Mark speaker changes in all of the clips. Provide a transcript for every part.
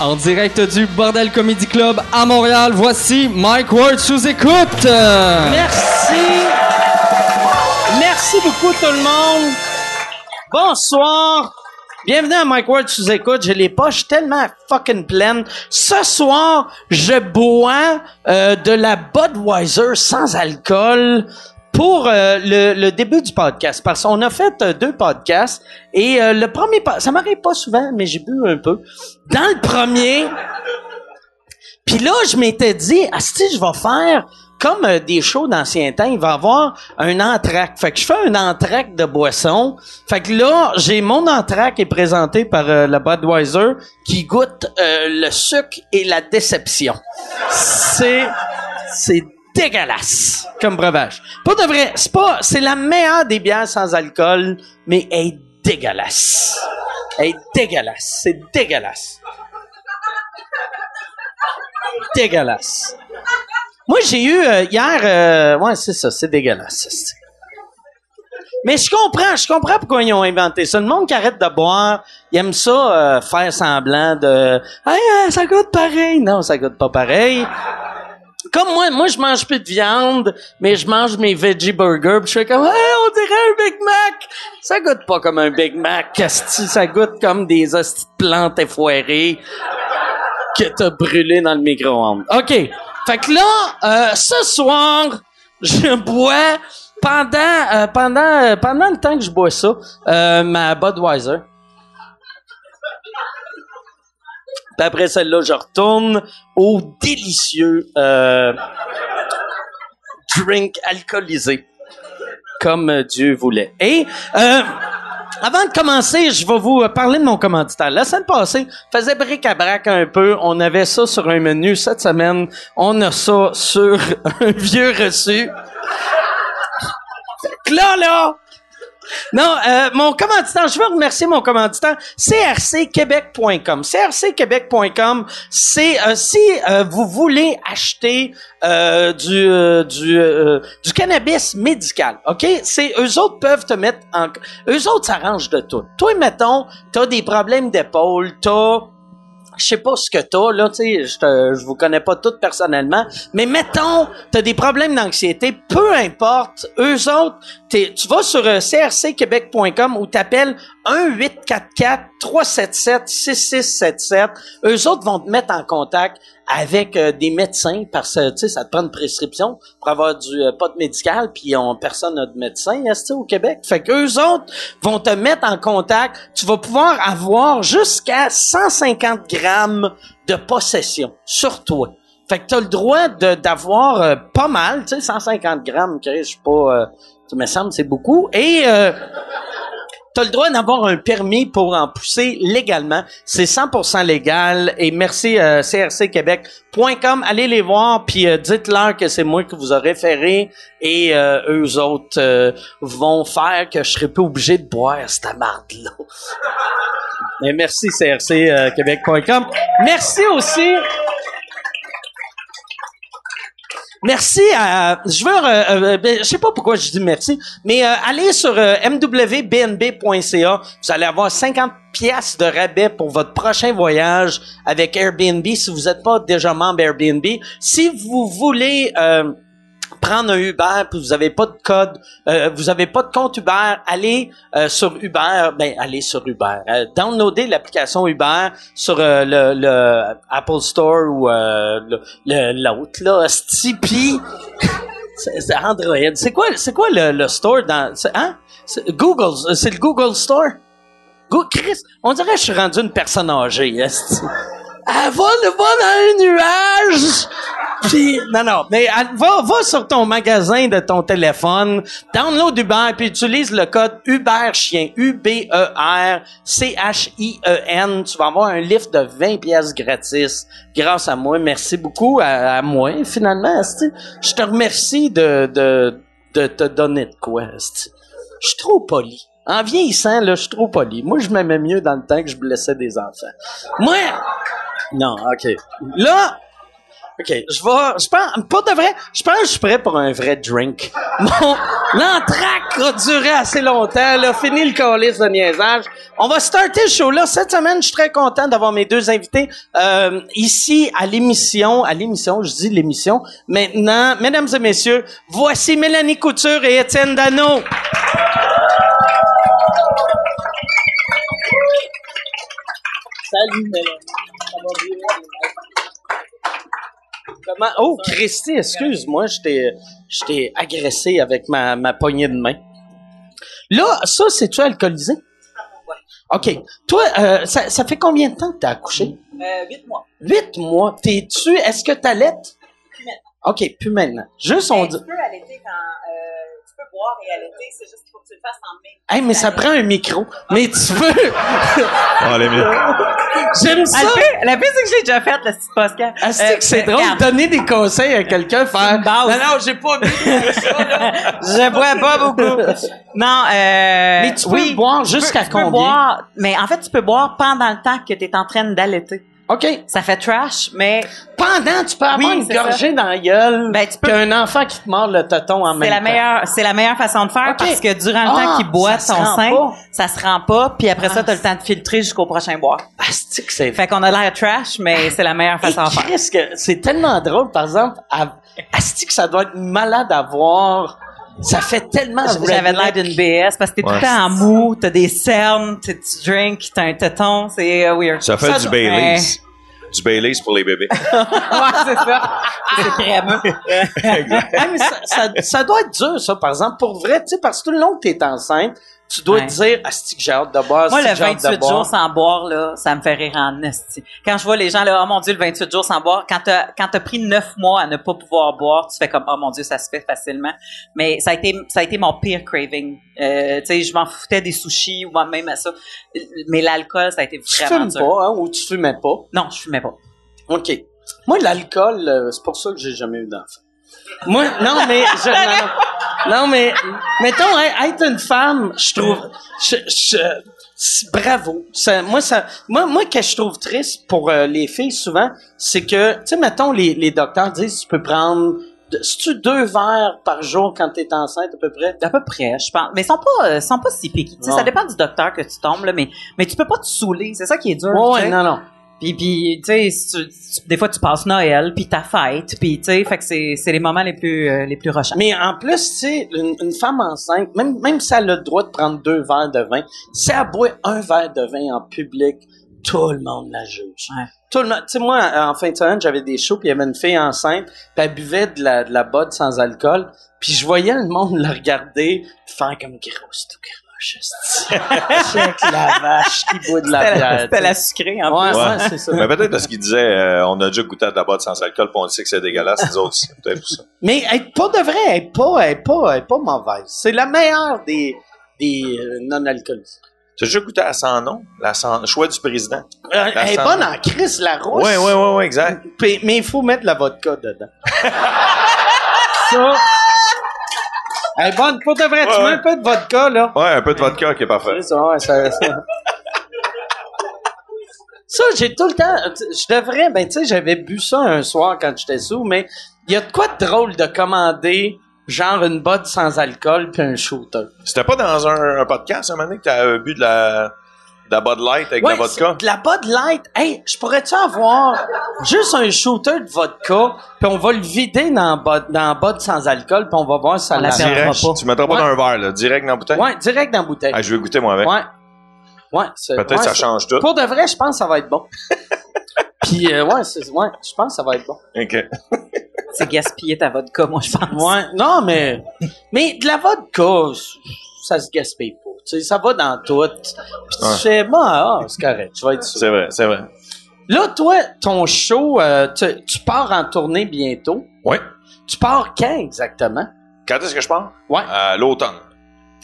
Speaker 1: En direct du Bordel Comedy Club à Montréal, voici Mike Ward sous écoute. Euh,
Speaker 2: Merci. Merci beaucoup tout le monde. Bonsoir. Bienvenue à Mike Ward sous écoute. J'ai les poches tellement fucking pleines. Ce soir, je bois euh, de la Budweiser sans alcool pour euh, le, le début du podcast. Parce qu'on a fait euh, deux podcasts et euh, le premier, po- ça m'arrive pas souvent, mais j'ai bu un peu. Dans le premier, puis là, je m'étais dit, Ah, si je vais faire comme euh, des shows d'ancien temps, il va y avoir un entraque. Fait que je fais un entraque de boisson. Fait que là, j'ai mon entraque est présenté par euh, le Budweiser qui goûte euh, le sucre et la déception. C'est c'est dégueulasse comme breuvage. Pas de vrai, c'est pas c'est la meilleure des bières sans alcool, mais elle est dégueulasse. Elle est dégueulasse, c'est dégueulasse dégueulasse. Moi, j'ai eu euh, hier. euh, ouais, c'est ça, c'est dégueulasse. c'est- Mais je comprends, je comprends pourquoi ils ont inventé ça. Le monde qui arrête de boire, il aime ça euh, faire semblant de. Hey, euh, ça goûte pareil. Non, ça goûte pas pareil. Comme moi, moi je mange plus de viande, mais je mange mes veggie burgers. Puis je fais comme, Hey, on dirait un Big Mac. Ça goûte pas comme un Big Mac, asti, ça goûte comme des hosties de plantes effoirées que t'as brûlé dans le micro-ondes. OK. Fait que là, euh, ce soir, je bois pendant euh, pendant euh, pendant le temps que je bois ça, euh, ma Budweiser. Puis après celle-là, je retourne au délicieux euh, drink alcoolisé, comme euh, Dieu voulait. Et euh, avant de commencer, je vais vous euh, parler de mon commanditaire. La semaine passée, je faisais bric-à-brac un peu. On avait ça sur un menu. Cette semaine, on a ça sur un vieux reçu. Fait que là, là, non, euh, mon commanditaire, je veux remercier mon commanditaire, crcquebec.com. crcquebec.com, c'est euh, si euh, vous voulez acheter euh, du euh, du euh, du cannabis médical, OK? C'est eux autres peuvent te mettre en eux autres s'arrangent de tout. Toi mettons, t'as des problèmes d'épaule, t'as je sais pas ce que t'as, là, tu sais, je te- je vous connais pas toutes personnellement, mais mettons, t'as des problèmes d'anxiété, peu importe, eux autres, t'es- tu vas sur euh, crcquebec.com ou t'appelles 1-844-377-6677. Eux autres vont te mettre en contact avec euh, des médecins parce que, tu sais, ça te prend une prescription pour avoir du euh, pot médical, puis on, personne n'a de médecin, est au Québec? Fait qu'eux autres vont te mettre en contact. Tu vas pouvoir avoir jusqu'à 150 grammes de possession sur toi. Fait que t'as le droit de- d'avoir euh, pas mal, tu sais, 150 grammes, Chris, je sais pas, euh, ça me semble, c'est beaucoup. Et... euh, T'as le droit d'avoir un permis pour en pousser légalement. C'est 100% légal. Et merci euh, crcquebec.com. Allez les voir, puis euh, dites-leur que c'est moi qui vous ai référé. Et euh, eux autres euh, vont faire que je serai pas obligé de boire cette marde-là. Mais merci euh, crcquebec.com. Merci aussi... Merci à. Je veux. euh, euh, ben, je sais pas pourquoi je dis merci, mais euh, allez sur euh, mwbnb.ca. Vous allez avoir 50 pièces de rabais pour votre prochain voyage avec Airbnb si vous n'êtes pas déjà membre Airbnb. Si vous voulez. euh, prendre un Uber puis vous avez pas de code, euh, vous avez pas de compte Uber, allez euh, sur Uber, ben allez sur Uber, euh, downloadez l'application Uber sur euh, le, le Apple Store ou euh, le- le- l'autre là, Stipi. C'est c'est Android. C'est quoi, c'est quoi le, le store dans, c'est- hein? C'est Google, c'est le Google Store? Go, Chris, on dirait que je suis rendu une personne âgée. esti. Elle va, va dans un nuage! Puis, non, non, mais elle- va, va sur ton magasin de ton téléphone, download Uber, puis utilise le code UberChien, E U-B-E-R-C-H-I-E-N. E Tu vas avoir un lift de 20 pièces gratis grâce à moi. Merci beaucoup à, à moi, finalement. esti. Je te remercie de, de, de te donner de quoi. esti. Je suis trop poli. En vieillissant, là, je suis trop poli. Moi, je m'aimais mieux dans le temps que je blessais des enfants. Moi... Non, OK. Là, OK, je vais... Je pense... Pas de vrai. Je pense que je suis prêt pour un vrai drink. Mon... L'entraque a duré assez longtemps. Là, fini le calice de niaisage. On va starter le show-là. Cette semaine, je suis très content d'avoir mes deux invités euh, ici à l'émission. À l'émission, je dis l'émission. Maintenant, mesdames et messieurs, voici Mélanie Couture et Étienne Dano.
Speaker 3: Salut, Mélanie. Ça va bien?
Speaker 2: Comment- Oh, Christy, excuse-moi, je t'ai, je t'ai agressé avec ma, ma poignée de main. Là, ça, c'est-tu alcoolisé?
Speaker 3: Ah,
Speaker 2: OK. Toi, euh, ça, ça fait combien de temps que t'as accouché?
Speaker 3: Euh, 8 mois.
Speaker 2: Huit mois. T'es-tu... Est-ce que t'allaites?
Speaker 3: Plus maintenant.
Speaker 2: OK, plus maintenant. Juste, on
Speaker 3: Mais
Speaker 2: dit...
Speaker 3: Ben, Tu peux allaiter quand... euh, tu peux boire et allaiter, c'est juste qu'il faut que tu le fasses en même
Speaker 2: Hey, mais ça prend un micro. Mais tu veux...
Speaker 4: Allez, mais-
Speaker 2: J'aime ça!
Speaker 3: La Ah, pire, la pire, c'est que j'ai déjà fait, le petit podcast.
Speaker 2: Est-ce que c'est drôle de donner des conseils à quelqu'un, faire...
Speaker 3: Euh, base.
Speaker 2: Non, non, j'ai pas bu ça, là.
Speaker 3: Je bois pas beaucoup. Non, euh.
Speaker 2: Mais tu peux
Speaker 3: oui,
Speaker 2: boire
Speaker 3: tu peux-
Speaker 2: jusqu'à
Speaker 3: tu peux
Speaker 2: combien?
Speaker 3: boire- mais en fait, tu peux boire pendant le temps que tu es en train d'allaiter.
Speaker 2: OK.
Speaker 3: Ça fait trash, mais
Speaker 2: Pendant, tu peux avoir
Speaker 3: Oui,
Speaker 2: une
Speaker 3: c'est ça.
Speaker 2: gorgée dans la gueule.
Speaker 3: Ben, tu peux-
Speaker 2: qu'un enfant qui te mord le téton en même
Speaker 3: c'est la
Speaker 2: temps.
Speaker 3: meilleure, c'est la meilleure façon de faire
Speaker 2: Ok.
Speaker 3: parce que durant le
Speaker 2: Ah,
Speaker 3: temps qu'il boit
Speaker 2: ça
Speaker 3: son
Speaker 2: se rend
Speaker 3: sein,
Speaker 2: pas. Ah,
Speaker 3: ça se rend pas, puis après ça, t'as le temps de filtrer jusqu'au prochain boire.
Speaker 2: Asti que c'est
Speaker 3: Fait qu'on a l'air trash, mais c'est la meilleure façon de
Speaker 2: Et
Speaker 3: faire.
Speaker 2: Chris, que c'est tellement drôle, par exemple. à- Asti que ça doit être malade à voir. Ça fait tellement
Speaker 3: J'avais l'air
Speaker 2: redneck.
Speaker 3: d'une BS parce que t'es
Speaker 4: Ouais.
Speaker 3: tout le temps en mou, t'as des cernes, t'es- tu drink, t'as un téton, c'est euh, weird.
Speaker 4: Ça fait
Speaker 3: Ça
Speaker 4: du
Speaker 3: doit-
Speaker 4: Baileys. Du Baileys pour les bébés.
Speaker 3: Ouais, Ouais, c'est ça. C'est crémeux.
Speaker 2: Ah, mais ça, ça, ça doit être dur, ça, par exemple. Pour vrai, tu sais, parce que tout le long que t'es enceinte, tu dois
Speaker 3: Ouais.
Speaker 2: te dire, Asti que j'ai hâte de boire,
Speaker 3: Moi,
Speaker 2: asti
Speaker 3: le
Speaker 2: que j'ai hâte de
Speaker 3: 28
Speaker 2: boire.
Speaker 3: jours sans boire, là, ça me fait rire en esti. Quand je vois les gens, là, oh mon Dieu, le 28 jours sans boire, quand t'as, quand t'as pris 9 mois à ne pas pouvoir boire, tu fais comme, oh mon Dieu, ça se fait facilement. Mais ça a été, ça a été mon pire craving. Euh, tu sais, je m'en foutais des sushis ou même à ça. Mais l'alcool, ça a été
Speaker 2: Tu
Speaker 3: vraiment
Speaker 2: fumes
Speaker 3: dur.
Speaker 2: pas, hein, ou tu fumais pas.
Speaker 3: Non, je fumais pas.
Speaker 2: OK. Moi, l'alcool, euh, c'est pour ça que j'ai jamais eu d'enfant. Moi, non, mais... je- non, non. Non, mais... Mettons, hein, être une femme, je trouve... je- je- c'est- bravo. Ça- moi, ça, moi, moi, que je trouve triste pour euh, les filles, souvent, c'est que, tu sais, mettons, les, les docteurs disent tu peux prendre... de- Si-tu deux verres par jour quand t'es enceinte, à peu près?
Speaker 3: À peu près, je pense. Mais ils sont pas, euh, sont pas si piqués. Tu sais,
Speaker 2: Non.
Speaker 3: ça dépend du docteur que tu tombes, là, mais, mais tu peux pas te saouler. C'est ça qui est dur.
Speaker 2: Ouais,
Speaker 3: tu
Speaker 2: ouais,
Speaker 3: sais.
Speaker 2: non, non.
Speaker 3: Puis, puis tu sais, si tu- tu- des fois, tu passes Noël, puis ta fête, puis tu sais, fait que c'est c'est les moments les plus, euh, les plus rochants.
Speaker 2: Mais en plus, tu sais, une, une femme enceinte, même, même si elle a le droit de prendre deux verres de vin, si elle boit un verre de vin en public, tout le monde la juge.
Speaker 3: Ouais.
Speaker 2: Tout le monde. Tu sais, moi, en fin de semaine, j'avais des shows, puis il y avait une fille enceinte, puis elle buvait de la, de la botte sans alcool, puis je voyais le monde la regarder, puis faire comme grosse, tout croche. esti. Check la vache qui boit de la
Speaker 3: C'était la,
Speaker 2: bière.
Speaker 3: c'était la sucrée, en
Speaker 2: Ouais,
Speaker 3: plus.
Speaker 2: ouais, c'est ça.
Speaker 4: Mais peut-être parce qu'il disait, euh, on a déjà goûté à de la boîte sans alcool, puis on sait que c'est dégueulasse, les autres, c'est peut-être pour ça.
Speaker 2: Mais elle, pas de vrai, elle est pas, elle est pas, elle est pas mauvaise. C'est la meilleure des, des euh, non-alcoolisés.
Speaker 4: T'as déjà goûté à sans nom, la sans, choix du président.
Speaker 2: Euh, Elle est
Speaker 4: sent-
Speaker 2: bonne en crise, la rousse.
Speaker 4: Ouais, ouais, ouais, ouais, exact.
Speaker 2: Puis- mais il faut mettre de la vodka dedans. ça. Elle est bonne. Pour de vrai, tu
Speaker 4: Ouais,
Speaker 2: mets
Speaker 4: ouais.
Speaker 2: un peu de vodka, là.
Speaker 4: Ouais, un peu de vodka qui est parfait.
Speaker 2: Ça, ouais, ça- ça- Ça, j'ai tout le temps. Je devrais. Ben, tu sais, j'avais bu ça un soir quand j'étais sous, mais il y a de quoi de drôle de commander, genre, une botte sans alcool puis un shooter.
Speaker 4: C'était pas dans un, un podcast, un moment donné, que t'as euh, bu de la, de la Bud Light avec de la vodka?
Speaker 2: c'est De la Bud Light. Hey, je pourrais-tu avoir juste un shooter de vodka, puis on va le vider dans Bud, dans Bud sans alcool, puis on va voir si ça
Speaker 3: On la
Speaker 2: la
Speaker 3: perdra
Speaker 4: Direct,
Speaker 3: pas.
Speaker 4: tu mettras pas
Speaker 2: Ouais.
Speaker 4: dans un verre, là, direct dans la bouteille?
Speaker 2: Ouais, direct dans la bouteille.
Speaker 4: Ah, je vais goûter moi avec.
Speaker 2: Ouais. Ouais, c'est-
Speaker 4: Peut-être
Speaker 2: ouais,
Speaker 4: ça
Speaker 2: c'est-
Speaker 4: change tout.
Speaker 2: Pour de vrai, je pense que ça va être bon. puis, euh, ouais, c'est- ouais, je pense que ça va être bon.
Speaker 4: Ok.
Speaker 3: C'est gaspiller ta vodka, moi, je pense.
Speaker 2: Ouais, non, mais. Mais de la vodka, ça se gaspille pas. Tu sais, ça va dans tout. Puis tu
Speaker 4: Ouais.
Speaker 2: fais, moi, ah, c'est correct, je vais être sûr.
Speaker 4: C'est vrai, c'est vrai.
Speaker 2: Là, toi, ton show, euh, tu, tu pars en tournée bientôt.
Speaker 4: Ouais.
Speaker 2: Tu pars quand exactement?
Speaker 4: Quand est-ce que je pars?
Speaker 2: Ouais.
Speaker 4: À l'automne.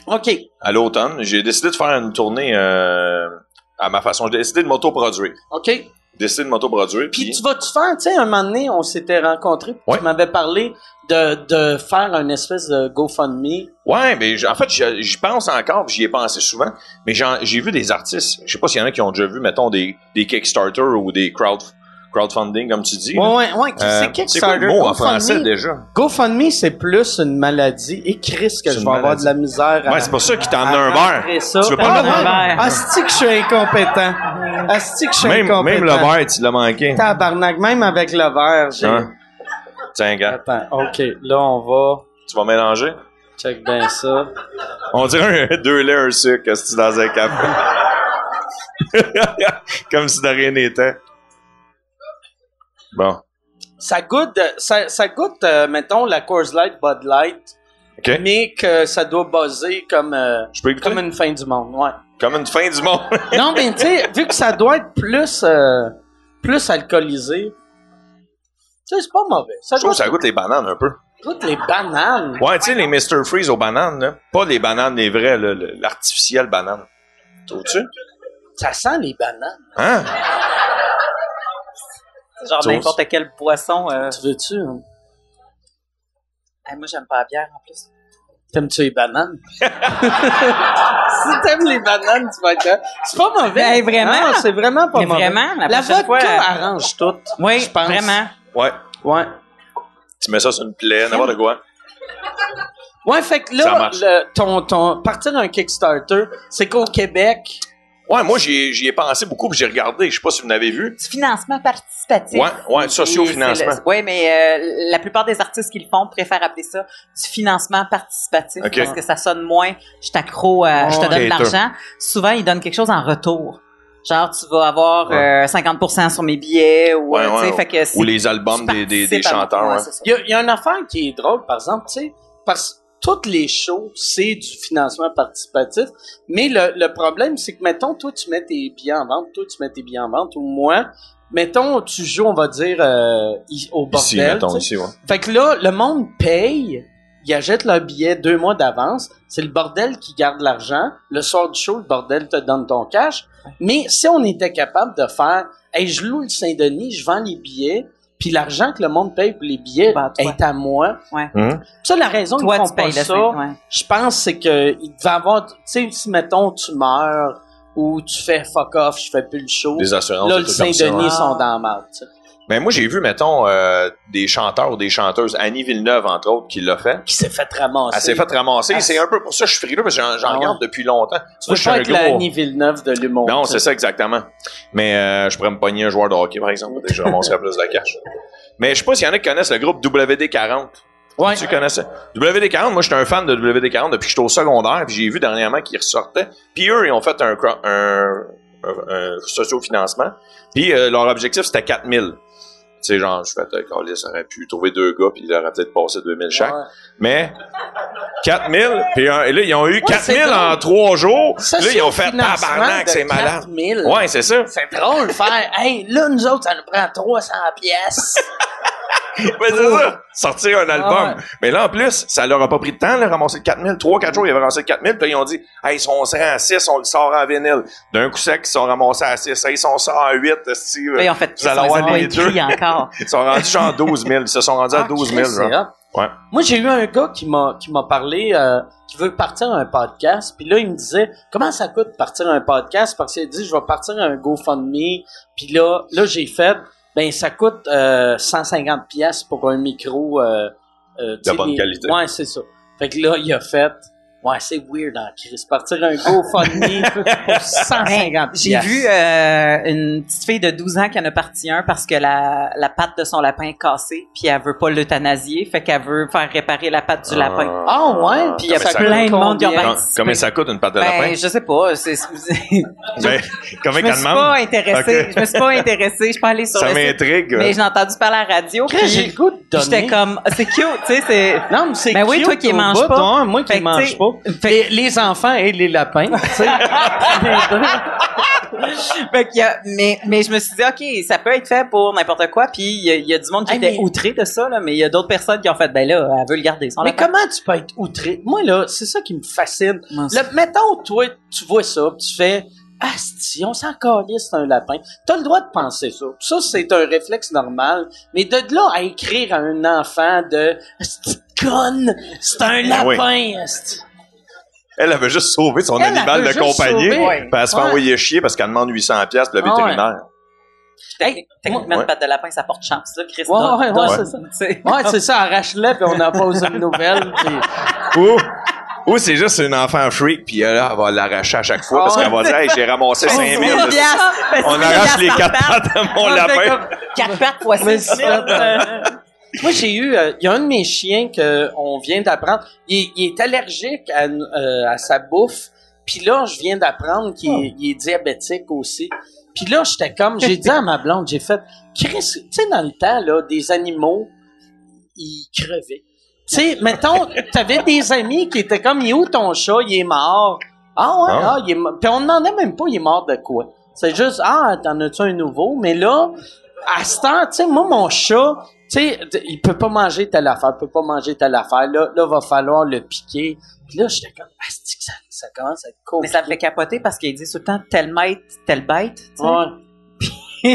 Speaker 2: OK.
Speaker 4: À l'automne, j'ai décidé de faire une tournée euh, à ma façon. J'ai décidé de m'autoproduire.
Speaker 2: OK.
Speaker 4: J'ai décidé de m'autoproduire.
Speaker 2: Puis
Speaker 4: Puis,
Speaker 2: tu vas-tu faire, tu sais, un moment donné, on s'était rencontrés, puis
Speaker 4: Ouais.
Speaker 2: tu m'avais parlé de, de faire une espèce de GoFundMe.
Speaker 4: ouais, mais j'- en fait, j'y j'y pense encore, puis j'y ai pensé souvent. Mais j'en- j'ai vu des artistes. Je sais pas s'il y en a qui ont déjà vu, mettons, des, des Kickstarter ou des crowd, crowdfunding, comme tu dis. là.
Speaker 2: Ouais, ouais, ouais,
Speaker 4: Euh,
Speaker 2: c'est
Speaker 4: c'est quoi
Speaker 2: Kickstarter.
Speaker 4: le mot en
Speaker 2: GoFundMe. Euh,
Speaker 4: français déjà?
Speaker 2: GoFundMe, c'est plus une maladie. Et Chris, que
Speaker 4: C'est
Speaker 2: je vais
Speaker 4: une
Speaker 2: avoir
Speaker 4: maladie.
Speaker 2: de la misère à.
Speaker 4: Ouais, c'est pour ça qu'il t'a amené un
Speaker 3: Ah,
Speaker 4: verre.
Speaker 3: ça,
Speaker 4: tu veux
Speaker 3: t'as
Speaker 4: pas le
Speaker 3: amené un
Speaker 4: verre?
Speaker 3: verre.
Speaker 2: Asti que je suis incompétent. Asti que je suis
Speaker 4: Même,
Speaker 2: incompétent.
Speaker 4: même le verre, tu l'as manqué.
Speaker 2: Tabarnak, même avec le verre, j'ai.
Speaker 4: Hein? Tiens, gars,
Speaker 2: Attends, ok, là on va.
Speaker 4: tu vas mélanger?
Speaker 2: Check bien ça.
Speaker 4: On dirait un deux laits, un sucre, que dans un café. Comme si de rien n'était. Bon.
Speaker 2: Ça goûte, euh, ça, ça goûte euh, mettons, la Coors Light, Bud Light,
Speaker 4: OK.
Speaker 2: mais que ça doit buzzer comme, euh,
Speaker 4: Je peux écouter?
Speaker 2: comme une fin du monde, ouais.
Speaker 4: fin du monde.
Speaker 2: non, mais tu sais, vu que ça doit être plus, euh, plus alcoolisé, tu sais, c'est pas mauvais. Ça
Speaker 4: Je trouve
Speaker 2: goûte,
Speaker 4: que ça goûte les bananes un peu.
Speaker 2: goûte les bananes.
Speaker 4: Ouais, tu sais, les Mr. Freeze aux bananes, là. Pas les bananes, les vraies, là, le- l'artificielle banane. Trouves-tu?
Speaker 2: Ça sent les bananes.
Speaker 4: Hein?
Speaker 3: Genre
Speaker 4: Sauce.
Speaker 3: n'importe quel poisson. euh,
Speaker 2: Tu veux-tu? hein?
Speaker 3: ah, moi, j'aime pas la bière en plus.
Speaker 2: T'aimes-tu les bananes? si t'aimes les bananes, tu vas être là. C'est pas mauvais.
Speaker 3: Ben, vraiment.
Speaker 2: Non, c'est vraiment pas
Speaker 3: Mais
Speaker 2: mauvais.
Speaker 3: vraiment, la,
Speaker 2: La
Speaker 3: prochaine
Speaker 2: vodka
Speaker 3: fois. euh,
Speaker 2: arrange tout.
Speaker 3: Oui,
Speaker 2: je pense.
Speaker 3: vraiment.
Speaker 4: Ouais.
Speaker 2: Ouais.
Speaker 4: Tu mets ça sur une plaie, n'importe quoi.
Speaker 2: Ouais, fait que
Speaker 4: Ça
Speaker 2: là,
Speaker 4: marche.
Speaker 2: le- ton, ton, partir d'un Kickstarter, c'est qu'au Québec,
Speaker 4: Ouais, moi, j'y ai- j'y ai pensé beaucoup, puis j'ai regardé. Je sais pas si vous l'avez vu.
Speaker 3: Du financement participatif.
Speaker 4: Ouais, ouais, socio-financement.
Speaker 3: Oui, mais euh, la plupart des artistes qui le font préfèrent appeler ça du financement participatif
Speaker 4: Ok.
Speaker 3: parce que ça sonne moins je t'accro, euh, je te donne
Speaker 4: Ouais.
Speaker 3: de l'argent. Souvent, ils donnent quelque chose en retour. Genre, tu vas avoir
Speaker 4: Ouais.
Speaker 3: euh, 50 sur mes billets ou,
Speaker 4: Ouais,
Speaker 3: euh, tu sais,
Speaker 4: ouais,
Speaker 3: fait que
Speaker 4: Ou
Speaker 3: si
Speaker 4: les albums
Speaker 3: tu
Speaker 4: des, des, des
Speaker 3: participes à-
Speaker 4: chanteurs.
Speaker 3: ouais,
Speaker 4: hein.
Speaker 3: c'est ça.
Speaker 2: il y a, il y a une affaire qui est drôle, par exemple, tu sais, parce que toutes les shows, c'est du financement participatif, mais le, le problème, c'est que, mettons, toi, tu mets tes billets en vente, toi, tu mets tes billets en vente, ou moi, mettons, tu joues, on va dire, euh, i- au bordel.
Speaker 4: Ici, mettons,
Speaker 2: tu sais.
Speaker 4: ici, ouais.
Speaker 2: Fait que là, le monde paye, ils achètent leur billet deux mois d'avance. C'est le bordel qui garde l'argent. Le soir du show, le bordel te donne ton cash. Mais si on était capable de faire, hey, je loue le Saint-Denis, je vends les billets, puis l'argent que le monde paye pour les billets
Speaker 3: Ben, toi.
Speaker 2: est à moi.
Speaker 3: Ouais.
Speaker 4: Mhm.
Speaker 2: Ça, la raison qu'ils
Speaker 3: Toi,
Speaker 2: font
Speaker 3: tu
Speaker 2: pas
Speaker 3: payes le
Speaker 2: ça,
Speaker 3: ça. Ouais.
Speaker 2: je pense, c'est que il devait avoir, tu sais, si mettons, tu meurs ou tu fais fuck off, je fais plus le show.
Speaker 4: Des assurances.
Speaker 2: Là,
Speaker 4: des
Speaker 2: le
Speaker 4: trucs comme ça,
Speaker 2: Saint-Denis
Speaker 4: ouais.
Speaker 3: ouais.
Speaker 2: sont dans la merde, tu sais.
Speaker 4: Mais Ben, moi, j'ai vu, mettons, euh, des chanteurs ou des chanteuses, Annie Villeneuve, entre autres, qui l'a fait.
Speaker 2: Qui s'est fait
Speaker 4: Elle
Speaker 2: ramasser.
Speaker 4: s'est faite ramasser.
Speaker 2: Ah,
Speaker 4: C'est un peu pour ça que je suis frileux, parce que j'en j'en
Speaker 2: Ah ouais.
Speaker 4: regarde depuis
Speaker 2: Tu
Speaker 4: longtemps. Moi, je
Speaker 2: veux
Speaker 4: suis
Speaker 2: pas
Speaker 4: un
Speaker 2: être la
Speaker 4: gros...
Speaker 2: Annie Villeneuve de l'humour.
Speaker 4: Non,
Speaker 2: tu sais.
Speaker 4: c'est ça exactement. Mais euh, je pourrais me pogner un joueur de hockey, par exemple. Peut-être que Je remonterais plus de cash. Mais je sais pas s'il y en a qui connaissent le groupe WD40.
Speaker 2: Ouais.
Speaker 4: Tu connais ça? WD40, moi, j'étais un fan de WD40 depuis que j'étais au secondaire, puis j'ai vu dernièrement qu'ils ressortaient. Puis eux, ils ont fait un, cro- un, un, un socio-financement. Puis euh, leur objectif, c'était 4000. Tu sais, genre, je fais, euh, Carlis aurait pu trouver deux gars, puis il aurait peut-être passé 2000 chaque.
Speaker 2: Ouais.
Speaker 4: Mais 4000, puis un- et là, ils ont eu
Speaker 2: c'est
Speaker 4: 4000 en
Speaker 2: drôle.
Speaker 4: trois jours.
Speaker 2: Ça,
Speaker 4: là,
Speaker 2: c'est
Speaker 4: ils
Speaker 2: un
Speaker 4: ont fait
Speaker 2: financement
Speaker 4: tabarnak,
Speaker 2: de
Speaker 4: c'est malade.
Speaker 2: 4000.
Speaker 4: Ouais, c'est ça.
Speaker 2: C'est drôle de faire. Hey, là, nous autres, ça nous prend 300 pièces.
Speaker 4: Mais c'est ça. Sortir un
Speaker 2: Ah,
Speaker 3: Ah
Speaker 4: album. Mais là, en plus, ça leur a pas pris de temps, là, ramasser 4000. 3-4 jours, ils avaient ramassé 4000. Puis là, ils ont dit, hey, si on se rend à 6, on le sort en vinyle. D'un coup sec, ils sont ramassés à 6. Hey, si on sort à 8, si, euh,
Speaker 3: Là, ils ont fait
Speaker 4: Vous allez avoir
Speaker 3: ils ont
Speaker 4: les
Speaker 3: écrit
Speaker 4: deux.
Speaker 3: encore.
Speaker 4: ils sont rendus genre 12 000. Ils se sont
Speaker 2: Ah,
Speaker 3: Ah,
Speaker 4: rendus à 12 000. genre. Ouais.
Speaker 2: Moi, j'ai eu un gars qui m'a qui m'a parlé, euh, qui veut partir un podcast. Puis là, il me disait, comment ça coûte partir un podcast? Parce qu'il a dit, je vais partir un GoFundMe. Puis là, là j'ai fait, ben ça coûte euh, 150 pièces pour un micro. Euh, euh, tu sais,
Speaker 4: bonne
Speaker 2: les-
Speaker 4: qualité.
Speaker 2: Ouais, c'est ça. Fait que là, il a fait, ouais, c'est weird en crise. Partir un GoFundMe pour 150
Speaker 3: J'ai vu euh, une petite fille de 12 ans qui en a parti un parce que la, la patte de son lapin est cassée, puis elle veut pas l'euthanasier, fait qu'elle veut faire réparer la patte du lapin.
Speaker 2: Ah ouais, puis
Speaker 4: Puis
Speaker 2: il y a
Speaker 4: ça, coûte-
Speaker 3: plein de monde qui ont
Speaker 2: combien?
Speaker 4: com-
Speaker 3: participé.
Speaker 4: Combien ça coûte une pâte de lapin?
Speaker 3: Ben, je sais pas. c'est- je
Speaker 4: Ben, combien
Speaker 3: me
Speaker 4: qu'elle
Speaker 3: suis pas
Speaker 4: demande?
Speaker 3: intéressée.
Speaker 4: Ok.
Speaker 3: Je me suis pas intéressée. Je suis pas allée sur
Speaker 4: Ça
Speaker 3: le site.
Speaker 4: m'intrigue.
Speaker 3: Mais j'ai entendu parler à la radio.
Speaker 2: Chris, j'ai le
Speaker 3: Puis
Speaker 2: goût de donner.
Speaker 3: j'étais comme, Ah, c'est cute, tu sais, c'est.
Speaker 2: Non, mais c'est
Speaker 3: Ben oui,
Speaker 2: cute
Speaker 3: toi qui
Speaker 2: au
Speaker 3: manges
Speaker 2: bout,
Speaker 3: pas.
Speaker 2: hein, moi qui
Speaker 3: Fait que, tu
Speaker 2: mange
Speaker 3: sais,
Speaker 2: pas. Les, les enfants et les lapins, tu sais.
Speaker 3: Fait qu'il y a- mais, mais je me suis dit, OK, ça peut être fait pour n'importe quoi. Puis il y, a- il y a du monde qui
Speaker 2: Hey,
Speaker 3: était
Speaker 2: mais-
Speaker 3: outré de ça, là, mais il y a d'autres personnes qui ont fait, ben là, elle veut le garder. son
Speaker 2: Mais
Speaker 3: lapin.
Speaker 2: comment tu peux être outré? Moi, là, c'est ça qui me fascine.
Speaker 3: Moi, c'est-
Speaker 2: Le, mettons, toi, tu vois ça, puis tu fais, asti, on s'en calisse, c'est un lapin. T'as le droit de penser ça. Ça, c'est un réflexe normal. Mais de là à écrire à un enfant de, asti, conne, c'est un
Speaker 4: Ben oui.
Speaker 2: lapin, asti.
Speaker 4: Elle avait juste sauvé son
Speaker 2: Elle, elle
Speaker 4: animal
Speaker 2: veut
Speaker 4: de
Speaker 2: juste
Speaker 4: compagnie.
Speaker 2: sauver.
Speaker 4: Puis elle se fait
Speaker 2: Ouais.
Speaker 4: envoyer chier parce qu'elle demande 800$ piastres pour le
Speaker 2: Ah ouais.
Speaker 4: vétérinaire.
Speaker 3: Technique- Techniquement,
Speaker 4: moi-
Speaker 3: de battre de lapin, ça porte chance, là, Chris.
Speaker 2: Ouais,
Speaker 3: donne-
Speaker 2: ouais, ouais,
Speaker 3: donne,
Speaker 2: c'est ça.
Speaker 3: tu sais.
Speaker 2: Ouais, c'est ça, arrache-le, puis on en pose une nouvelle. puis-
Speaker 4: Ou, ou c'est juste une enfant freak, puis elle, là, elle va l'arracher à chaque fois parce
Speaker 2: Ah Oh,
Speaker 4: qu'elle va dire hey, j'ai ramassé 5000.
Speaker 3: Une piastre. Ben,
Speaker 4: On
Speaker 3: c'est
Speaker 4: arrache
Speaker 3: une
Speaker 4: les
Speaker 3: piastre
Speaker 4: quatre
Speaker 3: par patte.
Speaker 4: pattes à mon
Speaker 2: Ah, fait
Speaker 4: lapin.
Speaker 2: comme-
Speaker 3: Quatre pattes fois
Speaker 2: Mais
Speaker 3: six
Speaker 2: c'est-
Speaker 3: mille.
Speaker 2: euh, Moi, j'ai eu... euh, Il y a un de mes chiens qu'on vient d'apprendre. Il, est- il est allergique à, euh, à sa bouffe. Puis là, je viens d'apprendre qu'il est- il est diabétique aussi. Puis là, j'étais comme... J'ai dit à ma blonde, j'ai fait... Chris, tu sais, dans le temps, là, des animaux, ils crevaient. Tu sais, mettons, t'avais des amis qui étaient comme, il est où ton chat? Il est mort. Ah ouais,
Speaker 4: Ah.
Speaker 2: ah, il est mort. Puis on demandait même pas, il est mort de quoi. C'est juste, ah, t'en as-tu un nouveau? Mais là, à ce temps, tu sais, moi, mon chat, tu sais, d- il peut pas manger telle affaire, il peut pas manger telle affaire. Là, là, va falloir le piquer. Puis là, j'étais comme, asti que ça, ça commence à être cool.
Speaker 3: Mais ça me fait capoter parce qu'il dit tout le temps telle bête, telle bête. tu sais.
Speaker 2: Ouais.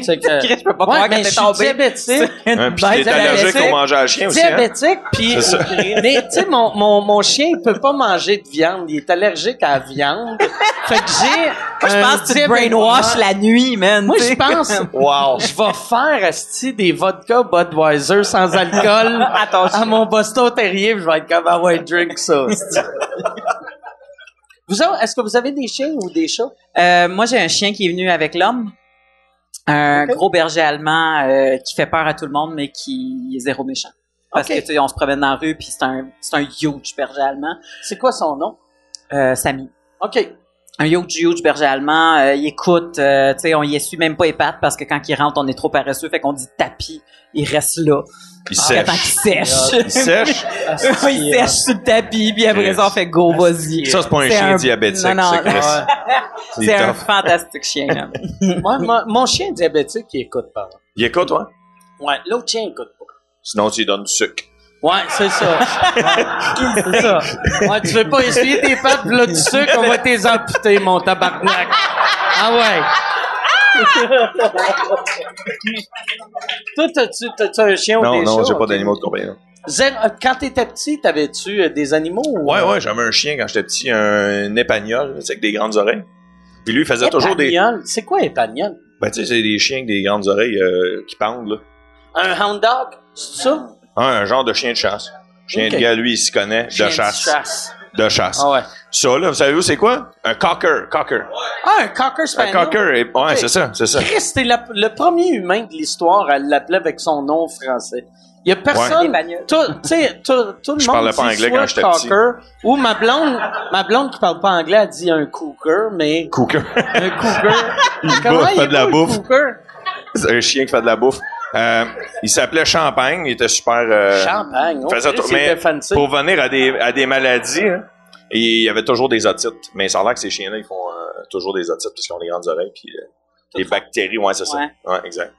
Speaker 2: C'est que-
Speaker 3: Chris, je peux pas
Speaker 2: Ouais,
Speaker 3: croire
Speaker 2: mais
Speaker 3: que t'es
Speaker 2: je suis
Speaker 3: tombé.
Speaker 2: diabétique.
Speaker 4: Hein, Puis
Speaker 2: Ben,
Speaker 4: il est allergique
Speaker 2: diabétique.
Speaker 4: au manger à chien aussi. Hein?
Speaker 2: diabétique, puis
Speaker 4: C'est ça.
Speaker 2: mais tu sais mon, mon, mon chien il peut pas manger de viande, il est allergique à la viande. Fait que j'ai
Speaker 3: Moi, je
Speaker 2: un
Speaker 3: pense que tu te
Speaker 2: diabète-
Speaker 3: brainwash la nuit, man.
Speaker 2: Moi
Speaker 3: tu
Speaker 2: je
Speaker 3: sais.
Speaker 2: pense
Speaker 4: Wow.
Speaker 2: je vais faire asti des vodka Budweiser sans alcool
Speaker 3: Attention.
Speaker 2: à Ah, mon Boston Terrier, puis je vais être comme ah ouais drink ça. asti. Vous autres, est-ce que vous avez des chiens ou des chats
Speaker 3: Euh, moi, j'ai un chien qui est venu avec l'homme. Un gros berger allemand euh, qui fait peur à tout le monde, mais qui est zéro méchant. Parce
Speaker 2: Ok.
Speaker 3: que, tu sais, on se promène dans la rue, puis c'est un, c'est un huge berger allemand.
Speaker 2: C'est quoi son nom
Speaker 3: Euh, Samy.
Speaker 2: Ok.
Speaker 3: Un huge, huge berger allemand. euh, il écoute, euh, tu sais, on y essuie même pas les pattes parce que quand il rentre, on est trop paresseux, fait qu'on dit tapis. Il reste là.
Speaker 4: Il
Speaker 3: Jusqu'à temps qu'il
Speaker 4: sèche.
Speaker 3: sèche.
Speaker 4: Il sèche.
Speaker 2: Ah,
Speaker 3: il sèche sur le tapis, puis après
Speaker 4: Yes.
Speaker 3: ça, on fait go, vas-y.
Speaker 4: Ça, c'est pas un
Speaker 3: C'est
Speaker 4: chien
Speaker 3: un-
Speaker 4: diabétique,
Speaker 3: Non, non,
Speaker 4: ça, Chris.
Speaker 2: Ouais.
Speaker 4: Il est
Speaker 3: C'est un
Speaker 4: tough.
Speaker 3: fantastique chien. là.
Speaker 2: Moi, mon, mon chien diabétique il écoute pas.
Speaker 4: Il écoute, toi?
Speaker 2: Ouais, l'autre chien écoute pas.
Speaker 4: Sinon, tu lui donnes du sucre.
Speaker 2: Ouais, c'est ça. Ouais, c'est ça. Ouais, tu veux pas essuyer tes pattes, pis là, du sucre, on va t'es amputer, mon tabarnak. Ah ouais. Toi, t'as-tu, t'as-tu un chien ou
Speaker 4: Non,
Speaker 2: des
Speaker 4: non,
Speaker 2: chats?
Speaker 4: j'ai pas
Speaker 2: Ok.
Speaker 4: d'animaux de compagnie. non.
Speaker 2: Zéro- euh, Quand t'étais petit, t'avais-tu euh, des animaux? ou-
Speaker 4: Ouais, ouais, j'avais un chien quand j'étais petit, un épagnol, tu sais, avec des grandes oreilles. Puis lui, il faisait toujours des.
Speaker 2: Épagnol. C'est quoi épagnol?
Speaker 4: Ben, tu sais, c'est des chiens avec des grandes oreilles euh, qui pendent, là.
Speaker 2: Un hound dog? C'est ça?
Speaker 4: Hein, un genre de chien de chasse. Chien
Speaker 2: Ok.
Speaker 4: de gars, lui, il s'y connaît.
Speaker 2: Chien
Speaker 4: de chasse. De chasse.
Speaker 2: Ah ouais.
Speaker 4: Ça, là, vous savez, où c'est quoi? Un cocker. Cocker.
Speaker 2: Ah, un cocker
Speaker 4: Un
Speaker 2: spaniel.
Speaker 4: cocker. est- Ouais,
Speaker 2: Ok.
Speaker 4: c'est ça, c'est ça.
Speaker 2: Chris, t'es la- le premier humain de l'histoire à l'appeler avec son nom français. Il y a personne.
Speaker 3: Espagnol.
Speaker 2: Tout, tu sais, tout, tout le
Speaker 4: Je
Speaker 2: monde
Speaker 4: parlais pas
Speaker 2: dit
Speaker 4: anglais
Speaker 2: soit
Speaker 4: quand j'étais
Speaker 2: cocker, Ou ma blonde, ma blonde qui parle pas anglais, elle dit un cougar, mais
Speaker 4: Cocker.
Speaker 2: un cougar.
Speaker 4: bouffe, fait
Speaker 2: est
Speaker 4: de la
Speaker 2: beau, le
Speaker 4: bouffe.
Speaker 2: cougar?
Speaker 4: C'est un chien qui fait de la bouffe. Euh, il s'appelait Champagne. Il était super. euh,
Speaker 2: Champagne. Oh,
Speaker 4: faisait
Speaker 2: Chris,
Speaker 4: tout-
Speaker 2: il
Speaker 4: mais
Speaker 2: était fancy.
Speaker 4: Pour venir à des, à des maladies, hein, et il y avait toujours des otites. Mais ça a l'air que ces chiens-là, ils font euh, toujours des otites parce qu'ils ont des grandes oreilles. Puis euh, les bactéries, ouais, c'est
Speaker 3: Ouais.
Speaker 4: ça. Ouais, exact.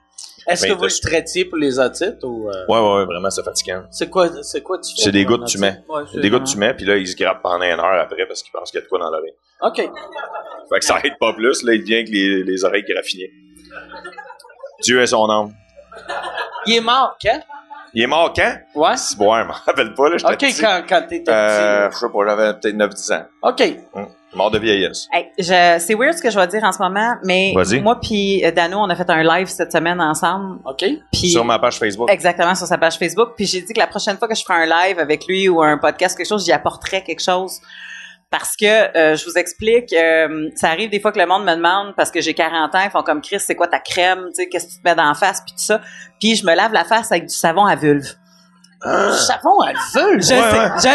Speaker 2: Est-ce
Speaker 4: mais
Speaker 2: que
Speaker 4: il
Speaker 2: vous
Speaker 4: était-
Speaker 2: le traitiez pour les otites ou euh,
Speaker 4: Ouais, ouais, ouais, vraiment, c'est fatigant.
Speaker 2: c'est quoi, c'est quoi tu fais?
Speaker 4: C'est des
Speaker 2: pour
Speaker 4: gouttes
Speaker 2: un
Speaker 4: que tu
Speaker 2: otite?
Speaker 4: mets. Des gouttes, tu mets, puis là, ils se grappent pendant une heure après parce qu'ils pensent qu'il y a de quoi dans l'oreille.
Speaker 2: Ok.
Speaker 4: Fait que ça aide pas plus, là, il devient avec les, les oreilles graffinées. Dieu est son âme.
Speaker 2: Il est mort quand?
Speaker 4: Il est mort quand?
Speaker 2: Ouais.
Speaker 4: Si, ouais, je m'en rappelle pas, là, j'étais
Speaker 2: Ok,
Speaker 4: petit.
Speaker 2: quand, quand t'étais
Speaker 4: Euh,
Speaker 2: petit.
Speaker 4: je sais pas, j'avais peut-être 9-10 ans.
Speaker 2: Ok.
Speaker 4: Hum, Mort de vieillesse.
Speaker 3: Hey, je- c'est weird ce que je vais dire en ce moment, mais
Speaker 4: Vas-y.
Speaker 3: moi puis euh, Dano, on a fait un live cette semaine ensemble.
Speaker 2: Ok.
Speaker 3: Puis
Speaker 4: Sur ma page Facebook.
Speaker 3: exactement sur sa page Facebook. Puis j'ai dit que la prochaine fois que je ferai un live avec lui ou un podcast quelque chose, j'y apporterai quelque chose. Parce que euh, je vous explique, euh, ça arrive des fois que le monde me demande parce que j'ai 40 ans, ils font comme Chris, c'est quoi ta crème, tu sais, qu'est-ce que tu te mets dans la face, puis tout ça. Puis je me lave la face avec du savon à vulve.
Speaker 2: Du savon à vulve.
Speaker 3: Je sais,
Speaker 4: ouais.
Speaker 3: je sais,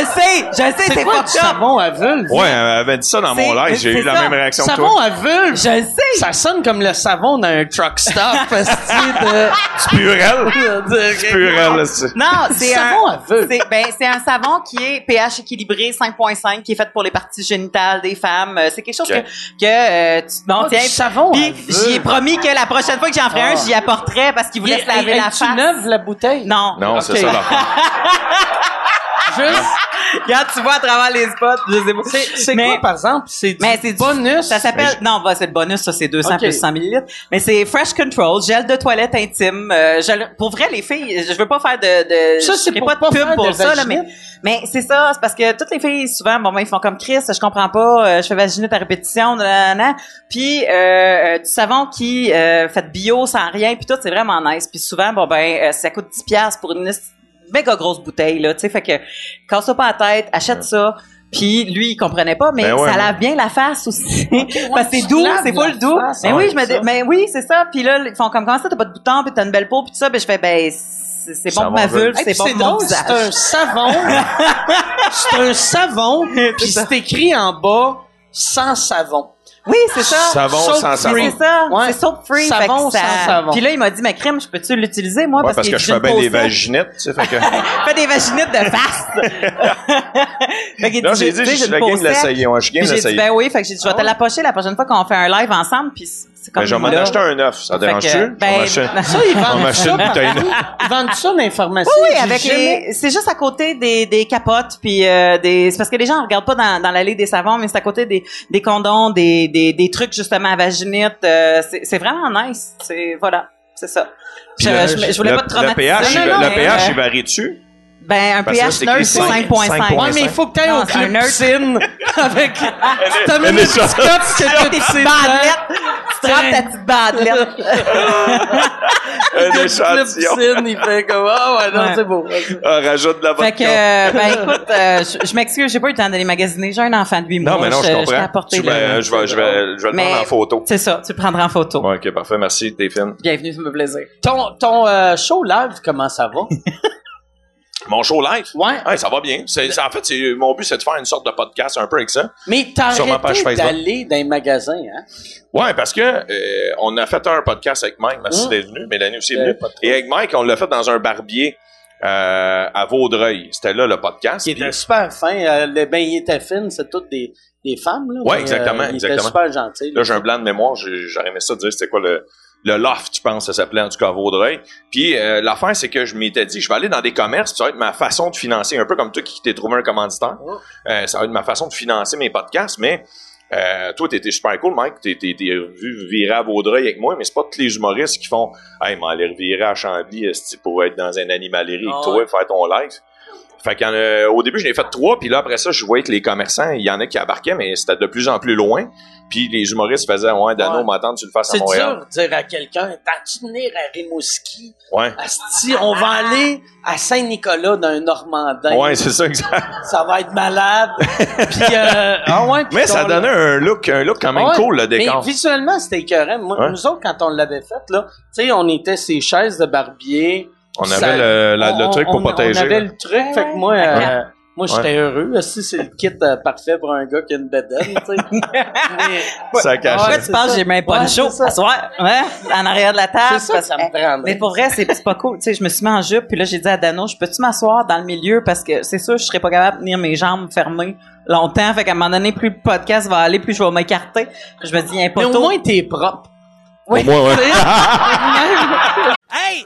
Speaker 3: je sais,
Speaker 2: C'est
Speaker 3: c'est
Speaker 2: quoi
Speaker 3: pas
Speaker 2: du
Speaker 3: top.
Speaker 2: savon à vulve?
Speaker 4: Ouais, elle avait dit ça dans mon
Speaker 3: C'est-
Speaker 4: live, j'ai
Speaker 3: c'est
Speaker 4: eu la
Speaker 3: ça.
Speaker 4: même réaction que
Speaker 2: Savon
Speaker 4: toi.
Speaker 2: à vulve.
Speaker 3: Je le sais.
Speaker 2: Ça sonne comme le savon d'un truck stop, esti, de...
Speaker 4: C'est purel. C'est purel, là, c'est-
Speaker 3: Non,
Speaker 2: Du
Speaker 3: c'est un
Speaker 2: savon à vulve.
Speaker 3: C'est ben, c'est un savon qui est pH équilibré 5.5 qui est fait pour les parties génitales des femmes. Euh, C'est quelque chose
Speaker 4: Ok.
Speaker 3: que que euh, tu te bon,
Speaker 2: Ah, du
Speaker 3: tiens,
Speaker 2: savon hein. à
Speaker 3: puis
Speaker 2: vulve.
Speaker 3: j'y ai promis que la prochaine fois que j'en ferai
Speaker 2: Ah.
Speaker 3: un, j'y apporterai parce qu'il voulait se laver la
Speaker 2: tu
Speaker 3: face.
Speaker 2: neuve, la bouteille?
Speaker 3: Non.
Speaker 4: Non, c'est
Speaker 2: Ok.
Speaker 4: ça l'affaire.
Speaker 2: Juste,
Speaker 3: Regarde, tu vois à travers les spots, je sais pas.
Speaker 2: C'est c'est
Speaker 3: Mais-
Speaker 2: quoi, par exemple? C'est du
Speaker 3: Mais c'est du-
Speaker 2: bonus?
Speaker 3: Ça s'appelle non, bah, c'est le bonus, ça c'est 200
Speaker 2: Ok.
Speaker 3: plus 100 millilitres. Mais c'est Fresh Control, gel de toilette intime. euh, gel- pour vrai, les filles, je veux pas faire de, de
Speaker 2: Ça,
Speaker 3: je
Speaker 2: c'est
Speaker 3: ferai
Speaker 2: pour
Speaker 3: pas
Speaker 2: pas
Speaker 3: de pub
Speaker 2: faire
Speaker 3: pour
Speaker 2: de
Speaker 3: ça, là, mais
Speaker 2: vaginite.
Speaker 3: mais c'est ça, c'est parce que toutes les filles souvent, bon, ben, ils font comme Chris, je comprends pas, euh, je fais vaginite à répétition, nan, nan, nan. puis euh, euh, du savon qui euh, fait de bio sans rien, puis tout, c'est vraiment nice. Puis souvent, bon ben, euh, ça coûte 10 pièces pour une méga grosse bouteille là, tu sais, fait que casse ça pas la tête, achète ça. Puis lui, il comprenait pas, mais
Speaker 4: Ben ouais,
Speaker 3: ça
Speaker 4: ouais.
Speaker 3: lave bien la face aussi. Parce que
Speaker 2: tu
Speaker 3: c'est
Speaker 2: te
Speaker 3: doux,
Speaker 2: laves
Speaker 3: c'est
Speaker 2: la
Speaker 3: full doux.
Speaker 2: face,
Speaker 3: Mais
Speaker 4: ouais,
Speaker 3: oui, je me
Speaker 2: ça.
Speaker 3: dis, mais oui, c'est ça. Puis là, ils font comme comment ça, t'as pas de bouton, puis t'as une belle peau, puis tout ça. Ben je fais, ben c'est c'est
Speaker 4: Ça
Speaker 3: bon pour ma
Speaker 4: m'en veut.
Speaker 3: vulve,
Speaker 2: Hey, puis
Speaker 3: c'est bon
Speaker 2: c'est
Speaker 3: pour mon
Speaker 2: drôle, c'est un
Speaker 3: visage.
Speaker 2: savon. c'est un savon, puis
Speaker 3: ça.
Speaker 2: c'est écrit en bas sans savon.
Speaker 3: Oui, c'est ça.
Speaker 4: Savon
Speaker 2: Soap
Speaker 4: sans savon.
Speaker 2: free.
Speaker 3: C'est ça,
Speaker 2: Ouais.
Speaker 3: c'est soap free.
Speaker 2: Savon
Speaker 3: fait que ça-
Speaker 2: sans savon.
Speaker 3: Puis là, il m'a dit, mais crème, je peux-tu l'utiliser, moi?
Speaker 4: Ouais, parce,
Speaker 3: qu'il
Speaker 4: que
Speaker 3: est
Speaker 4: je
Speaker 3: juste
Speaker 4: fais bien des
Speaker 3: posé.
Speaker 4: vaginettes, tu sais, fait que...
Speaker 3: Je fais des vaginites de face. Fait qu'il
Speaker 4: Non,
Speaker 3: dit,
Speaker 4: j'ai dit,
Speaker 3: tu sais,
Speaker 4: je suis
Speaker 3: une
Speaker 4: la
Speaker 3: peau
Speaker 4: game de
Speaker 3: sec.
Speaker 4: l'essayer. Ouais, je suis game
Speaker 3: Puis
Speaker 4: de
Speaker 3: j'ai dit,
Speaker 4: l'essayer.
Speaker 3: ben oui, fait que j'ai dit, je vais
Speaker 2: Ah
Speaker 3: te l'approcher la prochaine fois qu'on fait un live ensemble, puis c'est comme
Speaker 4: Ben, je vais m'en
Speaker 3: là.
Speaker 4: acheter un neuf, ça
Speaker 3: Fait que,
Speaker 4: dérange-tu?
Speaker 3: ben,
Speaker 4: Je vais m'acheter-
Speaker 2: Ça, ils
Speaker 4: On
Speaker 2: vendent
Speaker 4: m'achète
Speaker 2: ça.
Speaker 4: une bouteille neuve.
Speaker 2: Ils vendent ça d'information.
Speaker 3: Oui, avec les, c'est juste à côté des, des capotes puis euh, des c'est parce que les gens regardent pas dans, dans l'allée des savons mais c'est à côté des, des condoms, des, des, des trucs justement à vaginite, euh, c'est c'est vraiment nice, c'est voilà, c'est ça. Je,
Speaker 4: Puis le-
Speaker 3: je, je voulais
Speaker 4: le-
Speaker 3: pas te traumatiser.
Speaker 4: Le pH,
Speaker 3: Non,
Speaker 4: il-
Speaker 3: non, non,
Speaker 4: le
Speaker 3: mais,
Speaker 4: pH, il
Speaker 3: euh,
Speaker 4: varie dessus.
Speaker 3: ben un
Speaker 4: Parce que là,
Speaker 3: pH
Speaker 4: c'est
Speaker 3: neutre
Speaker 4: écrit
Speaker 3: c'est
Speaker 4: cinq-
Speaker 3: 5.5.
Speaker 4: cinq-
Speaker 2: Ouais, mais il faut que t'ailles
Speaker 3: Non,
Speaker 2: au
Speaker 3: c'est un
Speaker 2: club
Speaker 3: nerd.
Speaker 2: piscine avec... T'amènes
Speaker 4: elle
Speaker 2: une
Speaker 4: est
Speaker 2: petite
Speaker 4: sortie.
Speaker 2: clope que tu sais
Speaker 3: Tes petites bandelettes, tu te rends ta petite bandelette.
Speaker 4: Un
Speaker 2: Le
Speaker 4: échantillon.
Speaker 2: piscine, il fait comme... Ah ouais, non,
Speaker 3: Ouais.
Speaker 2: c'est beau.
Speaker 4: Ah, rajoute de la
Speaker 3: Fait que,
Speaker 4: vodka.
Speaker 3: euh, ben écoute, euh, je, je m'excuse, j'ai pas eu le temps d'aller magasiner. J'ai un enfant de 8 mois.
Speaker 4: Non, mais non, je
Speaker 3: t'ai
Speaker 4: comprends.
Speaker 3: apporté
Speaker 4: Tu- ben,
Speaker 3: le-
Speaker 4: Je vais je vais- je vais le
Speaker 3: Mais-
Speaker 4: prendre en photo.
Speaker 3: C'est ça, tu le prendras en photo.
Speaker 4: Bon, OK, parfait. Merci, Téphine.
Speaker 3: Bienvenue, ça me fait plaisir.
Speaker 2: Ton, ton euh, show live, comment ça va?
Speaker 4: Mon show live.
Speaker 2: Ouais.
Speaker 4: Ouais, ça va bien. C'est-
Speaker 2: Ben-
Speaker 4: c'est- en fait, c'est- mon but, c'est de faire une sorte de podcast un peu avec ça.
Speaker 2: Mais t'as
Speaker 4: Sur ma page
Speaker 2: arrêté
Speaker 4: Facebook.
Speaker 2: d'aller dans les magasins, hein?
Speaker 4: Ouais, parce que euh, on a fait un podcast avec Mike, merci
Speaker 2: Mmh.
Speaker 4: d'être venu, Mélanie aussi est
Speaker 2: Euh,
Speaker 4: venue.
Speaker 2: pas de
Speaker 4: Et avec Mike, on l'a fait dans un barbier euh, à Vaudreuil. C'était là le podcast.
Speaker 2: Qui
Speaker 4: Puis-
Speaker 2: était super fin. euh, le, ben, il était fin. C'est toutes des, des femmes, là.
Speaker 4: Ouais,
Speaker 2: mais,
Speaker 4: exactement,
Speaker 2: il
Speaker 4: exactement.
Speaker 2: était super gentil.
Speaker 4: Là, j'ai un blanc de mémoire, j'ai- j'aurais aimé ça dire c'était quoi le, le loft, je pense, ça s'appelait en tout cas à Vaudreuil. Puis euh, l'affaire, c'est que je m'étais dit, je vais aller dans des commerces, puis ça va être ma façon de financer, un peu comme toi qui t'es trouvé un commanditaire.
Speaker 2: Oh.
Speaker 4: Euh, ça va être ma façon de financer mes podcasts, mais euh, toi, t'étais super cool, Mike. T'es t'es- t'es vu virer à Vaudreuil avec moi, mais c'est pas tous les humoristes qui font Hey, m'en aller virer à Chambly esti, pour être dans une animalerie avec
Speaker 3: Ah
Speaker 4: toi et faire ton live. Fait qu'en, euh, au début, je l'ai fait trois, puis là, après ça, je voyais que les commerçants, il y en a qui embarquaient, mais c'était de plus en plus loin. Puis les humoristes faisaient Ouais, Dano,
Speaker 2: Ouais.
Speaker 4: m'attends, tu le fasses à
Speaker 2: C'est
Speaker 4: Montréal.
Speaker 2: dur de dire à quelqu'un, t'as-tu venir à Rimouski?
Speaker 4: Ouais.
Speaker 2: Asti, on va aller à Saint-Nicolas d'un Normandin.
Speaker 4: Ouais, c'est ça, exact.
Speaker 2: Ça va être malade. Puis, euh, ah ouais, puis
Speaker 4: Mais ça
Speaker 2: on-
Speaker 4: donnait un look, un look quand même
Speaker 2: Ah ouais,
Speaker 4: cool, le décor.
Speaker 2: Mais visuellement, c'était écœurant. Moi,
Speaker 4: Ouais.
Speaker 2: Nous autres, quand on l'avait fait, là, tu sais, on était ces chaises de barbier.
Speaker 4: on avait
Speaker 2: ça-
Speaker 4: le, la- le
Speaker 2: On-
Speaker 4: truc pour
Speaker 2: on-
Speaker 4: protéger.
Speaker 2: On avait
Speaker 4: là.
Speaker 2: le truc, fait que
Speaker 3: ouais.
Speaker 2: moi, euh, moi j'étais
Speaker 4: Ouais.
Speaker 2: heureux. Si c'est le kit euh, parfait pour un gars qui a une bedaine, tu sais. Mais-
Speaker 4: Ça cachait.
Speaker 3: Pourquoi
Speaker 2: Ouais,
Speaker 3: tu
Speaker 2: c'est
Speaker 3: penses
Speaker 2: ça.
Speaker 3: que j'ai même pas
Speaker 2: Ouais,
Speaker 3: de show
Speaker 2: c'est ça.
Speaker 3: à soir? Hein? En arrière de la table.
Speaker 2: C'est ça que ça me
Speaker 3: parce-
Speaker 2: prendrait.
Speaker 3: Ah, mais pour vrai, c'est c'est pas cool. Tu sais, je me suis mis en jupe, puis là, j'ai dit à Dano, je peux-tu m'asseoir dans le milieu? Parce que c'est sûr, je serais pas capable de tenir mes jambes fermées longtemps. Fait qu'à un moment donné, plus le podcast va aller, plus je vais m'écarter. Je me dis, il y a un
Speaker 2: Mais
Speaker 3: poteau.
Speaker 2: au moins, t'es propre.
Speaker 4: Au moins, ouais.
Speaker 5: Hey,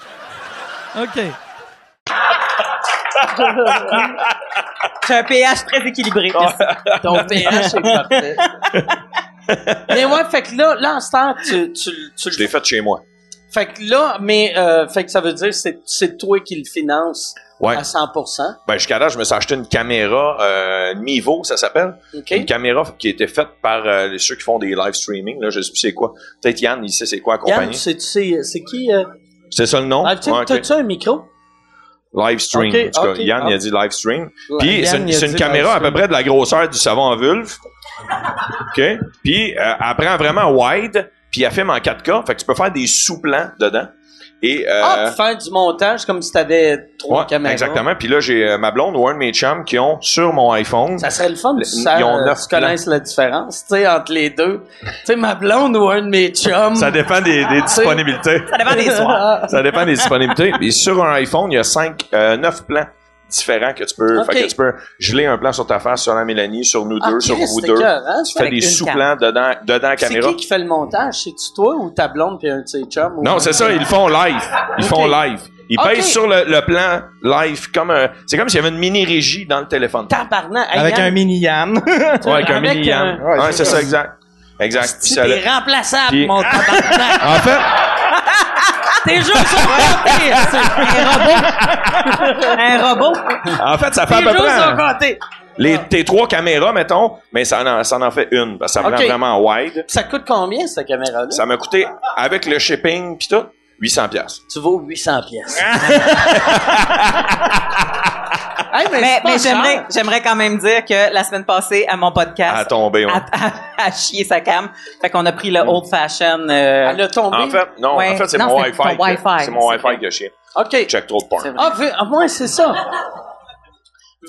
Speaker 5: ha! OK.
Speaker 3: J'ai un pH très équilibré.
Speaker 2: Ton pH est parfait. mais ouais, fait que là, là, en ce temps, tu, tu, tu
Speaker 4: Je
Speaker 2: le
Speaker 4: l'ai fait chez moi.
Speaker 2: Fait que là, mais euh, fait que ça veut dire que c'est c'est toi qui le finance
Speaker 4: Ouais.
Speaker 2: à 100%.
Speaker 4: Ben, jusqu'à là, je me suis acheté une caméra euh, Mivo, ça s'appelle.
Speaker 2: Ok.
Speaker 4: Une caméra qui était faite par euh, les- ceux qui font des live streaming. Là, je sais plus c'est quoi. Peut-être Yann, il sait c'est quoi la
Speaker 2: Yann,
Speaker 4: compagnie.
Speaker 2: c'est tu sais, c'est qui euh,
Speaker 4: C'est ça le nom?
Speaker 2: ah, tu sais,
Speaker 4: Ouais, ok. Euh,
Speaker 2: T'as-tu un micro
Speaker 4: Live stream.
Speaker 2: Ok,
Speaker 4: en tout cas,
Speaker 2: ok,
Speaker 4: Yann,
Speaker 2: ah.
Speaker 4: il a dit live stream.
Speaker 2: Ouais,
Speaker 4: Puis, c'est
Speaker 2: Yann,
Speaker 4: une,
Speaker 2: il a
Speaker 4: c'est une
Speaker 2: dit live
Speaker 4: caméra à peu
Speaker 2: stream.
Speaker 4: près de la grosseur du savon en vulve. OK? Puis, euh, elle prend vraiment wide, puis elle filme en 4K. Fait que tu peux faire des sous-plans dedans. Et, euh,
Speaker 2: Ah, pour faire du montage comme si t'avais trois
Speaker 4: ouais,
Speaker 2: caméras.
Speaker 4: exactement. Puis là, j'ai euh, ma blonde ou un de mes chums qui ont sur mon iPhone.
Speaker 2: Ça serait le fun que tu,
Speaker 4: Ils
Speaker 2: saches,
Speaker 4: ont
Speaker 2: euh,
Speaker 4: neuf
Speaker 2: tu connaisses la différence, tu sais, entre les deux. Tu sais, ma blonde ou un de mes chums.
Speaker 4: Ça dépend des,
Speaker 2: Ah,
Speaker 4: des disponibilités.
Speaker 3: Ça dépend des soirs.
Speaker 4: Ça dépend des disponibilités. Et sur un iPhone, il y a cinq, euh, neuf plans différents que tu peux.
Speaker 2: Ok.
Speaker 4: Fait que tu peux geler un plan sur ta face, sur la Mélanie, sur nous
Speaker 2: Ah,
Speaker 4: deux, sur
Speaker 2: Christ,
Speaker 4: vous
Speaker 2: c'est
Speaker 4: deux.
Speaker 2: écœurant,
Speaker 4: Tu
Speaker 2: ça.
Speaker 4: fais
Speaker 3: avec
Speaker 4: des
Speaker 3: une
Speaker 4: sous-plans dedans, dedans la
Speaker 2: C'est
Speaker 4: caméra.
Speaker 2: qui qui fait le montage? C'est-tu toi ou ta blonde puis un de ses chums? ou-
Speaker 4: Non, c'est ça, ils le font live. Ils font live. Ils
Speaker 2: Ok.
Speaker 4: pèsent sur le, le plan live comme un- c'est comme s'il y avait une mini régie dans le téléphone.
Speaker 2: Tabarnak! Hey,
Speaker 5: Avec
Speaker 2: Yann,
Speaker 5: un mini Yann.
Speaker 4: Ouais, avec un
Speaker 2: avec euh,
Speaker 4: mini
Speaker 2: un-
Speaker 4: Yann. Ouais, c'est ça, exact. Exact. Puis
Speaker 2: Si
Speaker 4: ça,
Speaker 2: t'es
Speaker 4: le-
Speaker 2: remplaçable,
Speaker 4: Puis-
Speaker 2: mon tabarnak!
Speaker 4: En fait,
Speaker 3: Tes jeux sont comptés. Un robot. Un robot.
Speaker 4: en fait, ça fait à
Speaker 2: Tes
Speaker 4: peu
Speaker 2: jours sont
Speaker 4: près
Speaker 2: comptés!
Speaker 4: les, tes trois caméras, mettons, mais ça en, ça en fait une. Parce que ça me
Speaker 2: Ok.
Speaker 4: rend vraiment wide.
Speaker 2: Ça coûte combien, cette caméra-là?
Speaker 4: Ça m'a coûté, avec le shipping pis tout, 800 pièces.
Speaker 2: Tu vaux 800 pièces. Hey, mais
Speaker 3: Mais,
Speaker 2: c'est pas
Speaker 3: mais
Speaker 2: cher.
Speaker 3: j'aimerais, j'aimerais quand même dire que la semaine passée, à mon podcast,
Speaker 4: À tomber, ouais.
Speaker 3: à, à- à chier sa cam, fait qu'on a pris le old fashion. euh,
Speaker 2: Elle a tombé.
Speaker 4: En fait, non,
Speaker 3: Ouais.
Speaker 4: en fait, c'est
Speaker 3: Non,
Speaker 4: mon
Speaker 3: c'est
Speaker 4: Wi-Fi.
Speaker 3: ton
Speaker 4: que-
Speaker 3: Wi-Fi.
Speaker 4: C'est mon
Speaker 3: C'est
Speaker 4: Wi-Fi qui a chier.
Speaker 2: OK.
Speaker 4: Check trop de porn.
Speaker 2: Ah, vu, ah, ouais, c'est ça.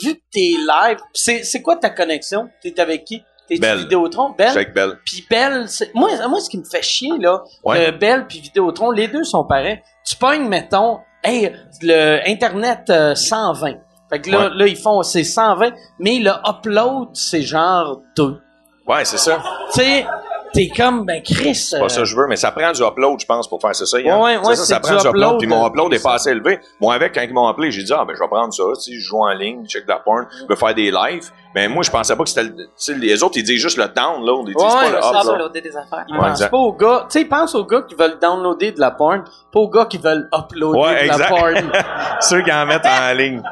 Speaker 2: vu que t'es live, pis c'est, c'est quoi ta connexion? T'es avec qui? T'es
Speaker 4: Belle.
Speaker 2: Vidéotron? Belle?
Speaker 4: Check Bell.
Speaker 2: Puis Belle, c'est- moi, moi, ce qui me fait chier, là,
Speaker 4: Ouais.
Speaker 2: le Belle puis Vidéotron, les deux sont pareils. Tu pognes, mettons, hey, le Internet euh, 120. Fait que là,
Speaker 4: Ouais.
Speaker 2: là, ils font, c'est 120, mais le upload, c'est genre 2.
Speaker 4: Ouais, c'est ça.
Speaker 2: Tu sais, t'es comme, ben, Chris.
Speaker 4: C'est
Speaker 2: euh,
Speaker 4: pas ça que je veux, mais ça prend du upload, je pense, pour faire ça. ça Yann.
Speaker 2: Ouais, ouais,
Speaker 4: C'est
Speaker 2: ouais,
Speaker 4: ça, ça
Speaker 2: c'est
Speaker 4: prend
Speaker 2: du
Speaker 4: du upload.
Speaker 2: upload.
Speaker 4: Puis mon upload est pas assez élevé. Moi, avec, quand ils m'ont appelé, j'ai dit, ah, ben, je vais prendre ça. Si je joue en ligne, check de la porn, je peux faire des lives. Mais moi, je pensais pas que c'était le. tu sais, les autres, ils disent juste le download. Ils disent
Speaker 2: Ouais,
Speaker 4: pas
Speaker 2: ouais,
Speaker 4: le
Speaker 2: ça
Speaker 3: ça,
Speaker 4: upload.
Speaker 3: uploader des affaires.
Speaker 4: Ouais,
Speaker 2: Pense
Speaker 4: exact.
Speaker 2: pas aux gars, tu sais, pense aux gars qui veulent downloader de la porn, pas aux gars qui veulent uploader
Speaker 4: Ouais,
Speaker 2: de la
Speaker 4: exact.
Speaker 2: porn.
Speaker 4: Ceux qui en mettent en ligne.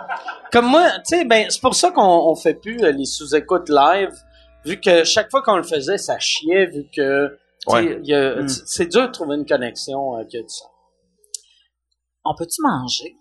Speaker 2: Comme moi, tu sais, ben, c'est pour ça qu'on on fait plus euh, les sous-écoutes live, vu que chaque fois qu'on le faisait, ça chiait, vu que tu sais,
Speaker 4: Ouais.
Speaker 2: il y a-
Speaker 3: Mm.
Speaker 2: c'est- c'est dur de trouver une connexion euh, qui a du sens.
Speaker 3: On peut-tu manger?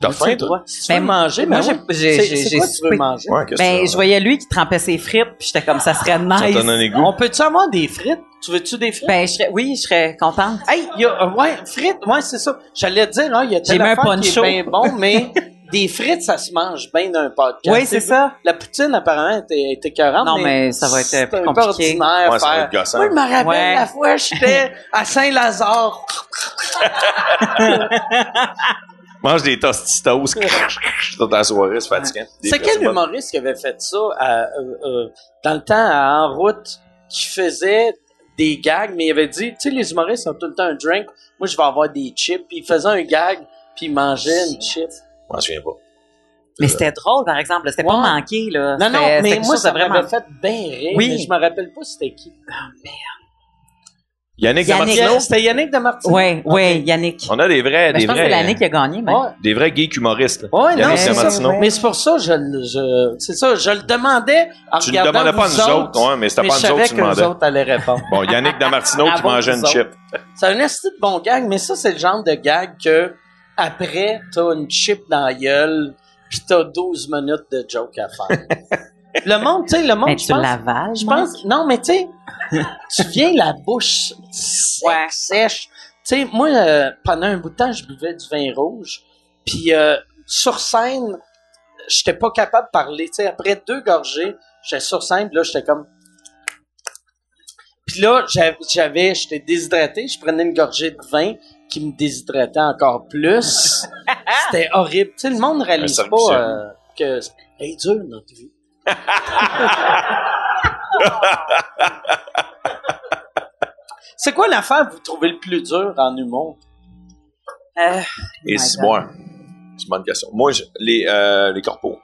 Speaker 4: T'as
Speaker 2: Mais tu as
Speaker 4: faim,
Speaker 2: le
Speaker 4: toi?
Speaker 2: droit. Si tu veux
Speaker 3: Ben,
Speaker 2: manger,
Speaker 3: moi,
Speaker 2: mais
Speaker 3: j'ai- j'ai- j'ai-
Speaker 2: c'est
Speaker 3: j'ai
Speaker 2: quoi tu veux
Speaker 3: soupé.
Speaker 2: manger?
Speaker 4: Ouais, qu'est-ce
Speaker 3: Ben,
Speaker 4: que
Speaker 3: je
Speaker 4: tu veux?
Speaker 3: voyais lui qui trempait ses frites, puis j'étais comme ça serait
Speaker 4: Ça te
Speaker 3: nice.
Speaker 4: donne un égout?
Speaker 2: On peut-tu avoir des frites? Tu veux-tu des frites?
Speaker 3: Ben, je serais, oui, je serais contente.
Speaker 2: Hey, il y a, euh, ouais, frites, ouais, c'est ça. J'allais te dire, hein, il y a
Speaker 3: J'ai
Speaker 2: telle
Speaker 3: mis un
Speaker 2: affaire qui est
Speaker 3: poncho.
Speaker 2: bien bon, mais des frites, ça se mange bien d'un podcast.
Speaker 3: Oui, c'est ça.
Speaker 2: La poutine, apparemment, était, était écœurante,
Speaker 3: Non, mais ça va être euh,
Speaker 2: c'est
Speaker 3: plus
Speaker 2: un peu
Speaker 3: compliqué.
Speaker 2: ordinaire
Speaker 4: Ouais, ça va
Speaker 2: faire-
Speaker 4: être gossant.
Speaker 2: Moi, je me rappelle
Speaker 3: Ouais.
Speaker 2: la fois, j'étais à Saint-Lazare.
Speaker 4: Mange des tostitos toute la soirée, c'est fatigant. Des
Speaker 2: C'est quel
Speaker 4: petits bonnes-
Speaker 2: humoriste qui avait fait ça à, euh, euh, dans le temps à En route qui faisait des gags, mais il avait dit, tu sais, les humoristes ont tout le temps un drink. Moi, je vais avoir des chips. Puis il faisait un gag, puis il mangeait une chip.
Speaker 4: Je m'en souviens pas. Euh.
Speaker 3: Mais c'était drôle, par exemple. C'était pas
Speaker 2: Ouais.
Speaker 3: manqué, là.
Speaker 2: Non, non,
Speaker 3: C'était- c'était
Speaker 2: mais
Speaker 3: quelque
Speaker 2: moi,
Speaker 3: chose de
Speaker 2: ça m'avait
Speaker 3: vraiment...
Speaker 2: fait bien rire.
Speaker 3: Oui.
Speaker 2: Mais je me rappelle pas c'était qui.
Speaker 3: Ah,
Speaker 4: Yannick,
Speaker 3: Yannick.
Speaker 4: Damartino?
Speaker 2: C'était Yannick de Martinique.
Speaker 3: Oui, oui, Yannick.
Speaker 4: on hein. a des vrais,
Speaker 3: Ben,
Speaker 4: des
Speaker 3: je pense que c'est l'année
Speaker 4: vrais, euh,
Speaker 3: qui a gagné, mais...
Speaker 2: Ouais.
Speaker 4: des vrais geeks humoristes. là.
Speaker 2: Ouais, non,
Speaker 4: Yannick
Speaker 2: c'est ça. Ben,
Speaker 4: Damartino.
Speaker 2: Mais c'est pour ça, je, le- je, c'est ça, je le demandais en
Speaker 4: Tu ne
Speaker 2: regardant
Speaker 4: demandais pas à
Speaker 2: vous
Speaker 4: nous autres, ouais, mais c'était
Speaker 2: mais
Speaker 4: pas à
Speaker 2: je
Speaker 4: nous
Speaker 2: savais
Speaker 4: autres, tu
Speaker 2: que les
Speaker 4: demandais.
Speaker 2: autres allaient répondre.
Speaker 4: Bon, Yannick Damartino
Speaker 2: À
Speaker 4: qui
Speaker 2: vous,
Speaker 4: mangeait une
Speaker 2: vous
Speaker 4: chip.
Speaker 2: C'est un esti de bon gag, mais ça, c'est le genre de gag que après, t'as une chip dans la gueule, pis t'as 12 minutes de joke à faire. le monde, tu sais, le monde,
Speaker 3: Mais
Speaker 2: je
Speaker 3: Ben, tu
Speaker 2: pense-
Speaker 3: l'avales,
Speaker 2: je pense, non, mais tu sais, tu viens la bouche sec,
Speaker 3: Ouais.
Speaker 2: sèche. Tu sais, moi, euh, pendant un bout de temps, je buvais du vin rouge. Puis euh, sur scène, j'étais pas capable de parler. Tu sais, après deux gorgées, j'étais sur scène, puis là, j'étais comme... Puis là, j'avais- j'avais, j'étais déshydraté. Je prenais une gorgée de vin qui me déshydratait encore plus. C'était horrible. Tu sais, le monde réalise
Speaker 4: cercle
Speaker 2: pas
Speaker 4: vicieux.
Speaker 2: euh, que c'est hey, dur, notre vie. C'est quoi l'affaire que vous trouvez le plus dur en humour?
Speaker 3: Euh,
Speaker 2: Oh
Speaker 4: Et
Speaker 3: my
Speaker 4: six
Speaker 3: God.
Speaker 4: mois. C'est une bonne question. Moi, je- les, euh, les corpos.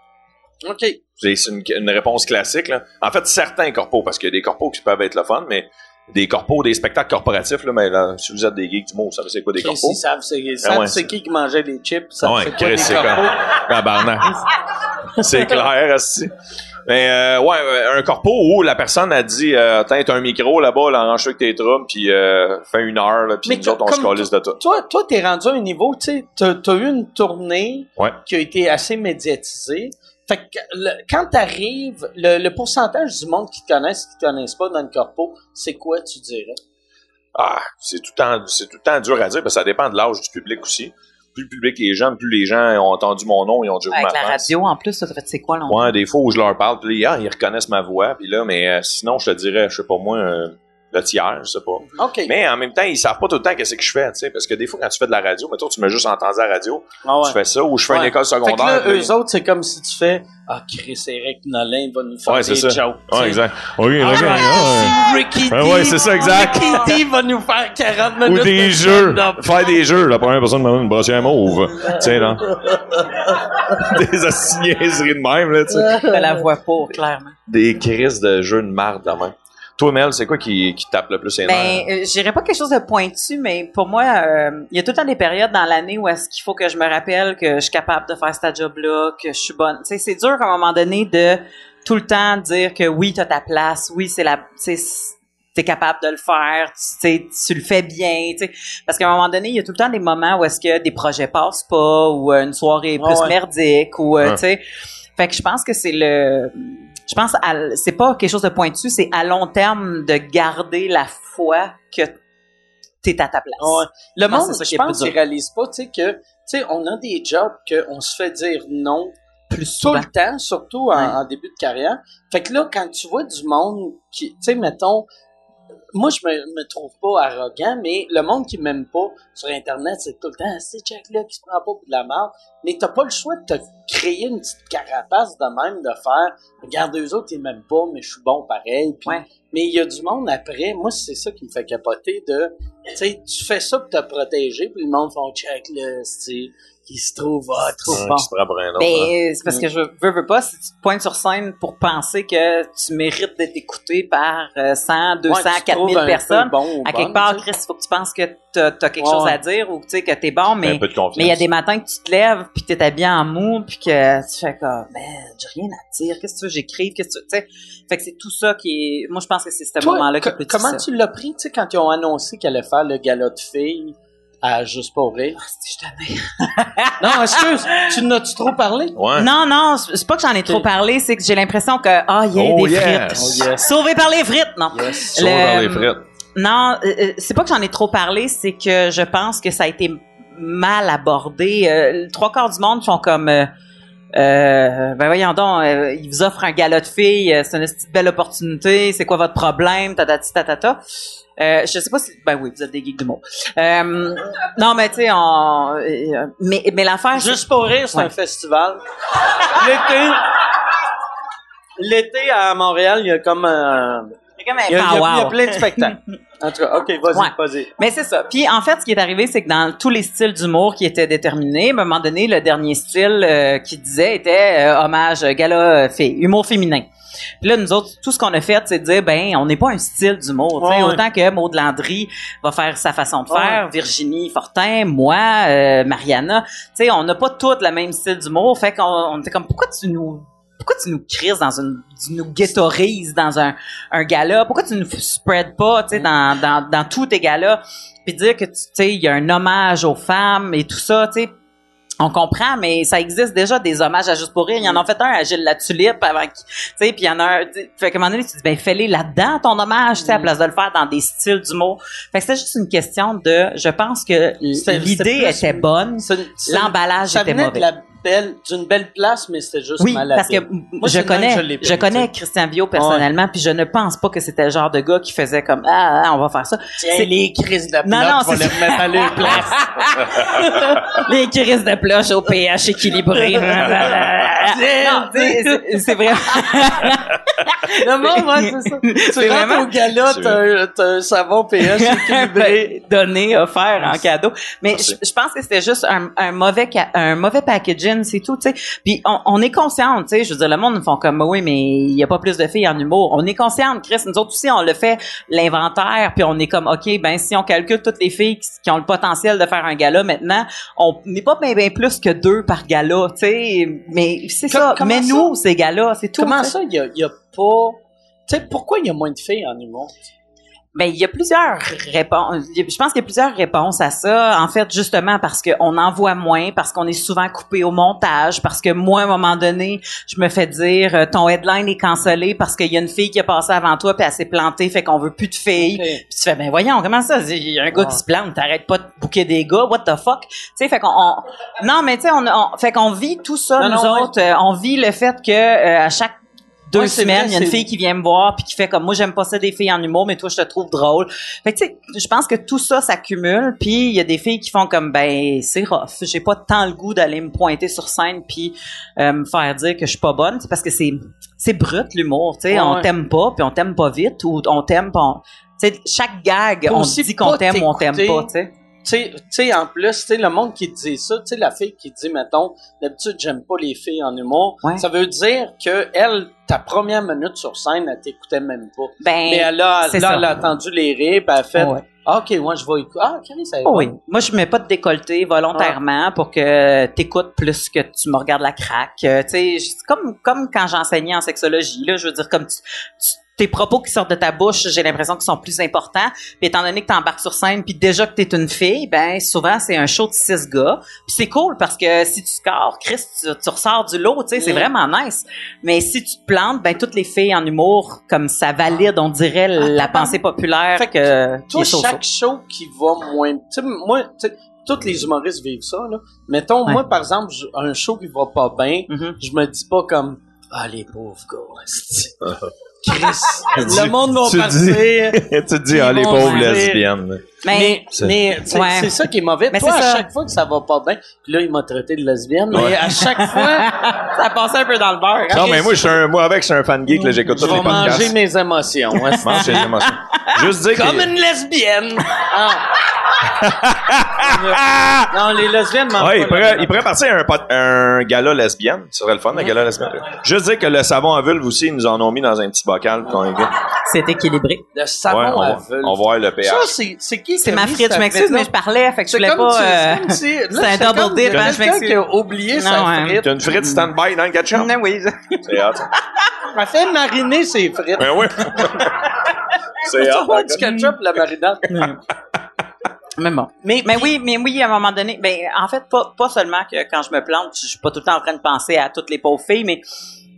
Speaker 2: OK.
Speaker 4: C'est c'est une, une réponse classique. Là. En fait, certains corpos, parce qu'il y a des corpos qui peuvent être le fun, mais des corpos, des spectacles corporatifs, là, mais là, si vous êtes des geeks du mot, vous savez c'est quoi des
Speaker 2: Chris,
Speaker 4: corpos? Ah
Speaker 2: Ils savent c'est ils savent
Speaker 4: ouais,
Speaker 2: c'est
Speaker 4: c'est-
Speaker 2: qui qui mangeait les chips. ils savent
Speaker 4: Ah ouais,
Speaker 2: c'est quoi
Speaker 4: Chris,
Speaker 2: les
Speaker 4: c'est
Speaker 2: corpos.
Speaker 4: Tabarnak. c'est clair, aussi. Mais euh, ouais, euh, un corpo où la personne a dit euh, Tiens, t'as un micro là-bas, là, range avec tes drums, puis euh, fais une heure, là, puis
Speaker 2: Mais
Speaker 4: nous autres, on
Speaker 2: comme
Speaker 4: se calisse de tout.
Speaker 2: Toi, toi, t'es rendu à un niveau, tu sais, t'as t'as eu une tournée
Speaker 4: Ouais.
Speaker 2: qui a été assez médiatisée. Fait que le- quand t'arrives, le, le pourcentage du monde qui te connaissent, qui te connaissent pas dans le corpo, c'est quoi, tu dirais?
Speaker 4: Ah, c'est tout, le temps- c'est tout le temps dur à dire, parce que ça dépend de l'âge du public aussi. Plus le public est jeune, plus les gens ont entendu mon nom, ils ont déjà vu
Speaker 3: Avec
Speaker 4: ma
Speaker 3: la
Speaker 4: face.
Speaker 3: radio, en plus, ça fait, c'est quoi l'endroit?
Speaker 4: Ouais, des fois où je leur parle, puis là, ah, ils reconnaissent ma voix, puis là, mais euh, sinon, je te dirais, je sais pas moi, euh, le tiers, je sais pas.
Speaker 2: OK.
Speaker 4: Mais en même temps, ils savent pas tout le temps qu'est-ce que je fais, tu sais, parce que des fois, quand tu fais de la radio, mettons, tu m'as juste entendu à la radio,
Speaker 2: Ah ouais.
Speaker 4: tu fais ça, ou je fais une
Speaker 2: Ouais.
Speaker 4: école
Speaker 2: Fait que
Speaker 4: secondaire.
Speaker 2: là,
Speaker 4: puis là,
Speaker 2: eux autres, c'est comme si tu fais Ah, Chris, Eric Nolin va nous faire
Speaker 4: Ouais,
Speaker 2: des
Speaker 4: c'est ça.
Speaker 2: jokes.
Speaker 4: Ouais, exact. Oui,
Speaker 2: Ah,
Speaker 4: regarde, ouais.
Speaker 2: si Ricky
Speaker 4: Ben
Speaker 2: D-
Speaker 4: ouais, c'est ça, exact.
Speaker 2: Ricky D va nous faire 40 minutes.
Speaker 4: Ou des
Speaker 2: de
Speaker 4: jeux.
Speaker 2: stand-up.
Speaker 4: Faire des jeux. La première personne m'a donné une brossière mauve. tu sais, là. des assignaseries de même, là, tu sais.
Speaker 3: Je la vois pas, clairement.
Speaker 4: Des crises de jeux de marde, la même. Toi, Mel, c'est quoi qui, qui tape le plus les
Speaker 3: Ben,
Speaker 4: nerfs?
Speaker 3: euh, je dirais pas quelque chose de pointu, mais pour moi, euh, il y a tout le temps des périodes dans l'année où est-ce qu'il faut que je me rappelle que je suis capable de faire ce job-là, que je suis bonne. Tu sais, c'est dur à un moment donné de tout le temps dire que oui, t'as ta place, oui, c'est la, tu sais, c'est- t'es capable de le faire, tu, sais, tu le fais bien, tu sais. Parce qu'à un moment donné, il y a tout le temps des moments où est-ce que des projets passent pas, ou euh, une soirée est plus
Speaker 2: Ouais, ouais.
Speaker 3: merdique, ou, euh,
Speaker 4: Ouais.
Speaker 3: tu sais. Fait que je pense que c'est le, je pense à l- c'est pas quelque chose de pointu, c'est à long terme de garder la foi que t'es à ta place.
Speaker 2: Ouais. Le
Speaker 3: pense
Speaker 2: monde,
Speaker 3: que Ah, c'est ça qui
Speaker 2: je
Speaker 3: est plus
Speaker 2: pense
Speaker 3: dur.
Speaker 2: qu'ils réalisent pas, tu sais, que, tu sais, on a des jobs qu'on se fait dire non
Speaker 3: Plus
Speaker 2: tout
Speaker 3: souvent.
Speaker 2: le temps, surtout en,
Speaker 3: Ouais.
Speaker 2: en début de carrière. Fait que là, quand tu vois du monde qui, tu sais, mettons, moi, je me, me trouve pas arrogant, mais le monde qui m'aime pas sur Internet, c'est tout le temps, Ah, c'est Jack-là qui se prend pas pour de la merde. Mais t'as pas le choix de te créer une petite carapace de même, de faire, regarde, eux autres, ils m'aiment pas, mais je suis bon pareil. Puis-
Speaker 3: Ouais.
Speaker 2: Mais il y a du monde après, moi, c'est ça qui me fait capoter de, tu sais, tu fais ça pour te protéger, puis le monde font Jack-là, tu qui se trouve, ah, trop
Speaker 4: Hein,
Speaker 2: bon.
Speaker 4: qui se prend pour un autre,
Speaker 3: Ben,
Speaker 4: hein?
Speaker 3: euh, c'est
Speaker 2: Mm.
Speaker 3: parce que je veux, veux pas, si tu te pointes sur scène pour penser que tu mérites d'être écouté par euh, 100, 200,
Speaker 2: Ouais, tu te
Speaker 3: 4000
Speaker 2: trouves un peu
Speaker 3: personnes,
Speaker 2: bon ou
Speaker 3: à
Speaker 2: bonne,
Speaker 3: quelque part,
Speaker 2: tu sais.
Speaker 3: Chris, il faut que tu penses que t'as as quelque
Speaker 2: Ouais.
Speaker 3: chose à dire ou tu sais, que t'es bon, mais
Speaker 4: un peu de confiance.
Speaker 3: mais il y a des matins que tu te lèves, puis que t'es habillé en mou, puis que tu fais comme, ben, j'ai rien à dire, qu'est-ce que tu veux, que j'écrive, qu'est-ce que tu veux, tu sais. Fait que c'est tout ça qui est, moi, je pense que c'est ce
Speaker 2: Toi,
Speaker 3: moment-là qui est
Speaker 2: co-
Speaker 3: plus
Speaker 2: comment
Speaker 3: difficile.
Speaker 2: tu l'as pris, tu sais, quand ils ont annoncé qu'elle allait faire le gala de filles à Juste pour rire?
Speaker 3: Ah, c'est- je t'en ai-
Speaker 2: Non, excuse, tu n'as-tu trop parlé?
Speaker 4: Ouais.
Speaker 3: Non, non, c'est c'est pas que j'en ai trop
Speaker 2: Hein. Ok.
Speaker 3: parlé, c'est que j'ai l'impression que, ah, il y a
Speaker 4: Oh,
Speaker 3: des frites.
Speaker 4: yes.
Speaker 2: yes.
Speaker 3: Sauvé par les frites, non.
Speaker 2: Yes.
Speaker 4: Sauf
Speaker 3: Le-
Speaker 4: dans les frites.
Speaker 3: Non, euh, euh, c'est pas que j'en ai trop parlé, c'est que je pense que ça a été mal abordé. Euh, le trois quarts du monde font comme. euh, euh, ben voyons donc, euh, ils vous offrent un galop de filles, euh, c'est une petite belle opportunité, c'est quoi votre problème, tatati tatata. Euh, je sais pas si... Ben oui, vous êtes des geeks du mot. Euh, non, mais tu sais, on... euh, Mais, mais l'affaire... c'est-
Speaker 2: Juste pour rire, Ah, c'est
Speaker 3: Ouais.
Speaker 2: un festival. L'été, l'été à Montréal, il y a comme un.
Speaker 3: c'est comme un
Speaker 2: Il y a, il y a- il y a
Speaker 3: powwow.
Speaker 2: plein de spectacles. En tout cas, ok, vas-y,
Speaker 3: Ouais.
Speaker 2: vas-y.
Speaker 3: Mais c'est ça. Puis en fait, ce qui est arrivé, c'est que dans tous les styles d'humour qui étaient déterminés, ben, à un moment donné, le dernier style euh, qui disait était euh, hommage euh, gala euh, fille, humour féminin. Puis là, nous autres, tout ce qu'on a fait, c'est de dire, ben, on n'est pas un style d'humour. tu sais.
Speaker 2: Ouais, ouais.
Speaker 3: Autant que Maud Landry va faire sa façon de
Speaker 2: Ouais.
Speaker 3: faire, Virginie Fortin, moi, euh, Mariana, tu sais, on n'a pas toutes le même style d'humour. Fait qu'on on était comme, pourquoi tu nous... Pourquoi tu nous crises dans une, tu nous ghettorises dans un, un gala? Pourquoi tu nous spread pas, tu sais, dans, dans, dans tous tes galas? Puis dire que, tu tu sais, il y a un hommage aux femmes et tout ça, tu sais. On comprend, mais ça existe déjà des hommages à Juste pour rire. Il y en a fait un à Gilles Latulippe avant qu'il- tu sais, puis il y en a un, tu sais, fait qu'à un moment donné, tu te dis, ben, fais-les là-dedans, ton hommage, tu
Speaker 2: Mm.
Speaker 3: sais, à place de le faire dans des styles d'humour. Fait que c'était juste une question de, je pense que
Speaker 2: C'était-
Speaker 3: l'idée
Speaker 2: c'était plus-
Speaker 3: était bonne,
Speaker 2: C'est- c'est-
Speaker 3: l'emballage
Speaker 2: Ça
Speaker 3: était
Speaker 2: venait de
Speaker 3: mauvais.
Speaker 2: la belle, d'une belle place, mais c'était juste
Speaker 3: Oui,
Speaker 2: mal
Speaker 3: parce que
Speaker 2: habillé. Moi,
Speaker 3: je
Speaker 2: c'est le même
Speaker 3: connais,
Speaker 2: que je
Speaker 3: je,
Speaker 2: l'ai pris,
Speaker 3: connais
Speaker 2: tu
Speaker 3: Christian Bio personnellement, puis je ne pense pas que c'était le genre de gars qui faisait comme ah, ah, on va faire ça.
Speaker 2: Tiens,
Speaker 3: C'est-
Speaker 2: les crises de la
Speaker 3: Non,
Speaker 2: pilote,
Speaker 3: non,
Speaker 2: faut
Speaker 3: c'est
Speaker 2: les remettre à leur place.
Speaker 3: Les crises de ploche au pH équilibré. non, tu sais, c'est- c'est vrai.
Speaker 2: Non, non, ouais, c'est Ben, ça.
Speaker 3: C'est
Speaker 2: Tu rentres
Speaker 3: vraiment-
Speaker 2: au gala, t'as un- t'as un savon pH équilibré.
Speaker 3: Ben, donné, offert en cadeau. Mais
Speaker 4: Merci.
Speaker 3: je, je pense que c'était juste un, un mauvais ca- un mauvais packaging, c'est tout, tu sais. Puis on, on est consciente, tu sais, je veux dire le monde nous font comme oui, mais il y a pas plus de filles en humour. On est consciente, Chris, nous autres aussi on le fait l'inventaire, puis on est comme OK, ben si on calcule toutes les filles qui, qui ont le potentiel de faire un gala maintenant, on n'est pas bien bien plus que deux par gala, tu sais, mais c'est
Speaker 2: Com-
Speaker 3: ça,
Speaker 2: comment
Speaker 3: mais
Speaker 2: ça?
Speaker 3: nous ces gars-là, c'est tout.
Speaker 2: Comment
Speaker 3: tu sais.
Speaker 2: ça, il n'y a, il y a pas. Tu sais, pourquoi il y a moins de filles en humour?
Speaker 3: Ben, il y a plusieurs réponses. il y a- Je pense qu'il y a plusieurs réponses à ça. En fait, justement, parce qu'on en voit moins, parce qu'on est souvent coupé au montage, parce que moi, à un moment donné, je me fais dire, euh, ton headline est cancellé parce qu'il y a une fille qui a passé avant toi puis elle s'est plantée, fait qu'on veut plus de filles. Puis tu fais, ben voyons, comment ça? Il y a un gars qui se plante, t'arrêtes pas de bouquer des gars, what the fuck? Tu sais, fait qu'on... on- Non, mais tu sais, on, on- fait qu'on vit tout ça,
Speaker 2: Non,
Speaker 3: nous
Speaker 2: non, ouais.
Speaker 3: autres. Euh, on vit le fait que euh, à chaque deux
Speaker 2: Ouais, c'est
Speaker 3: semaines,
Speaker 2: vrai,
Speaker 3: il y a une
Speaker 2: c'est-
Speaker 3: fille qui vient me voir puis qui fait comme moi j'aime pas ça des filles en humour mais toi je te trouve drôle. Fait que tu sais, je pense que tout ça s'accumule puis il y a des filles qui font comme ben c'est rough, j'ai pas tant le goût d'aller me pointer sur scène puis euh, me faire dire que je suis pas bonne, c'est parce que c'est c'est brut l'humour, tu sais,
Speaker 2: Ouais,
Speaker 3: on
Speaker 2: ouais.
Speaker 3: t'aime pas puis on t'aime pas vite ou on t'aime pas on... tu sais chaque gag
Speaker 2: Faut
Speaker 3: on
Speaker 2: aussi
Speaker 3: dit qu'on
Speaker 2: pas
Speaker 3: t'aime ou on t'aime
Speaker 2: t'écouter.
Speaker 3: pas, tu sais.
Speaker 2: Tu sais- tu sais, en plus, tu sais, le monde qui te dit ça, tu sais, la fille qui dit, mettons, d'habitude, j'aime pas les filles en humour,
Speaker 3: Ouais.
Speaker 2: ça veut dire que elle, ta première minute sur scène, elle t'écoutait même pas.
Speaker 3: Ben
Speaker 2: Mais elle a,
Speaker 3: c'est
Speaker 2: là,
Speaker 3: ça.
Speaker 2: elle a entendu les rires, puis elle a fait,
Speaker 3: Ouais.
Speaker 2: Ah, OK, moi, je vais écouter. Ah, OK, ça
Speaker 3: Oh oui. Moi, je mets pas de décolleté volontairement
Speaker 2: Ah.
Speaker 3: pour que t'écoutes plus que tu me regardes la craque. Euh, tu sais, je- c'est comme, comme quand j'enseignais en sexologie, là, je veux dire, comme tu, tu- tes propos qui sortent de ta bouche, j'ai l'impression qu'ils sont plus importants. Puis étant donné que t'embarques sur scène, puis déjà que t'es une fille, ben souvent c'est un show de six gars. Puis c'est cool parce que si tu scores, Chris, tu, tu ressors du lot, tu sais, c'est
Speaker 2: Mm.
Speaker 3: vraiment nice. Mais si tu te plantes, ben toutes les filles en humour, comme ça valide, on dirait la pensée populaire
Speaker 2: Ah, Fait que
Speaker 3: que qui
Speaker 2: Toi,
Speaker 3: est so-so.
Speaker 2: chaque show qui va moins. Tu sais, moi, tu sais, tous les humoristes vivent ça, là. Mettons,
Speaker 3: Ouais.
Speaker 2: moi, par exemple, j- un show qui va pas bien,
Speaker 3: Mhm.
Speaker 2: je me dis pas comme Ah, les pauvres gars, esti. Chris, le monde va
Speaker 4: Tu dis-
Speaker 2: partir.
Speaker 4: tu te dis, ah, les
Speaker 2: vont
Speaker 4: pauvres
Speaker 2: dire-
Speaker 4: lesbiennes.
Speaker 2: Mais, mais c'est
Speaker 3: Ouais.
Speaker 2: c'est ça qui est mauvais.
Speaker 3: Mais
Speaker 2: Toi,
Speaker 3: c'est
Speaker 2: à
Speaker 3: ça.
Speaker 2: chaque fois que ça va pas bien, puis là, il m'a traité de lesbienne, mais
Speaker 4: Ouais.
Speaker 2: à chaque fois,
Speaker 3: ça passait un peu dans le beurre. hein?
Speaker 4: Non, mais moi, je suis un, moi, avec, je suis un fan geek, là, j'écoute
Speaker 2: je
Speaker 4: tous les
Speaker 2: vais manger
Speaker 4: podcasts.
Speaker 2: mes émotions. esti.
Speaker 4: Mange tes émotions. Juste dire
Speaker 2: Comme
Speaker 4: que...
Speaker 2: une lesbienne! Ah. non, les lesbiennes mangent
Speaker 4: Ouais,
Speaker 2: pas la
Speaker 4: il pourrait,
Speaker 2: viande.
Speaker 4: il pourrait partir à un, pot- un gala lesbienne. Ce serait le fun, un gala lesbienne. Juste dire que le savon à vulve aussi, ils nous en ont mis dans un petit bocal. quand on est-
Speaker 3: C'est équilibré.
Speaker 2: Le
Speaker 4: Ouais,
Speaker 2: savon
Speaker 4: on,
Speaker 2: Ah, à
Speaker 4: va,
Speaker 2: vulve.
Speaker 4: on va voir le pH.
Speaker 2: Ça, c'est c'est qui?
Speaker 3: C'est ma frite, je m'excuse, mais je parlais, fait que je
Speaker 2: C'est
Speaker 3: voulais
Speaker 2: comme si-
Speaker 3: pas... euh,
Speaker 2: c'est comme si- là,
Speaker 3: c'est un
Speaker 2: c'est
Speaker 3: double
Speaker 2: comme
Speaker 3: dip, hein, je
Speaker 2: quelqu'un
Speaker 3: m'excuse.
Speaker 2: qui a oublié sa
Speaker 3: Non, ouais.
Speaker 2: frite.
Speaker 4: T'as une frite stand-by dans le ketchup?
Speaker 3: Non, oui.
Speaker 4: C'est hot.
Speaker 2: Elle fait mariner ses frites.
Speaker 4: Ben oui. C'est
Speaker 2: Tu vois
Speaker 4: hot.
Speaker 2: du ketchup la marinade.
Speaker 3: Mais bon. Mais, mais oui, mais oui, à un moment donné, ben, en fait, pas, pas seulement que quand je me plante, je suis pas tout le temps en train de penser à toutes les pauvres filles, mais,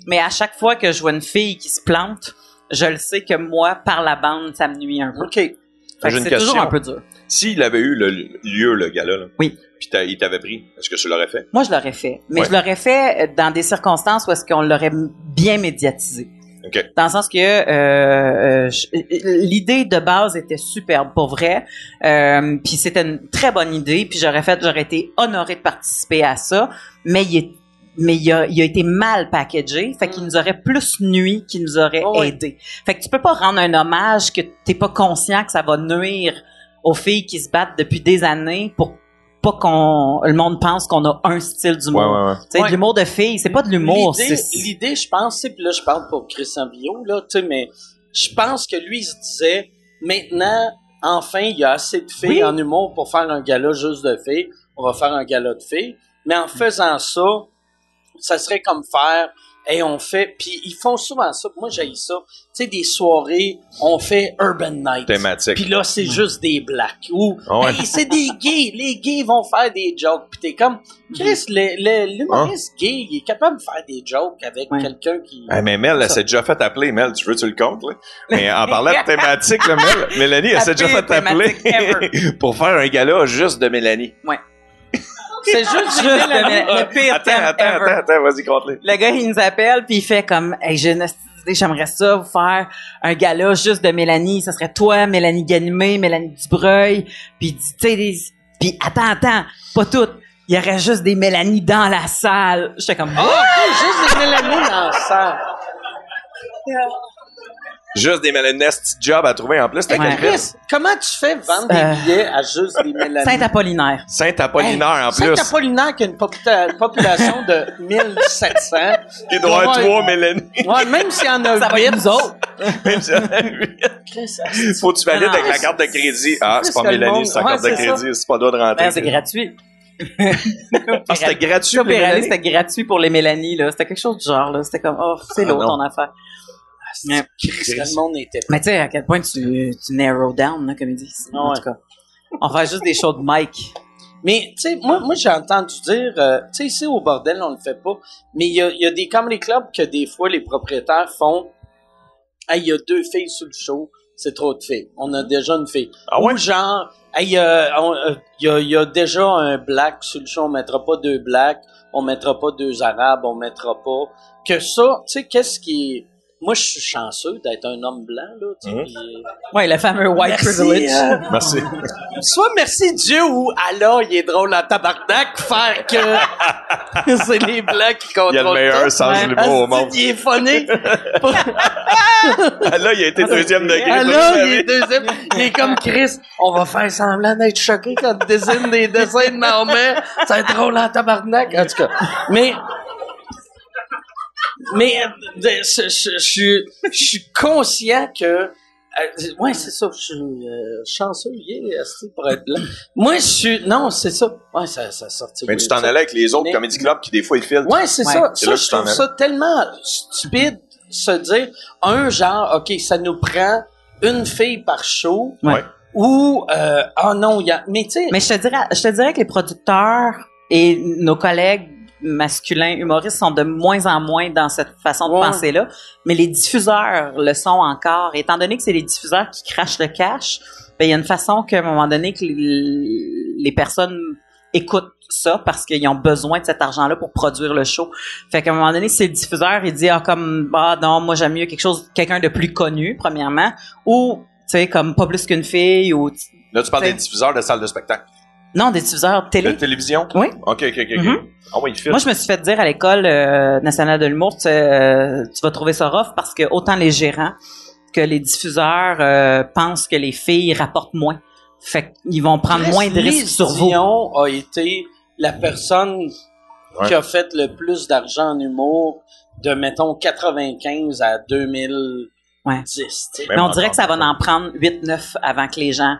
Speaker 3: mais à chaque fois que je vois une fille qui se plante, je le sais que moi, par la bande, ça me nuit un peu.
Speaker 2: OK.
Speaker 3: Fait que
Speaker 4: J'ai une
Speaker 3: c'est toujours
Speaker 4: question.
Speaker 3: un peu dur.
Speaker 4: S'il avait eu le lieu, le gala, là,
Speaker 3: Oui.
Speaker 4: puis t'as- il t'avait pris, est-ce que tu l'aurais fait?
Speaker 3: Moi, je l'aurais fait. Mais
Speaker 4: Ouais.
Speaker 3: je l'aurais fait euh, dans des circonstances où est-ce qu'on l'aurait m- bien médiatisé.
Speaker 4: OK.
Speaker 3: Dans le sens que euh, euh, je- l'idée de base était superbe, pour vrai. Euh, puis c'était une très bonne idée. Puis j'aurais fait, j'aurais été honorée de participer à ça. Mais il est mais il a, il a été mal packagé, fait qu'il nous aurait plus nuit qu'il nous aurait
Speaker 2: Oh oui.
Speaker 3: aidé. Fait que tu peux pas rendre un hommage que t'es pas conscient que ça va nuire aux filles qui se battent depuis des années pour pas qu'on le monde pense qu'on a un style d'humour.
Speaker 4: ouais.
Speaker 3: Tu sais,
Speaker 2: Ouais.
Speaker 3: de l'humour de filles, c'est pas de l'humour,
Speaker 2: L'idée-
Speaker 3: c'est
Speaker 2: L'idée, je pense, c'est, puis là, je parle pour Christian Villot, là, tu sais, mais je pense que lui, il se disait, maintenant, enfin, il y a assez de filles
Speaker 3: Oui.
Speaker 2: en humour pour faire un gala juste de filles. On va faire un gala de filles. Mais en faisant ça, ça serait comme faire, et on fait, puis ils font souvent ça, moi, j'ai ça, tu sais, des soirées, on fait Urban Night.
Speaker 4: Thématique.
Speaker 2: Puis là, c'est juste des blacks. Ou,
Speaker 4: Ah ouais.
Speaker 2: hey, c'est des gays. Les gays vont faire des jokes. Puis t'es comme, Chris, le- le- l'humoriste gay, il est capable de faire des jokes avec
Speaker 3: Ouais.
Speaker 2: quelqu'un qui.
Speaker 4: Eh, mais Mel, elle s'est déjà fait appeler. Mel, tu veux, tu le comptes, là? Mais en parlant de thématique, là, Mel, Mélanie, elle s'est
Speaker 3: La
Speaker 4: déjà
Speaker 3: pire
Speaker 4: fait appeler
Speaker 3: thématique
Speaker 4: pour faire un gala juste de Mélanie. Ah,
Speaker 2: C'est juste,
Speaker 3: juste le, le pire
Speaker 4: Attends,
Speaker 3: thème
Speaker 4: attends,
Speaker 3: ever.
Speaker 4: attends, attends, vas-y, compte-les.
Speaker 3: Le gars, il nous appelle, puis il fait comme « Hey, j'ai une hostie d'idée, j'aimerais ça vous faire un gala juste de Mélanie. Ça serait toi, Mélanie Ganimé, Mélanie Dubreuil. » Puis il dit « Tu sais, des- puis attends, attends, pas toutes. Il y aurait juste des Mélanie dans la salle. » J'étais comme « Ah!
Speaker 2: juste des Mélanie dans la salle.
Speaker 4: Juste des Mélanie, petit job à trouver en plus. t'as
Speaker 3: Ouais.
Speaker 4: quel prix?
Speaker 2: Chris, comment tu fais vendre
Speaker 3: Euh.
Speaker 2: des billets à juste des Mélanie?
Speaker 3: Saint-Apollinaire.
Speaker 4: Saint-Apollinaire, en plus.
Speaker 2: Saint-Apollinaire qui a une popula- population de 1700.
Speaker 4: Il doit y avoir
Speaker 2: Ouais.
Speaker 4: trois Mélanie.
Speaker 2: Ouais, même s'il y en a
Speaker 3: Ça va
Speaker 2: huit,
Speaker 3: être nous autres.
Speaker 4: Même si-
Speaker 2: Chris,
Speaker 4: Faut que tu valides
Speaker 3: Non,
Speaker 4: avec
Speaker 3: non,
Speaker 4: la carte de crédit. Ah, c'est
Speaker 2: c'est
Speaker 4: pas
Speaker 2: que le monde-
Speaker 4: Mélanie, c'est la
Speaker 2: Ouais,
Speaker 4: carte de
Speaker 2: c'est ça.
Speaker 4: crédit. C'est pas droit de rentrer.
Speaker 3: Ben, c'est gratuit.
Speaker 4: Ah, c'était gratuit.
Speaker 3: Opéra,
Speaker 4: Mélanie?
Speaker 3: c'était gratuit pour les Mélanie, là. C'était quelque chose du genre, là. C'était comme, oh, c'est
Speaker 4: Ah,
Speaker 3: l'autre
Speaker 4: non.
Speaker 3: ton affaire. Ouais.
Speaker 2: Christ, que le monde était
Speaker 3: Mais tu sais, à quel point tu, tu narrow down, là, comme ils disent.
Speaker 4: Ah
Speaker 3: En
Speaker 2: Ouais.
Speaker 3: tout cas. On fait juste des shows de Mike.
Speaker 2: Mais, tu sais, moi, moi j'ai entendu dire, euh, tu sais, ici au bordel, on le fait pas, mais il y a, il y a des comedy clubs que des fois, les propriétaires font « Hey, il y a deux filles sur le show, c'est trop de filles. On a déjà une fille.
Speaker 4: Ah ouais?
Speaker 2: Ou genre, « Hey, euh, on- euh, il y, a, il y a déjà un black sur le show, on mettra pas deux blacks, on mettra pas deux arabes, on mettra pas... » Que ça, tu sais, qu'est-ce qui... Moi, je suis chanceux d'être un homme blanc, là, tu sais,
Speaker 4: Mhm.
Speaker 2: puis- euh,
Speaker 3: Ouais, le fameux white
Speaker 2: Merci,
Speaker 3: privilege.
Speaker 2: euh,
Speaker 4: Merci.
Speaker 2: Soit merci Dieu ou Allah, il est drôle en tabarnak, faire que c'est les blancs qui contrôlent
Speaker 4: Il a le meilleur
Speaker 2: tout.
Speaker 4: sens de l'humour au
Speaker 2: Asti,
Speaker 4: monde.
Speaker 2: Il est phoné.
Speaker 4: Ah, Là, il a été deuxième degré. toute
Speaker 2: Allah,
Speaker 4: sa
Speaker 2: Ah, il
Speaker 4: vie.
Speaker 2: est deuxième. Il est comme Chris. On va faire semblant d'être choqué quand tu dessines des dessins de Mahomet. Ça va être drôle en tabarnak. En tout cas. Mais. Mais euh, de- je je- je suis je suis conscient que. euh, ouais, c'est ça. Je suis euh, chanceux, yeah, asti, pour être blanc. Moi, je suis. Non, c'est ça. Ouais, ça, ça sortit.
Speaker 4: Mais tu t'en allais avec les autres
Speaker 2: Mais-
Speaker 4: comédie clubs qui, des fois, ils filent.
Speaker 2: Ouais, c'est
Speaker 3: Ouais.
Speaker 2: ça.
Speaker 4: C'est
Speaker 2: Ça,
Speaker 4: là que
Speaker 2: je
Speaker 4: tu t'en
Speaker 2: trouve ça tellement stupide se dire un genre, OK, ça nous prend une fille par show
Speaker 4: Ouais.
Speaker 2: ou euh, ah non, il y a mais tu sais
Speaker 3: Mais je te dirais, je te dirais que les producteurs et nos collègues masculins humoristes sont de moins en moins dans cette façon de
Speaker 2: Ouais.
Speaker 3: penser là, mais les diffuseurs le sont encore. Étant donné que c'est les diffuseurs qui crachent le cash, ben il y a une façon qu'à un moment donné que les, les personnes écoutent ça parce qu'ils ont besoin de cet argent là pour produire le show. Fait qu'à un moment donné, si le diffuseur il dit ah comme ah non, moi j'aime mieux quelque chose quelqu'un de plus connu premièrement ou tu sais comme pas plus qu'une fille ou
Speaker 4: Là, tu parles
Speaker 3: C'est-
Speaker 4: des diffuseurs de salles de spectacle.
Speaker 3: non des diffuseurs de télé.
Speaker 4: De télévision?
Speaker 3: Oui.
Speaker 4: OK, OK, OK. ok.
Speaker 3: Mhm.
Speaker 4: Ah oui, ils filent.
Speaker 3: Moi, je me suis fait dire à l'école euh, nationale de l'humour, tu, euh, tu vas trouver ça rough parce que autant les gérants que les diffuseurs euh, pensent que les filles rapportent moins. Fait qu'ils vont prendre moins de risques sur vous.
Speaker 2: Dion a été la personne
Speaker 4: Ouais.
Speaker 2: qui a fait le plus d'argent en humour de mettons 95 à 2010.
Speaker 3: Ouais.
Speaker 2: tu sais.
Speaker 3: Mais
Speaker 4: Mais
Speaker 3: on
Speaker 4: encore.
Speaker 3: dirait que ça va en prendre 8-9 avant que les gens,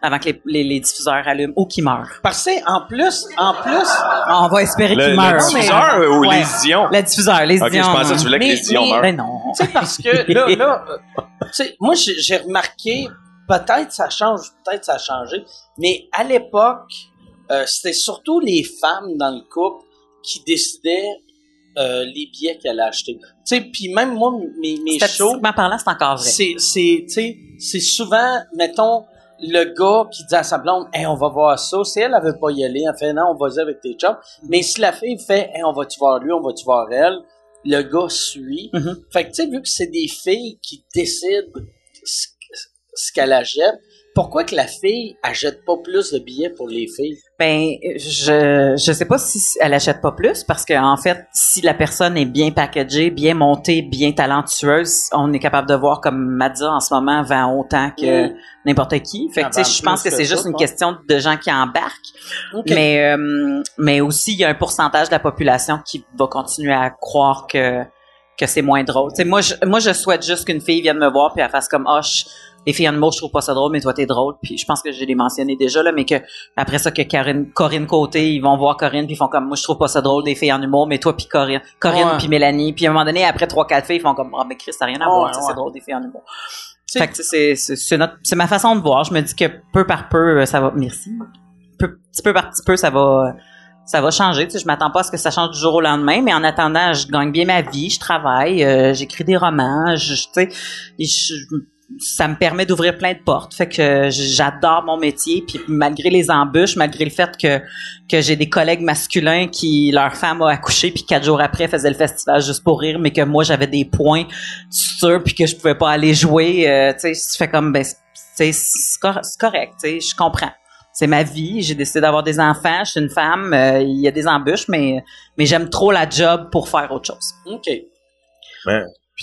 Speaker 3: avant que les, les- les diffuseurs allument ou qu'ils meurent.
Speaker 2: Parce que en plus, en plus,
Speaker 3: Ah, On va espérer
Speaker 4: Le,
Speaker 3: qu'ils
Speaker 4: le
Speaker 3: meurent.
Speaker 4: diffuseur euh, ou
Speaker 3: Ouais.
Speaker 4: les Dion?
Speaker 3: Le diffuseur, les
Speaker 4: OK, je
Speaker 3: Dion,
Speaker 4: pensais que tu voulais que
Speaker 2: Mais-
Speaker 4: les Dion
Speaker 2: mais-
Speaker 4: meurent.
Speaker 3: Ben non.
Speaker 2: Tu sais, parce que là, là euh, tu sais, moi, j'ai j'ai remarqué, peut-être ça change, peut-être ça a changé, mais à l'époque, euh, c'était surtout les femmes dans le couple qui décidaient euh, les billets qu'elles allaient acheter. Tu sais, puis même moi, mes, mes shows,
Speaker 3: Statistiquement parlant, c'est encore vrai.
Speaker 2: c'est, c'est, tu sais, c'est souvent, mettons, le gars qui dit à sa blonde, hey, on va voir ça. Si elle, elle veut pas y aller, elle fait, non, on va y avec tes chums. Mais si la fille fait, hey, on va-tu voir lui, on va-tu voir elle, le gars suit.
Speaker 3: Mhm.
Speaker 2: Fait que, tu sais, vu que c'est des filles qui décident ce, ce qu'elle achète, pourquoi que la fille achète pas plus de billets pour les filles?
Speaker 3: Ben, je je sais pas si elle achète pas plus parce que en fait, si la personne est bien packagée, bien montée, bien talentueuse, on est capable de voir comme Madza en ce moment vend autant que
Speaker 2: Mm.
Speaker 3: n'importe qui. Fait que
Speaker 2: Elle
Speaker 3: tu sais,
Speaker 2: vend
Speaker 3: je pense
Speaker 2: plus
Speaker 3: que
Speaker 2: que
Speaker 3: c'est
Speaker 2: ça,
Speaker 3: juste une
Speaker 2: quoi.
Speaker 3: question de gens qui embarquent,
Speaker 2: Ok.
Speaker 3: mais euh, mais aussi il y a un pourcentage de la population qui va continuer à croire que que c'est moins drôle. Tu sais, moi je moi je souhaite juste qu'une fille vienne me voir puis elle fasse comme oh je- les filles en mots, je trouve pas ça drôle, mais toi t'es drôle. Puis je pense que je l'ai mentionné déjà là, mais que après ça, que Karine, Corinne Côté, ils vont voir Corinne, puis ils font comme, moi, je trouve pas ça drôle des filles en humour, mais toi, puis Corinne, Corinne,
Speaker 2: Ouais.
Speaker 3: puis Mélanie. Puis à un moment donné, après trois, quatre filles, ils font comme, ah, mais Chris, ça n'a rien à
Speaker 2: Ouais,
Speaker 3: voir, ça,
Speaker 2: ouais.
Speaker 3: c'est drôle des filles en humour.
Speaker 2: Tu sais-
Speaker 3: Fait que, tu sais, c'est- c'est c'est notre- c'est ma façon de voir. Je me dis que peu par peu, euh, ça va, merci. Peu, petit peu par petit peu, ça va, ça va changer. Tu sais, je m'attends pas à ce que ça change du jour au lendemain, mais en attendant, je gagne bien ma vie, je travaille, euh, j'écris des romans, je, je- tu sais, et je- ça me permet d'ouvrir plein de portes. Fait que j'adore mon métier. Puis malgré les embûches, malgré le fait que, que j'ai des collègues masculins qui, leur femme a accouché, puis quatre jours après faisaient le festival juste pour rire, mais que moi j'avais des points sûrs, puis que je pouvais pas aller jouer, euh, tu sais, je fais comme, ben, c'est- c'est c'est cor- c'est correct, tu sais, je comprends. C'est ma vie, j'ai décidé d'avoir des enfants, je suis une femme, euh, il y a des embûches, mais, mais j'aime trop la job pour faire autre chose.
Speaker 2: OK.
Speaker 4: Puis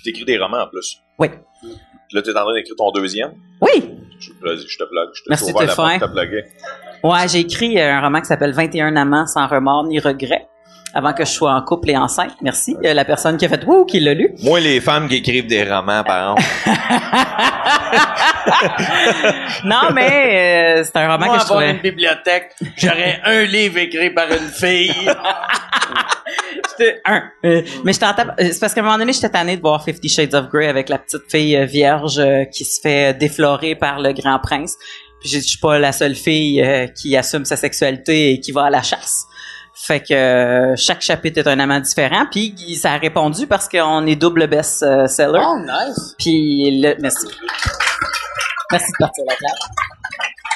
Speaker 4: t'écris des romans en plus.
Speaker 3: Oui.
Speaker 4: Puis Là, t'es en train d'écrire ton deuxième.
Speaker 3: Oui!
Speaker 4: Je, vas-y, je te plug. Je te
Speaker 3: Merci,
Speaker 4: j'ai ouvert la
Speaker 3: Stéphane.
Speaker 4: porte, t'as plugué.
Speaker 3: Ouais, j'ai écrit euh, un roman qui s'appelle 21 amants sans remords ni regrets. avant que je sois en couple et enceinte. Merci. Euh, la personne qui a fait wouh, qui l'a lu.
Speaker 4: Moi, les femmes qui écrivent des romans,
Speaker 3: Ah.
Speaker 4: par exemple.
Speaker 3: Non, mais euh, c'est un roman
Speaker 2: Moi,
Speaker 3: que je
Speaker 2: avoir
Speaker 3: trouvais.
Speaker 2: une bibliothèque, j'aurais un livre écrit par une fille.
Speaker 3: J'étais un. Euh, mais je t'entends. C'est parce qu'à un moment donné, j'étais tannée de voir Fifty Shades of Grey avec la petite fille euh, vierge euh, qui se fait déflorer par le grand prince. Puis j'ai dit, je suis pas la seule fille euh, qui assume sa sexualité et qui va à la chasse. Fait que euh, chaque chapitre est un amant différent. Puis il- ça a répondu parce qu'on est double best euh, seller.
Speaker 2: Oh, nice.
Speaker 3: Puis le merci. Merci de partir la table.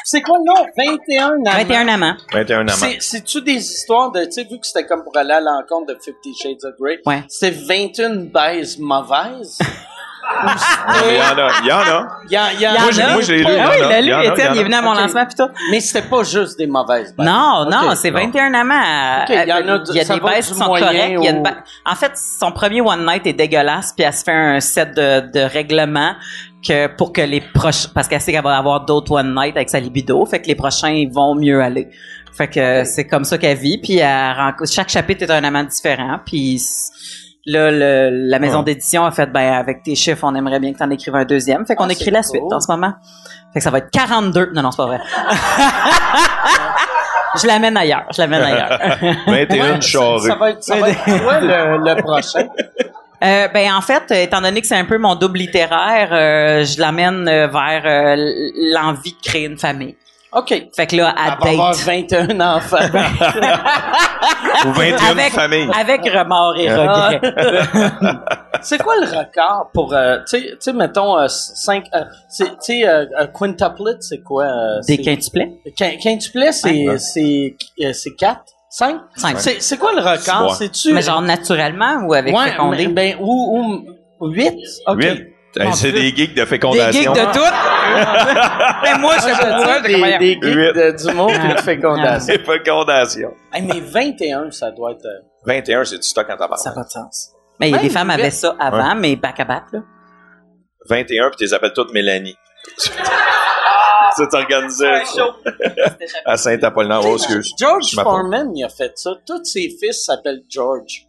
Speaker 2: C'est quoi le nom? 21 amants.
Speaker 3: 21 amants.
Speaker 4: 21 amants.
Speaker 2: C'est- C'est-tu des histoires de, tu sais, vu que c'était comme pour aller à l'encontre de Fifty Shades of Grey,
Speaker 3: Ouais.
Speaker 2: c'est 21 baises mauvaises?
Speaker 4: Il y en a. Il y en a.
Speaker 2: Il y en- il y en-
Speaker 3: Il y en
Speaker 4: Moi, j'ai-
Speaker 3: a.
Speaker 4: moi, je l'ai lu,
Speaker 3: Ah
Speaker 4: il y
Speaker 3: oui,
Speaker 4: en a,
Speaker 3: il l'a
Speaker 4: il y en a,
Speaker 3: lu, Étienne.
Speaker 4: il y en
Speaker 3: Il est venu à mon
Speaker 2: Ok.
Speaker 3: lancement, puis tout.
Speaker 2: Mais c'était pas juste des mauvaises baises.
Speaker 3: Non, non,
Speaker 2: Ok.
Speaker 3: c'est 21 amants. à-
Speaker 2: Ok, il y en a de-
Speaker 3: euh, il y a
Speaker 2: ça
Speaker 3: des
Speaker 2: va
Speaker 3: baisses
Speaker 2: du
Speaker 3: qui sont
Speaker 2: moyen
Speaker 3: correctes. il y a une
Speaker 2: au-
Speaker 3: ba- En fait, son premier One Night est dégueulasse, puis elle se fait un set de, de règlements que pour que les proches, parce qu'elle sait qu'elle va avoir d'autres One Night avec sa libido, fait que les prochains ils vont mieux aller. Fait que c'est comme ça qu'elle vit, puis elle rencontre- chaque chapitre est un amant différent, puis s- là, le- la maison
Speaker 4: Ouais.
Speaker 3: d'édition a fait, ben, avec tes chiffres, on aimerait bien que t'en écrives un deuxième, fait qu'on
Speaker 2: Ah,
Speaker 3: écrit
Speaker 2: c'est
Speaker 3: la
Speaker 2: cool.
Speaker 3: suite en ce moment. Fait que ça va être 42. Non, non, c'est pas vrai. Je l'amène ailleurs. Je l'amène ailleurs.
Speaker 2: ça,
Speaker 4: 21 charrues.
Speaker 2: ça va être, ça va être quoi le, le prochain?
Speaker 3: Euh, ben en fait, euh, étant donné que c'est un peu mon double littéraire, euh, je l'amène euh, vers euh, l- l'envie de créer une famille.
Speaker 2: OK.
Speaker 3: Fait que là, à
Speaker 2: Elle va avoir
Speaker 3: date.
Speaker 2: 21 enfants.
Speaker 4: Ou 21 familles.
Speaker 3: avec remords et
Speaker 2: Ah.
Speaker 3: regrets.
Speaker 2: c'est quoi le record pour, euh, tu sais- tu sais, mettons, euh, 5, tu sais, euh, un quintuplet, c'est quoi? euh,
Speaker 3: Des
Speaker 2: c'est-
Speaker 3: quintuplets.
Speaker 2: Quin- Quintuplet, c'est,
Speaker 4: Ouais.
Speaker 2: c'est, euh, c'est 4, 5?
Speaker 3: Cinq.
Speaker 2: C'est, c'est quoi le record?
Speaker 4: Six
Speaker 2: C'est-tu?
Speaker 3: Mais genre naturellement ou avec
Speaker 2: ouais,
Speaker 3: fécondé?
Speaker 2: mais- ben, ou, ou 8? OK.
Speaker 4: Huit. Hey, c'est des geeks
Speaker 2: Ben,
Speaker 4: de
Speaker 3: Des geeks
Speaker 4: fécondation.
Speaker 3: de toutes. mais moi,
Speaker 2: Ah,
Speaker 3: je
Speaker 2: Je
Speaker 3: sais pas
Speaker 2: veux
Speaker 3: pourquoi,
Speaker 2: dire, des,
Speaker 3: j'ai
Speaker 2: des geeks de- du monde qui
Speaker 3: Ah.
Speaker 2: le fécondation.
Speaker 4: C'est fécondation.
Speaker 2: Ah. Hey, mais 21, ça doit être... euh,
Speaker 4: 21, c'est du stock en tabac.
Speaker 2: Ça n'a pas de sens.
Speaker 3: Mais il y a des
Speaker 2: Même
Speaker 3: femmes
Speaker 2: huit.
Speaker 3: avaient ça avant, mais back à back, là.
Speaker 4: 21, puis tu les appelles toutes Mélanie. C'est organisé ça. à Saint-Apollinaire. Oh, excuse.
Speaker 2: George
Speaker 4: Je m'apporte.
Speaker 2: Foreman, il a fait ça. Tous ses fils s'appellent George.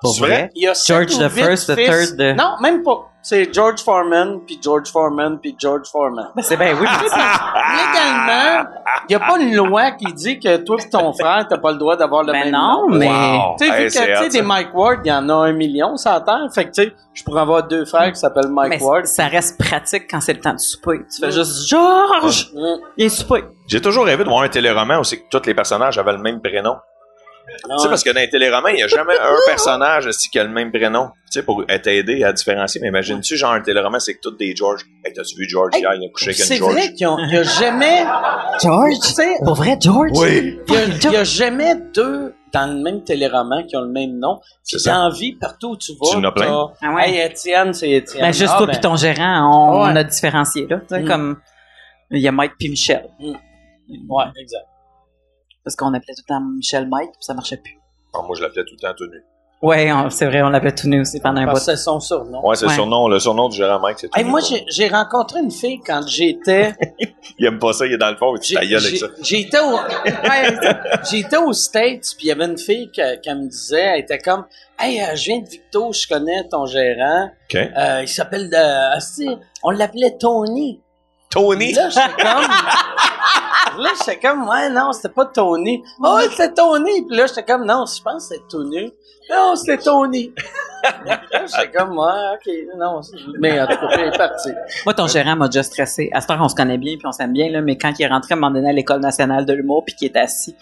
Speaker 3: Pour
Speaker 4: C'est vrai?
Speaker 3: vrai?
Speaker 2: Il y a
Speaker 3: George
Speaker 2: sept ou
Speaker 3: the
Speaker 2: huit
Speaker 3: first, the
Speaker 2: fils.
Speaker 3: third, the-
Speaker 2: Non, même pas. C'est George Foreman, puis George Foreman, puis George Foreman.
Speaker 3: C'est bien, oui. mais-
Speaker 2: Légalement, il n'y a pas une loi qui dit que toi et ton frère, t'as pas le droit d'avoir le
Speaker 3: Ben
Speaker 2: même
Speaker 3: non,
Speaker 2: nom.
Speaker 3: mais.
Speaker 4: Wow.
Speaker 2: Tu sais, vu
Speaker 4: Hey,
Speaker 2: que,
Speaker 4: c'est
Speaker 2: tu
Speaker 4: hot,
Speaker 2: sais, des
Speaker 4: ça.
Speaker 2: Mike Ward, il y en a un million sur la Terre. Fait que, tu sais, je pourrais avoir deux frères qui s'appellent Mike
Speaker 3: Mais
Speaker 2: Ward.
Speaker 3: ça reste pratique quand c'est le temps de souper. Tu fais juste Georges,
Speaker 2: Mm.
Speaker 3: viens souper.
Speaker 4: J'ai toujours rêvé de voir un téléroman où c'est que tous les personnages avaient le même prénom. Tu sais, parce que dans les téléromans, il n'y a jamais un personnage aussi qui a le même prénom. Tu sais, pour t'aider à différencier. Mais imagine-tu, genre, un téléroman, c'est que toutes des George. Hey, t'as-tu vu George
Speaker 2: Hey,
Speaker 4: hier? Il a couché avec une
Speaker 2: C'est
Speaker 4: George.
Speaker 2: vrai qu'il n'y a jamais.
Speaker 3: George?
Speaker 2: Tu sais,
Speaker 3: Pour vrai, George?
Speaker 4: Oui.
Speaker 2: Il y a- il y a, jamais deux dans le même téléroman qui ont le même nom. Puis
Speaker 4: C'est ça.
Speaker 2: dans la vie, partout où tu vas,
Speaker 4: Tu en as plein.
Speaker 2: t'as,
Speaker 3: Ah ouais.
Speaker 2: Hey, Étienne, c'est Étienne.
Speaker 3: Ben, juste
Speaker 2: Ah,
Speaker 3: toi
Speaker 2: ben,
Speaker 3: puis ton gérant, on,
Speaker 2: Ouais.
Speaker 3: on a différencié, là. Tu sais,
Speaker 2: Mm.
Speaker 3: comme, il y a Mike puis Michel.
Speaker 2: Ouais, exact.
Speaker 3: Parce qu'on appelait tout le temps Michel Mike, puis ça marchait plus.
Speaker 4: Ah, moi, je l'appelais tout le temps tout nu.
Speaker 3: Ouais, on- c'est vrai, on l'appelait tout nous aussi pendant un bout.
Speaker 2: Parce que c'est son surnom.
Speaker 4: Ouais, c'est
Speaker 3: Ouais.
Speaker 4: le surnom. Le surnom du gérant Mike, c'est tout
Speaker 2: Hey,
Speaker 4: nu.
Speaker 2: moi, j'ai, j'ai rencontré une fille quand j'étais.
Speaker 4: Il aime pas ça, il est dans le fond, il dit
Speaker 2: j'ai-
Speaker 4: ta gueule avec
Speaker 2: j'ai-
Speaker 4: ça.
Speaker 2: J'étais au, Ouais, j'étais aux States, puis il y avait une fille qui, qui me disait, elle était comme, hey, euh, je viens de Victo, je connais ton gérant.
Speaker 4: OK.
Speaker 2: Euh, il s'appelle, euh, asti, on l'appelait Tony.
Speaker 4: Tony?
Speaker 2: Là, j'étais comme. là, j'étais comme, ouais, non, c'était pas Tony. Ah ouais, c'était Tony. Puis là, j'étais comme, non, je pense que c'est Tony. Non, c'était Tony. là, j'étais comme, ouais, ok, non. c'est- Ah, Mais en tout cas, il est parti.
Speaker 3: Moi, ton gérant m'a déjà stressé. À cette heure, on se connaît bien puis on s'aime bien, là, mais quand il est rentré à un moment donné à l'École nationale de l'humour puis qu'il est assis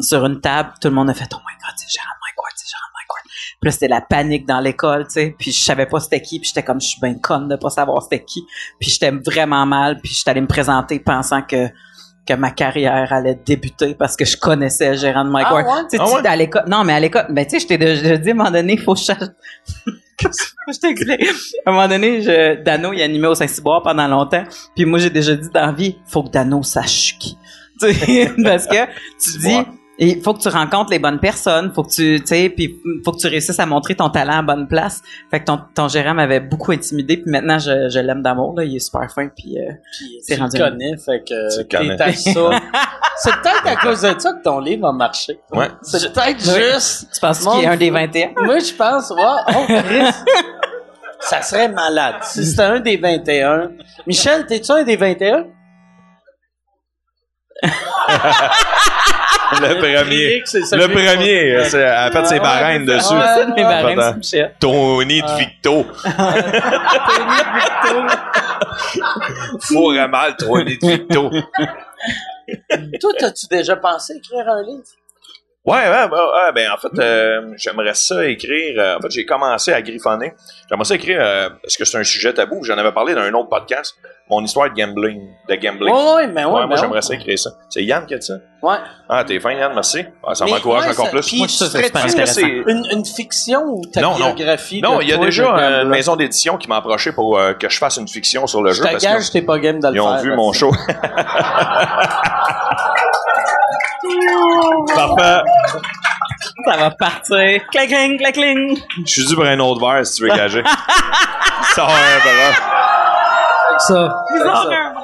Speaker 3: sur une table, tout le monde a fait Oh my God, c'est gérant Mike Ward, c'est gérant Mike Ward. Puis là, c'était la panique dans l'école, tu sais. Puis je savais pas c'était qui, puis j'étais comme, je suis bien conne de pas savoir c'était qui. Puis j'étais vraiment mal, puis j'étais allée me présenter pensant que que ma carrière allait débuter parce que je connaissais le gérant de Mike
Speaker 2: Ah
Speaker 3: Ward.
Speaker 2: ouais?
Speaker 3: Tu sais,
Speaker 4: Ah
Speaker 3: tu-
Speaker 4: ouais?
Speaker 3: à l'école, non, mais à l'école, ben, tu sais, je t'ai déjà déjà dit, à un moment donné, il faut que je cherche- je t'explique. À un moment donné, je, Dano, il animait au Saint-Cyboire pendant longtemps. Puis moi, j'ai déjà dit dans la vie, faut que Dano sache qui. Tu sais, parce que tu dis,
Speaker 4: Ouais.
Speaker 3: Il faut que tu rencontres les bonnes personnes, faut que tu, tu sais, puis faut que tu réussisses à montrer ton talent à bonne place. Fait que ton, ton gérant m'avait beaucoup intimidé, puis maintenant je, je l'aime d'amour là, il est super fin, puis euh,
Speaker 2: Tu
Speaker 3: c'est
Speaker 2: le
Speaker 3: rendu.
Speaker 2: connais, fait que
Speaker 4: Tu connais.
Speaker 2: t'étales ça. C'est peut-être à cause de ça que ton livre a marché.
Speaker 4: Ouais.
Speaker 2: C'est peut-être
Speaker 3: Oui.
Speaker 2: juste.
Speaker 3: Tu penses qu'il est un des 21
Speaker 2: Moi, je pense, ouais, oh, Chris, ça serait malade. Si c'était un des 21. Michel, t'es-tu un des 21? Ah,
Speaker 4: Le premier. Le premier. euh, c'est- Elle a fait ses barènes dessus.
Speaker 2: Ouais, Ah.
Speaker 3: C'est de mes barèmes,
Speaker 4: Attends.
Speaker 3: c'est Michel.
Speaker 4: Tony de Victo. Four à mal, Tony de Victo.
Speaker 2: Toi, t'as-tu déjà pensé écrire un livre?
Speaker 4: Ouais, ouais, ouais, ouais, ben en fait, euh, j'aimerais ça écrire. euh, en fait, j'ai commencé à griffonner. J'aimerais ça écrire euh, parce que c'est un sujet tabou. J'en avais parlé dans un autre podcast. Mon histoire de gambling, de gambling.
Speaker 2: Oui, oui, mais ouais,
Speaker 4: Ouais,
Speaker 2: mais
Speaker 4: moi,
Speaker 2: ouais.
Speaker 4: j'aimerais ça écrire ça. C'est Yann qui a dit ça.
Speaker 2: Ouais.
Speaker 4: Ah, t'es fin, Yann, merci. Ah, ça
Speaker 2: Mais
Speaker 4: m'encourage
Speaker 2: ouais,
Speaker 4: encore
Speaker 2: ça-
Speaker 4: plus.
Speaker 2: puis
Speaker 3: Moi, je suis
Speaker 2: tu
Speaker 3: sûr que c'est
Speaker 2: ferais-tu
Speaker 4: Est-ce que
Speaker 3: intéressant.
Speaker 4: c'est-
Speaker 2: une, une fiction ou ta
Speaker 4: Non, non.
Speaker 2: biographie?
Speaker 4: Non,
Speaker 2: de
Speaker 4: il y a
Speaker 2: toi,
Speaker 4: déjà
Speaker 2: de
Speaker 4: euh,
Speaker 2: Gambler?
Speaker 4: une maison d'édition qui m'a approché pour euh, que je fasse une fiction sur le
Speaker 2: Je
Speaker 4: jeu.
Speaker 2: te
Speaker 4: parce qu'ils
Speaker 2: gage, t'es pas game de le
Speaker 4: ils ont
Speaker 2: faire,
Speaker 4: vu
Speaker 2: là,
Speaker 4: mon
Speaker 2: ça.
Speaker 4: show. Parfait.
Speaker 3: Ça va partir. Clac, clac, clac, clac.
Speaker 4: Je suis dû pour un autre verre si tu veux gager. Sors un bras.
Speaker 2: Ça. Ça.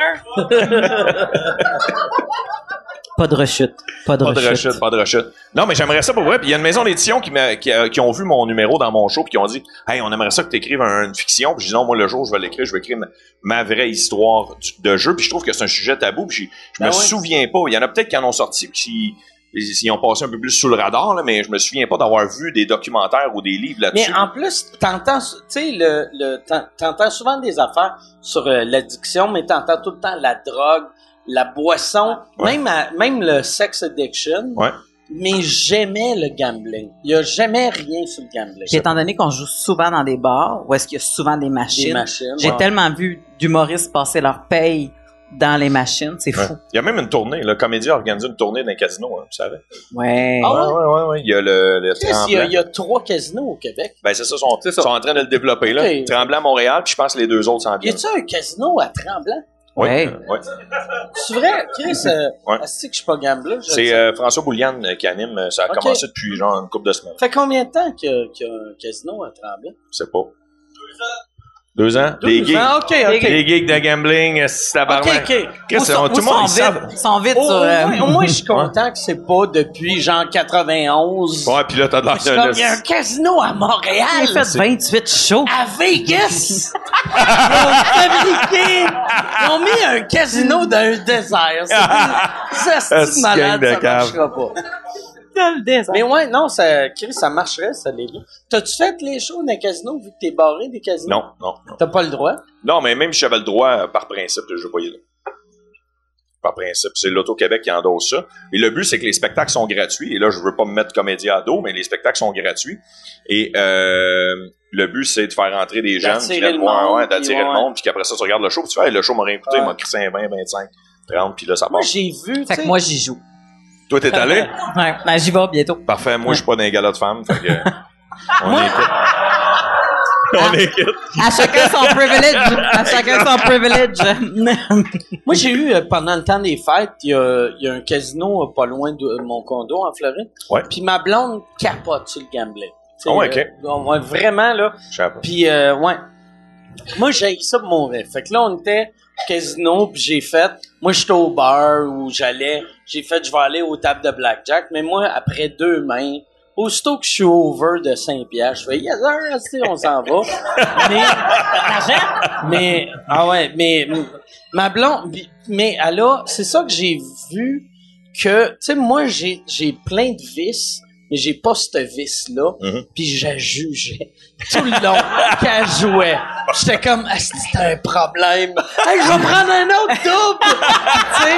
Speaker 3: Pas de rechute. Pas de
Speaker 4: Pas
Speaker 3: rechute.
Speaker 4: de rechute, pas de rechute. Non, mais j'aimerais ça pour vrai. Puis il y a une maison d'édition qui, m'a- qui, a- qui ont vu mon numéro dans mon show puis qui ont dit Hey, on aimerait ça que tu écrives une fiction. Puis je dis Non, moi, le jour où je vais l'écrire, je vais écrire ma, ma vraie histoire du- de jeu. Puis je trouve que c'est un sujet tabou. Puis je, je
Speaker 2: Ben
Speaker 4: me
Speaker 2: ouais.
Speaker 4: souviens pas. Il y en a peut-être qui en ont sorti puis qui ils ils ont passé un peu plus sous le radar, là, mais je me souviens pas d'avoir vu des documentaires ou des livres là-dessus.
Speaker 2: Mais en plus, t'entends, sou- tu sais, le, le, t'en- t'entends souvent des affaires sur euh, l'addiction, mais t'entends tout le temps la drogue, la boisson,
Speaker 4: Ouais.
Speaker 2: même, à- même le sex addiction.
Speaker 4: Ouais.
Speaker 2: Mais jamais le gambling. Il y a jamais rien sur le gambling.
Speaker 3: Puis étant donné qu'on joue souvent dans des bars, où est-ce qu'il y a souvent des machines,
Speaker 2: Des machines.
Speaker 3: j'ai
Speaker 2: ouais.
Speaker 3: tellement vu d'humoristes passer leur paye dans les machines, c'est
Speaker 4: Ouais.
Speaker 3: fou.
Speaker 4: Il y a même une tournée. Le comédien a organisé une tournée d'un casino, hein, vous savez.
Speaker 3: Ouais.
Speaker 2: Ah ouais?
Speaker 4: ouais, ouais, ouais, ouais. Il y a le, le
Speaker 2: Chris, il y, a-
Speaker 4: Tremblant.
Speaker 2: il y a trois casinos au Québec.
Speaker 4: Ben, c'est ça, ils sont, sont en train de le développer, là.
Speaker 2: Ok.
Speaker 4: Tremblant à Montréal, puis je pense que les deux autres s'en
Speaker 2: Y
Speaker 4: viennent.
Speaker 2: a-tu un casino à Tremblant?
Speaker 4: Oui.
Speaker 3: Ouais.
Speaker 4: euh, ouais.
Speaker 2: C'est vrai, Chris, euh,
Speaker 4: Ouais.
Speaker 2: asti que je suis pas gambler? je le
Speaker 4: C'est
Speaker 2: sais.
Speaker 4: euh, François Bouliane euh, qui anime. euh, Ça a
Speaker 2: Ok.
Speaker 4: commencé depuis genre une couple de semaines.
Speaker 2: Fait combien de temps qu'il y a, qu'il y a un casino à Tremblant?
Speaker 4: Je sais pas. Deux ans. Deux ans? Des gigs.
Speaker 2: Ah, ok, ok.
Speaker 4: Des gigs de gambling, euh, si ça
Speaker 2: Ok, ok.
Speaker 4: Qu'est-ce
Speaker 3: Où
Speaker 4: que-
Speaker 3: sont-
Speaker 4: tout le
Speaker 3: où
Speaker 4: monde,
Speaker 3: sont
Speaker 4: ils savent.
Speaker 3: vite, ils sont vite
Speaker 2: Au-
Speaker 3: sur,
Speaker 2: au
Speaker 3: euh,
Speaker 2: moins- au moins, je suis content que c'est pas depuis genre 91.
Speaker 4: Ouais, puis là, t'as de
Speaker 2: Je suis comme,
Speaker 4: l'air
Speaker 2: il y a un casino à Montréal,
Speaker 3: J'ai fait 28 shows.
Speaker 2: à Vegas. Ils ont fabriqué, ils ont mis un casino dans un désert. C'est
Speaker 4: Ah,
Speaker 2: ça,
Speaker 4: c'est
Speaker 2: c'est malade,
Speaker 4: gang de
Speaker 2: ça
Speaker 4: cave.
Speaker 2: marchera pas. Mais ouais, non, ça, Chris, ça marcherait, ça les deux. T'as-tu fait les shows d'un casino vu que t'es barré des casinos?
Speaker 4: Non, non, non.
Speaker 2: T'as pas le droit?
Speaker 4: Non, mais même si j'avais le droit, euh, par principe, je vais pas y aller. Par principe, c'est l'Auto-Québec qui endosse ça. Et le but, c'est que les spectacles sont gratuits. Et là, je veux pas me mettre comédien à dos, mais les spectacles sont gratuits. Et euh, le but, c'est de faire entrer des jeunes qui
Speaker 2: D'attirer
Speaker 4: viennent
Speaker 2: le
Speaker 4: voir,
Speaker 2: monde,
Speaker 4: ouais, d'attirer
Speaker 2: puis
Speaker 4: le
Speaker 2: ouais.
Speaker 4: monde, puis qu'après ça, tu regardes le show, puis tu fais, Hey, le show m'aurait écouté,
Speaker 2: Ouais.
Speaker 4: il m'a crissé un 20, 25, 30, puis là, ça part.
Speaker 2: Moi, j'ai vu,
Speaker 3: Fait
Speaker 2: tu
Speaker 3: que
Speaker 2: sais,
Speaker 3: moi, j'y joue.
Speaker 4: Toi, t'es allé?
Speaker 3: Ouais. Ben, j'y vais bientôt.
Speaker 4: Parfait, moi, je suis pas dans les galas de femmes, fait que... On est quitte. On est quitte.
Speaker 3: À chacun son privilège. À chacun son privilège.
Speaker 2: Moi, j'ai eu, euh, pendant le temps des fêtes, il y a, il y a un casino euh, pas loin de euh, mon condo en Floride.
Speaker 4: Ouais.
Speaker 2: Puis ma blonde capote sur le gambling. Tu sais,
Speaker 4: Ah ouais, ok.
Speaker 2: euh, on va vraiment, là.
Speaker 4: Je sais pas.
Speaker 2: Puis, euh, ouais. Moi, j'ai ça pour mon rêve. Fait que là, on était au casino, puis j'ai fait... Moi, j'étais au bar où j'allais. J'ai fait, je vais aller aux tables de blackjack. Mais moi, après deux mains, aussitôt que je suis over de Saint-Pierre, je fais « Yes, sir, esti, on s'en va. » Mais... mais... Ah ouais, mais... Ma blonde... Mais elle a... C'est ça que j'ai vu que... Tu sais, moi, j'ai j'ai plein de vices, mais j'ai pas ce vice-là.
Speaker 4: Mhm.
Speaker 2: Puis je la jugeais tout le long qu'elle jouait. J'étais comme, ah, c'est un problème. Hey, je vais prendre un autre double. tu sais,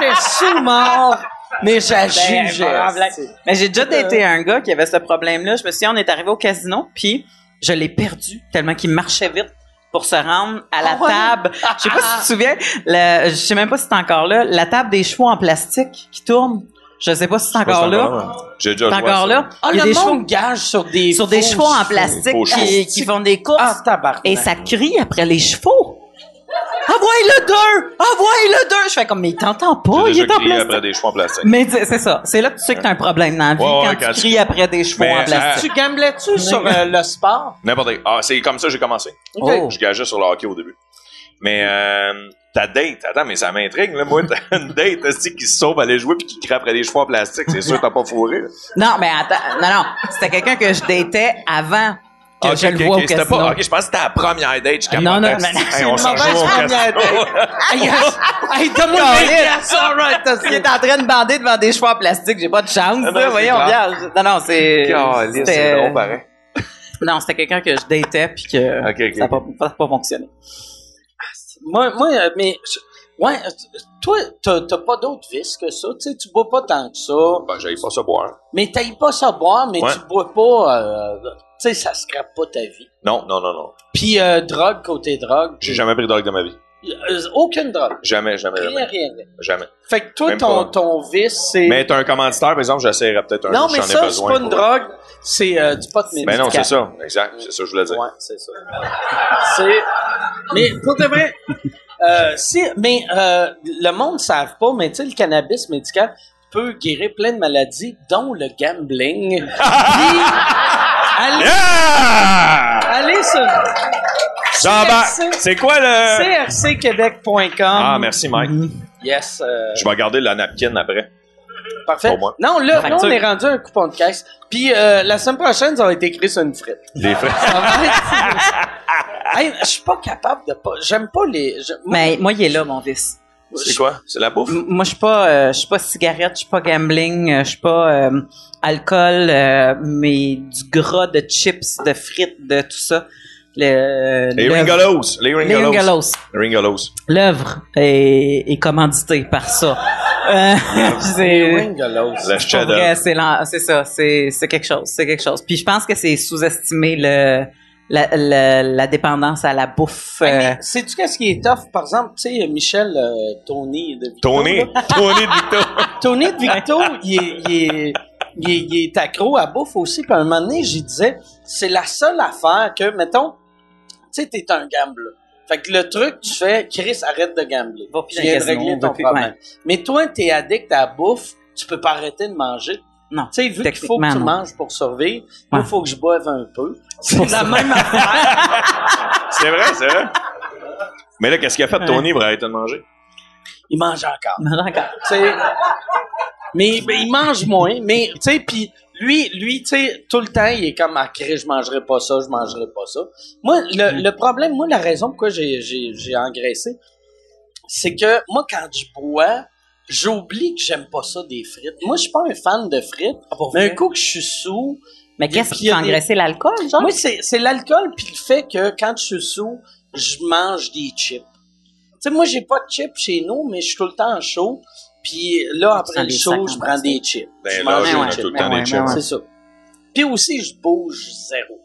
Speaker 2: j'étais sous-mort, mais je
Speaker 3: Ben,
Speaker 2: la jugeais.
Speaker 3: blague. Mais j'ai
Speaker 2: Euh.
Speaker 3: déjà daté un gars qui avait ce problème-là. Je me souviens, on est arrivé au casino, puis je l'ai perdu tellement qu'il marchait vite pour se rendre à la
Speaker 2: Ah ouais.
Speaker 3: table. Je sais pas si tu te souviens, le- je sais même pas si c'est encore là, la table des chevaux en plastique qui tourne. Je sais pas si c'est encore là.
Speaker 4: J'ai déjà
Speaker 3: C'est
Speaker 4: joué à
Speaker 3: encore
Speaker 4: ça.
Speaker 3: là.
Speaker 2: Ah,
Speaker 3: Il y a
Speaker 2: le
Speaker 3: des chevaux,
Speaker 2: monde gage sur des
Speaker 3: sur des
Speaker 2: faux
Speaker 3: chevaux en plastique
Speaker 4: Faux
Speaker 3: qui,
Speaker 4: chevaux.
Speaker 3: qui font des courses
Speaker 2: Ah, tabarnak.
Speaker 3: et ça crie après les chevaux. Envoie-le deux! Envoie-le deux! Je fais comme, mais il t'entend pas,
Speaker 4: J'ai
Speaker 3: Oh, il
Speaker 4: déjà
Speaker 3: est en
Speaker 4: crié
Speaker 3: plastique.
Speaker 4: après des chevaux en plastique.
Speaker 3: Mais dis- c'est ça. C'est là que tu sais que t'as un problème dans la vie,
Speaker 4: Ouais, ouais,
Speaker 3: quand,
Speaker 4: quand
Speaker 3: tu
Speaker 4: tu-
Speaker 3: cries après des chevaux
Speaker 4: Mais, euh,
Speaker 3: en plastique.
Speaker 2: Tu gamblais-tu sur euh, le sport?
Speaker 4: N'importe quel- Ah, c'est comme ça que j'ai commencé.
Speaker 3: Ok. Oh.
Speaker 4: Je gageais sur le hockey au début. Mais euh, ta date, attends, mais ça m'intrigue, là. Moi, t'as une date, esti, qui se sauve, aller jouer puis qui crie après des chevaux en plastique. C'est sûr que t'as pas fourré. là.
Speaker 3: Non, mais attends, non, non. C'était quelqu'un que je datais avant que
Speaker 4: Ah,
Speaker 3: je
Speaker 4: ok,
Speaker 3: le
Speaker 4: ok,
Speaker 3: vois
Speaker 4: ok,
Speaker 3: au
Speaker 4: c'était
Speaker 3: casino. Ah,
Speaker 4: pas. Ok, je pense que c'était la première date. Je
Speaker 3: non, non,
Speaker 4: capotais.
Speaker 3: mais non,
Speaker 4: Hey,
Speaker 3: c'est
Speaker 4: on
Speaker 2: une
Speaker 4: s'en
Speaker 2: mauvaise
Speaker 4: joue au
Speaker 2: première
Speaker 4: casino.
Speaker 2: Hey, yes. hey donne-moi
Speaker 3: Colin.
Speaker 2: une pièce,
Speaker 4: Ah,
Speaker 2: all right, t'as-
Speaker 3: Il est en train de bander devant des chevaux en plastique, j'ai pas de chance,
Speaker 4: Ah, non,
Speaker 3: là,
Speaker 4: c'est
Speaker 3: voyons,
Speaker 4: grave.
Speaker 3: regarde. Non, non, c'est...
Speaker 4: Caliste,
Speaker 3: c'était-
Speaker 4: c'est drôle, pareil.
Speaker 3: Non, c'était quelqu'un que je datais, puis que
Speaker 4: Ok, ok.
Speaker 3: ça n'a pas, ça a pas fonctionné.
Speaker 2: Moi, moi, euh, mais... je- Ouais, euh, toi, t'as t'as pas d'autres vices que ça, tu sais, tu bois pas tant que ça,
Speaker 4: Ben, j'aille pas ça boire.
Speaker 2: mais t'ailles pas ça boire, mais
Speaker 4: Ouais.
Speaker 2: tu bois pas, euh, tu sais, ça scrape pas ta vie.
Speaker 4: Non, non, non, non.
Speaker 2: Puis euh, drogue, côté drogue,
Speaker 4: J'ai jamais pris de drogue de ma vie.
Speaker 2: euh, aucune drogue,
Speaker 4: Jamais, jamais,
Speaker 2: rien,
Speaker 4: jamais.
Speaker 2: rien, rien.
Speaker 4: Jamais.
Speaker 2: Fait que toi,
Speaker 4: Même
Speaker 2: ton,
Speaker 4: pas.
Speaker 2: ton vice, c'est...
Speaker 4: Mais t'as un commanditaire, par exemple, j'essaierai peut-être un
Speaker 2: non,
Speaker 4: jour,
Speaker 2: mais
Speaker 4: j'en ai
Speaker 2: ça, c'est
Speaker 4: besoin
Speaker 2: pas une
Speaker 4: pour-
Speaker 2: drogue, c'est euh, du pot de
Speaker 4: Ben non,
Speaker 2: médicament.
Speaker 4: c'est ça. Exact. C'est ça que je voulais dire.
Speaker 2: Ouais, c'est ça. C'est. Mais pour de vrai, euh, si, mais euh, le monde ne savent pas, mais tu sais, le cannabis médical peut guérir plein de maladies, dont le gambling. Puis, allez,
Speaker 4: Yeah!
Speaker 2: allez sur
Speaker 4: Jean-Baptiste, c'est quoi le...
Speaker 2: crcquebec.com.
Speaker 4: Ah, merci, Mike.
Speaker 2: Mm-hmm. Yes. euh,
Speaker 4: Je vais garder la napkin après.
Speaker 2: parfait.
Speaker 4: pour moi.
Speaker 2: Non, là, là, on
Speaker 3: Facture.
Speaker 2: est rendu à un coupon de caisse. Puis euh, la semaine prochaine, ça va être écrit sur une frite. Ah
Speaker 4: Les frères.
Speaker 2: Hey, je suis pas capable de pas. J'aime pas les. je- moi,
Speaker 3: Mais moi, il est là, mon vice.
Speaker 4: C'est quoi? C'est la bouffe?
Speaker 3: M- Moi, je suis pas, euh, je suis pas cigarette, je suis pas gambling, euh, je suis pas euh, alcool, euh, mais du gras, de chips, de frites, de tout ça. Le,
Speaker 4: Les
Speaker 3: l'œuvre-
Speaker 4: Ringolos. Les
Speaker 3: Les
Speaker 4: Ringolos.
Speaker 3: Ringolos.
Speaker 4: Ringolos.
Speaker 3: L'œuvre est, est commanditée par ça. Euh, c'est-
Speaker 2: Pringles.
Speaker 4: Le
Speaker 3: pour vrai,
Speaker 4: cheddar.
Speaker 3: c'est l'en- c'est ça, c'est c'est quelque chose, c'est quelque chose. Puis je pense que c'est sous-estimer le la, la, la dépendance à la bouffe.
Speaker 2: Hey,
Speaker 3: euh,
Speaker 2: mais Sais-tu qu'est-ce qui est tough? Par exemple, tu sais, Michel, euh, Tony de Victo.
Speaker 4: Tony.
Speaker 2: là.
Speaker 4: Tony de Victor.
Speaker 2: Tony de Victo, il est, il, est, il, est, il est accro à bouffe aussi. Puis à un moment donné, j'y disais, c'est la seule affaire que, mettons, tu sais, t'es un gambler. Fait que le truc, tu fais, Chris, arrête de gambler.
Speaker 3: Va plus
Speaker 2: tu
Speaker 3: dans le
Speaker 2: viens de
Speaker 3: casino,
Speaker 2: régler
Speaker 3: on
Speaker 2: ton
Speaker 3: veut plus-
Speaker 2: problème. Mais toi, t'es addict à la bouffe, tu peux pas arrêter de manger.
Speaker 3: non,
Speaker 2: Tu sais, vu qu'il faut que
Speaker 3: Techniquement,
Speaker 2: tu
Speaker 3: non.
Speaker 2: manges pour survivre, il
Speaker 3: Ouais.
Speaker 2: faut que je boive un peu. C'est
Speaker 3: Pour
Speaker 2: la
Speaker 3: survivre.
Speaker 2: même affaire.
Speaker 4: C'est vrai, c'est vrai. Mais là, qu'est-ce qu'il a fait Tony pour arrêter de manger?
Speaker 2: Il mange encore.
Speaker 3: Non, d'accord.
Speaker 2: Tu sais. mais, mais il mange moins, mais tu sais, puis lui, lui, tu sais, tout le temps, il est comme ah, Chris, je mangerai pas ça, je mangerai pas ça. Moi, le, le problème, moi, la raison pourquoi j'ai, j'ai, j'ai engraissé, c'est que moi, quand je bois, j'oublie que j'aime pas ça des frites. Moi, je suis pas un fan de frites, mais un
Speaker 3: vrai?
Speaker 2: coup que je suis sous,
Speaker 3: Mais qu'est-ce
Speaker 2: Puis
Speaker 3: qui
Speaker 2: il y
Speaker 3: fait
Speaker 2: a des-
Speaker 3: engraisser l'alcool, genre?
Speaker 2: moi, c'est, c'est l'alcool puis le fait que quand je suis sous, je mange des chips. Tu sais, moi, j'ai pas de chips chez nous, mais je suis tout le temps en show. Puis là, après
Speaker 3: sens
Speaker 2: le
Speaker 3: les
Speaker 2: show,
Speaker 3: sacs
Speaker 2: je
Speaker 3: en
Speaker 2: prends des
Speaker 3: plastique.
Speaker 2: chips. je
Speaker 4: Ben là,
Speaker 2: mange
Speaker 3: ouais,
Speaker 4: on
Speaker 2: des
Speaker 4: a
Speaker 3: ouais,
Speaker 4: tout le
Speaker 2: chips.
Speaker 3: mais
Speaker 4: temps
Speaker 3: ouais,
Speaker 4: des chips.
Speaker 3: ouais.
Speaker 2: C'est ça. Puis aussi, je bouge zéro.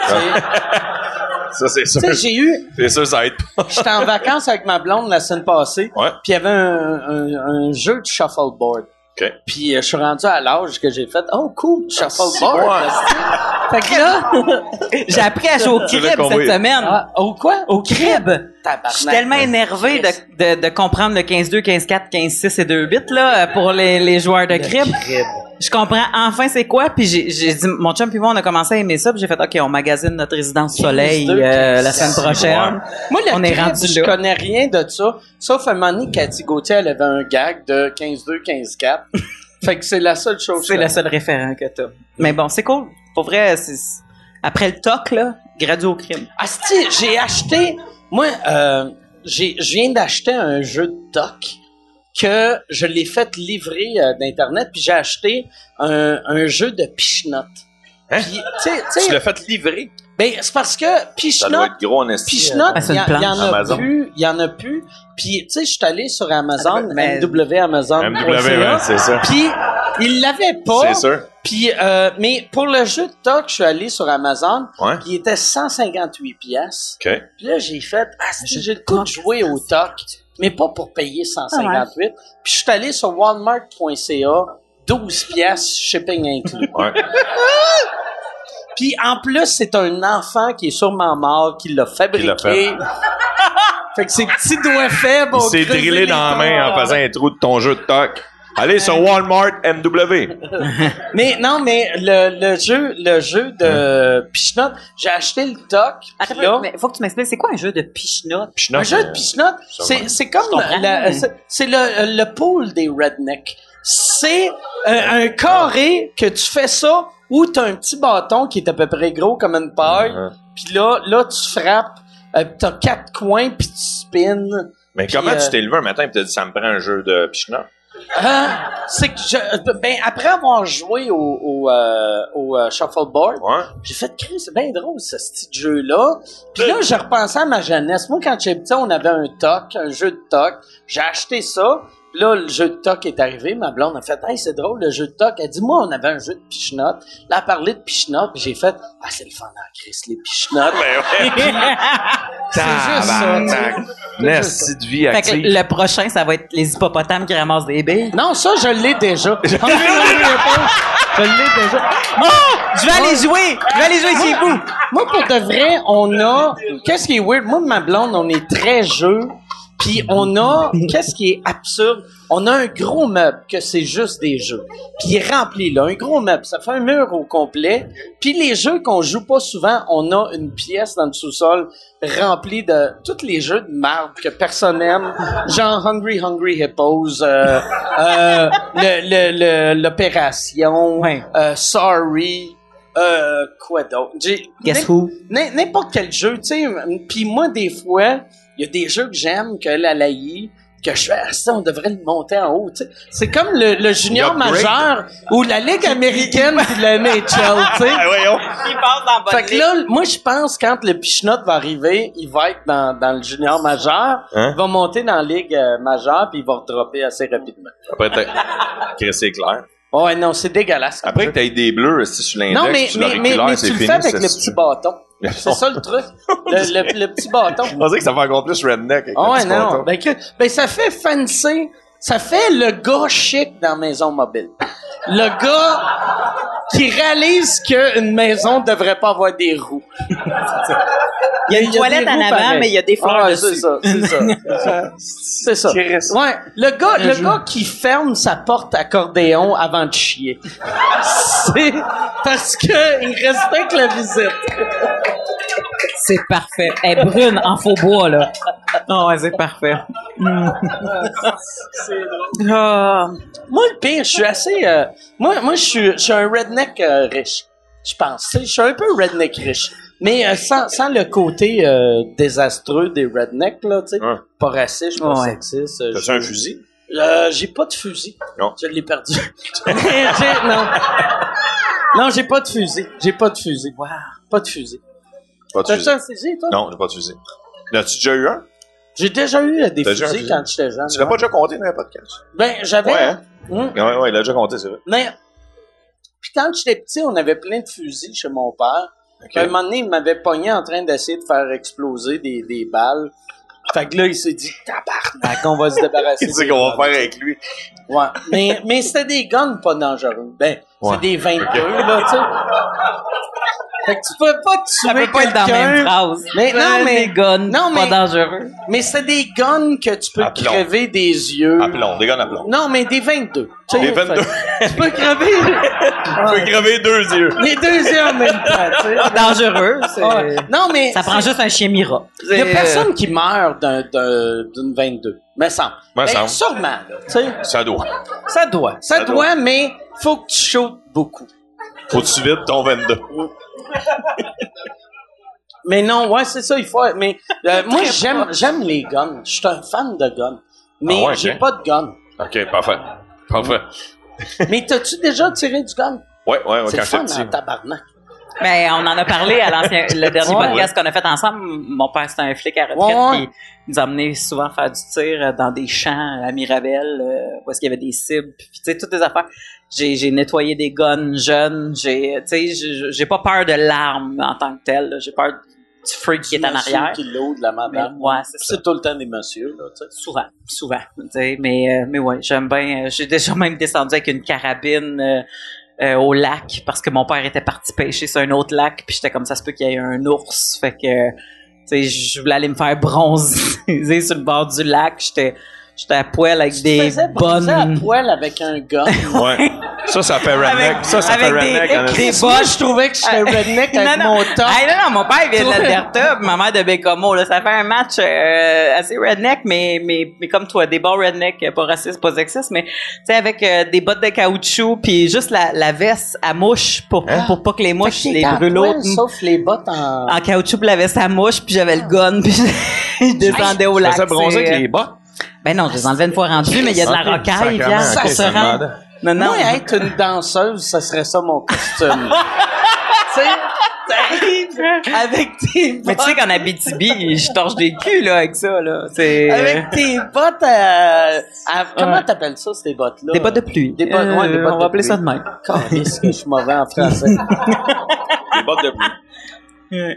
Speaker 4: Ah. Ça, c'est sûr.
Speaker 2: Tu sais, j'ai eu...
Speaker 4: C'est sûr, ça aide pas.
Speaker 2: J'étais en vacances avec ma blonde la semaine passée.
Speaker 4: Ouais.
Speaker 2: Puis il y avait un, un- un jeu de shuffleboard.
Speaker 4: OK. Ah,
Speaker 2: Puis euh, je suis rendu à l'âge que j'ai fait « Oh, cool, shuffleboard!
Speaker 4: Ouais.
Speaker 3: Fait que là, j'ai appris à jouer au
Speaker 4: Tu
Speaker 3: crib
Speaker 4: l'as
Speaker 3: cette
Speaker 4: compris.
Speaker 3: semaine.
Speaker 2: Ah, Au quoi?
Speaker 3: Au crib!
Speaker 2: Tabarnak.
Speaker 3: Je suis tellement énervé de, de, de comprendre le 15-2, 15-4, 15-6 et 2 bits là, pour les, les joueurs de crib. Je comprends enfin c'est quoi, puis j'ai j'ai dit, mon chum puis moi, on a commencé à aimer ça, puis j'ai fait, OK, on magasine notre résidence soleil
Speaker 2: 15-2,
Speaker 3: euh, la
Speaker 2: 15-6.
Speaker 3: semaine prochaine.
Speaker 2: Moi, le
Speaker 3: On est
Speaker 2: crib,
Speaker 3: rendu
Speaker 2: je
Speaker 3: là.
Speaker 2: connais rien de ça. Sauf à un moment donné, Cathy Gauthier, elle avait un gag de 15-2, 15-4. fait que c'est la seule chose.
Speaker 3: C'est
Speaker 2: que-
Speaker 3: le seul référent que t'as. Mais bon, c'est cool. Pour vrai, c'est- après le toc, là, gradué au crib.
Speaker 2: Asti, j'ai acheté... Moi, euh, j'ai- je viens d'acheter un jeu de doc que je l'ai fait livrer euh, d'Internet, puis j'ai acheté un, un jeu de pichenote.
Speaker 4: Hein?
Speaker 2: Puis, tu sais- tu
Speaker 4: Tu
Speaker 2: sais,
Speaker 4: l'as fait livrer.
Speaker 2: ben, c'est parce que
Speaker 4: Ça doit
Speaker 2: pichenote,
Speaker 4: être gros en esti. hein.
Speaker 2: pichenote,
Speaker 3: Ah, c'est
Speaker 2: il y,
Speaker 3: une plante.
Speaker 2: en a
Speaker 4: Amazon.
Speaker 2: plus, il y en a plus. Puis, tu sais, je suis allé sur Amazon,
Speaker 3: Mais-
Speaker 2: MW Amazon.
Speaker 4: MW, ouais, E, c'est ça.
Speaker 2: Puis, il l'avait pas.
Speaker 4: C'est sûr.
Speaker 2: Puis, euh, mais pour le jeu de toc, je suis allé sur Amazon.
Speaker 4: Ouais.
Speaker 2: Puis, il était 158 pièces.
Speaker 4: OK.
Speaker 2: Puis là, j'ai fait, ah, si, j'ai le coup de jouer au toc, mais pas pour payer 158. Puis, je suis allé sur walmart.ca, 12 pièces shipping inclus.
Speaker 4: Ouais.
Speaker 2: Puis, en plus, c'est un enfant qui est sûrement mort, qui l'a fabriqué.
Speaker 4: Qui l'a fait.
Speaker 2: Fait que ses petits doigts faibles
Speaker 4: Il
Speaker 2: ont
Speaker 4: s'est
Speaker 2: creusé
Speaker 4: drillé
Speaker 2: des
Speaker 4: dans la main
Speaker 2: corps.
Speaker 4: en faisant un trou de ton jeu de toc. Allez sur Walmart MW.
Speaker 2: Mais non, mais le, le jeu, le jeu de Pichenotte, j'ai acheté le toc.
Speaker 3: Attends,
Speaker 2: puis là,
Speaker 3: mais faut que tu m'expliques, c'est quoi un jeu de pichenotte?
Speaker 4: Puis
Speaker 2: un
Speaker 4: non,
Speaker 2: jeu de
Speaker 4: euh,
Speaker 2: Pichenotte, c'est, c'est comme
Speaker 3: comprends,
Speaker 2: la-
Speaker 3: mais-
Speaker 2: c'est, c'est le, le pool des rednecks. C'est euh, un carré que tu fais ça où t'as un petit bâton qui est à peu près gros comme une paille.
Speaker 4: Mhm.
Speaker 2: Puis là, là, tu frappes, euh, t'as quatre coins puis tu spins.
Speaker 4: Mais
Speaker 2: Puis,
Speaker 4: comment
Speaker 2: euh,
Speaker 4: tu t'es levé un matin et t'as dit ça me prend un jeu de Pichna?
Speaker 2: Ah, c'est que je, ben après avoir joué au, au, euh, au euh, shuffleboard,
Speaker 4: Ouais.
Speaker 2: j'ai fait Chris, c'est bien drôle ce petit jeu là. Puis là, je repensais à ma jeunesse. Moi, quand j'étais petit, on avait un toc, un jeu de toc. J'ai acheté ça. Puis Là, le jeu de toc est arrivé. Ma blonde a fait Hey, c'est drôle, le jeu de toc. Elle dit Moi, on avait un jeu de pichenotte. Là, elle parlait de pichenotte. Puis j'ai fait Ah, c'est le fun en Chris, les pichenottes.
Speaker 4: Ben ouais.
Speaker 2: c'est juste ça. tu sais.
Speaker 4: Nasty de vie
Speaker 3: Fait que
Speaker 4: active.
Speaker 3: le prochain, ça va être les hippopotames qui ramassent des billes.
Speaker 2: Non, ça, je l'ai déjà. je l'ai déjà.
Speaker 3: Je vais aller jouer! Je vais aller jouer chez vous!
Speaker 2: Moi, pour de vrai, on a. Qu'est-ce qui est weird? Moi, et ma blonde, on est très jeu. Puis on a. Qu'est-ce qui est absurde? On a un gros meuble que c'est juste des jeux. Puis il est rempli, là. Un gros meuble. Ça fait un mur au complet. Puis les jeux qu'on joue pas souvent, on a une pièce dans le sous-sol remplie de tous les jeux de marbre que personne aime. Genre Hungry Hungry Hippos, euh, euh, le- le- le- l'opération,
Speaker 3: Ouais.
Speaker 2: euh, Sorry, euh, quoi d'autre? J'ai-
Speaker 3: Guess who?
Speaker 2: N'im- N'importe quel jeu, tu sais. Puis moi, des fois, il y a des jeux que j'aime, que la laïe, que je fais, ah, ça, on devrait le monter en haut, tu sais. C'est comme le, le junior
Speaker 4: Upgrade.
Speaker 2: majeur ou la Ligue américaine puis la NHL, tu sais.
Speaker 4: Ah, voyons.
Speaker 3: Il passe dans
Speaker 2: Fait que là, moi, je pense quand le pichenote va arriver, il va être dans, dans le junior majeur,
Speaker 4: Hein?
Speaker 2: il va monter dans la Ligue euh, majeure puis il va redropper assez rapidement.
Speaker 4: Après, t'as- Chris, c'est clair.
Speaker 2: Ouais, non, c'est dégueulasse. comme
Speaker 4: Après
Speaker 2: jeu.
Speaker 4: que t'aies des bleus aussi sur l'index,
Speaker 2: Non, mais,
Speaker 4: sur
Speaker 2: mais, mais,
Speaker 4: l'auriculaire,
Speaker 2: mais
Speaker 4: c'est
Speaker 2: tu le
Speaker 4: fini,
Speaker 2: fais avec
Speaker 4: ça,
Speaker 2: le
Speaker 4: si
Speaker 2: petit
Speaker 4: tu-
Speaker 2: bâton.
Speaker 4: Le
Speaker 2: C'est ça le truc. Le, le- le petit bâton.
Speaker 4: Je pensais que ça fait encore plus redneck. avec
Speaker 2: Ah
Speaker 4: le
Speaker 2: ouais,
Speaker 4: petit
Speaker 2: non.
Speaker 4: bâton.
Speaker 2: Ben, que- ben, ça fait fancy. Ça fait le gars chic dans Maison Mobile. Le gars qui réalise qu'une maison devrait pas avoir des roues. il y a
Speaker 3: une toilette
Speaker 2: des
Speaker 3: en
Speaker 2: roues
Speaker 3: avant,
Speaker 2: pareilles.
Speaker 3: mais il y a des fleurs
Speaker 2: Ah,
Speaker 3: dessus.
Speaker 2: C'est ça, c'est ça. c'est ça. Ouais, le gars, le gars qui ferme sa porte accordéon avant de chier. c'est parce que il restait que la visite.
Speaker 3: C'est parfait. Elle est brune en faux bois, là. Non, ouais, c'est parfait. Mm. Ah.
Speaker 2: Moi, le pire, je suis assez. euh, moi, moi je, suis, je suis un redneck euh, riche. Je pense. Tu sais, Je suis un peu redneck riche. Mais euh, sans, sans le côté euh, désastreux des rednecks, là, tu sais.
Speaker 4: Ouais.
Speaker 2: Pas raciste, pas
Speaker 3: Ouais.
Speaker 2: sexiste. euh,
Speaker 4: T'as-tu un fusil?
Speaker 2: euh, j'ai pas de fusil.
Speaker 4: Non.
Speaker 2: Je l'ai perdu. J'ai- non. Non, j'ai pas de fusil. J'ai pas de fusil. Wow. Pas de fusil.
Speaker 4: Pas de
Speaker 2: T'as-tu
Speaker 4: fusil.
Speaker 2: un fusil, toi?
Speaker 4: Non, j'ai pas de fusil. L'as-tu déjà eu un?
Speaker 2: J'ai déjà eu euh, des
Speaker 4: T'as déjà un
Speaker 2: fusils
Speaker 4: fusil?
Speaker 2: quand j'étais jeune.
Speaker 4: Tu l'as
Speaker 2: ouais.
Speaker 4: pas déjà compté dans un podcast?
Speaker 2: Ben, j'avais.
Speaker 4: Ouais, hein?
Speaker 2: Hmm.
Speaker 4: Ouais, ouais, il l'a déjà compté, c'est vrai.
Speaker 2: Mais, puis quand j'étais petit, on avait plein de fusils chez mon père. Puis À un moment donné, il m'avait pogné en train d'essayer de faire exploser des, des balles. Fait que là, il s'est dit, tabarnak, on va se débarrasser.
Speaker 4: Qu'est-ce
Speaker 2: des
Speaker 4: qu'on va
Speaker 2: balles.
Speaker 4: faire avec lui?
Speaker 2: Ouais. Mais, mais c'était des guns pas dangereux. Ben,
Speaker 4: Ouais.
Speaker 2: c'est des 22, là, tu sais. Fait que tu peux pas tuer
Speaker 3: Ça peut pas être dans la même
Speaker 2: quelqu'un,
Speaker 3: phrase.
Speaker 2: Mais non,
Speaker 3: Euh,
Speaker 2: mais-
Speaker 3: des guns,
Speaker 2: non, mais-
Speaker 3: pas dangereux.
Speaker 2: mais c'est des guns que tu peux
Speaker 4: À plomb.
Speaker 2: crever des yeux.
Speaker 4: À plomb, des gars à plomb.
Speaker 2: Non, mais des 22. tu sais.
Speaker 4: Des 22.
Speaker 2: Fait que Tu peux crever
Speaker 4: Tu peux crever deux yeux.
Speaker 2: les deux yeux en même temps, tu sais.
Speaker 3: Dangereux, c'est...
Speaker 2: Ah Ouais. Non, mais.
Speaker 3: Ça prend euh, juste un chien Mira.
Speaker 2: Il n'y a personne qui meurt d'un- d'un- d'une 22. Me semble.
Speaker 4: Me
Speaker 2: Ben,
Speaker 4: semble.
Speaker 2: Sûrement, là. tu sais.
Speaker 4: Ça doit.
Speaker 2: Ça doit. Ça,
Speaker 4: Ça
Speaker 2: doit,
Speaker 4: doit.
Speaker 2: mais faut que tu shootes beaucoup.
Speaker 4: Faut-tu vite ton 22?
Speaker 2: Mais non, ouais, c'est ça, il faut. Mais euh, moi, j'aime j'aime les guns. Je suis un fan de guns. Mais
Speaker 4: Ah ouais,
Speaker 2: j'ai
Speaker 4: ok.
Speaker 2: pas de gun.
Speaker 4: Ok, parfait. Parfait.
Speaker 2: Mais t'as-tu déjà tiré du gun?
Speaker 4: Ouais, ouais, ouais,
Speaker 2: c'est
Speaker 4: Ah, quand
Speaker 2: le fun,
Speaker 4: j'étais petit.
Speaker 3: hein,
Speaker 2: en tabarnak.
Speaker 3: Ben, on en a parlé à l'ancien, le dernier
Speaker 2: Ouais.
Speaker 3: podcast qu'on a fait ensemble. Mon père, c'était un flic à retraite,
Speaker 2: Ouais, ouais.
Speaker 3: puis il nous amenait souvent faire du tir euh, dans des champs à Mirabel, euh, où est-ce qu'il y avait des cibles, puis tu sais, toutes des affaires. J'ai, j'ai nettoyé des guns jeunes, j'ai, tu sais, j'ai, j'ai pas peur de l'arme en tant que telle, là. j'ai peur du freak qui est en
Speaker 2: Monsieur
Speaker 3: arrière.
Speaker 2: Qui l'aude, la
Speaker 3: Mais,
Speaker 2: madame.
Speaker 3: ouais, c'est ça.
Speaker 2: C'est tout le temps des messieurs, là, tu sais.
Speaker 3: Souvent, souvent. tu sais, Mais, euh, mais ouais, j'aime bien. euh, J'ai déjà même descendu avec une carabine euh, euh, au lac parce que mon père était parti pêcher sur un autre lac, puis j'étais comme ça se peut qu'il y ait un ours. Fait que euh, sais, je voulais aller me faire bronzer sur le bord du lac. J'étais, j'étais à poil avec
Speaker 2: Tu
Speaker 3: des
Speaker 2: faisais briser à
Speaker 3: bonnes.
Speaker 2: poil avec un gars.
Speaker 4: Ouais. Ça, ça fait redneck.
Speaker 3: Avec-
Speaker 4: ça, ça fait
Speaker 3: avec des-
Speaker 4: redneck. hein. en-
Speaker 3: des-
Speaker 2: Moi, je trouvais que j'étais redneck avec mon top.
Speaker 3: Hey, non, non, mon père il vient de
Speaker 2: Toi.
Speaker 3: l'Alberta, puis ma mère de Bécomo. Là, ça fait un match euh, assez redneck, mais, mais, mais comme toi, des bons redneck, euh, pas racistes, pas sexistes, mais tu sais, avec euh, des bottes de caoutchouc, puis juste la, la veste à mouche pour, pour pas que les mouches
Speaker 2: Fait que
Speaker 3: les Ah,
Speaker 2: t'es en
Speaker 3: brûlent.
Speaker 2: poil, Ah. Sauf les bottes en...
Speaker 3: En caoutchouc, puis la veste à mouche, puis j'avais le gun, puis je, je descendais au
Speaker 4: Ça
Speaker 3: lac.
Speaker 4: faisait bronzer
Speaker 3: c'est,
Speaker 4: avec les
Speaker 3: euh,
Speaker 4: bottes.
Speaker 3: Ben non, je les enlevais une fois rendu, mais il y a de la
Speaker 4: Ok,
Speaker 3: rocaille,
Speaker 4: sacrément,
Speaker 3: Pierre. ça
Speaker 4: ok,
Speaker 3: se
Speaker 4: ça me
Speaker 3: rend.
Speaker 4: demandait.
Speaker 3: Non, non.
Speaker 2: Moi, hein. être une danseuse, ça serait ça mon costume. tu sais, avec tes bottes,
Speaker 3: Mais tu sais qu'en Abitibi, je torche des culs, là, avec ça, là. C'est...
Speaker 2: avec tes bottes à, à- comment t'appelles ça ces bottes là
Speaker 3: Des bottes de pluie.
Speaker 2: Des bottes, ouais, des
Speaker 3: Euh,
Speaker 2: bottes
Speaker 3: on
Speaker 2: de
Speaker 3: va appeler ça de
Speaker 2: pluie.
Speaker 3: même.
Speaker 2: Calisse que je suis mauvais en français.
Speaker 4: Les bottes de pluie.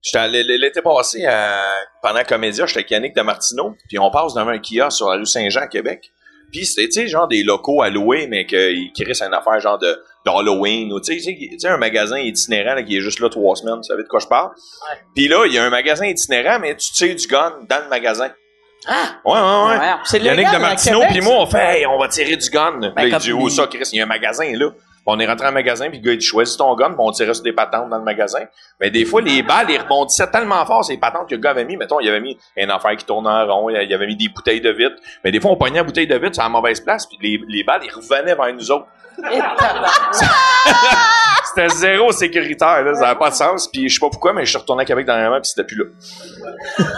Speaker 4: J'étais allé- l'été passé à, pendant Comédia, j'étais avec Yannick de Martineau, puis on passe devant un kiosque sur la rue Saint-Jean à Québec. Puis c'était, tu sais, genre des locaux à louer, mais qu'ils qui risquent une affaire genre de d'Halloween ou tu sais, tu sais, tu sais, un magasin itinérant là, qui est juste là trois semaines, tu savais de quoi je parle. Puis là, il y a un magasin itinérant, mais tu tires du gun dans le magasin.
Speaker 2: Ah!
Speaker 4: Ouais, ouais, ouais.
Speaker 3: Ouais.
Speaker 2: C'est
Speaker 4: Yannick
Speaker 2: légal
Speaker 4: de
Speaker 2: à
Speaker 4: Martineau,
Speaker 2: Québec, Ben,
Speaker 4: puis moi, on fait, hey, on va tirer du gun. Là, il
Speaker 3: comme-
Speaker 4: dit, où ça, Chris? Il y a un magasin, là. Puis On est rentré en magasin, puis le gars, il dit, choisis ton gun, puis on tirait sur des patentes dans le magasin. Mais des fois, les balles, ils rebondissaient tellement fort, ces patentes que le gars avait mis, mettons, il avait mis un affaire qui tourne en rond, il avait mis des bouteilles de vitre. Mais des fois, on pognait la bouteille de vitre, c'est à la mauvaise place, puis les, les balles, ils revenaient vers nous autres.
Speaker 2: ça. Et tabarnak.
Speaker 4: C'était zéro sécuritaire, là, ça n'avait pas de sens. Puis je sais pas pourquoi, mais je suis retourné à Québec dernièrement, puis c'était plus là.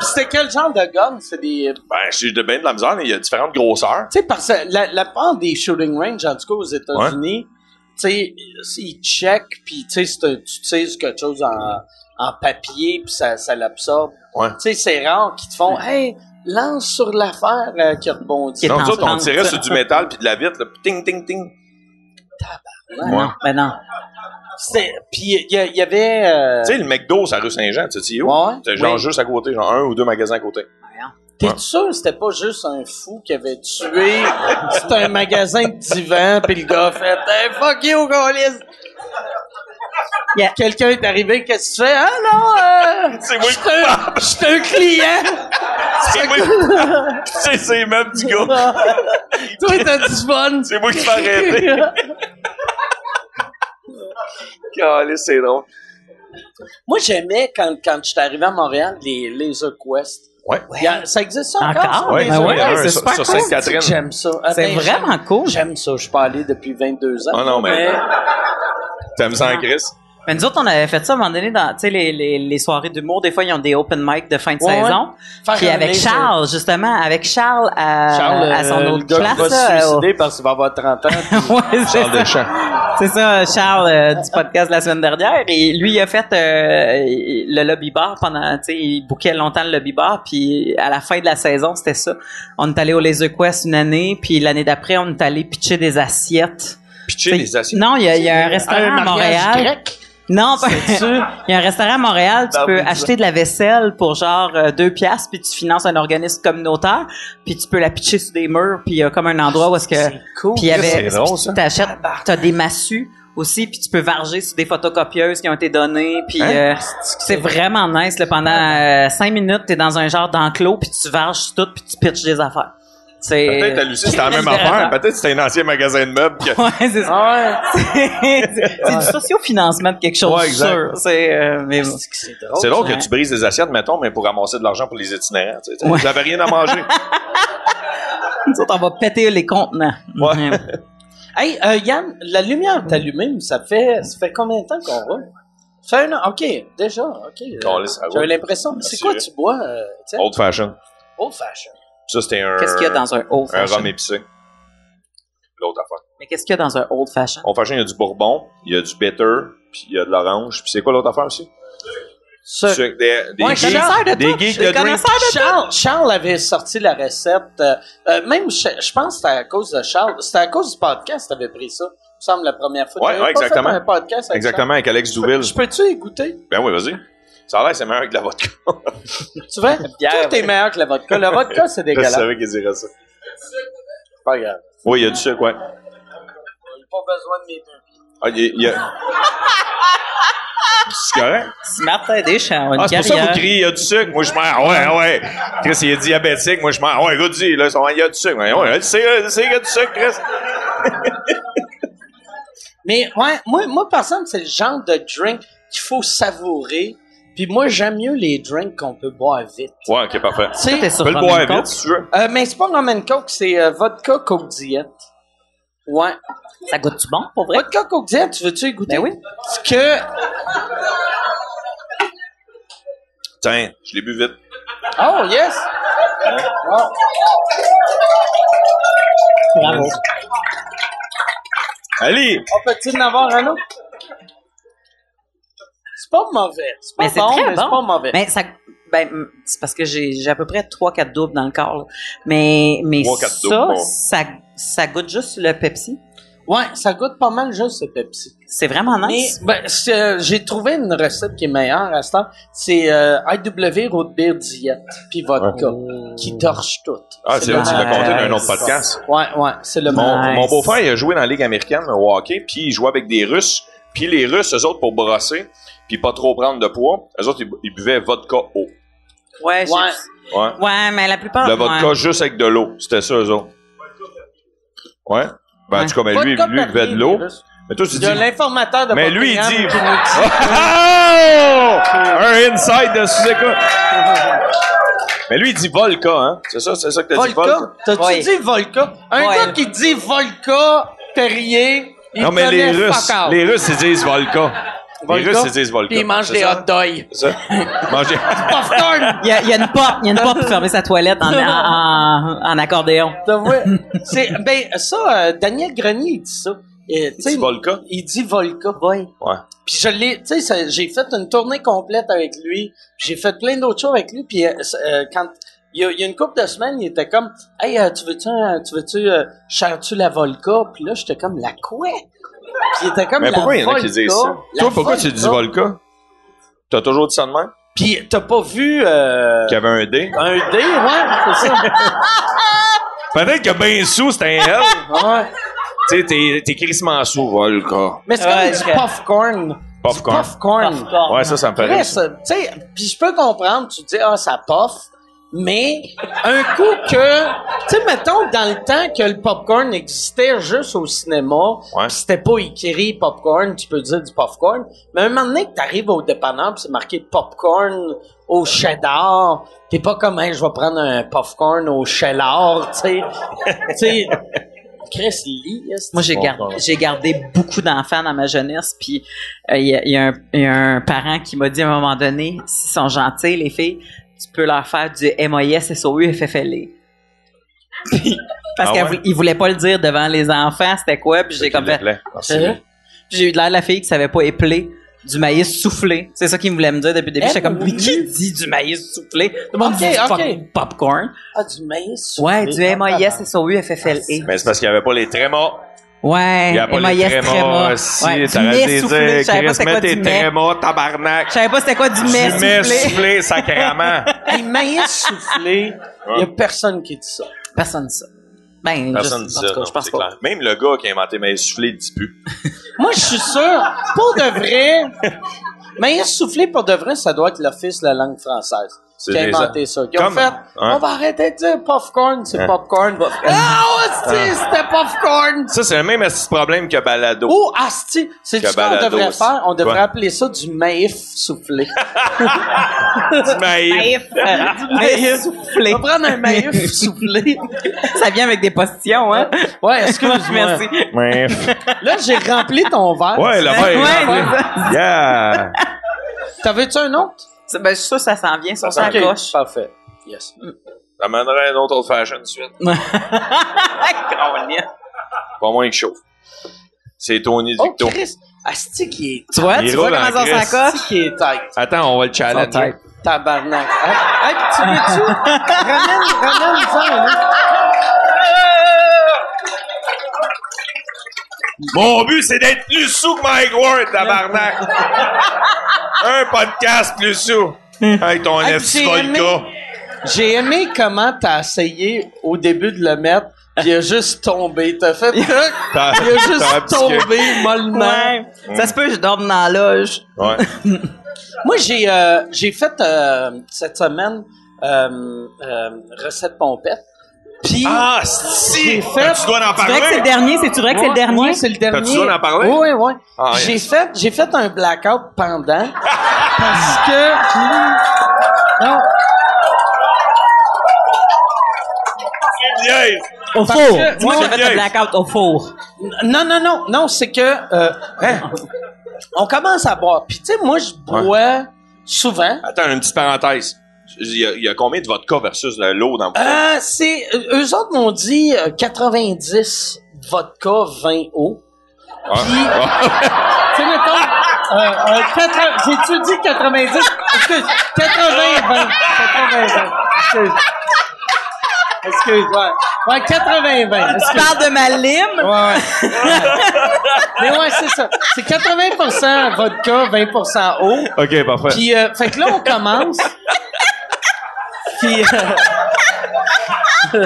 Speaker 2: C'était quel genre de gun? C'est des...
Speaker 4: Ben, j'ai de bien de la misère, mais il y a différentes grosseurs.
Speaker 2: Tu sais, parce que la, la part des shooting ranges, en tout cas aux États-Unis, tu sais, ils checkent, puis tu sais, c'est un- tu tires quelque chose en, en papier, puis ça, ça l'absorbe.
Speaker 4: Ouais.
Speaker 2: Tu sais, c'est rare qu'ils te font « Hey, lance sur l'affaire euh, qui rebondit.
Speaker 3: Qui est
Speaker 4: Non, nous autres, on
Speaker 3: transparente.
Speaker 4: tirait sur du métal, puis de la vitre, là, puis ting, ting, ting. Ouais.
Speaker 3: Ben non. »
Speaker 2: C'était- Puis il y, a- il y avait... euh,
Speaker 4: Tu sais, le McDo, c'est à rue Saint-Jean, tu sais, c'est où?
Speaker 2: ouais.
Speaker 4: C'est genre juste à côté, genre un ou deux magasins à côté.
Speaker 2: T'es
Speaker 4: Ouais.
Speaker 2: sûr que c'était pas juste un fou qui avait tué? C'était un magasin de divan, puis le gars a fait hey, fuck you, Gaulis!
Speaker 3: Yeah.
Speaker 2: Quelqu'un est arrivé, qu'est-ce que tu fais? Ah non! Euh,
Speaker 4: C'est moi le
Speaker 2: j'suis un- j'suis un client!
Speaker 4: C'est moi qui- Tu sais, c'est même du gars.
Speaker 2: Toi, t'as du fun!
Speaker 4: C'est moi qui fais arrêter. Calais, c'est drôle.
Speaker 2: Moi, j'aimais quand, quand j'étais arrivé à Montréal, les Laser Quest.
Speaker 4: Ouais.
Speaker 2: Il y a- ça existe ça encore?
Speaker 3: Encore?
Speaker 2: ça,
Speaker 4: Ouais,
Speaker 2: les
Speaker 3: Ben
Speaker 4: ça,
Speaker 2: Laser
Speaker 4: il y
Speaker 3: ouais,
Speaker 4: en a un
Speaker 3: c'est
Speaker 4: sur,
Speaker 3: super
Speaker 4: sur
Speaker 3: cool.
Speaker 2: Quest?
Speaker 4: Sainte-Catherine.
Speaker 2: J'aime ça. Ah,
Speaker 3: C'est
Speaker 2: ben,
Speaker 3: vraiment cool.
Speaker 2: J'aime ça. Je suis pas allé depuis 22 ans.
Speaker 4: Oh non, mais
Speaker 2: Mais-
Speaker 4: t'aimes ça en Chris?
Speaker 3: Mais nous autres, on avait fait ça à un moment donné dans, tu sais, les, les, les soirées d'humour. Des fois, ils ont des open mic de fin de
Speaker 2: Ouais,
Speaker 3: saison.
Speaker 2: Faire
Speaker 3: Puis
Speaker 2: un
Speaker 3: avec
Speaker 2: laser-
Speaker 3: Charles, justement, avec Charles à,
Speaker 2: Charles,
Speaker 3: à son
Speaker 2: euh,
Speaker 3: autre
Speaker 2: le gars qui
Speaker 3: classe.
Speaker 2: va
Speaker 3: là,
Speaker 2: se
Speaker 3: au-
Speaker 2: suicider parce qu'il va avoir 30 ans.
Speaker 3: Ouais, c'est
Speaker 4: Charles
Speaker 3: ça.
Speaker 4: Deschamps.
Speaker 3: C'est ça, Charles euh, du podcast de la semaine dernière. Et lui, il a fait euh, le lobby bar pendant, tu sais, il bouquait longtemps le lobby bar. Puis à la fin de la saison, c'était ça. On est allé au Laser Quest une année, puis l'année d'après, on est allé pitcher des assiettes.
Speaker 4: Pitcher les assiettes.
Speaker 3: Non, il y a, il y a un restaurant à Montréal. Non, pas
Speaker 2: Ah,
Speaker 3: Il y a un restaurant à Montréal, tu
Speaker 4: Dans
Speaker 3: peux
Speaker 4: Pizza.
Speaker 3: acheter de la vaisselle pour genre euh, deux piastres, puis tu finances un organisme communautaire, puis tu peux la pitcher sur des murs, puis il y a comme un endroit où est-ce que...
Speaker 2: cool.
Speaker 3: Puis il y avait,
Speaker 4: C'est drôle, ça.
Speaker 3: tu t'achètes, t'as des massues aussi, puis tu peux varger sur des photocopieuses qui ont été données, puis euh,
Speaker 4: Hein?
Speaker 3: c'est vraiment nice. Là, pendant euh, cinq minutes, t'es dans un genre d'enclos, puis tu varges sur tout, puis tu pitches des affaires. C'est-
Speaker 4: Peut-être à Lucie, c'était la même affaire. Peut-être que c'était un ancien magasin de meubles. que-
Speaker 3: Ouais, c'est ça.
Speaker 2: Ah
Speaker 3: c'est c'est du sociofinancement de quelque chose,
Speaker 4: Ouais, exact.
Speaker 3: sûr. C'est, euh, mais bon.
Speaker 2: c'est drôle.
Speaker 4: C'est drôle
Speaker 3: Ouais.
Speaker 4: que tu brises des assiettes, mettons, mais pour ramasser de l'argent pour les itinérants. tu sais, tu sais.
Speaker 3: Ouais.
Speaker 4: J'avais rien à manger.
Speaker 3: Nous autres, on va péter les contenants.
Speaker 4: Ouais.
Speaker 2: Hey, euh, Yann, la lumière est allumée, mais ça fait, ça fait combien de temps qu'on roule? Ça fait un an. OK, déjà, OK. Euh,
Speaker 4: Calais, ça roule.
Speaker 2: J'avais l'impression. C'est quoi
Speaker 4: Merci. Oh.
Speaker 2: tu bois? Euh, tiens,
Speaker 4: Old fashion.
Speaker 2: old fashion.
Speaker 4: Ça, c'était un.
Speaker 3: Qu'est-ce qu'il y a dans un old
Speaker 4: Un rhum
Speaker 3: fashion?
Speaker 4: épicé. L'autre affaire.
Speaker 3: Mais qu'est-ce qu'il y a dans un old fashion?
Speaker 4: Old fashion, il y a du bourbon, il y a du bitter, puis il y a de l'orange. Puis c'est quoi l'autre affaire aussi?
Speaker 2: Ça-
Speaker 4: Des, des, des
Speaker 2: Ouais,
Speaker 4: geeks-
Speaker 2: connaisseur de
Speaker 4: des
Speaker 2: tout,
Speaker 4: geeks
Speaker 2: des
Speaker 4: de drink.
Speaker 3: connaisseurs de
Speaker 2: Charles, Charles avait sorti la recette. euh, euh, même, je, je pense que c'était à cause de Charles. C'était à cause du podcast que tu avais pris ça. Il me semble la première fois.
Speaker 4: Ouais,
Speaker 2: T'avais
Speaker 4: ouais,
Speaker 2: pas fait
Speaker 4: exactement.
Speaker 2: un podcast avec
Speaker 4: Exactement, avec Alex
Speaker 2: Charles.
Speaker 4: Douville.
Speaker 2: Je peux-tu y goûter?
Speaker 4: Ben oui, vas-y. Ça a l'air, c'est meilleur que de la vodka.
Speaker 2: Tu vois,
Speaker 3: bière,
Speaker 2: tout est meilleur que la vodka. La vodka, c'est
Speaker 4: Je
Speaker 2: dégueulasse.
Speaker 4: savais qu'il dirait ça.
Speaker 2: Pas grave.
Speaker 4: Oui, il y a du sucre, ouais.
Speaker 2: Pas besoin de mes deux.
Speaker 4: Ah, il y a- il y a- C'est correct.
Speaker 3: Martin Deschamps, une
Speaker 4: Ah, c'est pour ça que vous
Speaker 3: carrière.
Speaker 4: criez, il y a du sucre. Moi, je meurs. Ouais, ouais. Chris, il est diabétique. Moi, je meurs. Ouais, écoute, dis, là, ils sont- il y a du sucre. Ouais, ouais, c'est, c'est, il y a du sucre, Chris.
Speaker 2: Mais ouais, moi, moi, par exemple, c'est le genre de drink qu'il faut savourer. Puis moi, j'aime mieux les drinks qu'on peut boire vite.
Speaker 4: Ouais, ok, parfait.
Speaker 2: Tu sais,
Speaker 3: Tout est sur
Speaker 4: Tu peux le
Speaker 3: Roman
Speaker 4: boire
Speaker 3: Coke.
Speaker 4: vite, si tu veux.
Speaker 2: euh, mais c'est pas rum and coke, c'est euh, vodka coke diète. Ouais.
Speaker 3: Ça goûte-tu bon, pour vrai?
Speaker 2: Vodka coke diète, tu veux-tu y goûter?
Speaker 3: Ben oui.
Speaker 2: Parce que...
Speaker 4: Tiens, je l'ai bu vite.
Speaker 2: Oh, yes! Oh.
Speaker 3: Bravo.
Speaker 4: Allez!
Speaker 2: On peut-tu en avoir un autre? C'est pas mauvais. C'est pas
Speaker 3: Mais c'est
Speaker 2: bon,
Speaker 3: très
Speaker 2: mais c'est
Speaker 3: bon.
Speaker 2: pas mauvais.
Speaker 3: Mais ça, ben, hum, c'est parce que j'ai, j'ai à peu près 3-4 doubles dans le corps, là. Mais, mais
Speaker 4: Trois, quatre
Speaker 3: ça,
Speaker 4: doubles, bon.
Speaker 3: ça, ça goûte juste le Pepsi.
Speaker 2: Ouais, ça goûte pas mal juste, ce Pepsi.
Speaker 3: C'est vraiment
Speaker 2: Mais
Speaker 3: nice.
Speaker 2: ben, c'est, euh, j'ai trouvé une recette qui est meilleure à ce temps. C'est euh, IW Root Beer Diet, puis vodka, qui torche tout.
Speaker 4: Ah, c'est là, tu l'as
Speaker 3: nice.
Speaker 4: compté dans un autre podcast.
Speaker 2: Ouais, ouais, c'est le
Speaker 4: Mon,
Speaker 2: bon.
Speaker 3: Nice.
Speaker 4: mon beau-frère, il a joué dans la Ligue américaine au hockey, puis il jouait avec des Russes. Puis les Russes, eux autres, pour brasser, puis pas trop prendre de poids, eux autres, ils, bu- ils buvaient vodka eau.
Speaker 3: Ouais, j'ai-
Speaker 2: Ouais.
Speaker 4: Ouais.
Speaker 3: ouais, mais la plupart.
Speaker 4: Le vodka
Speaker 3: Ah, ouais.
Speaker 4: juste avec de l'eau. C'était ça, eux autres. Ouais. Ben,
Speaker 3: Ouais.
Speaker 4: tu connais, lui, lui,
Speaker 2: Vodka
Speaker 4: il buvait de
Speaker 2: Perrier,
Speaker 4: l'eau.
Speaker 2: mais là,
Speaker 4: Mais toi, tu
Speaker 2: Il
Speaker 4: dis.
Speaker 2: y a l'informateur de
Speaker 4: Mais lui, il
Speaker 2: Buckingham
Speaker 4: dit-
Speaker 2: qui nous dit-
Speaker 4: Oh! Un inside de Suzuka. Mais lui, il dit Volca, hein. C'est ça, c'est ça que t'as dit, Volca.
Speaker 2: Volca? T'as-tu
Speaker 3: Ouais.
Speaker 2: dit Volca? Un
Speaker 3: Ouais.
Speaker 2: gars qui dit Volca, Perrier, il
Speaker 4: Non, mais les
Speaker 2: connaît
Speaker 4: Russes,
Speaker 2: fuck out.
Speaker 4: les Russes, ils disent Volca. Les
Speaker 2: Volca,
Speaker 4: Russes, ils disent Volca.
Speaker 2: Puis il mange
Speaker 4: C'est
Speaker 2: des
Speaker 4: ça?
Speaker 2: hot dogs.
Speaker 4: C'est ça. Manger.
Speaker 2: Popcorn!
Speaker 3: Il y, a, il y a une porte, il y a une porte pour fermer sa toilette en, en, en- en accordéon.
Speaker 2: T'as vu? C'est, ben, ça, euh, Daniel Grenier, il dit ça. Et, tu sais,
Speaker 4: C'est Volca.
Speaker 2: il dit Volca. Oui.
Speaker 4: Ouais.
Speaker 2: Puis je l'ai, tu sais, ça- j'ai fait une tournée complète avec lui. Puis J'ai fait plein d'autres choses avec lui. Puis euh, c- euh, quand il y, a, il y a une couple de semaines, il était comme, hey, euh, tu veux-tu, un- tu veux-tu, euh, tu la Volca Puis là, j'étais comme, la quoi Puis il était comme,
Speaker 4: Mais
Speaker 2: La
Speaker 4: pourquoi il y en a qui
Speaker 2: Volca,
Speaker 4: disent ça?
Speaker 2: la
Speaker 4: Toi, pourquoi tu dis
Speaker 2: Volca.
Speaker 4: Volca? T'as toujours dit ça de même?
Speaker 2: Puis t'as pas vu euh,
Speaker 4: Qu'il y avait un D?
Speaker 2: un dé, ouais, c'est ça.
Speaker 4: Peut-être que ben sous, c'était un L.
Speaker 2: Ouais.
Speaker 4: Tu sais, t'es- t'es crissement sous, Volca.
Speaker 2: Mais c'est
Speaker 3: Ouais,
Speaker 2: comme
Speaker 3: je-
Speaker 2: du popcorn.
Speaker 4: Popcorn.
Speaker 2: Du popcorn.
Speaker 4: Ouais, ça, ça me fait
Speaker 2: Après,
Speaker 4: rire.
Speaker 2: ça, tu sais, puis je peux comprendre, tu dis, ah, ça puff, mais un coup que, tu sais, mettons, dans le temps que le popcorn existait juste au cinéma,
Speaker 4: Ouais.
Speaker 2: pis c'était pas écrit popcorn, tu peux dire du popcorn, mais à un moment donné que t'arrives au dépanneur pis c'est marqué popcorn au cheddar, t'es pas comme, hey, je vais prendre un popcorn au cheddar, tu sais, tu sais, Chris Lee, est-ce que-
Speaker 3: Moi, j'ai gardé, j'ai gardé beaucoup d'enfants dans ma jeunesse, puis euh, il y, a- il y a un- il y a un parent qui m'a dit à un moment donné, s'ils sont gentils, les filles, tu peux leur faire du MIS, SOU, FFLE. E." Puis, parce
Speaker 4: Ah
Speaker 3: qu'ils
Speaker 4: ouais?
Speaker 3: voulaient pas le dire devant les enfants, c'était quoi, puis j'ai comme fait- Euh?
Speaker 4: Merci.
Speaker 3: Puis j'ai eu de l'air de la fille qui savait pas épeler du maïs soufflé. C'est ça qu'il me voulait me dire depuis le début. J'étais comme, mais qui dit du maïs soufflé? Tout le monde
Speaker 2: Eh, Ok,
Speaker 3: dit du
Speaker 2: ok.
Speaker 3: fucking popcorn.
Speaker 2: Ah, du maïs.
Speaker 3: Ouais,
Speaker 2: soufflé.
Speaker 3: du MIS, SOU,
Speaker 2: Ah,
Speaker 3: FFLE.
Speaker 4: Mais c'est parce qu'il n'y avait pas les trémas.
Speaker 3: Ouais,
Speaker 4: Il n'y avait pas les
Speaker 3: MIS,
Speaker 4: trémas.
Speaker 3: tréma.
Speaker 4: Si,
Speaker 3: Ouais, du
Speaker 4: t'aurais
Speaker 3: mets
Speaker 4: dû
Speaker 3: soufflé.
Speaker 4: dire,
Speaker 3: Je savais pas
Speaker 4: Chris,
Speaker 3: c'était quoi
Speaker 4: mets
Speaker 3: du
Speaker 4: tes
Speaker 3: mets.
Speaker 4: trémas,
Speaker 3: Je
Speaker 4: tabarnak.
Speaker 3: savais pas c'était quoi du
Speaker 4: Tu
Speaker 3: mets
Speaker 4: mets
Speaker 3: soufflé.
Speaker 4: soufflé, sacrément.
Speaker 2: Hey, maïs soufflé, il y a personne qui dit ça.
Speaker 3: Personne dit ça. Ben,
Speaker 4: Personne ne
Speaker 3: juste,
Speaker 4: dit
Speaker 3: en tout
Speaker 4: ça.
Speaker 3: cas,
Speaker 4: non,
Speaker 3: je pense
Speaker 4: c'est
Speaker 3: pas.
Speaker 4: clair. Même le gars qui a inventé mais soufflé, dit plus.
Speaker 2: Moi, je suis sûr, pour de vrai, maïs soufflé, pour de vrai, ça doit être l'Office de la langue française
Speaker 4: C'est
Speaker 2: qui a
Speaker 4: des-
Speaker 2: inventé ça. Qui ont
Speaker 4: Comme-
Speaker 2: fait,
Speaker 4: Hein?
Speaker 2: on va arrêter de dire popcorn, c'est
Speaker 4: Hein?
Speaker 2: popcorn. Ah, hostie, c'était popcorn!
Speaker 4: Ça, c'est le même esti de problème que Balado.
Speaker 2: Oh, asti! C'est
Speaker 4: Que
Speaker 2: ce qu'on
Speaker 4: balado
Speaker 2: devrait
Speaker 4: aussi.
Speaker 2: faire. On devrait
Speaker 4: Ouais.
Speaker 2: appeler ça du maïf soufflé.
Speaker 4: Du maïf.
Speaker 3: Maïs soufflé.
Speaker 2: On va prendre un maïf soufflé.
Speaker 3: Ça vient avec des postillons, hein?
Speaker 2: Ouais, excuse-moi.
Speaker 3: Merci.
Speaker 4: Maïf.
Speaker 2: Là, j'ai rempli ton verre.
Speaker 4: Ouais, le
Speaker 3: Ouais,
Speaker 4: maïf.
Speaker 3: c'est ça.
Speaker 4: Yeah.
Speaker 2: T'en veux-tu un autre?
Speaker 3: Ça, Ben, je suis sûr que ça s'en vient sur
Speaker 4: s'en
Speaker 3: sa
Speaker 4: vient.
Speaker 3: gauche.
Speaker 2: Parfait. Yes.
Speaker 4: Ça mènerait un autre old fashion de suite. Pas moins que chaud. C'est Tony
Speaker 2: Oh,
Speaker 4: Dicto.
Speaker 2: Chris! Asti qui est
Speaker 3: Tu vois,
Speaker 4: Il
Speaker 3: tu vois
Speaker 4: roule en
Speaker 3: comment ça
Speaker 4: crise.
Speaker 3: s'accroche?
Speaker 2: Asti qui est tight.
Speaker 4: Attends, on va le challenge.
Speaker 2: Tabarnak. Hein? Hey, puis tu veux-tu? ramène, ramène ça, hein?
Speaker 4: Mon but, c'est d'être plus sous que Mike Ward, tabarnak. un podcast plus sous. Avec ton
Speaker 2: Hey,
Speaker 4: esti
Speaker 2: j'ai aimé-
Speaker 4: Volca.
Speaker 2: J'ai aimé comment t'as essayé au début de le mettre, pis il a juste tombé. T'as fait il a
Speaker 4: T'as- t'as
Speaker 2: juste
Speaker 4: abdiqué.
Speaker 2: tombé mollement.
Speaker 3: Ouais.
Speaker 4: Mm.
Speaker 3: Ça se peut, que je dorme dans la loge.
Speaker 4: Ouais.
Speaker 2: Moi, j'ai euh, j'ai fait euh, cette semaine euh, euh, recette pompette. Puis
Speaker 4: Ah, si!
Speaker 2: J'ai fait-
Speaker 4: Tu dois en
Speaker 3: Tu dirais que c'est le
Speaker 4: parler!
Speaker 3: dernier, c'est tu vrai que c'est le dernier?
Speaker 2: Ouais, c'est le dernier.
Speaker 4: T'as-tu le droit d'en parler?
Speaker 2: Oui, oui.
Speaker 4: Ah, yes.
Speaker 2: j'ai fait, j'ai fait un blackout pendant parce que non,
Speaker 4: Yes!
Speaker 3: Au
Speaker 2: parce
Speaker 3: four.
Speaker 2: que- moi,
Speaker 3: Moi, j'ai fait
Speaker 4: yes.
Speaker 3: le blackout au four.
Speaker 2: non, non, non, non, c'est que euh, hein, on commence à boire. Puis tu sais, moi, je bois souvent.
Speaker 4: Attends, une petite parenthèse. Il y a, il y a combien de vodka versus de l'eau dans votre
Speaker 2: Euh, c'est euh, eux autres m'ont dit euh, 90 vodka, 20 eau.
Speaker 4: Ah.
Speaker 2: Puis Tu sais, mettons, euh, euh, 80 j'ai-tu dit 90? Excuse, 80, 20. 80, 20. Excuse. Excuse, ouais. Ouais, 80, 20.
Speaker 3: Tu parles de ma lime?
Speaker 2: Ouais, ouais. Mais ouais, c'est ça. C'est 80 vodka, 20 eau.
Speaker 4: OK, parfait.
Speaker 2: Puis, euh, fait que là, on commence. Puis, euh,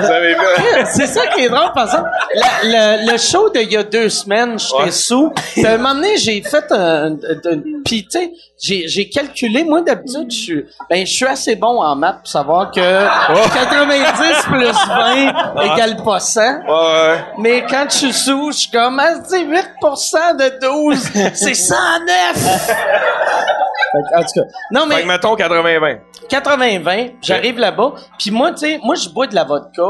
Speaker 4: Vous avez vu? hein?
Speaker 2: C'est ça qui est drôle, par exemple. La- le, le show d'il y a deux semaines, j'étais
Speaker 4: Ouais.
Speaker 2: sous. Puis à un moment donné, j'ai fait un... un- un- Puis, tu sais, j'ai- j'ai calculé. Moi, d'habitude, je suis... Ben, je suis assez bon en maths pour savoir que
Speaker 4: Oh!
Speaker 2: 90 plus 20
Speaker 4: Ah.
Speaker 2: égale pas 100.
Speaker 4: Ouais, ouais.
Speaker 2: Mais quand je suis sous, je suis comme... Ah, c'est 8 de 12, c'est 109! Fait que, en tout cas, non, mais...
Speaker 4: Fait que mettons 80-20.
Speaker 2: 80-20, j'arrive là-bas, puis moi, tu sais, moi, je bois de la vodka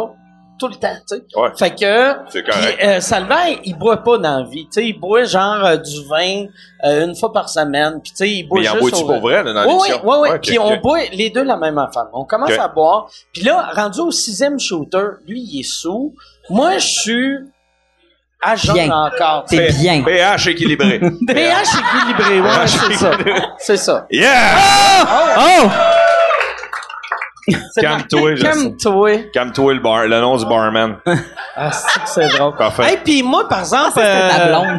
Speaker 2: tout le temps, tu sais.
Speaker 4: Ouais.
Speaker 2: Fait que...
Speaker 4: C'est correct.
Speaker 2: Puis, euh, Salvaire, il boit pas dans la vie, tu sais, il boit genre euh, du vin euh, une fois par semaine, puis tu sais, il boit
Speaker 4: Mais il en
Speaker 2: juste
Speaker 4: boit-tu
Speaker 2: au-
Speaker 4: pour vrai, là, dans
Speaker 2: oui, oui,
Speaker 4: l'émission?
Speaker 2: oui, oui.
Speaker 4: Ouais, ok,
Speaker 2: Puis on
Speaker 4: ok.
Speaker 2: boit les deux la même affaire. On commence
Speaker 4: Ok.
Speaker 2: à boire. Puis là, rendu au sixième shooter, lui, il est sous. Moi, je suis à jeun
Speaker 3: Bien.
Speaker 2: encore.
Speaker 3: C'est bien.
Speaker 4: pH équilibré.
Speaker 2: pH équilibré, ouais, c'est ça. C'est ça.
Speaker 4: Yeah!
Speaker 1: Oh!
Speaker 2: C'est
Speaker 4: Calme-toi,
Speaker 2: marqué,
Speaker 4: Justin.
Speaker 2: Calme-toi.
Speaker 4: Calme-toi, le bar, le nom du barman.
Speaker 2: Ah, c'est que c'est drôle.
Speaker 4: Parfait.
Speaker 2: Hey, puis moi, par exemple,
Speaker 3: Ta
Speaker 2: euh,
Speaker 3: blonde.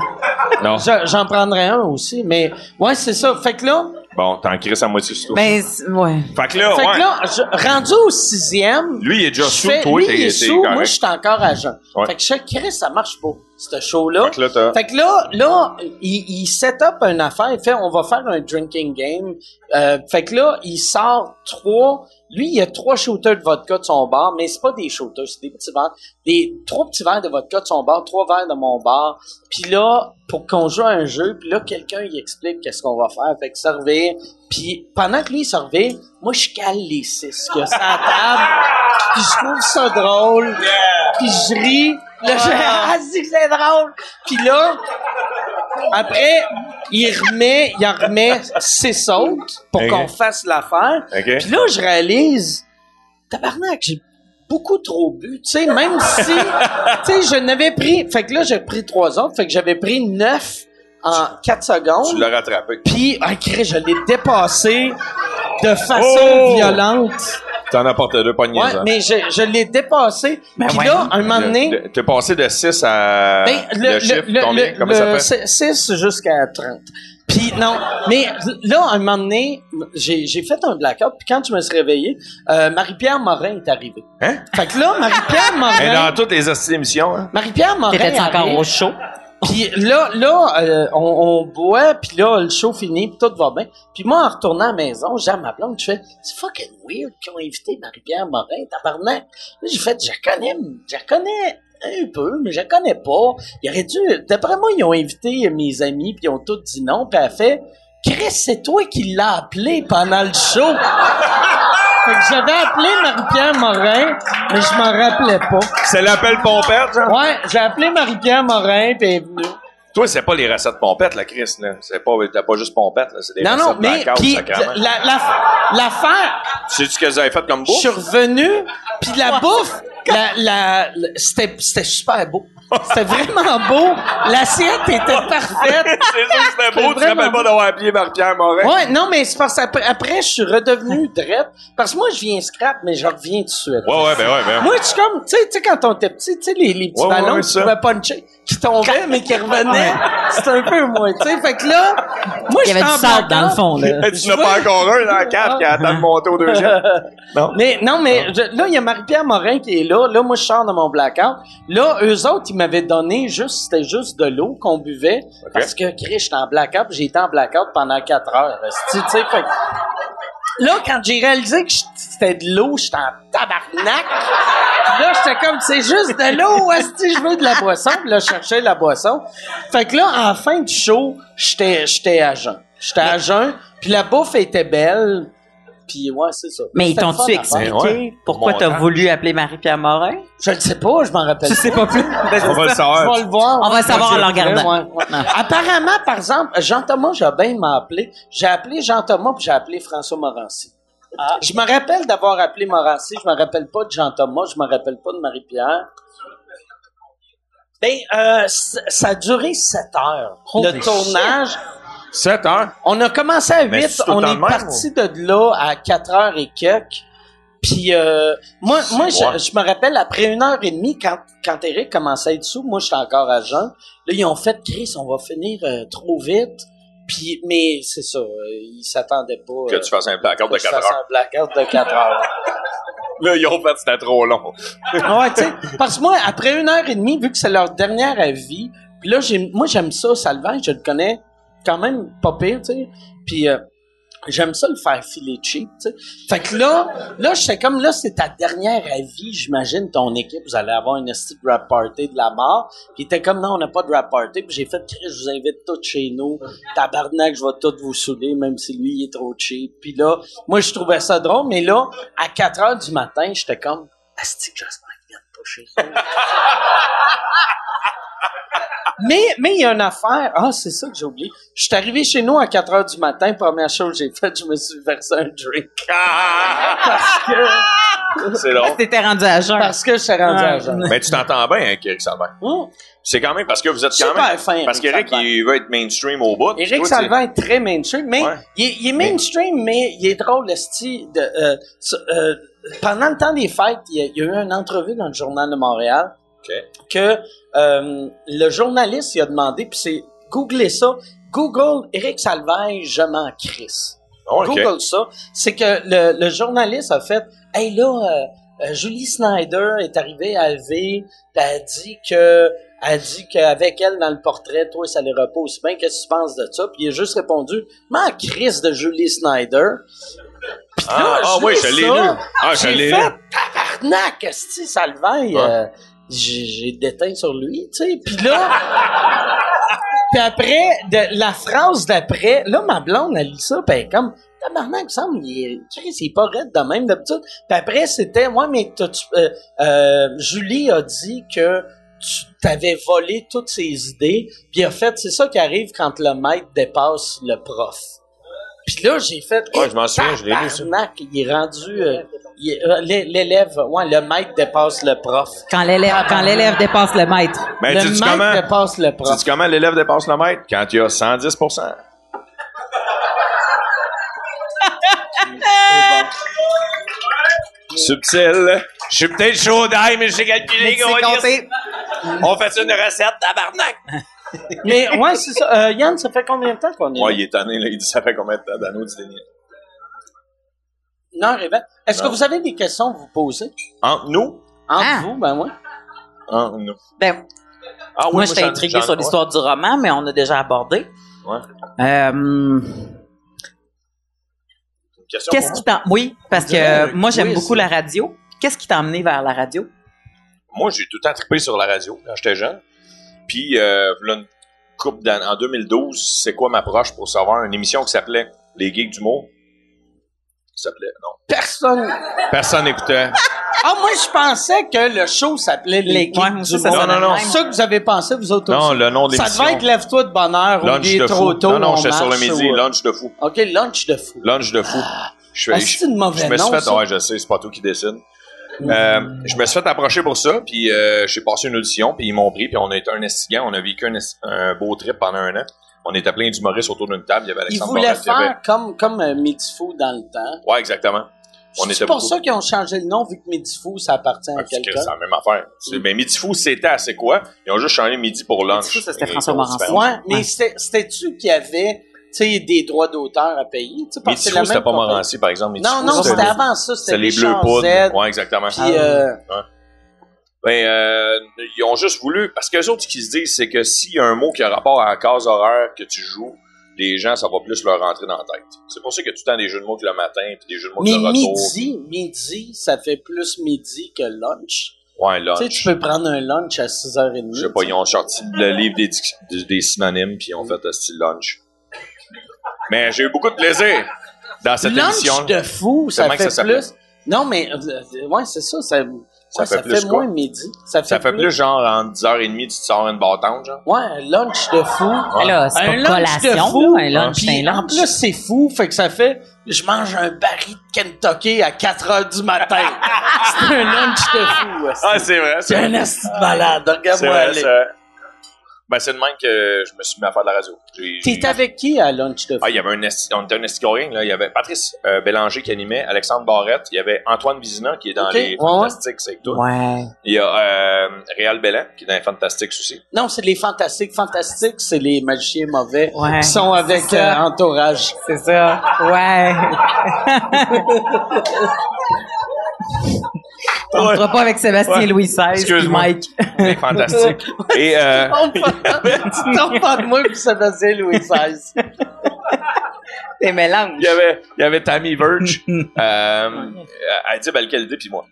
Speaker 4: Non.
Speaker 2: je- j'en prendrais un aussi, mais ouais, c'est ça. Fait que là,
Speaker 4: Bon, t'en crisses à moitié sur toi.
Speaker 3: Ben, c'est- ouais.
Speaker 4: Fait que là,
Speaker 2: fait
Speaker 4: Ah, ouais.
Speaker 2: que là, je- rendu au sixième,
Speaker 4: Lui, il est déjà
Speaker 2: je
Speaker 4: sous,
Speaker 2: fais-
Speaker 4: toi,
Speaker 2: lui,
Speaker 4: t'es
Speaker 2: il est
Speaker 4: t'es
Speaker 2: sous, moi, je
Speaker 4: correct.
Speaker 2: suis encore à jeun.
Speaker 4: Ouais.
Speaker 2: Fait que je sais, Chris, ça marche pas, ce show-là.
Speaker 4: Fait que là, t'as-
Speaker 2: Fait que là, là, il, il set up une affaire, il fait, on va faire un drinking game. Euh, fait que là, il sort trois. Lui, il a trois shooters de vodka de son bar, mais c'est pas des shooters, c'est des petits verres. Des trois petits verres de vodka de son bar, trois verres de mon bar. Puis là, pour qu'on joue à un jeu, puis là, quelqu'un il explique qu'est-ce qu'on va faire. Fait que servir. Puis pendant que lui il servir, moi je cale les six que ça table. Puis je trouve ça drôle. Puis je ris. Là, je ah, c'est que c'est drôle. Puis là, après, il remet, il en remet six autres pour
Speaker 4: Ok.
Speaker 2: qu'on fasse l'affaire.
Speaker 4: OK.
Speaker 2: Puis là, je réalise, tabarnak, j'ai beaucoup trop bu. Tu sais, même si, tu sais, je n'avais pris, fait que là, j'ai pris trois autres, fait que j'avais pris neuf en quatre
Speaker 4: Tu
Speaker 2: secondes.
Speaker 4: l'as rattrapé.
Speaker 2: Puis, ah, crée, je l'ai dépassé de façon
Speaker 4: Oh! hein.
Speaker 2: violente.
Speaker 4: T'en apportes deux poignées.
Speaker 2: Ouais, mais je, je l'ai dépassé.
Speaker 4: Ben
Speaker 2: Puis là, un moment donné,
Speaker 4: T'es passé de 6 à.
Speaker 2: ben, le,
Speaker 4: euh, le chiffre, combien? Comment ça fait?
Speaker 2: 6 jusqu'à 30. Puis non, mais là, un moment donné, j'ai, j'ai fait un blackout, puis quand je me suis réveillé, euh, Marie-Pierre Morin est arrivée.
Speaker 4: Hein?
Speaker 2: Fait que là, Marie-Pierre
Speaker 4: Mais
Speaker 2: Morin...
Speaker 4: Eh, dans toutes les hosties d'émissions, hein.
Speaker 2: Marie-Pierre Morin
Speaker 3: T'étais-tu encore
Speaker 2: arrive.
Speaker 3: au show?
Speaker 2: Puis là, là euh, on, on boit, puis là, le show finit, puis tout va bien. Puis moi, en retournant à la maison, j'ai à ma blonde, je fais « C'est fucking weird qu'ils ont invité Marie-Pierre Morin, tabarnak! » Là, j'ai fait « Je la connais, je la connais un peu, mais je la connais pas. » Il aurait dû... D'après moi, ils ont invité mes amis, puis ils ont tous dit non, puis elle fait « Chris, c'est toi qui l'as appelé pendant le show! » Fait que j'avais appelé Marie-Pierre Morin, mais je m'en rappelais pas.
Speaker 4: C'est l'appel pompette, genre.
Speaker 2: Ouais, j'ai appelé Marie-Pierre Morin, puis elle est venue.
Speaker 4: Toi, c'est pas les recettes pompettes, la Chris, là. C'est pas, t'as pas juste pompette, là. C'est des
Speaker 2: Non,
Speaker 4: recettes
Speaker 2: non, mais
Speaker 4: blackout,
Speaker 2: puis
Speaker 4: sacrément.
Speaker 2: la, la, l'affaire,
Speaker 4: Sais-tu ce que vous avez fait comme
Speaker 2: je suis
Speaker 4: bouffe?
Speaker 2: revenu, puis la bouffe, la- la- la- c'était, c'était super beau. C'était vraiment beau. L'assiette était parfaite.
Speaker 4: C'est sûr que c'était beau, tu te rappelles pas d'avoir appelé Marc-Pierre Morin.
Speaker 2: Ouais, non, mais c'est parce qu'après, après, je suis redevenu drette. Parce que moi, je viens scrap, mais je reviens tout de suite.
Speaker 4: Ouais, ouais, ben ouais, ben ouais.
Speaker 2: Moi, je suis comme, tu sais, tu sais, quand on était petit, tu sais, les, les petits
Speaker 4: Ouais, ouais,
Speaker 2: ballons
Speaker 4: ouais,
Speaker 2: qui
Speaker 4: ça.
Speaker 2: pouvaient puncher, qui tombaient, mais qui revenaient. C'était un peu moi, tu sais. Fait que là, moi,
Speaker 6: Il y
Speaker 2: j'étais
Speaker 6: avait
Speaker 2: en
Speaker 4: Ah,
Speaker 6: du sable dans le
Speaker 2: blackout.
Speaker 6: fond, là.
Speaker 4: Tu n'as pas encore un dans la cave qui attend de monter au deuxième.
Speaker 2: Ben,
Speaker 4: Non.
Speaker 2: Mais non, mais je- là, il y a Marie-Pierre Morin qui est là. Là, moi, je sors de mon blackout. Là, eux autres, ils m'avaient donné juste, c'était juste de l'eau qu'on buvait. Parce que, Chris, j'étais en blackout. puis J'ai été en blackout pendant quatre heures. esti, Tu sais, fait que- Là, quand j'ai réalisé que j't- c'était de l'eau, j'étais en tabarnak. Puis Là, j'étais comme, c'est juste de l'eau, esti, je veux de la boisson. Puis là, je cherchais de la boisson. Fait que là, en fin de show, j'étais j'étais à jeun. J'étais à jeun, puis la bouffe était belle. Puis ouais, c'est ça.
Speaker 3: Mais ils
Speaker 2: C'était le
Speaker 3: t'ont-tu
Speaker 2: fun à faire.
Speaker 3: expliqué
Speaker 4: Ben ouais.
Speaker 3: pourquoi
Speaker 4: Mon
Speaker 3: t'as
Speaker 4: temps.
Speaker 3: voulu appeler Marie-Pierre Morin?
Speaker 2: Je le sais pas, je m'en rappelle.
Speaker 3: sais pas plus.
Speaker 4: On va le
Speaker 2: Je
Speaker 4: savoir.
Speaker 2: vais le voir.
Speaker 3: On va le savoir en le regardant.
Speaker 2: Ouais, ouais. Apparemment, par exemple, Jean-Thomas Jobin m'a appelé. J'ai appelé Jean-Thomas puis j'ai appelé François Morancy.
Speaker 3: Ah.
Speaker 2: Je me rappelle d'avoir appelé Morancy. Je me rappelle pas de Jean-Thomas. Je me rappelle pas de Marie-Pierre. Ben, euh, c- ça a duré sept heures. le tournage.
Speaker 4: 7 heures.
Speaker 2: On a commencé à
Speaker 4: Mais
Speaker 2: 8,
Speaker 4: c'est tout le
Speaker 2: on
Speaker 4: temps
Speaker 2: est
Speaker 4: le même,
Speaker 2: parti de là à 4 heures et quelques. Puis euh, moi, moi je,
Speaker 4: ouais.
Speaker 2: je me rappelle, après une heure et demie, quand, quand Eric commençait à être sous, moi j'étais encore à jeun. Là, ils ont fait « Chris, on va finir euh, trop vite. » Puis, mais c'est ça, euh, ils s'attendaient pas...
Speaker 4: Que
Speaker 2: euh,
Speaker 4: tu fasses un placard de
Speaker 2: que je
Speaker 4: 4
Speaker 2: fasse
Speaker 4: heures.
Speaker 2: un blackout de 4 heures.
Speaker 4: Là, ils ont fait, c'était trop long.
Speaker 2: ouais, tu sais, parce que moi, après une heure et demie, vu que c'est leur dernière avis, puis là, j'ai, moi, j'aime ça, Salvin, je le connais quand même pas pire, tu sais. Puis euh, j'aime ça le faire filer cheap, tu sais. Fait que là, là, j'étais comme, là, c'est ta dernière avis, j'imagine, ton équipe, vous allez avoir une petite rap party de la mort. Puis il était comme, non, on n'a pas de rap party. Puis j'ai fait, Chris, je vous invite tous chez nous. Tabarnak, je vais tous vous saouler, même si lui, il est trop cheap. Puis là, moi, je trouvais ça drôle, mais là, à 4 heures du matin, j'étais comme, Asti, que j'espère qu'il vient de pocher. mais, mais il y a une affaire. Ah, c'est ça que j'ai oublié. Je suis arrivé chez nous à 4 heures du matin. Première chose que j'ai faite, je me suis versé un drink.
Speaker 4: C'est long.
Speaker 3: T'étais rendu à jeun.
Speaker 2: Parce que je suis rendu à jeun.
Speaker 4: Mais tu t'entends bien avec Eric Salvin.
Speaker 2: Hum.
Speaker 4: C'est quand même parce que vous êtes quand
Speaker 2: Super
Speaker 4: même.
Speaker 2: fin,
Speaker 4: parce
Speaker 2: Eric
Speaker 4: qu'Eric,
Speaker 2: Salvin.
Speaker 4: il veut être mainstream au bout. Puis
Speaker 2: Éric
Speaker 4: toi, tu-
Speaker 2: Salvin est très mainstream, mais
Speaker 4: Ouais.
Speaker 2: il, est- il est mainstream, mais il est drôle, le style de, euh, ce- euh, pendant le temps des fêtes, il y a, il y a eu une entrevue dans le Journal de Montréal
Speaker 4: Ok.
Speaker 2: que euh, le journaliste il a demandé, puis c'est googlez ça, Google Éric Salvin, je m'en crisse.
Speaker 4: Oh, ok.
Speaker 2: Google ça. C'est que le, le journaliste a fait Hey là, euh, euh, Julie Snyder est arrivée à lever, pis elle a dit que elle dit qu'avec elle dans le portrait, toi, ça les repose bien. Qu'est-ce que tu penses de ça? Puis il a juste répondu Ma crise de Julie Snyder. Puis
Speaker 4: Ah,
Speaker 2: là,
Speaker 4: ah oui,
Speaker 2: ça,
Speaker 4: je l'ai lu. Ah, je
Speaker 2: j'ai
Speaker 4: l'ai
Speaker 2: fait
Speaker 4: lu.
Speaker 2: tabarnak, esti, Salvaille. euh, j'ai j'ai déteint sur lui, tu sais. Puis là, puis après, de, la phrase d'après, là, ma blonde, elle lit ça, puis elle est comme, tabarnak, il me semble, il est, Chris, il est pas raide de même d'habitude. Puis après, c'était, ouais, mais t'as-tu- euh, euh, Julie a dit que tu t'avais volé toutes ses idées, puis en fait, c'est ça qui arrive quand le maître dépasse le prof. Puis là, j'ai fait...
Speaker 4: Ouais, je m'en souviens, je l'ai lu, ça.
Speaker 2: Tabarnak, il est rendu... euh, il est- euh, l'é- L'élève, ouais, le maître dépasse le prof.
Speaker 3: Quand l'élève, quand l'élève dépasse le maître.
Speaker 4: Mais
Speaker 2: le
Speaker 4: dis-tu
Speaker 2: maître
Speaker 4: comment?
Speaker 2: dépasse le prof.
Speaker 4: Dis-tu comment l'élève dépasse le maître? Quand il y a 110 Subtil. Je suis peut-être chaud d'ail, mais je sais calculer qu'on va dire- On fait une recette, tabarnak!
Speaker 2: Mais ouais, c'est ça. Euh, Yann, ça fait combien de temps qu'on est
Speaker 4: Ouais,
Speaker 2: là?
Speaker 4: il est tanné, là. Il dit ça fait combien de temps d'anneau du déni?
Speaker 2: Une heure et vingt. Est-ce que
Speaker 4: Non.
Speaker 2: vous avez des questions à vous poser?
Speaker 4: Entre nous?
Speaker 2: Entre
Speaker 3: Ah.
Speaker 2: vous, ben ouais.
Speaker 4: Entre nous.
Speaker 3: Ben,
Speaker 4: Ah oui,
Speaker 3: moi, j'étais
Speaker 4: j'en-
Speaker 3: intrigué
Speaker 4: j'en-
Speaker 3: sur l'histoire du roman, mais on a déjà abordé.
Speaker 4: Ouais.
Speaker 3: Euh,
Speaker 4: ouais. Une question
Speaker 3: qu'est-ce
Speaker 4: pour
Speaker 3: qui t'en... Oui, parce que
Speaker 2: dirait
Speaker 3: euh,
Speaker 2: un
Speaker 3: moi, j'aime
Speaker 2: quiz,
Speaker 3: beaucoup
Speaker 2: là.
Speaker 3: la radio. Qu'est-ce qui t'a emmené vers la radio?
Speaker 4: moi, j'ai tout le temps trippé sur la radio quand j'étais jeune. Puis, euh, v'là une couple d'années- en 2012, c'est quoi ma proche pour savoir une émission qui s'appelait Les Geeks du Mot? Ça s'appelait, non.
Speaker 2: Personne.
Speaker 4: Personne n'écoutait.
Speaker 2: Ah, moi, je pensais que le show s'appelait Les
Speaker 3: Ouais,
Speaker 2: Geeks
Speaker 3: ça,
Speaker 2: du
Speaker 3: ça
Speaker 2: Monde.
Speaker 4: Non,
Speaker 3: sonne
Speaker 4: non, non.
Speaker 3: de même.
Speaker 2: C'est ça que vous avez pensé, vous autres
Speaker 4: Non,
Speaker 2: aussi?
Speaker 4: le nom de
Speaker 2: Ça
Speaker 4: l'émission.
Speaker 2: devait être Lève-toi de bonheur ou
Speaker 4: Lunch
Speaker 2: il
Speaker 4: de
Speaker 2: est trop
Speaker 4: fou.
Speaker 2: tôt.
Speaker 4: non, non,
Speaker 2: on
Speaker 4: j'étais sur le
Speaker 2: marche
Speaker 4: midi.
Speaker 2: ou, euh,
Speaker 4: Lunch de fou.
Speaker 2: OK, lunch de fou.
Speaker 4: Lunch de fou. Je,
Speaker 2: Ah,
Speaker 4: suis-
Speaker 2: c'est une
Speaker 4: je
Speaker 2: mauvaise
Speaker 4: me suis
Speaker 2: nom,
Speaker 4: fait,
Speaker 2: Ben ça.
Speaker 4: ouais, je sais, c'est pas toi qui décide. Euh, je me suis fait approcher pour ça, puis euh, j'ai passé une audition, puis ils m'ont pris, puis on a été un estigant, on a vécu un, esti- un beau trip pendant un an. On était plein d'humoristes autour d'une table, il y avait
Speaker 2: Ils
Speaker 4: Alexandre
Speaker 2: voulaient
Speaker 4: Barrette, il y avait-
Speaker 2: faire comme, comme euh, Midifou dans le temps.
Speaker 4: Ouais, exactement. On
Speaker 2: C'est
Speaker 4: était
Speaker 2: pour
Speaker 4: beaucoup-
Speaker 2: ça qu'ils ont changé le nom, vu que Midifou, ça appartient à
Speaker 4: Ah, c'est que
Speaker 2: quelqu'un.
Speaker 4: c'est la même affaire. C'est- Mais Midi Fou, c'était assez quoi? Ils ont juste changé midi pour lunch.
Speaker 3: Midi Fou, ça, c'était
Speaker 4: Et
Speaker 3: François
Speaker 4: ils ont
Speaker 3: Morancy.
Speaker 4: différent.
Speaker 2: Ouais, mais c'était- c'était-tu qui avait tu sais, des droits d'auteur à payer? tu sais, parce que
Speaker 4: Midi
Speaker 2: c'est la
Speaker 4: Fou, c'était
Speaker 2: même
Speaker 4: pas
Speaker 2: compagnie.
Speaker 4: Morancy, par exemple. Midi
Speaker 2: Non,
Speaker 4: Fou,
Speaker 2: non, c'était
Speaker 4: les-
Speaker 2: avant ça. C'était
Speaker 4: C'était les Bleus
Speaker 2: Richard Z,
Speaker 4: Poudres. Ouais, Ah, exactement.
Speaker 2: Puis, euh,
Speaker 4: Ben, euh, ils ont juste voulu. Parce qu'eux autres, ce qu'ils se disent, c'est que s'il y a un mot qui a rapport à la case horaire que tu joues, les gens, ça va plus leur rentrer dans la tête. C'est pour ça que tu tends des jeux de mots que le matin, puis des jeux de mots que
Speaker 2: mais
Speaker 4: le retour.
Speaker 2: midi, midi, ça fait plus midi que lunch.
Speaker 4: Ouais, là.
Speaker 2: Tu sais, tu peux prendre un lunch à 6h30.
Speaker 4: Je sais pas, ils ont sorti le livre des, dic- du- des synonymes, puis ils ont fait un style lunch. Mais j'ai eu beaucoup de plaisir dans cette
Speaker 2: lunch
Speaker 4: émission.
Speaker 2: de fou, ça
Speaker 4: Comment que
Speaker 2: fait
Speaker 4: ça s'appelait?
Speaker 2: plus. Non, mais euh, euh, ouais, c'est ça. Ça, ouais,
Speaker 4: fait
Speaker 2: ça
Speaker 4: plus
Speaker 2: fait
Speaker 4: quoi?
Speaker 2: moins midi. Ça fait,
Speaker 4: Ça fait plus genre en 10h30, tu te sors une bâtonne, genre.
Speaker 2: Ouais, un lunch de fou.
Speaker 3: Mais là, c'est
Speaker 2: Ah. Un
Speaker 3: pas
Speaker 2: lunch de
Speaker 3: collation,
Speaker 2: fou, Ah.
Speaker 3: là, un lunch,
Speaker 2: Puis,
Speaker 3: c'est un
Speaker 2: en
Speaker 3: lunch.
Speaker 2: plus, c'est fou, fait que ça fait je mange un baril de Kentucky à 4 heures du matin. c'est un lunch de fou. esti.
Speaker 4: Ah, c'est vrai,
Speaker 2: C'est
Speaker 4: c'est
Speaker 2: un
Speaker 4: vrai.
Speaker 2: esti de malade.
Speaker 4: C'est
Speaker 2: Regarde-moi
Speaker 4: vrai,
Speaker 2: aller.
Speaker 4: c'est vrai. Ben, c'est de même que je me suis mis à faire de la radio. J'ai- j'ai-
Speaker 2: T'es avec qui à lunch de fou?
Speaker 4: Ah, il y avait un esti- on était un esti coring, là. Il y avait Patrice euh, Bélanger qui animait, Alexandre Barrette, il y avait Antoine Vizina qui est dans
Speaker 2: Ok,
Speaker 4: les
Speaker 2: ouais,
Speaker 4: Fantastiques, c'est tout.
Speaker 3: Ouais.
Speaker 4: Il y a euh, Réal Bellan qui est dans les Fantastiques aussi.
Speaker 2: Non, c'est les fantastiques. Fantastiques, c'est les magiciens mauvais
Speaker 3: Ouais.
Speaker 2: qui sont avec
Speaker 3: C'est ça.
Speaker 2: euh, entourage.
Speaker 3: C'est ça. Ouais. On ne fera pas avec Sébastien
Speaker 4: Ouais.
Speaker 3: Louis XVI et
Speaker 4: Excuse-moi.
Speaker 3: Mike.
Speaker 4: Les Fantastiques. Et, euh,
Speaker 2: On parle pas de moi puis Sébastien Louis XVI.
Speaker 3: T'es mélange.
Speaker 4: Il y avait, il y avait Tammy Verge, euh, Adib Al-Khalidi, puis moi.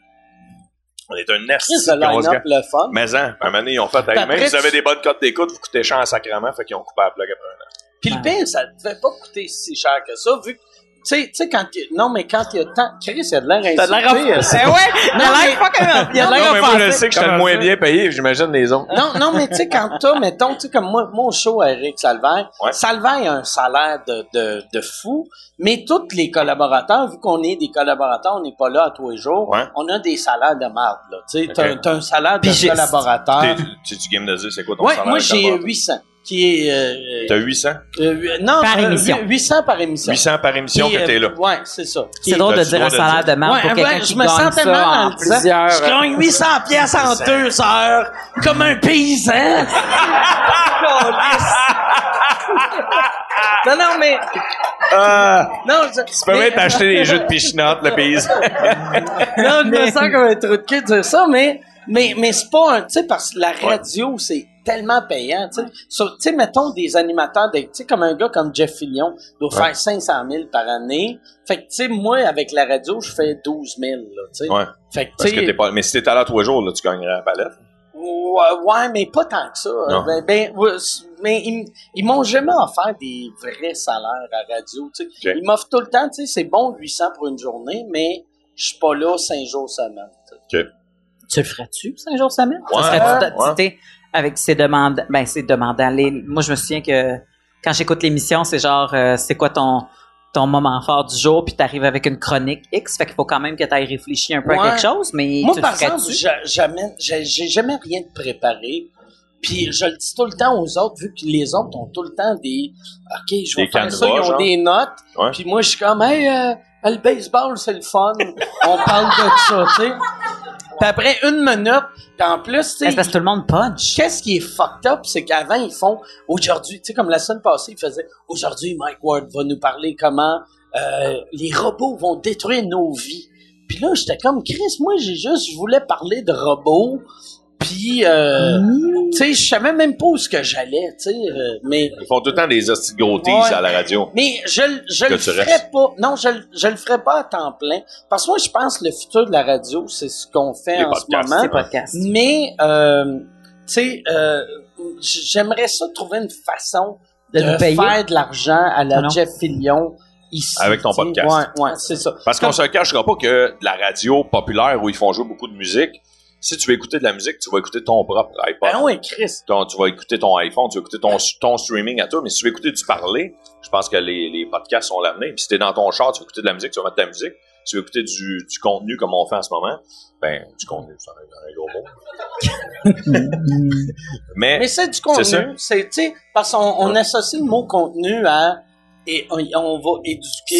Speaker 4: On est un
Speaker 2: Chris,
Speaker 4: esti
Speaker 2: le
Speaker 4: de grosse
Speaker 2: line-up,
Speaker 4: gang.
Speaker 2: le fun.
Speaker 4: Mais hein, à un moment donné, ils ont fait, hey,
Speaker 2: Après,
Speaker 4: même si vous
Speaker 2: tu-
Speaker 4: avez des bonnes cotes d'écoute, vous coûtez cher en sacrement, fait qu'ils ont coupé la plug après un an.
Speaker 2: Puis le pire, ça devait pas coûter si cher que ça, vu que, tu sais, tu sais, quand, il- non, mais quand il y a tant, Chris, il a de l'air insulté. euh,
Speaker 3: Eh ouais, il
Speaker 2: Non,
Speaker 3: a
Speaker 2: mais-
Speaker 3: l'air pas comme il a
Speaker 2: Non,
Speaker 4: Non, mais
Speaker 3: l'air
Speaker 4: moi, je
Speaker 3: offensif.
Speaker 4: sais que j'étais le moins bien payé, j'imagine les autres.
Speaker 2: euh, Non, non, mais tu sais, quand t'as, mettons, tu sais, comme moi, mon show à Eric Salvaire,
Speaker 4: Ouais.
Speaker 2: Salvaire a un salaire de, de, de fou, mais tous les collaborateurs, vu qu'on est des collaborateurs, on n'est pas là à tous les jours,
Speaker 4: Ouais.
Speaker 2: on a des salaires de marde, là. Tu sais, t'as
Speaker 4: Ok.
Speaker 2: t'as un salaire
Speaker 3: Puis j'ai-
Speaker 2: de collaborateur.
Speaker 4: T'es- Tu tu game de dire, c'est quoi ton
Speaker 2: Ah. Ouais,
Speaker 4: salaire?
Speaker 2: moi,
Speaker 4: de
Speaker 2: j'ai
Speaker 4: collaborateur?
Speaker 2: 800, qui est, euh,
Speaker 4: T'as 800?
Speaker 2: euh, euh, non,
Speaker 3: Par
Speaker 2: euh,
Speaker 3: émission.
Speaker 2: 800 par émission.
Speaker 4: 800 par émission
Speaker 2: Puis,
Speaker 4: que t'es
Speaker 2: euh,
Speaker 4: là.
Speaker 2: Ouais, c'est ça.
Speaker 3: C'est drôle de
Speaker 4: T'as-tu
Speaker 3: dire
Speaker 4: Ben, le
Speaker 3: un
Speaker 4: droit de
Speaker 3: salaire de marque pour
Speaker 2: Ouais,
Speaker 3: quelqu'un
Speaker 2: ouais,
Speaker 3: qui
Speaker 2: je me
Speaker 3: gagne
Speaker 2: sens tellement
Speaker 3: ça
Speaker 2: en
Speaker 3: en
Speaker 2: le disant.
Speaker 3: plusieurs...
Speaker 2: Je gagne 800 pièces en deux heures, comme un paysan. non, non, mais... non, je,
Speaker 4: Ah! Tu peux
Speaker 2: mais-
Speaker 4: même t'acheter des jeux de pichinotte, le pays.
Speaker 2: Non, je me sens comme un trou de cul de dire ça, mais, mais, mais c'est pas un... Tu sais, parce que la radio, c'est tellement payant. Tu sais. Sur- tu sais, mettons des animateurs, de- tu sais, comme un gars comme Jeff Fillion, doit faire 500 000 par année. Fait que, tu sais, moi, avec la radio, je fais 12 000, là, tu sais.
Speaker 4: Ouais.
Speaker 2: Fait que, tu
Speaker 4: Parce
Speaker 2: sais-
Speaker 4: que t'es pas... Mais si t'étais là tous les jours, là, tu gagnerais la palette.
Speaker 2: Ouais, ouais, mais pas tant que ça.
Speaker 4: Non.
Speaker 2: Ben, ben, ouais, c- mais ils, m- ils m'ont jamais offert des vrais salaires à radio. tu sais.
Speaker 4: Ok.
Speaker 2: Ils m'offrent tout le temps, tu sais, c'est bon 800 pour une journée, mais je suis pas là cinq jours semaine. tu sais.
Speaker 3: Tu le ferais-tu, cinq jours semaine?
Speaker 4: Ouais,
Speaker 3: ça serait
Speaker 4: ouais.
Speaker 3: avec ses demandes. Ben, ses demandants. Les- moi, je me souviens que quand j'écoute l'émission, c'est genre, euh, c'est quoi ton, ton moment fort du jour, puis t'arrives avec une chronique X, fait qu'il faut quand même que t'ailles réfléchir un peu
Speaker 2: Ouais.
Speaker 3: à quelque chose, mais
Speaker 2: Moi,
Speaker 3: tu le
Speaker 2: par exemple,
Speaker 3: ferais-tu?
Speaker 2: j'a- jamais, j'ai j'ai jamais rien de préparé. Puis je le dis tout le temps aux autres, vu que les autres ont tout le temps des. OK, je vais
Speaker 4: Des
Speaker 2: faire ça, ils
Speaker 4: canevas,
Speaker 2: ont
Speaker 4: genre.
Speaker 2: des notes.
Speaker 4: Ouais.
Speaker 2: Puis moi, je suis comme, hey, euh, le baseball, c'est le fun. On parle de ça, tu sais. Puis après une minute, puis en plus, tu
Speaker 3: Ben, C'est
Speaker 2: sais,
Speaker 3: parce que tout le monde punch.
Speaker 2: Qu'est-ce qui est fucked up, c'est qu'avant, ils font aujourd'hui, tu sais, comme la semaine passée, ils faisaient aujourd'hui, Mike Ward va nous parler comment euh, les robots vont détruire nos vies. Puis là, j'étais comme Chris, moi, j'ai juste, je voulais parler de robots. Puis, euh, tu sais, je savais même pas où ce que j'allais, tu sais, euh, mais.
Speaker 4: Ils font tout le temps des hosties de gros teas
Speaker 2: Ouais.
Speaker 4: à la radio.
Speaker 2: Mais je, le- je
Speaker 4: Que
Speaker 2: le
Speaker 4: tu
Speaker 2: ferai
Speaker 4: restes.
Speaker 2: pas. Non, je, le- je le ferai pas à temps plein. Parce que moi, je pense que le futur de la radio, c'est ce qu'on fait
Speaker 4: Les
Speaker 2: en
Speaker 4: podcasts,
Speaker 2: ce moment.
Speaker 4: c'est
Speaker 3: podcast.
Speaker 2: Mais, euh, tu sais, euh, j- j'aimerais ça trouver une façon de,
Speaker 3: De nous payer.
Speaker 2: faire de l'argent à la
Speaker 3: Ah non.
Speaker 2: Jeff Fillion ici.
Speaker 4: Avec ton
Speaker 2: tu sais.
Speaker 4: podcast.
Speaker 2: Ouais, ouais, c'est ça.
Speaker 4: Parce qu'on se cachera pas que la radio populaire où ils font jouer beaucoup de musique, si tu veux écouter de la musique, tu vas écouter ton propre iPod.
Speaker 2: Ben oui, Chris.
Speaker 4: Ton- tu vas écouter ton iPhone, tu vas écouter ton, ton streaming à toi, mais si tu veux écouter du parler, je pense que les, les podcasts sont l'avenir. Puis si t'es dans ton char, tu vas écouter de la musique, tu vas mettre de la musique. tu veux écouter du, du contenu comme on fait en ce moment, ben, du contenu, c'est un, un gros mot. mais,
Speaker 2: Mais c'est du
Speaker 4: ça.
Speaker 2: contenu. C'est, tu sais, parce qu'on on associe le mot contenu à et on, on va éduquer les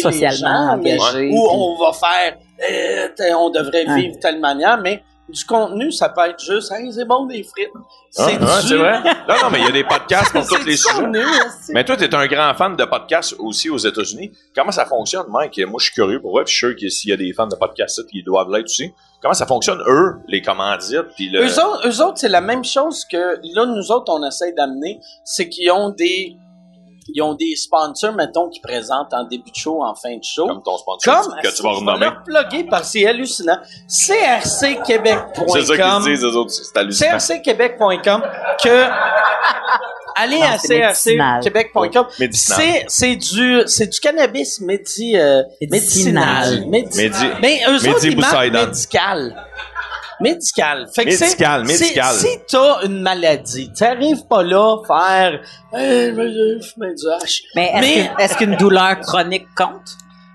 Speaker 2: gens,
Speaker 3: Socialement
Speaker 2: mais-
Speaker 3: engagé,
Speaker 2: ou
Speaker 3: puis-
Speaker 2: on va faire, euh, t'sais, on devrait
Speaker 3: Ouais.
Speaker 2: vivre de telle manière, mais du contenu, ça peut être juste, hey, c'est bon des frites.
Speaker 4: Hein,
Speaker 2: C'est
Speaker 4: hein,
Speaker 2: du-
Speaker 4: c'est vrai? Non, non, mais il y a des podcasts pour
Speaker 2: C'est
Speaker 4: tous les
Speaker 2: du
Speaker 4: sujets.
Speaker 2: contenu, aussi.
Speaker 4: Mais toi, tu es un grand fan de podcasts aussi aux États-Unis. Comment ça fonctionne, Mike? Moi, je suis curieux pour eux, puis je suis sûr que s'il y a des fans de podcasts, ils doivent l'être aussi. Comment ça fonctionne, eux, les commandites, puis le...
Speaker 2: Eux autres, eux autres, c'est la même chose que là, nous autres, on essaie d'amener, c'est qu'ils ont des ils ont des sponsors, mettons, qui présentent en début de show, en fin de show.
Speaker 4: comme ton sponsor
Speaker 2: Comme,
Speaker 4: que tu vas
Speaker 2: je vais
Speaker 4: renommer.
Speaker 2: leur plugger parce que c'est hallucinant. crcquebec.com.
Speaker 4: C'est ça qu'ils disent, eux autres, c'est hallucinant.
Speaker 2: crcquebec.com que allez
Speaker 3: Non,
Speaker 2: à
Speaker 3: c'est médicinal.
Speaker 2: crcquebec.com.
Speaker 4: Médicinal.
Speaker 2: C'est c'est du c'est du cannabis médi, euh, médicinal.
Speaker 3: Médicinal.
Speaker 2: Médi-
Speaker 4: Médi-
Speaker 2: Mais eux autres, ils marquent
Speaker 4: Médi-Boussaïdan.
Speaker 2: médical. Médical. Fait que c'est-
Speaker 4: Médical,
Speaker 2: c'est-
Speaker 4: médical.
Speaker 2: Si t'as une maladie, t'arrives pas là faire euh, je vais fumer du hache.
Speaker 3: Mais est-ce
Speaker 2: Mais-
Speaker 3: qu'une- est-ce qu'une douleur chronique compte?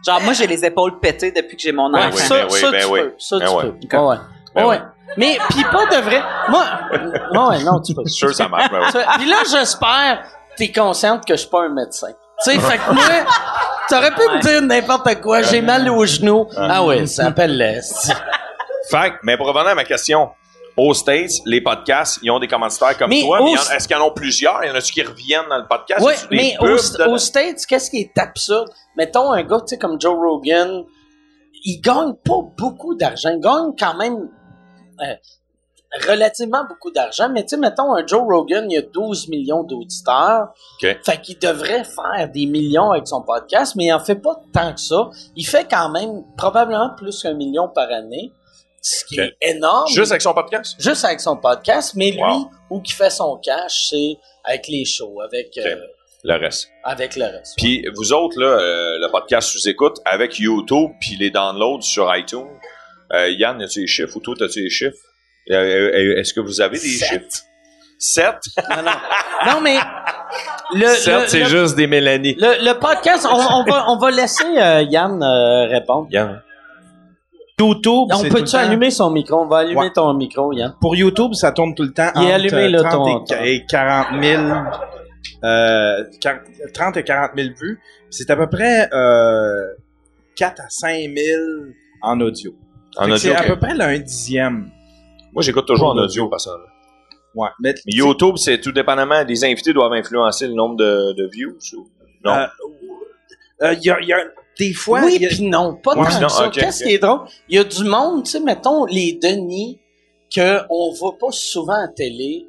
Speaker 3: Genre, moi, j'ai les épaules pétées depuis que j'ai mon
Speaker 4: Ouais,
Speaker 3: enfant.
Speaker 4: oui,
Speaker 2: ça,
Speaker 4: ben oui,
Speaker 2: ça,
Speaker 4: ben
Speaker 2: tu
Speaker 4: oui.
Speaker 2: peux. Ça,
Speaker 4: Ben
Speaker 2: tu
Speaker 4: ouais.
Speaker 2: peux. Ouais, ouais.
Speaker 4: Ben
Speaker 2: Ouais. Mais, puis pas de vrai. Moi, ouais, ouais, non, tu peux.
Speaker 4: Je suis sûr que ça marche, ben oui.
Speaker 2: Ça- Puis là, j'espère que t'es consciente que je suis pas un médecin. Tu sais, fait que moi, t'aurais pu me dire n'importe quoi, j'ai mal au genou. Ah ouais, ça s'appelle l'Est.
Speaker 4: Fait que, mais pour revenir à ma question, aux States, les podcasts, ils ont des commanditaires comme
Speaker 2: Mais
Speaker 4: toi, mais
Speaker 2: aux-
Speaker 4: il y en- est-ce qu'ils en ont plusieurs? Il y en a-tu qui reviennent dans le podcast?
Speaker 2: Ouais,
Speaker 4: Y a-tu des
Speaker 2: mais
Speaker 4: pubs
Speaker 2: aux,
Speaker 4: dedans?
Speaker 2: aux States, qu'est-ce qui est absurde? Mettons un gars, tu sais, comme Joe Rogan, il gagne pas beaucoup d'argent. Il gagne quand même euh, relativement beaucoup d'argent. Mais tu sais, mettons un Joe Rogan, il a 12 millions d'auditeurs.
Speaker 4: OK.
Speaker 2: Fait qu'il devrait faire des millions avec son podcast, mais il en fait pas tant que ça. Il fait quand même probablement plus qu'un million par année, ce qui
Speaker 4: OK.
Speaker 2: est énorme.
Speaker 4: Juste avec son podcast?
Speaker 2: Juste avec son podcast, mais lui,
Speaker 4: Wow.
Speaker 2: où qui fait son cash, c'est avec les shows, avec...
Speaker 4: OK.
Speaker 2: euh,
Speaker 4: Le reste.
Speaker 2: avec le reste.
Speaker 4: Puis vous autres, là, euh, le podcast sous écoute avec YouTube puis les downloads sur iTunes. Euh, Yann, as-tu les chiffres ou toi, as-tu les chiffres? Euh, euh, Est-ce que vous avez des
Speaker 2: Sept.
Speaker 4: chiffres? Sept?
Speaker 2: Non, non. Non, mais le,
Speaker 4: Sept,
Speaker 2: le,
Speaker 4: c'est
Speaker 2: le,
Speaker 4: juste des Mélanie.
Speaker 2: le- le podcast, on, on va, on va laisser euh, Yann euh, répondre.
Speaker 4: Yann.
Speaker 5: YouTube,
Speaker 2: On
Speaker 5: c'est tout
Speaker 2: peut-tu
Speaker 5: le temps-
Speaker 2: allumer son micro? On va allumer
Speaker 5: Ouais.
Speaker 2: ton micro, Yann.
Speaker 5: Pour YouTube, ça tourne tout le temps
Speaker 2: Il est
Speaker 5: entre
Speaker 2: allumé, là,
Speaker 5: euh, 30
Speaker 2: ton-
Speaker 5: et, et 40 000... Euh, 40 30 et 40 000 vues. C'est à peu près euh, 4 à 5 000 en audio.
Speaker 4: En
Speaker 5: Fait que
Speaker 4: audio.
Speaker 5: C'est à
Speaker 4: ok.
Speaker 5: peu près là, un dixième.
Speaker 4: Moi, j'écoute toujours en
Speaker 5: Pour
Speaker 4: audio, personne.
Speaker 5: Ouais. Mais,
Speaker 4: Mais YouTube, c'est tout dépendamment. Les invités doivent influencer le nombre de, de views. Ou... Non.
Speaker 5: Euh, euh, il y a, il y a- des fois...
Speaker 2: oui,
Speaker 5: il y a-
Speaker 2: puis non, pas
Speaker 4: Ouais,
Speaker 2: tant que
Speaker 4: non,
Speaker 2: ça.
Speaker 4: ok,
Speaker 2: Qu'est-ce
Speaker 4: ok.
Speaker 2: qui est drôle? Il y a du monde, tu sais, mettons, les Denis, qu'on voit pas souvent à télé,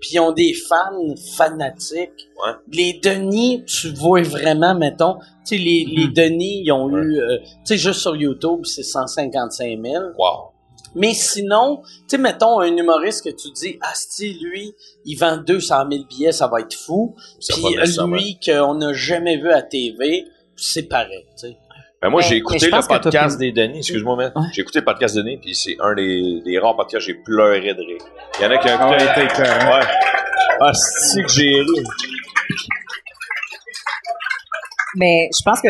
Speaker 2: puis ils ont des fans fanatiques.
Speaker 4: Ouais.
Speaker 2: Les Denis, tu vois vraiment, mettons, tu sais, les, les Denis, ils ont eu, euh, tu sais, juste sur YouTube, c'est 155 000.
Speaker 4: wow.
Speaker 2: Mais sinon, tu sais, mettons un humoriste que tu dis, Asti, lui, il vend 200 000 billets, ça va être fou.
Speaker 4: Ça va
Speaker 2: Puis euh,
Speaker 4: nécessairement.
Speaker 2: lui qu'on n'a jamais vu à TV, c'est pareil, tu sais.
Speaker 4: Ben, moi,
Speaker 3: Mais-
Speaker 4: j'ai
Speaker 3: mais je
Speaker 4: écouté le
Speaker 3: pense que t'as
Speaker 4: podcast des Denis. Excuse-moi, mais
Speaker 3: Ouais.
Speaker 4: j'ai écouté le podcast des Denis, puis c'est un des, des rares podcasts que j'ai pleuré de rire. Il y en a qui ont
Speaker 5: Ah ouais,
Speaker 4: écouté.
Speaker 7: Euh,
Speaker 5: t'es écœurant.
Speaker 4: Ouais. Ah, c'est que j'ai ri.
Speaker 3: Mais je pense que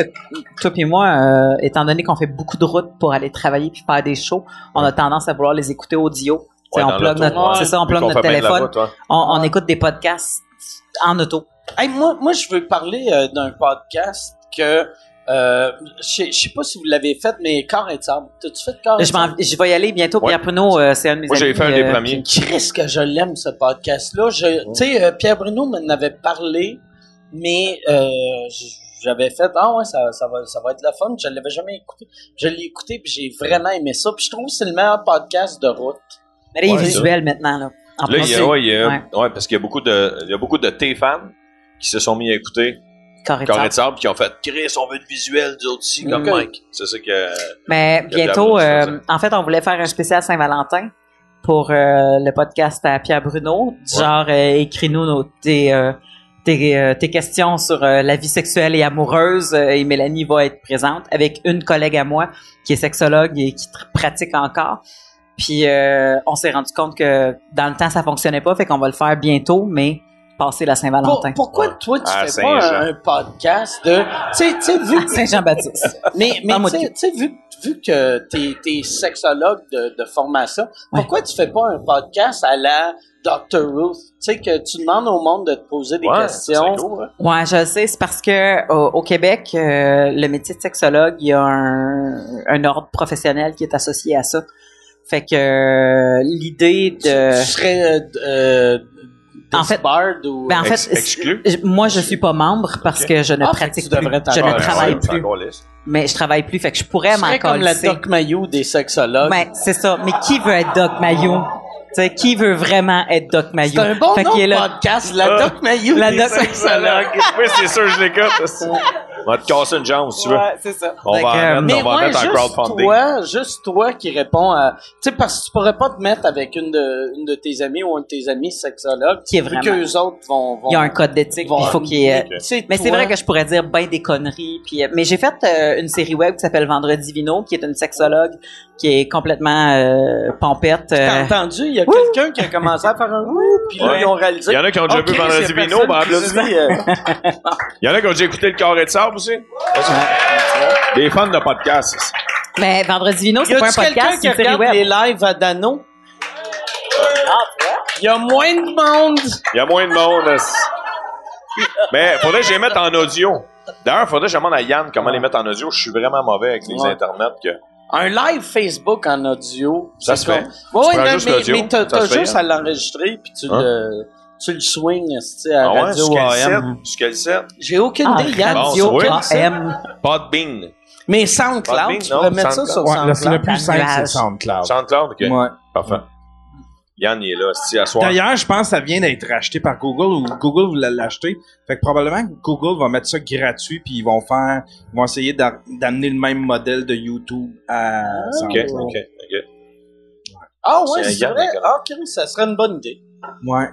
Speaker 3: toi et moi, euh, étant donné qu'on fait beaucoup de routes pour aller travailler puis faire des shows, on a tendance à vouloir les écouter audio. Tu sais,
Speaker 4: Ouais,
Speaker 3: on
Speaker 4: dans
Speaker 3: plug
Speaker 4: l'auto,
Speaker 3: notre,
Speaker 4: ouais.
Speaker 3: c'est ça, on
Speaker 4: Vu
Speaker 3: plug
Speaker 4: qu'on
Speaker 3: notre
Speaker 4: fait bien de la
Speaker 3: téléphone,
Speaker 4: route, ouais.
Speaker 3: on, on écoute des podcasts en auto.
Speaker 2: Hey, moi, moi, je veux parler euh, d'un podcast que, euh, je sais- je sais pas si vous l'avez fait, mais Corps et de Sable. T'as-tu fait Corps et de
Speaker 3: Je, m'en-
Speaker 2: Sable?
Speaker 3: je vais y aller bientôt.
Speaker 4: Ouais.
Speaker 3: Pierre Pruneau, euh, c'est un de mes
Speaker 4: Moi,
Speaker 3: amis.
Speaker 4: j'ai fait un des
Speaker 3: euh,
Speaker 4: premiers.
Speaker 2: Chris, que je l'aime, ce podcast-là.
Speaker 4: Oh.
Speaker 2: Je- Tu sais, euh, Pierre Bruno m'en avait parlé, mais euh, j- j'avais fait « Ah ouais, ça, ça, va, ça va être la fun ». Je l'avais jamais écouté. Je l'ai écouté, puis j'ai vraiment aimé ça. Puis je trouve que c'est le meilleur podcast de route.
Speaker 3: Mais là, il est
Speaker 4: Ouais,
Speaker 3: visuel maintenant. Là, en
Speaker 4: Là, il y a, ouais, il y a-
Speaker 3: Ouais.
Speaker 4: ouais, parce qu'il y a beaucoup de, il y a beaucoup de tes fans qui se sont mis à écouter
Speaker 3: Correct.
Speaker 4: Carré de Sable, qui ont fait Chris, on veut du visuel d'autres aussi, comme
Speaker 2: Ok.
Speaker 4: Mike. C'est ça que.
Speaker 3: Mais
Speaker 4: Il y a de la
Speaker 3: bientôt,
Speaker 4: route,
Speaker 3: euh,
Speaker 4: c'est ça.
Speaker 3: en fait, on voulait faire un spécial Saint-Valentin pour euh, le podcast à Pierre Bruno, du
Speaker 4: Ouais.
Speaker 3: genre euh, écris-nous nos- tes, euh, tes, euh, tes questions sur euh, la vie sexuelle et amoureuse euh, et Mélanie va être présente avec une collègue à moi qui est sexologue et qui tr- pratique encore. Puis euh, on s'est rendu compte que dans le temps ça fonctionnait pas, fait qu'on va le faire bientôt, mais passer la
Speaker 2: Pour-
Speaker 3: Saint-Valentin.
Speaker 2: pourquoi toi tu
Speaker 4: Ah,
Speaker 2: fais
Speaker 4: Saint-Jean.
Speaker 2: pas un, un podcast de tu sais- tu sais vu que
Speaker 3: Saint-Jean-Baptiste.
Speaker 2: mais mais
Speaker 3: Parle-moi
Speaker 2: tu sais-
Speaker 3: de-
Speaker 2: tu sais vu vu que t'es es sexologue de, de formation pourquoi tu fais pas un podcast à la Dr Ruth tu sais que tu demandes au monde de te poser des
Speaker 4: Ouais,
Speaker 2: questions
Speaker 4: c'est cool, hein. ouais.
Speaker 3: Ouais, je le sais, c'est parce que au, au Québec, euh, le métier de sexologue, il y a un, un ordre professionnel qui est associé à ça. Fait que euh, l'idée
Speaker 2: tu,
Speaker 3: de
Speaker 2: tu serais euh,
Speaker 3: En fait-
Speaker 2: disbarred ou euh,
Speaker 3: Ben, en fait,
Speaker 4: Ex- exclu?
Speaker 3: c'est- moi je suis pas membre parce que je ne
Speaker 2: Ah, fait
Speaker 3: pratique
Speaker 2: que tu
Speaker 3: plus, je
Speaker 2: devrais t'en-
Speaker 3: ne
Speaker 2: Ouais,
Speaker 3: travaille
Speaker 4: ouais, c'est
Speaker 3: plus,
Speaker 4: encore lisse.
Speaker 3: mais je travaille plus, fait que je pourrais
Speaker 2: tu
Speaker 3: m'en
Speaker 2: serais comme la
Speaker 3: coller.
Speaker 2: Doc Mayou des sexologues
Speaker 3: Mais c'est ça. Mais qui veut être Doc Mayo? Tu sais, qui veut vraiment être Doc Mayo?
Speaker 2: c'est un bon
Speaker 3: Fait
Speaker 2: nom
Speaker 3: qu'il est
Speaker 2: de
Speaker 3: là.
Speaker 2: podcast la
Speaker 4: Ah.
Speaker 2: Doc Mayou
Speaker 3: La
Speaker 2: des
Speaker 3: Doc-
Speaker 2: sexologues
Speaker 4: oui, c'est sûr, je l'écoute. On va te casser une jambe si tu veux.
Speaker 3: Ouais, c'est ça.
Speaker 4: On
Speaker 3: Fait
Speaker 4: va
Speaker 3: que,
Speaker 4: en
Speaker 3: euh,
Speaker 4: mettre,
Speaker 2: Mais
Speaker 4: on va en
Speaker 2: ouais,
Speaker 4: mettre un
Speaker 2: juste
Speaker 4: crowdfunding.
Speaker 2: Toi, juste toi qui réponds à. Tu sais, parce que tu pourrais pas te mettre avec une de, une de tes amies ou un de tes amis sexologues.
Speaker 3: Qui est
Speaker 2: vu
Speaker 3: vraiment-
Speaker 2: qu'eux autres vont. vont
Speaker 3: Il y a un code d'éthique, il faut qu'il euh, y ait... Mais c'est vrai que je pourrais dire ben des conneries. Puis, euh, mais j'ai fait euh, une série web qui s'appelle Vendredi Vino, qui est une sexologue qui est complètement euh, pompette. euh,
Speaker 2: T'as entendu, il y a quelqu'un qui a commencé à faire un ouh, puis là,
Speaker 4: Ouais.
Speaker 2: ils ont réalisé.
Speaker 4: Il y en a qui ont déjà
Speaker 2: Oh,
Speaker 4: vu
Speaker 2: Chris,
Speaker 4: Vendredi
Speaker 2: il y a
Speaker 4: Vino, ben,
Speaker 2: personne qui dit, euh,
Speaker 4: Il y en a qui ont déjà écouté le carré de sable aussi. Des fans de podcast. ici.
Speaker 3: Mais Ben, Vendredi Vino,
Speaker 2: Y
Speaker 3: c'est pas un
Speaker 2: a-tu quelqu'un qui
Speaker 3: podcast, c'est une série
Speaker 2: regarde
Speaker 3: web.
Speaker 2: les lives à Dano?
Speaker 4: Ah,
Speaker 2: Il y a moins de monde.
Speaker 4: Il y a moins de monde. ici. Mais faudrait que je les mette en audio. D'ailleurs, faudrait que je demande à Yann comment les mettre en audio. Je suis vraiment mauvais avec les
Speaker 2: Ouais.
Speaker 4: internets. Que...
Speaker 2: Un live Facebook en audio.
Speaker 4: Ça
Speaker 2: c'est
Speaker 4: se fait.
Speaker 2: comme- Ouais,
Speaker 4: prends
Speaker 2: non,
Speaker 4: juste
Speaker 2: mais,
Speaker 4: l'audio,
Speaker 2: mais t'as
Speaker 4: ça
Speaker 2: t'as
Speaker 4: se fait,
Speaker 2: juste
Speaker 4: hein.
Speaker 2: à l'enregistrer, puis tu
Speaker 4: Hein?
Speaker 2: le. Tu le swings, tu sais, à
Speaker 4: Ah ouais,
Speaker 2: Radio
Speaker 4: sur quel
Speaker 2: AM.
Speaker 4: site? Sur quel site?
Speaker 2: J'ai aucune
Speaker 3: Ah,
Speaker 2: idée, Yann.
Speaker 4: bon,
Speaker 3: Radio
Speaker 4: oui.
Speaker 3: AM.
Speaker 4: Podbean.
Speaker 2: Mais SoundCloud,
Speaker 4: Podbean,
Speaker 2: tu
Speaker 4: non,
Speaker 2: pourrais mettre ça
Speaker 4: SoundCloud.
Speaker 2: sur
Speaker 7: Ouais, le,
Speaker 2: SoundCloud.
Speaker 7: le plus simple, c'est
Speaker 3: Nuage.
Speaker 2: Ah.
Speaker 7: SoundCloud.
Speaker 4: SoundCloud, ok.
Speaker 7: Ouais.
Speaker 4: Parfait. Yann, il est là, c'est à soir.
Speaker 7: D'ailleurs, je pense que ça vient d'être racheté par Google ou Google voulait l'acheter. Fait que probablement que Google va mettre ça gratuit puis ils vont faire, ils vont essayer d'a- d'amener le même modèle de YouTube à
Speaker 4: Ok,
Speaker 7: SoundCloud.
Speaker 4: ok, ok.
Speaker 2: Ah ouais,
Speaker 4: C'est un
Speaker 2: c'est
Speaker 4: Yann,
Speaker 2: vrai.
Speaker 4: d'accord.
Speaker 2: Ah, Chris, ça serait une bonne idée.
Speaker 7: Ouais.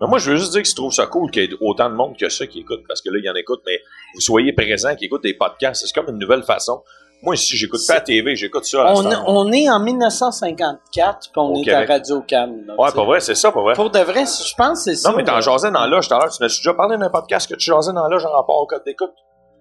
Speaker 4: Mais Ben, moi, je veux juste dire que je trouve ça cool qu'il y ait autant de monde que ça qui écoute, parce que là, il y en écoute, mais vous soyez présents, qui écoutent des podcasts. C'est comme une nouvelle façon. Moi, ici, j'écoute pas la TV, j'écoute ça. à
Speaker 2: On,
Speaker 4: cette heure.
Speaker 2: on est en 1954, puis on
Speaker 4: Au
Speaker 2: est
Speaker 4: Québec.
Speaker 2: à Radio Cannes.
Speaker 4: Ouais, pas vrai, c'est ça, pas vrai.
Speaker 2: Pour de vrai, je pense que c'est ça.
Speaker 4: Non, mais t'en
Speaker 2: là,
Speaker 4: jasais dans l'âge tout à l'heure. Tu m'as déjà parlé d'un podcast que tu jasais dans l'âge en rapport au code d'écoute.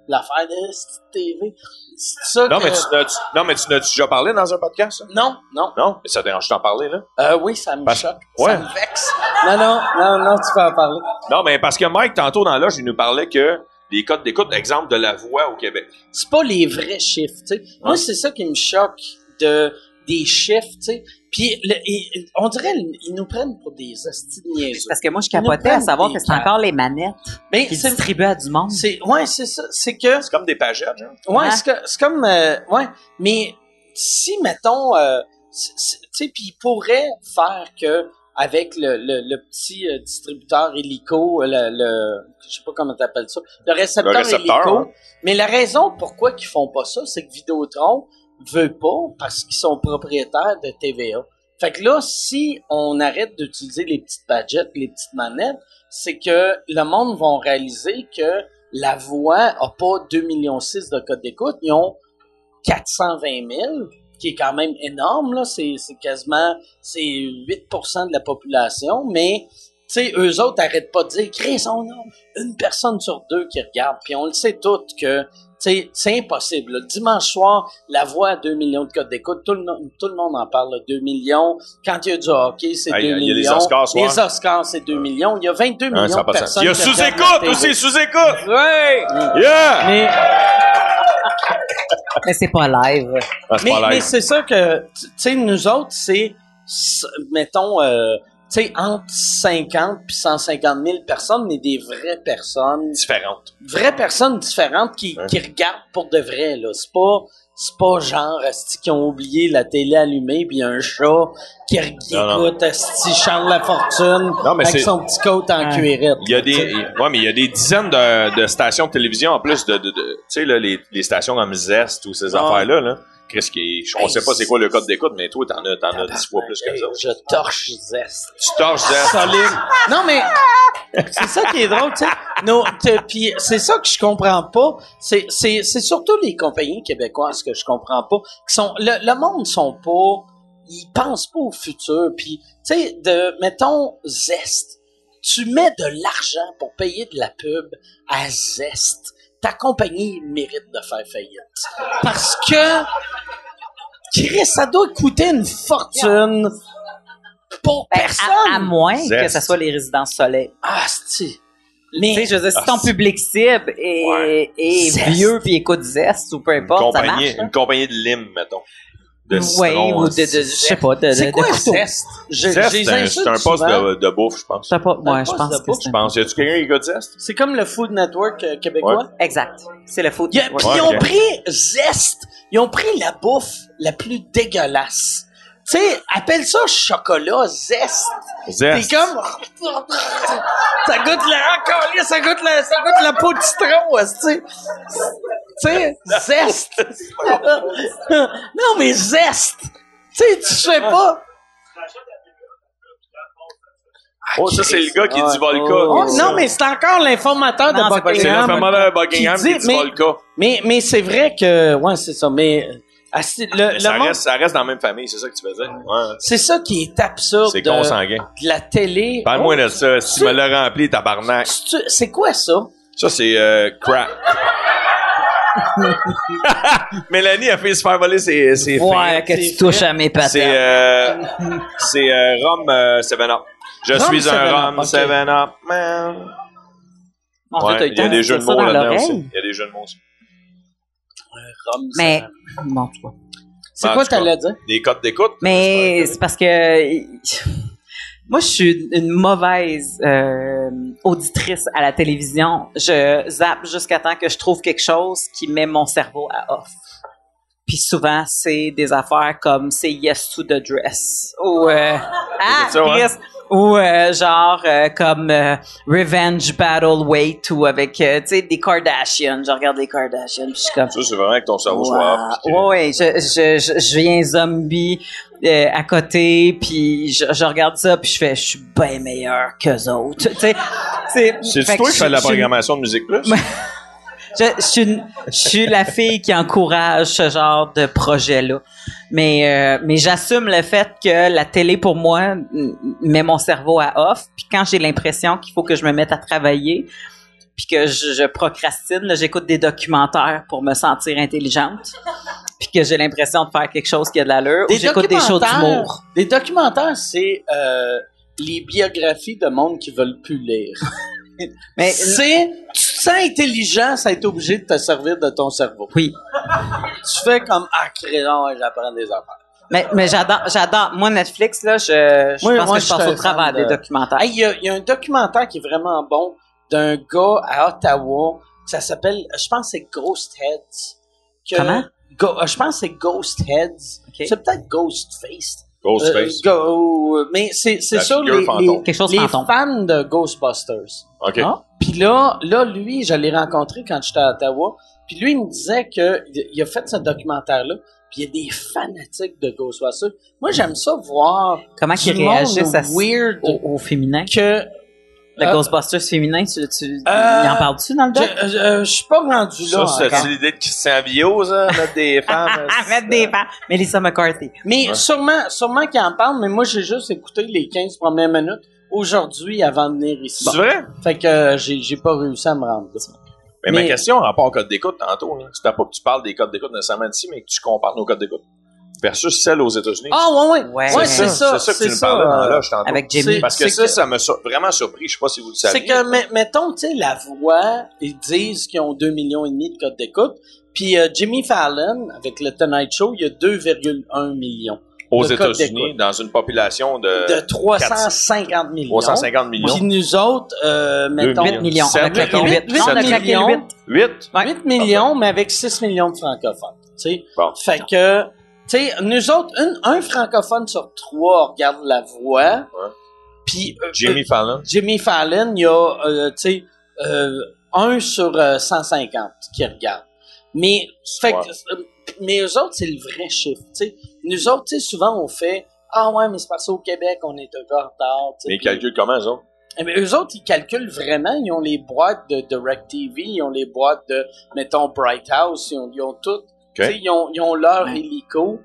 Speaker 2: L'affaire de cette TV. C'est ça
Speaker 4: Non,
Speaker 2: que-
Speaker 4: mais tu n'as-tu non, mais tu n'as-tu déjà parlé dans un podcast, ça?
Speaker 2: Non, non.
Speaker 4: Non? Mais ça te dérange de t'en parler, là?
Speaker 2: Euh, oui, ça me
Speaker 4: Parce-
Speaker 2: choque.
Speaker 4: ouais.
Speaker 2: Ça me vexe. Non, non, non, non, tu peux en parler.
Speaker 4: Non, mais parce que Mike, tantôt dans l'âge, il nous parlait que les codes d'écoute, exemple de la voix au Québec.
Speaker 2: c'est pas les vrais chiffres, tu sais. Moi, c'est ça qui me choque de des chiffres, tu sais. Puis le- et- on dirait ils nous prennent pour des hosties de niaiseux.
Speaker 3: Parce que moi, je
Speaker 2: Ils nous
Speaker 3: capotais à
Speaker 2: prennent
Speaker 3: savoir
Speaker 2: des
Speaker 3: que c'est encore les manettes
Speaker 2: Mais
Speaker 3: qui
Speaker 2: c'est
Speaker 3: distribuent à du monde.
Speaker 2: c'est ouais, c'est ça, c'est que
Speaker 4: C'est comme des pagettes, genre.
Speaker 2: ouais,
Speaker 3: Ouais.
Speaker 2: c'est que- c'est comme euh, ouais, mais si mettons euh, c'est- c'est- tu sais puis ils pourraient faire que avec le, le, le petit euh, distributeur hélico, euh, le, le je sais pas comment t'appelles ça, le récepteur,
Speaker 4: Le récepteur,
Speaker 2: hélico.
Speaker 4: hein.
Speaker 2: Mais la raison pourquoi qu'ils font pas ça, c'est que Vidéotron veut pas parce qu'ils sont propriétaires de TVA. Fait que là, si on arrête d'utiliser les petites badgettes, les petites manettes, c'est que le monde vont réaliser que la voix a pas 2,6 millions de code d'écoute, ils ont 420 000, qui est quand même énorme, là. C'est, c'est quasiment, c'est 8 de la population, mais, tu sais, eux autres arrêtent pas de dire, Chris, on a une personne sur deux qui regarde, puis on le sait toutes que, tu sais, c'est impossible. Le dimanche soir, la voix a 2 millions de codes d'écoute, tout le, monde- tout le monde en parle, là, 2 millions. Quand il y a du hockey, c'est
Speaker 4: Ah,
Speaker 2: 2
Speaker 4: il y a- il y
Speaker 2: millions.
Speaker 4: a les Oscars soir.
Speaker 2: Les Oscars, c'est 2 millions. Il y a 22
Speaker 4: Hein, ça
Speaker 2: millions
Speaker 4: a
Speaker 2: de
Speaker 4: pas de sens.
Speaker 2: personnes
Speaker 4: Il y a
Speaker 2: qui regardent la
Speaker 4: sous-écoute
Speaker 2: télé.
Speaker 4: aussi, sous-écoute!
Speaker 2: Ouais!
Speaker 4: Yeah!
Speaker 2: Mais,
Speaker 3: Mais c'est pas live. Ben,
Speaker 4: Ah, c'est
Speaker 2: mais,
Speaker 4: pas
Speaker 2: mais
Speaker 4: live.
Speaker 2: c'est sûr que, tu tu sais, nous autres, c'est, s- mettons, euh, tu sais, entre 50 puis 150 000 personnes, mais des vraies personnes,
Speaker 4: Différente.
Speaker 2: vraies personnes différentes qui,
Speaker 4: Ouais.
Speaker 2: qui regardent pour de vrai, là. C'est pas, c'est pas genre, asti, qui ont oublié la télé allumée puis il y a un chat qui, re- qui
Speaker 4: Non, non.
Speaker 2: écoute, asti, Charles Lafortune,
Speaker 4: Non, mais
Speaker 2: avec
Speaker 4: c'est-
Speaker 2: son petit coat en cuirette.
Speaker 4: Il y a des, ouais, mais il y a des dizaines de, de stations de télévision en plus de, de, de- tu sais, là, les, les stations comme Zest ou ces
Speaker 2: Ah.
Speaker 4: affaires-là, là. Qu'est-ce qui, on
Speaker 2: Hey,
Speaker 4: sait pas c'est quoi le code d'écoute, mais toi, t'en as, t'en as dix fois plus que
Speaker 2: Hey,
Speaker 4: les autres.
Speaker 2: Je torche zeste.
Speaker 4: Tu torches Zest.
Speaker 2: solide. Non, mais c'est ça qui est drôle, tu sais. Nos- t- Puis c'est ça que je comprends pas. C'est, c'est, c'est surtout les compagnies québécoises que je comprends pas. Qui sont, le, le monde sont pas... Ils pensent pas au futur. Puis, tu sais, de, mettons, Zest. tu mets de l'argent pour payer de la pub à Zest. Ta compagnie mérite de faire faillite. Parce que, Chris, ça doit coûter une fortune pour
Speaker 3: Ben, à-
Speaker 2: personne.
Speaker 3: à, moins que
Speaker 4: Zeste.
Speaker 3: ce soit les résidences soleil.
Speaker 2: Ah, c'ti.
Speaker 3: Tu sais,
Speaker 2: Mais,
Speaker 3: je veux dire,
Speaker 4: Ah,
Speaker 3: si ton public cible est, est
Speaker 2: Zeste.
Speaker 3: vieux puis écoute Zest ou peu
Speaker 4: Une
Speaker 3: importe, ça
Speaker 4: compagnie,
Speaker 3: marche.
Speaker 4: une compagnie de lime, mettons. De
Speaker 3: oui,
Speaker 4: citron,
Speaker 3: ou
Speaker 4: hein.
Speaker 3: de, de- je sais pas, de, de-
Speaker 2: c'est quoi
Speaker 3: de-
Speaker 2: Zest? Je-
Speaker 4: Zest,
Speaker 2: je les
Speaker 4: c'est un-
Speaker 2: insulte
Speaker 4: c'est un poste
Speaker 2: souvent.
Speaker 4: de, de bouffe, je pense.
Speaker 3: Je sais pas, ouais, je
Speaker 2: poste
Speaker 3: pense
Speaker 2: de
Speaker 3: que
Speaker 2: bouffe,
Speaker 3: c'est
Speaker 4: Je pense. Y a-tu quelqu'un qui écoute Zest?
Speaker 2: C'est comme le Food Network euh, québécois.
Speaker 4: Ouais.
Speaker 3: Exact. C'est le foot.
Speaker 2: Il y a-
Speaker 3: Ouais.
Speaker 2: puis
Speaker 4: Ouais,
Speaker 2: ils ont
Speaker 4: ok.
Speaker 2: pris zeste. Ils ont pris la bouffe la plus dégueulasse. Tu sais, appelle ça chocolat zeste. T'es
Speaker 4: Zest.
Speaker 2: comme. ça goûte la. Ah, câlisse, ça goûte la, ça goûte la peau de citron, euh, tu sais. Tu sais, zeste. non, mais zeste. Tu sais, tu sais pas.
Speaker 4: Oh, ça, c'est le gars qui dit Volca.
Speaker 8: Ah, Oh, non, mais c'est encore l'informateur
Speaker 3: Non,
Speaker 8: de
Speaker 3: c'est pas
Speaker 4: C'est le
Speaker 8: Buckingham.
Speaker 4: fameux de Buckingham
Speaker 8: Qui dit-
Speaker 4: qui dit
Speaker 8: mais-
Speaker 4: Volca.
Speaker 8: Mais, mais c'est vrai que, ouais, c'est ça. Mais, euh, asti- le,
Speaker 4: Mais
Speaker 8: le
Speaker 4: Ça
Speaker 8: monde-
Speaker 4: reste, ça reste dans la même famille, c'est ça que tu faisais. Ouais.
Speaker 8: c'est ça qui est absurde
Speaker 4: C'est Ben,
Speaker 8: de,
Speaker 4: consanguin.
Speaker 8: de la télé.
Speaker 4: Parle-moi de ça. Si tu me l'as rempli, tabarnak.
Speaker 8: C'est- C'est quoi ça?
Speaker 4: Ça, c'est euh, crap. Mélanie a fait se faire voler ses, ses fins.
Speaker 3: Ouais, que tu touches à mes patates.
Speaker 4: C'est euh, c'est euh, Rome euh, 7 Up. Je
Speaker 8: Rome
Speaker 4: suis
Speaker 8: 7 Up,
Speaker 4: un Rome
Speaker 8: ok.
Speaker 4: 7 Up, man.
Speaker 3: Mon Dieu,
Speaker 4: Ouais,
Speaker 3: t'as
Speaker 4: il y a
Speaker 3: eu
Speaker 4: des
Speaker 3: tort,
Speaker 4: jeux de
Speaker 3: c'est ça
Speaker 4: mots
Speaker 3: dans
Speaker 4: là-dedans
Speaker 3: l'oreille.
Speaker 4: aussi. Il y a des jeux de mots aussi.
Speaker 2: Rome, ça-
Speaker 3: Mais, bon, tu vois.
Speaker 8: C'est
Speaker 3: Ben,
Speaker 4: Ah,
Speaker 8: quoi
Speaker 4: tu
Speaker 8: t'allais dire?
Speaker 4: Des cotes d'écoute.
Speaker 3: Mais c'est parce que moi, je suis une mauvaise euh, auditrice à la télévision. Je zappe jusqu'à temps que je trouve quelque chose qui met mon cerveau à off. Puis souvent, c'est des affaires comme c'est Yes to the Dress ou euh, Ah,
Speaker 4: ça, ouais?
Speaker 3: Chris! ou euh, genre euh, comme euh, Revenge Battle Wait ou avec euh, tu sais des Kardashians. Je regarde les Kardashians, puis je suis comme
Speaker 4: Ça, c'est vraiment que ton cerveau soit off.
Speaker 3: oui, ouais, je, je, je, je viens zombie euh, à côté, puis je, je regarde ça, puis je fais, je suis bien meilleur qu'eux autres. Tu sais, c'est
Speaker 4: C'est
Speaker 3: fait
Speaker 4: toi
Speaker 3: que
Speaker 4: qui
Speaker 3: je-
Speaker 4: fais de la
Speaker 3: je suis une-
Speaker 4: programmation de Musique Plus?
Speaker 3: Je, je suis une- je suis la fille qui encourage ce genre de projet-là. Mais, euh, mais j'assume le fait que la télé, pour moi, m- met mon cerveau à off. Puis quand j'ai l'impression qu'il faut que je me mette à travailler, puis que je, je procrastine, là, j'écoute des documentaires pour me sentir intelligente. Puis que j'ai l'impression de faire quelque chose qui a de l'allure. Ou j'écoute des shows
Speaker 2: documentaires-
Speaker 3: d'humour.
Speaker 2: Des documentaires, c'est euh, les biographies de monde qui veulent plus lire.
Speaker 3: Mais-
Speaker 2: c'est tu te sens intelligent, ça est obligé de te servir de ton cerveau.
Speaker 3: Oui.
Speaker 2: Tu fais comme ah créon, j'apprends des affaires.
Speaker 3: Mais, mais j'adore, j'adore. Moi, Netflix, là, je, je
Speaker 2: Moi-
Speaker 3: pense
Speaker 2: moi,
Speaker 3: que je
Speaker 2: je
Speaker 3: passe
Speaker 2: suis
Speaker 3: au
Speaker 2: un fan
Speaker 3: travers
Speaker 2: de-
Speaker 3: des documentaires.
Speaker 2: Hey, Il y, a- il y a un documentaire qui est vraiment bon d'un gars à Ottawa. Ça s'appelle, je pense, que c'est Ghost Heads. Que-
Speaker 3: Comment?
Speaker 2: Go- euh, je pense que c'est Ghost Heads.
Speaker 3: Ok.
Speaker 2: C'est peut-être Ghost Face.
Speaker 4: Ghostface.
Speaker 2: Euh, go- euh, mais c'est c'est
Speaker 4: La
Speaker 2: ça,
Speaker 4: figure
Speaker 2: les,
Speaker 4: fantôme.
Speaker 2: les-
Speaker 3: Quelque chose
Speaker 2: les
Speaker 3: fantôme.
Speaker 2: fans de Ghostbusters.
Speaker 4: OK.
Speaker 2: Puis là, là, lui, je l'ai rencontré quand j'étais à Ottawa. Puis lui, il me disait que il a fait ce documentaire-là. Puis il y a des fanatiques de Ghostbusters. Moi, j'aime ça voir
Speaker 3: Comment
Speaker 2: du
Speaker 3: ils
Speaker 2: monde
Speaker 3: réagissent à,
Speaker 2: weird
Speaker 3: au, au féminin?
Speaker 2: que
Speaker 3: Le
Speaker 2: Euh,
Speaker 3: Ghostbusters féminin, tu, tu,
Speaker 2: Euh,
Speaker 3: il en parle-tu dans le
Speaker 2: je,
Speaker 3: doc?
Speaker 2: euh, je suis pas rendu là.
Speaker 4: Ça, c'est
Speaker 2: encore.
Speaker 4: l'idée de Christian Villot, ça, mettre des femmes. euh?
Speaker 3: Ah, mettre des femmes. Melissa McCarthy.
Speaker 2: Mais sûrement, sûrement qu'il en parle. Mais moi, j'ai juste écouté les 15 premières minutes aujourd'hui avant de venir ici.
Speaker 4: C'est vrai?
Speaker 2: Fait que euh, j'ai j'ai pas réussi à me rendre. là.
Speaker 4: Mais, ma
Speaker 2: Mais-
Speaker 4: question en rapport au code d'écoute tantôt, là, c'était pas que tu parles des codes d'écoute nécessairement ici, mais que tu compares nos codes d'écoute versus celles aux États-Unis.
Speaker 2: Ah ouais ouais.
Speaker 3: Ouais.
Speaker 2: Ouais, c'est ça.
Speaker 4: C'est ça que tu nous
Speaker 2: ça,
Speaker 4: parlais dans
Speaker 2: euh,
Speaker 4: l'âge tantôt.
Speaker 3: Avec Jimmy.
Speaker 4: Parce que
Speaker 2: c'est
Speaker 4: ça,
Speaker 2: que-
Speaker 4: ça m'a sur- vraiment surpris. Je sais pas si vous le saviez.
Speaker 2: C'est que, me- mettons, tu sais, la voix, ils disent qu'ils ont 2 millions et demi de codes d'écoute. Puis euh, Jimmy Fallon, avec le Tonight Show, il y a 2,1 millions.
Speaker 4: Aux
Speaker 2: le code
Speaker 4: États-Unis,
Speaker 2: d'écoute.
Speaker 4: dans une population de,
Speaker 2: De 350 millions.
Speaker 4: 350 millions.
Speaker 2: Puis nous autres, euh, mettons...
Speaker 3: 8 millions. On a
Speaker 4: Sept,
Speaker 3: claqué
Speaker 4: mettons.
Speaker 3: 8.
Speaker 2: Huit
Speaker 3: Non, on a claqué
Speaker 2: millions.
Speaker 3: 8.
Speaker 4: 8?
Speaker 3: Ouais.
Speaker 2: 8 millions, mais avec 6 millions de francophones. Tu sais,
Speaker 4: Bon.
Speaker 2: fait que, tu sais, nous autres, une- un francophone sur trois regarde la voix.
Speaker 4: Ouais.
Speaker 2: Puis euh,
Speaker 4: Jimmy Fallon.
Speaker 2: Jimmy Fallon, il y a, euh, tu sais, euh, un sur euh, 150 qui regarde. Mais, fait que- euh, mais eux autres, c'est le vrai chiffre, tu sais. Nous autres, tu sais, souvent, on fait « Ah ouais, mais c'est parce qu'au Québec, on est un peu en retard. tu sais.
Speaker 4: Mais ils calculent comment, eux autres?
Speaker 2: Eh bien, eux autres, ils calculent vraiment. Ils ont les boîtes de DirecTV, ils ont les boîtes de, mettons, Bright House, ils ont, ils ont toutes.
Speaker 4: Ok.
Speaker 2: Tu sais, Ils, ont, ils ont leur hélico.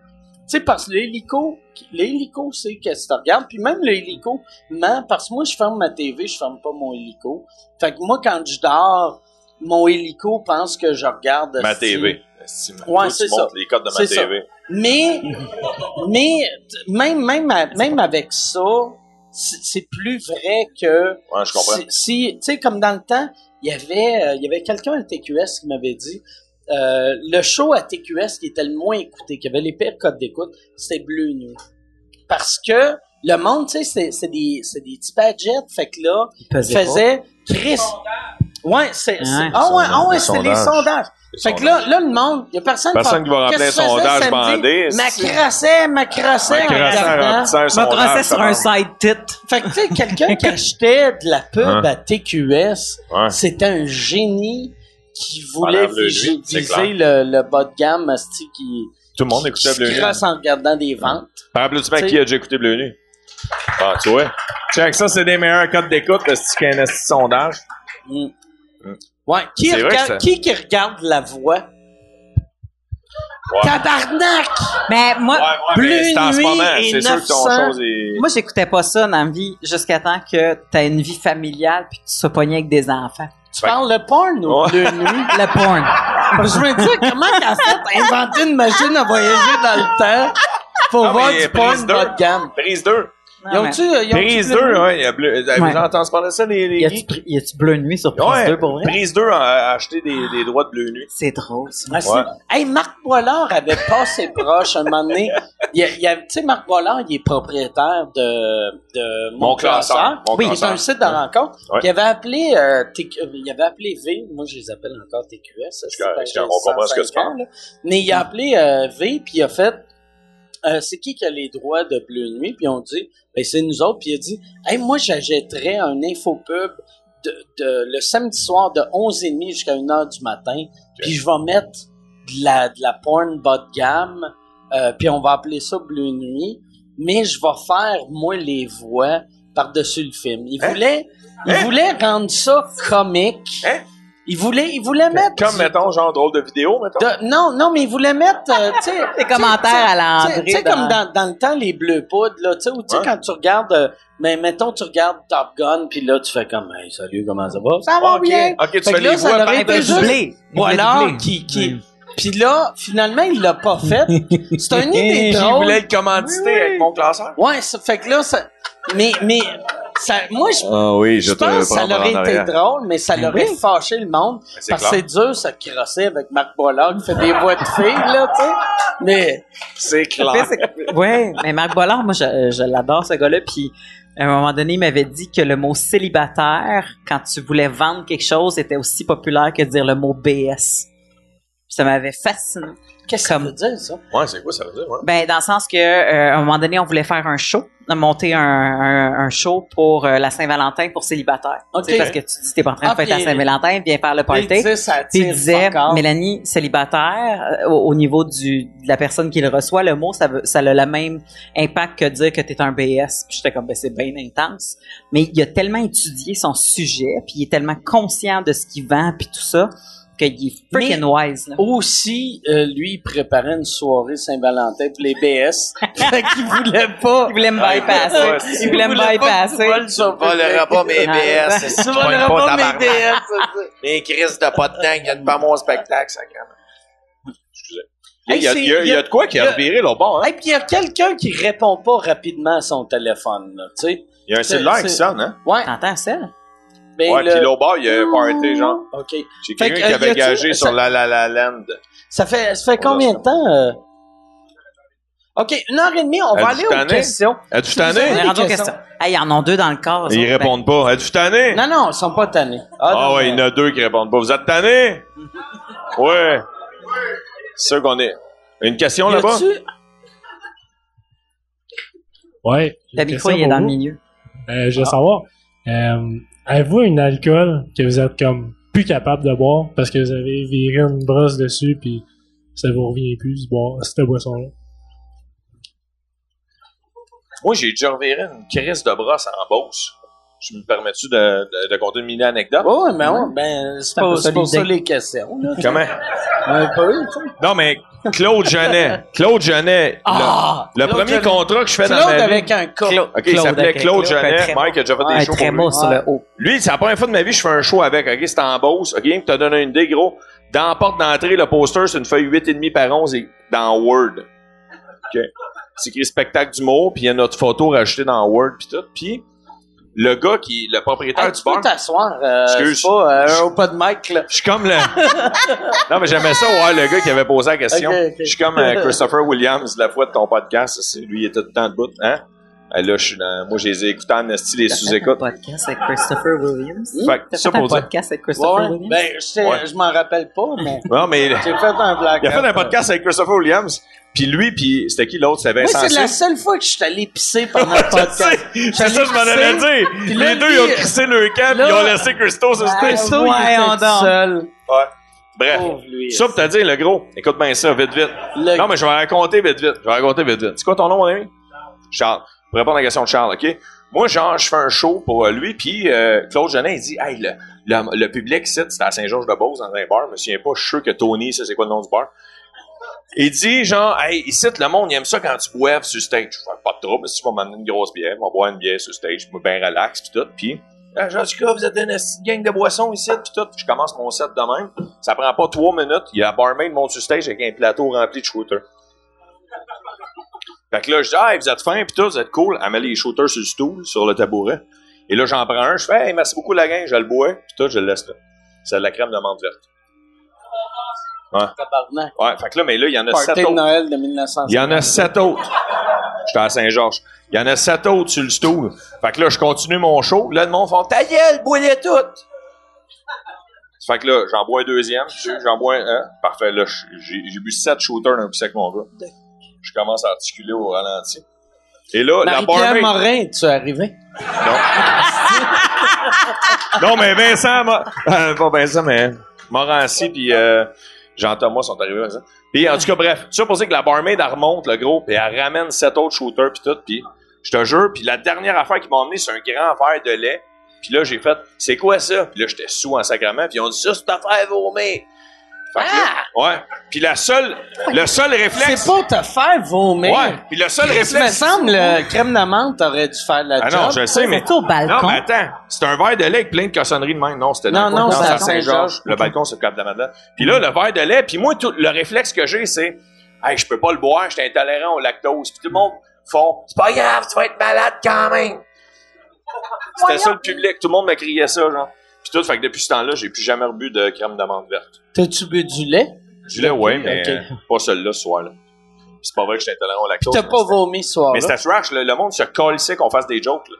Speaker 2: sais, parce que l'hélico, l'hélico, c'est qu'est-ce que tu regardes. Puis même le hélico ment, parce que moi, je ferme ma TV, je ferme pas mon hélico. Fait que moi, quand je dors, mon hélico pense que je regarde...
Speaker 4: Ma
Speaker 2: si-
Speaker 4: TV. Si ma-
Speaker 2: Ouais,
Speaker 4: toi,
Speaker 2: c'est
Speaker 4: tu montres
Speaker 2: ça.
Speaker 4: les codes de ma
Speaker 2: C'est ça.
Speaker 4: TV.
Speaker 2: Mais, mais t- même, même, à- même avec ça, c'est c'est plus vrai que...
Speaker 4: Ouais, je comprends.
Speaker 2: Si, si- tu sais, comme dans le temps, il y avait, euh, il y avait quelqu'un à TQS qui m'avait dit euh, le show à TQS qui était le moins écouté, qui avait les pires codes d'écoute, c'était Bleu Nuit. Parce que le monde, tu sais, c'est- c'est des, c'est des petits badgets, fait que là, ils faisaient Chris. Ouais, c'est. c'est-
Speaker 3: Ouais.
Speaker 2: Ah ouais, ah ouais,
Speaker 4: Les
Speaker 2: c'est les
Speaker 4: sondages.
Speaker 2: sondages.
Speaker 4: Les
Speaker 2: Fait que là, là, le monde, il y a personne,
Speaker 4: Personne qui va remplir
Speaker 2: Qu'est-ce
Speaker 4: un
Speaker 2: que tu faisais
Speaker 4: sondage
Speaker 2: samedi?
Speaker 4: bandé, c'est-
Speaker 2: M'accrassais, m'accrassais. en
Speaker 4: Crassant,
Speaker 2: regardant.
Speaker 4: remplissant un
Speaker 3: Je me
Speaker 4: sondage,
Speaker 3: traçais
Speaker 4: ça
Speaker 3: sur un
Speaker 4: marche.
Speaker 3: side tit.
Speaker 2: Fait que, tu sais, quelqu'un qui achetait de la pub
Speaker 4: Hein?
Speaker 2: à TQS,
Speaker 4: Ouais.
Speaker 2: c'était un génie qui
Speaker 4: Pendant
Speaker 2: voulait
Speaker 4: Bleu Nuit, c'est
Speaker 2: viser le, le bas de gamme, asti, qui,
Speaker 4: Tout le monde
Speaker 2: qui
Speaker 4: écoutait
Speaker 2: se
Speaker 4: Bleu Hum. Nuit.
Speaker 2: crasse en regardant des ventes.
Speaker 4: Par applaudissement,
Speaker 2: T'sais-
Speaker 4: qui a déjà écouté Bleu Nuit? Ah, tu vois? Check, ça, c'est des meilleurs codes d'écoute, c'est qu'un esti de sondage.
Speaker 2: Hum. Ouais. Qui,
Speaker 4: Hum. C'est vrai que
Speaker 2: regarde,
Speaker 4: ça-
Speaker 2: qui qui regarde la voix?
Speaker 4: Ouais.
Speaker 2: Tabarnak!
Speaker 3: Mais moi,
Speaker 4: Ouais, ouais,
Speaker 2: Ah, Bleu
Speaker 4: mais c'est en ce
Speaker 2: Nuit
Speaker 4: moment,
Speaker 2: et
Speaker 4: c'est sûr que ton
Speaker 2: 900.
Speaker 4: chose est...
Speaker 3: moi j'écoutais pas ça dans la vie jusqu'à temps que t'as une vie familiale puis que tu sois pogné avec des enfants.
Speaker 2: Tu
Speaker 4: Fait-
Speaker 2: parles le porn ou
Speaker 4: Ouais.
Speaker 2: Bleu Nuit?
Speaker 3: Le porn.
Speaker 2: Je me dis, comment t'as fait inventer une machine à voyager dans le temps pour
Speaker 4: Ah,
Speaker 2: voir
Speaker 4: mais
Speaker 2: du
Speaker 4: prise
Speaker 2: porn
Speaker 4: deux.
Speaker 2: bas de gamme?
Speaker 4: Prise 2.
Speaker 3: Non,
Speaker 2: Ils
Speaker 3: mais-
Speaker 2: ont-tu, ils ont-tu
Speaker 4: Prise
Speaker 2: Bleu
Speaker 4: 2,
Speaker 2: Nuit?
Speaker 4: ouais. il y a bleu- euh, Avez-vous
Speaker 3: Ouais.
Speaker 4: entendu parler de ça, les... les...
Speaker 3: Y a-tu pr- y a-tu bleu nuit sur France
Speaker 4: Ouais.
Speaker 3: 2 pour vrai?
Speaker 4: Prise 2 a, a acheté des, des droits de Bleu Nuit.
Speaker 3: C'est drôle, ça.
Speaker 2: Ah, c'est-
Speaker 4: Ouais.
Speaker 2: Hey, Marc Boilard avait pas ses proches un moment donné. Il, y a- il y a- tu sais, Marc Boilard, il est propriétaire de, de
Speaker 4: Mon classeur. Mon
Speaker 2: oui, c'est
Speaker 4: classeur.
Speaker 2: un site de rencontre.
Speaker 4: Ouais.
Speaker 2: Il avait appelé, euh, TQ euh, il avait appelé V. Moi, je les appelle encore TQS. c'est
Speaker 4: correct,
Speaker 2: pas
Speaker 4: je- on
Speaker 2: juste
Speaker 4: comprend ce que tu
Speaker 2: 150,
Speaker 4: parles.
Speaker 2: là. Mais il a appelé euh, V, puis il a fait, euh, c'est qui qui a les droits de Bleu Nuit? Puis on dit, ben, c'est nous autres. Puis il a dit, hey, moi, j'achèterais un infopub de, de, le samedi soir de 11h30 jusqu'à 1h du matin. Puis je vais mettre de la, de la porn bas de gamme. euh, puis on va appeler ça Bleu Nuit. Mais je vais faire, moi, les voix par-dessus le film. Il voulait, il
Speaker 4: Hein?
Speaker 2: voulait rendre ça comique.
Speaker 4: Hein? Ben,
Speaker 2: Il voulait, il voulait mettre...
Speaker 4: Comme, mettons, genre, drôle de vidéo, mettons.
Speaker 2: de- non, non, mais il voulait mettre... euh, tu sais,
Speaker 3: Les commentaires à
Speaker 2: tu sais-
Speaker 3: l'André.
Speaker 2: tu sais, comme dans, dans le temps, les bleus poudres, là, tu sais, ou tu sais,
Speaker 4: Ouais.
Speaker 2: quand tu regardes, euh, mais mettons, tu regardes Top Gun, puis là, tu fais comme, hey, salut, comment ça va? Ça va
Speaker 4: Ah, Ok.
Speaker 2: bien!
Speaker 4: Ok, tu
Speaker 2: Ah, Fait
Speaker 4: fais
Speaker 2: que là,
Speaker 4: les
Speaker 2: ça
Speaker 4: voix
Speaker 2: l'aurait
Speaker 4: par
Speaker 2: été
Speaker 4: dessus.
Speaker 2: juste-
Speaker 3: doublé.
Speaker 2: Voilà, qui, qui... Puis là, finalement, il l'a pas fait. C'est une idée
Speaker 4: Il
Speaker 2: drôle.
Speaker 4: voulait le commanditer avec mon classeur.
Speaker 2: Ouais, ça fait que là, ça... Mais, mais, ça, moi, je
Speaker 4: Ah oui,
Speaker 2: je pense que ça aurait été drôle, mais ça l'aurait fâché le monde.
Speaker 4: Ben c'est
Speaker 2: Parce que
Speaker 4: clair.
Speaker 2: c'est dur, ça, de crosser avec Marc Bollard qui fait des voix de filles, là, tu sais. Mais,
Speaker 4: C'est
Speaker 3: Oui,
Speaker 4: clair.
Speaker 3: c'est- ouais, mais Marc Bollard, moi, je, je l'adore, ce gars-là. Puis, à un moment donné, il m'avait dit que le mot célibataire, quand tu voulais vendre quelque chose, était aussi populaire que de dire le mot BS. Ça m'avait fasciné.
Speaker 2: qu'est-ce que ça veut dire, ça?
Speaker 4: Ouais, c'est quoi ça veut dire, ouais?
Speaker 3: Ben, dans le sens que, euh, à un moment donné, on voulait faire un show, monter un, un- un show pour euh, la Saint-Valentin pour célibataires.
Speaker 2: Ok.
Speaker 3: Tu sais, Parce que tu dis, t'es pas en train
Speaker 2: Ah,
Speaker 3: de fêter la
Speaker 2: puis-
Speaker 3: Saint-Valentin, viens faire le
Speaker 2: Puis il
Speaker 3: party.
Speaker 2: disait, ça
Speaker 3: Puis il
Speaker 2: attire
Speaker 3: disait,
Speaker 2: encore.
Speaker 3: Mélanie, célibataire, euh, au, au niveau du, de la personne qui le reçoit, le mot, ça, veut, ça a le même impact que dire que t'es un BS. Puis j'étais comme, ben, c'est bien intense. Mais il a tellement étudié son sujet, puis il est tellement conscient de ce qu'il vend, puis tout ça, qu'il est freaking wise. Là.
Speaker 2: Aussi, euh, lui, il préparait une soirée Saint-Valentin pour les BS. fait qu'il voulait pas.
Speaker 3: Il voulait me
Speaker 4: Ah, il voulait pas,
Speaker 3: bypasser.
Speaker 4: c'est-
Speaker 3: Il voulait me bypasser.
Speaker 9: voleras pas mes
Speaker 3: Ah,
Speaker 9: BS.
Speaker 3: ben.
Speaker 9: c'est
Speaker 2: Tu
Speaker 9: ça,
Speaker 2: voleras
Speaker 9: pogne
Speaker 2: pas mes
Speaker 9: tabarnak. Mes crises de pas de dingue, viennent pas à mon spectacle, ça crame.
Speaker 4: Il y a-
Speaker 2: Hey,
Speaker 4: il y a-
Speaker 2: c'est-
Speaker 4: il y a de quoi qui
Speaker 2: il y
Speaker 4: a
Speaker 2: a-
Speaker 4: reviré là bas, hein?
Speaker 2: Et puis, il y a quelqu'un qui répond pas rapidement à son téléphone, là, tu sais.
Speaker 4: Il y a un
Speaker 2: c'est-
Speaker 4: cellulaire qui
Speaker 2: c'est-
Speaker 4: sonne, hein?
Speaker 2: Ouais.
Speaker 3: T'entends ça?
Speaker 2: Mais
Speaker 4: Ouais,
Speaker 2: le-
Speaker 4: puis là bas, il y a un party, genre.
Speaker 2: OK.
Speaker 4: J'ai
Speaker 2: Fait
Speaker 4: quelqu'un
Speaker 2: que,
Speaker 4: qui
Speaker 2: euh, y
Speaker 4: avait
Speaker 2: a-t-il-
Speaker 4: gagé
Speaker 2: ça-
Speaker 4: sur La La La Land.
Speaker 2: Ça fait, ça fait
Speaker 4: On
Speaker 2: combien
Speaker 4: l'a
Speaker 2: de temps? euh? OK, une heure et demie, on
Speaker 4: Elle
Speaker 2: va aller
Speaker 4: dit cette
Speaker 2: aux
Speaker 4: année?
Speaker 2: questions.
Speaker 4: As-tu
Speaker 3: On
Speaker 2: Des
Speaker 3: est
Speaker 4: tanné?
Speaker 3: rendu aux
Speaker 2: questions.
Speaker 3: questions. Hey, ils en ont deux dans le corps. Ben, eux
Speaker 4: Ils
Speaker 3: autres.
Speaker 4: répondent pas. As-tu tanné?
Speaker 2: Non, non, ils sont pas tannés.
Speaker 4: Ah
Speaker 2: non,
Speaker 4: ouais, il y
Speaker 2: non.
Speaker 4: en a deux qui répondent pas. Vous êtes tannés? Ouais. C'est sûr qu'on est. Une question
Speaker 2: Y
Speaker 4: là-bas?
Speaker 2: a-tu-
Speaker 10: Ouais.
Speaker 3: Ben, Le micro,
Speaker 10: j'ai une question
Speaker 3: il est
Speaker 10: pour
Speaker 3: dans le
Speaker 10: vous.
Speaker 3: milieu.
Speaker 10: Euh, je veux savoir, euh, avez-vous une alcool que vous êtes comme plus capable de boire parce que vous avez viré une brosse dessus puis ça vous revient plus de boire cette boisson-là?
Speaker 4: Moi, j'ai déjà reviré une crise de brosse en Beauce. Je me permets-tu de, de, de conter une mini-anecdote?
Speaker 2: Oh, mais ouais, ben, c'est pour, c'est pour ça les questions, là.
Speaker 4: Comment?
Speaker 2: Un peu, tu sais.
Speaker 4: Non, mais Claude Jeunet. Claude Jeunet.
Speaker 2: Ah!
Speaker 4: le le
Speaker 2: Claude
Speaker 4: premier
Speaker 2: Jeunet.
Speaker 4: contrat que je fais dans
Speaker 2: Claude
Speaker 4: ma vie...
Speaker 2: avec un cas.
Speaker 3: Claude,
Speaker 4: OK, il s'appelait
Speaker 3: avec-
Speaker 4: Claude
Speaker 3: un
Speaker 4: Jeunet.
Speaker 3: tréma.
Speaker 4: Mike a déjà fait
Speaker 3: Ah,
Speaker 4: des
Speaker 3: un
Speaker 4: shows pour lui.
Speaker 3: tréma sur le haut.
Speaker 4: Lui, c'est la première fois de ma vie que je fais un show avec. OK, c'était en Beauce. OK, il me t'a donné une idée, gros. Dans la porte d'entrée, le poster, c'est une feuille 8,5 par 11 et dans Word. OK. C'est écrit spectacle d'humour, puis il y a notre photo rajoutée dans Word, puis tout. Puis le gars qui est le propriétaire
Speaker 2: Hey,
Speaker 4: du
Speaker 2: tu
Speaker 4: bar...
Speaker 2: peux t'asseoir, euh,
Speaker 4: Ah, Excuse.
Speaker 2: c'est pas, euh, au pas de mic, là.
Speaker 4: Je suis comme le. non, mais j'aimais ça, ouais, le gars qui avait posé la question.
Speaker 2: Ok, ok.
Speaker 4: Je suis comme euh, Christopher Williams, la fois de ton podcast. c'est- Lui, il était tout le temps debout. Hein? Ben là, je suis dans. Moi, je les ai écoutés en style les
Speaker 3: Un
Speaker 4: sous-écoutes.
Speaker 3: podcast avec Christopher Williams.
Speaker 4: Fait que
Speaker 3: T'as
Speaker 4: ça
Speaker 3: fait un
Speaker 4: pour dire.
Speaker 3: podcast avec Christopher
Speaker 2: Ouais,
Speaker 3: Williams?
Speaker 2: ben, je sais,
Speaker 4: Ouais.
Speaker 2: je m'en rappelle pas, mais
Speaker 4: Non, mais il
Speaker 2: j'ai fait un blague.
Speaker 4: il a fait un podcast avec Christopher Williams. Puis lui, puis c'était qui l'autre? C'était
Speaker 2: Moi,
Speaker 4: Vincent
Speaker 2: c'est la
Speaker 4: Cyr.
Speaker 2: seule fois que je suis allé pisser pendant le
Speaker 4: Je sais,
Speaker 2: podcast.
Speaker 4: C'est ça, que je m'en allais dire.
Speaker 2: Puis là,
Speaker 4: les deux,
Speaker 2: lui,
Speaker 4: ils ont crissé le camp, puis ils ont laissé Christo sur
Speaker 2: Ah,
Speaker 4: stage.
Speaker 2: Christo, il
Speaker 3: voyons
Speaker 2: était
Speaker 3: donc.
Speaker 2: tout seul.
Speaker 4: Bref.
Speaker 2: Pauvre lui.
Speaker 4: Ça, pour te dire, le gros, écoute bien ça, vite, vite.
Speaker 2: Le-
Speaker 4: Non, mais je vais raconter vite, vite. Je vais raconter vite, vite. C'est quoi ton nom, mon ami? Charles. Pour répondre à la question de Charles, OK? Moi, genre, je fais un show pour euh, lui, puis euh, Claude Genet, il dit, hey, le, le- le public, ici, c'était à Saint-Georges-de-Beauce, dans un bar, je me souviens pas, je suis sûr que Tony, ça, c'est quoi le nom du bar? Il dit, genre, hey, ici, le monde, il aime ça quand tu bois sur stage. Je fais pas de trouble, mais si tu vas m'amener une grosse bière, on va boire une bière sur stage, je me bien relax, puis tout, puis. Ah, Genre, du coup, vous êtes une petite gang de boissons ici, puis tout. Je commence mon set de même. Ça prend pas trois minutes. Il y a un barmaid monte sur stage avec un plateau rempli de shooters. Fait que là, je dis, hey, vous êtes fin, puis tout, vous êtes cool. Elle met les shooters sur le stool, sur le tabouret. Et là, j'en prends un. Je fais, hey, merci beaucoup, la gang. Je le bois, puis tout, je le laisse là. C'est de la crème de menthe verte.
Speaker 2: Tabarnak.
Speaker 4: Ouais, fait que là, mais là, il y en a sept
Speaker 2: Party de
Speaker 4: autres.
Speaker 2: Noël de
Speaker 4: Il
Speaker 2: 1950.
Speaker 4: y en a sept autres. J'étais à Saint-Georges. Il y en a sept autres sur le stool. Fait que là, je continue mon show. Là, le monde font Ta gueule, bois-les toutes! Fait que là, j'en bois un deuxième. tu sais, J'en bois un. hein. Parfait. Là, j'ai j'ai bu sept shooters d'un coup sec, mon gars. Je commence à articuler au ralenti. Et là, la
Speaker 2: Marie-Pierre
Speaker 4: barmaid...
Speaker 2: Morin, tu es arrivé?
Speaker 4: Non, mais Vincent, Mo- euh, pas Vincent, mais Morancy puis euh, Jean-Thomas sont arrivés. Vincent. Puis en tout cas, bref, ça pour dire que la barmaid, elle remonte le gros, puis elle ramène sept autres shooters, puis tout, puis je te jure, puis la dernière affaire qu'ils m'ont emmené, c'est un grand verre de lait. Puis là, j'ai fait, c'est quoi ça? Puis là, j'étais sous en sacrament, puis ils ont dit, ça, c'est ta affaire vomir. Fait que là, ouais. Puis la seule, le seul réflexe.
Speaker 2: Ah! C'est pas te faire vomir.
Speaker 4: Ouais. Puis le seul
Speaker 2: Il me
Speaker 4: réflexe.
Speaker 2: semble le crème de menthe aurait dû faire la
Speaker 4: Ah
Speaker 2: job.
Speaker 4: non, je le sais, mais.
Speaker 3: C'était au
Speaker 4: Non,
Speaker 3: balcon.
Speaker 4: mais attends, c'est un verre de lait avec plein de cochonneries de même. Non, c'était dans
Speaker 2: Non,
Speaker 4: le coin.
Speaker 2: non, c'est
Speaker 4: c'est
Speaker 2: à
Speaker 4: à Saint-Georges. Le balcon, c'est le Cap de la Madeleine. Puis là, le verre de lait, puis moi, tout, le réflexe que j'ai, c'est Hey, je peux pas le boire, je suis intolérant au lactose. Puis tout le monde font C'est pas grave, tu vas être malade quand même. C'était ça le public, tout le monde me criait ça, genre. Puis tout, fait que depuis ce temps-là, j'ai plus jamais rebu de crème d'amande verte.
Speaker 2: T'as-tu bu du lait?
Speaker 4: Du lait, ouais,
Speaker 2: Ok,
Speaker 4: mais
Speaker 2: ok.
Speaker 4: euh, pas celui-là ce soir-là. Puis c'est pas vrai que je suis intolérant au lactose.
Speaker 2: T'as
Speaker 4: mais
Speaker 2: pas
Speaker 4: c'était-
Speaker 2: vomi ce soir
Speaker 4: mais c'était trash, le, le monde se colissait qu'on fasse des jokes. là.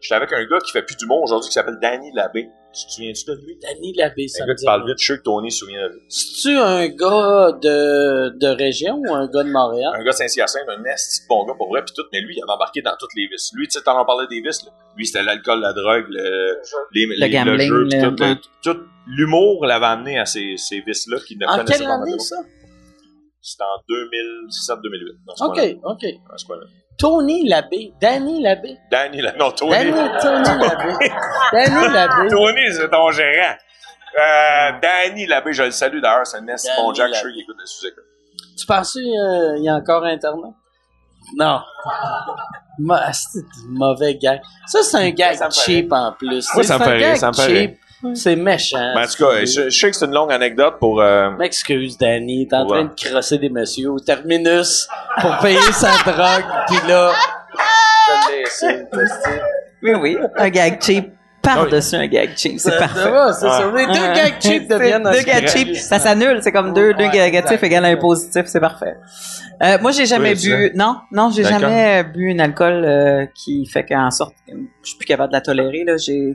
Speaker 4: J'étais avec un gars qui fait plus du monde aujourd'hui qui s'appelle Danny Labbé. Tu te souviens-tu de lui?
Speaker 2: Danny Labbé, ça
Speaker 4: Un
Speaker 2: me
Speaker 4: gars qui
Speaker 2: dit.
Speaker 4: parle vite, je suis sûr que Tony se souvient de lui.
Speaker 2: C'est-tu un gars de, de région ou un gars de Montréal?
Speaker 4: Un gars de Saint-Hyacinthe, un esti de bon gars pour vrai, puis tout, mais lui, il avait embarqué dans toutes les vices. Lui, tu sais, t'en en parlais des vices, là. Lui, c'était l'alcool, la drogue, le, les, les- le
Speaker 3: gambling,
Speaker 4: jeu, puis
Speaker 3: le-
Speaker 4: tout, là. tout. L'humour l'avait amené à ces, ces vices-là qu'il ne
Speaker 2: En
Speaker 4: connaissait
Speaker 2: quelle
Speaker 4: pas.
Speaker 2: année, ça?
Speaker 4: C'était en 2007-2008. dans ce
Speaker 2: OK,
Speaker 4: coin-là.
Speaker 2: OK.
Speaker 4: Dans ce coin-là.
Speaker 2: Tony Labbé. Danny Labbé.
Speaker 4: Danny, là, non, Tony.
Speaker 2: Danny, Tony Labbé. Danny Labbé.
Speaker 4: Tony, c'est ton gérant. Euh, Danny Labbé, je le salue d'ailleurs, c'est un esti
Speaker 2: Danny
Speaker 4: bon Jack, je
Speaker 2: Labbé.
Speaker 4: suis sûr qu'il écoute le sujet.
Speaker 2: Tu penses qu'il y a encore Internet? Non. Ma- C'est un mauvais gag. Ça, c'est un gag
Speaker 4: Ça me fait
Speaker 2: cheap en plus.
Speaker 4: Moi,
Speaker 2: C'est
Speaker 4: ça me
Speaker 2: un
Speaker 4: fait rire,
Speaker 2: gag
Speaker 4: ça me fait
Speaker 2: cheap. C'est
Speaker 3: Ah,
Speaker 2: méchant.
Speaker 4: Ben, en tout cas, je, je sais que c'est une longue anecdote pour. euh,
Speaker 2: M'excuse, Danny. T'es en
Speaker 4: Ouais.
Speaker 2: train de crosser des messieurs au terminus pour payer sa drogue, pis là... je l'ai essayé, testé.
Speaker 3: Oui, oui. Un gag cheap par-dessus un gag cheap. C'est
Speaker 2: Ça
Speaker 3: parfait.
Speaker 2: va, Euh, c'est ça. Les deux
Speaker 3: Ouais.
Speaker 2: gags cheap
Speaker 3: C'est-
Speaker 2: deviennent un
Speaker 3: Deux gags
Speaker 2: succès.
Speaker 3: cheap, ça s'annule. C'est comme deux, deux
Speaker 2: Ouais,
Speaker 3: négatifs
Speaker 2: exact.
Speaker 3: égale un positif. C'est parfait. Euh, moi, j'ai jamais
Speaker 4: Oui,
Speaker 3: bu. Non, non, j'ai
Speaker 4: D'alcool?
Speaker 3: jamais bu un alcool euh, qui fait qu'en sorte, que je suis plus capable de la tolérer. Là, j'ai,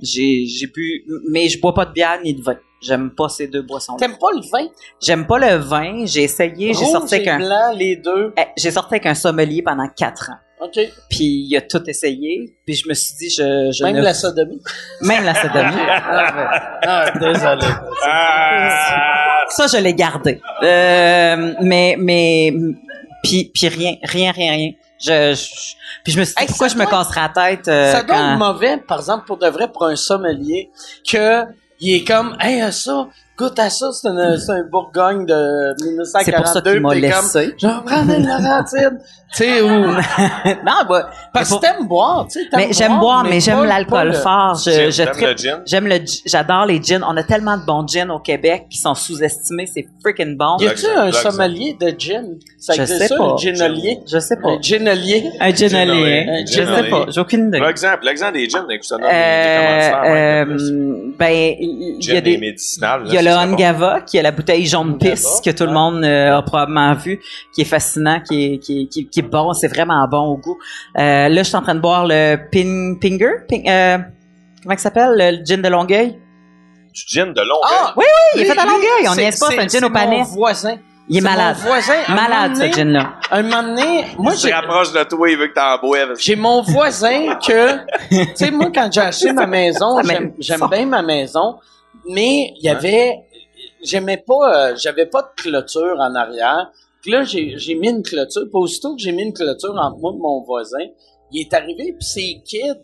Speaker 3: j'ai, j'ai bu, mais je bois pas de bière ni de vin. J'aime pas ces deux boissons.
Speaker 2: T'aimes pas le vin?
Speaker 3: J'aime pas le vin. J'ai essayé. J'ai
Speaker 2: Rouge
Speaker 3: sorti
Speaker 2: et
Speaker 3: avec un,
Speaker 2: blanc, les deux.
Speaker 3: eh, j'ai sorti avec un sommelier pendant quatre ans.
Speaker 2: OK.
Speaker 3: Puis il a tout essayé. Puis je me suis dit, je, je
Speaker 2: Même
Speaker 3: ne-
Speaker 2: la sodomie.
Speaker 3: même la sodomie.
Speaker 2: Ah, désolé.
Speaker 4: Ah!
Speaker 3: Ça, je l'ai gardé. Euh, mais, mais puis, puis rien, rien, rien, rien. Je, je- puis je me suis dit,
Speaker 2: Hey,
Speaker 3: pourquoi
Speaker 2: ça
Speaker 3: je me
Speaker 2: doit-
Speaker 3: casserais la tête euh,
Speaker 2: ça doit
Speaker 3: quand-
Speaker 2: être mauvais, par exemple, pour de vrai, pour un sommelier, que il est comme, hey, euh, ça, goûte à ça, c'est une- c'est un bourgogne de 1942.
Speaker 3: C'est pour ça qu'il m'a
Speaker 2: puis t'es comme,
Speaker 3: laissé.
Speaker 2: J'en prends une Laurentide. tu sais, ou.
Speaker 3: Non, bah,
Speaker 2: Parce que
Speaker 3: pour-
Speaker 2: t'aimes boire, tu sais. t'aimes
Speaker 3: mais j'aime boire, mais j'aime
Speaker 2: pas-
Speaker 3: l'alcool
Speaker 2: pas le-
Speaker 3: fort. Je,
Speaker 4: Gin,
Speaker 3: je
Speaker 4: t'aimes
Speaker 3: tripe-
Speaker 4: le gin?
Speaker 3: J'aime le, gi- j'adore les gins. On a tellement de bons gins au Québec qui sont sous-estimés. C'est freaking bon.
Speaker 2: Y a-tu un
Speaker 4: Black Zone.
Speaker 2: sommelier de gin? Ça
Speaker 3: Je
Speaker 2: existe
Speaker 3: sais
Speaker 2: ça,
Speaker 3: pas. Oh.
Speaker 2: le ginolier?
Speaker 3: Je sais pas.
Speaker 2: Le ginolier?
Speaker 3: Un gin
Speaker 4: Gin
Speaker 3: allé,
Speaker 4: allé.
Speaker 3: hein?
Speaker 4: Un
Speaker 3: Je
Speaker 4: gin
Speaker 3: sais
Speaker 4: allé.
Speaker 3: pas. J'ai aucune idée.
Speaker 4: L'exemple, l'exemple des gins, écoute, ça donne
Speaker 3: Euh,
Speaker 4: des commentaires.
Speaker 3: euh, ben, il il y a
Speaker 4: Gin est
Speaker 3: des.
Speaker 4: médicinal.
Speaker 3: Il y a le Angava, qui est la bouteille jaune pisse que tout le monde euh, a probablement vu, qui est fascinant, qui est, qui est, qui est- qui est bon, c'est vraiment bon au goût. Euh, là, je suis en train de boire le Pin Pinger, Pin- euh, comment il s'appelle, le gin de Longueuil.
Speaker 4: Du gin de long.
Speaker 2: Ah!
Speaker 3: Oui, oui, il est fait à Longueuil, on n'y est pas, c'est un gin au
Speaker 2: mon
Speaker 3: panais.
Speaker 2: voisin.
Speaker 3: Il est
Speaker 2: C'est
Speaker 3: malade.
Speaker 2: Mon voisin, un
Speaker 3: Malade,
Speaker 2: moment donné-
Speaker 3: ce gin-là.
Speaker 2: Un moment donné, moi,
Speaker 4: Moi, je
Speaker 2: j'ai,
Speaker 4: rapproche de toi, il veut que t'en boives.
Speaker 2: j'ai mon voisin que, tu sais, moi, quand j'ai acheté ma maison,
Speaker 3: ça m'a-
Speaker 2: j'aime, j'aime bien ma maison, mais il y avait, j'aimais pas, euh, j'avais pas de clôture en arrière. Puis là, j'ai, j'ai mis une clôture. Puis aussitôt que j'ai mis une clôture entre moi et mon voisin, il est arrivé, puis ses kids,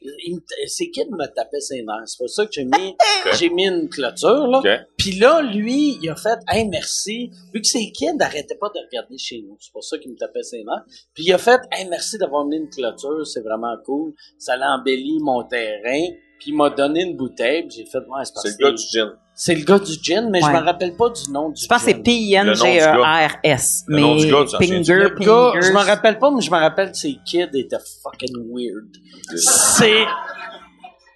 Speaker 2: il me- ses kids me tapaient ses nerfs. C'est pour ça que j'ai mis, j'ai mis une clôture, là.
Speaker 4: Ok.
Speaker 2: Puis là, lui, il a fait Hey, merci. Vu que ses kids n'arrêtaient pas de regarder chez nous. C'est pour ça qu'il me tapait ses mains. Puis il a fait Hey, merci d'avoir mis une clôture, c'est vraiment cool. Ça l'a embelli mon terrain. Puis il m'a donné une bouteille. Puis j'ai fait Ouais, c'est parce
Speaker 4: C'est le
Speaker 2: que-
Speaker 4: gars du gin.
Speaker 2: C'est le gars du gin, mais je
Speaker 3: Ouais.
Speaker 2: me rappelle pas du nom du
Speaker 3: Je pense que c'est
Speaker 2: gin.
Speaker 3: P-I-N-G-E-R-S.
Speaker 4: Le nom
Speaker 3: E Mais
Speaker 4: du gars, ça, c'est-
Speaker 3: Pinger,
Speaker 2: Le gars, je me
Speaker 3: Pinger.
Speaker 2: rappelle pas, mais je me rappelle que ses kids étaient fucking weird.
Speaker 3: Ah.
Speaker 2: C'est.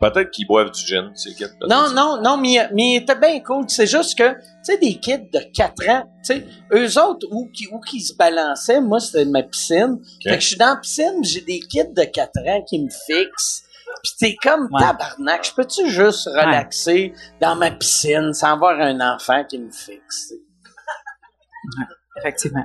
Speaker 4: Peut-être qu'ils boivent du gin, c'est qu'il y a-
Speaker 2: Non, non, non, mais, il- mais il était bien cool. C'est juste que, tu sais, des kids de 4 ans, tu sais, eux autres, où, qui- où qu'ils se balançaient, moi, c'était ma piscine. Fait que je suis dans la piscine, j'ai des kids de 4 ans qui me fixent. Pis t'es comme
Speaker 3: Ouais.
Speaker 2: tabarnak, je peux-tu juste relaxer dans ma piscine sans avoir un enfant qui me fixe?
Speaker 3: Effectivement.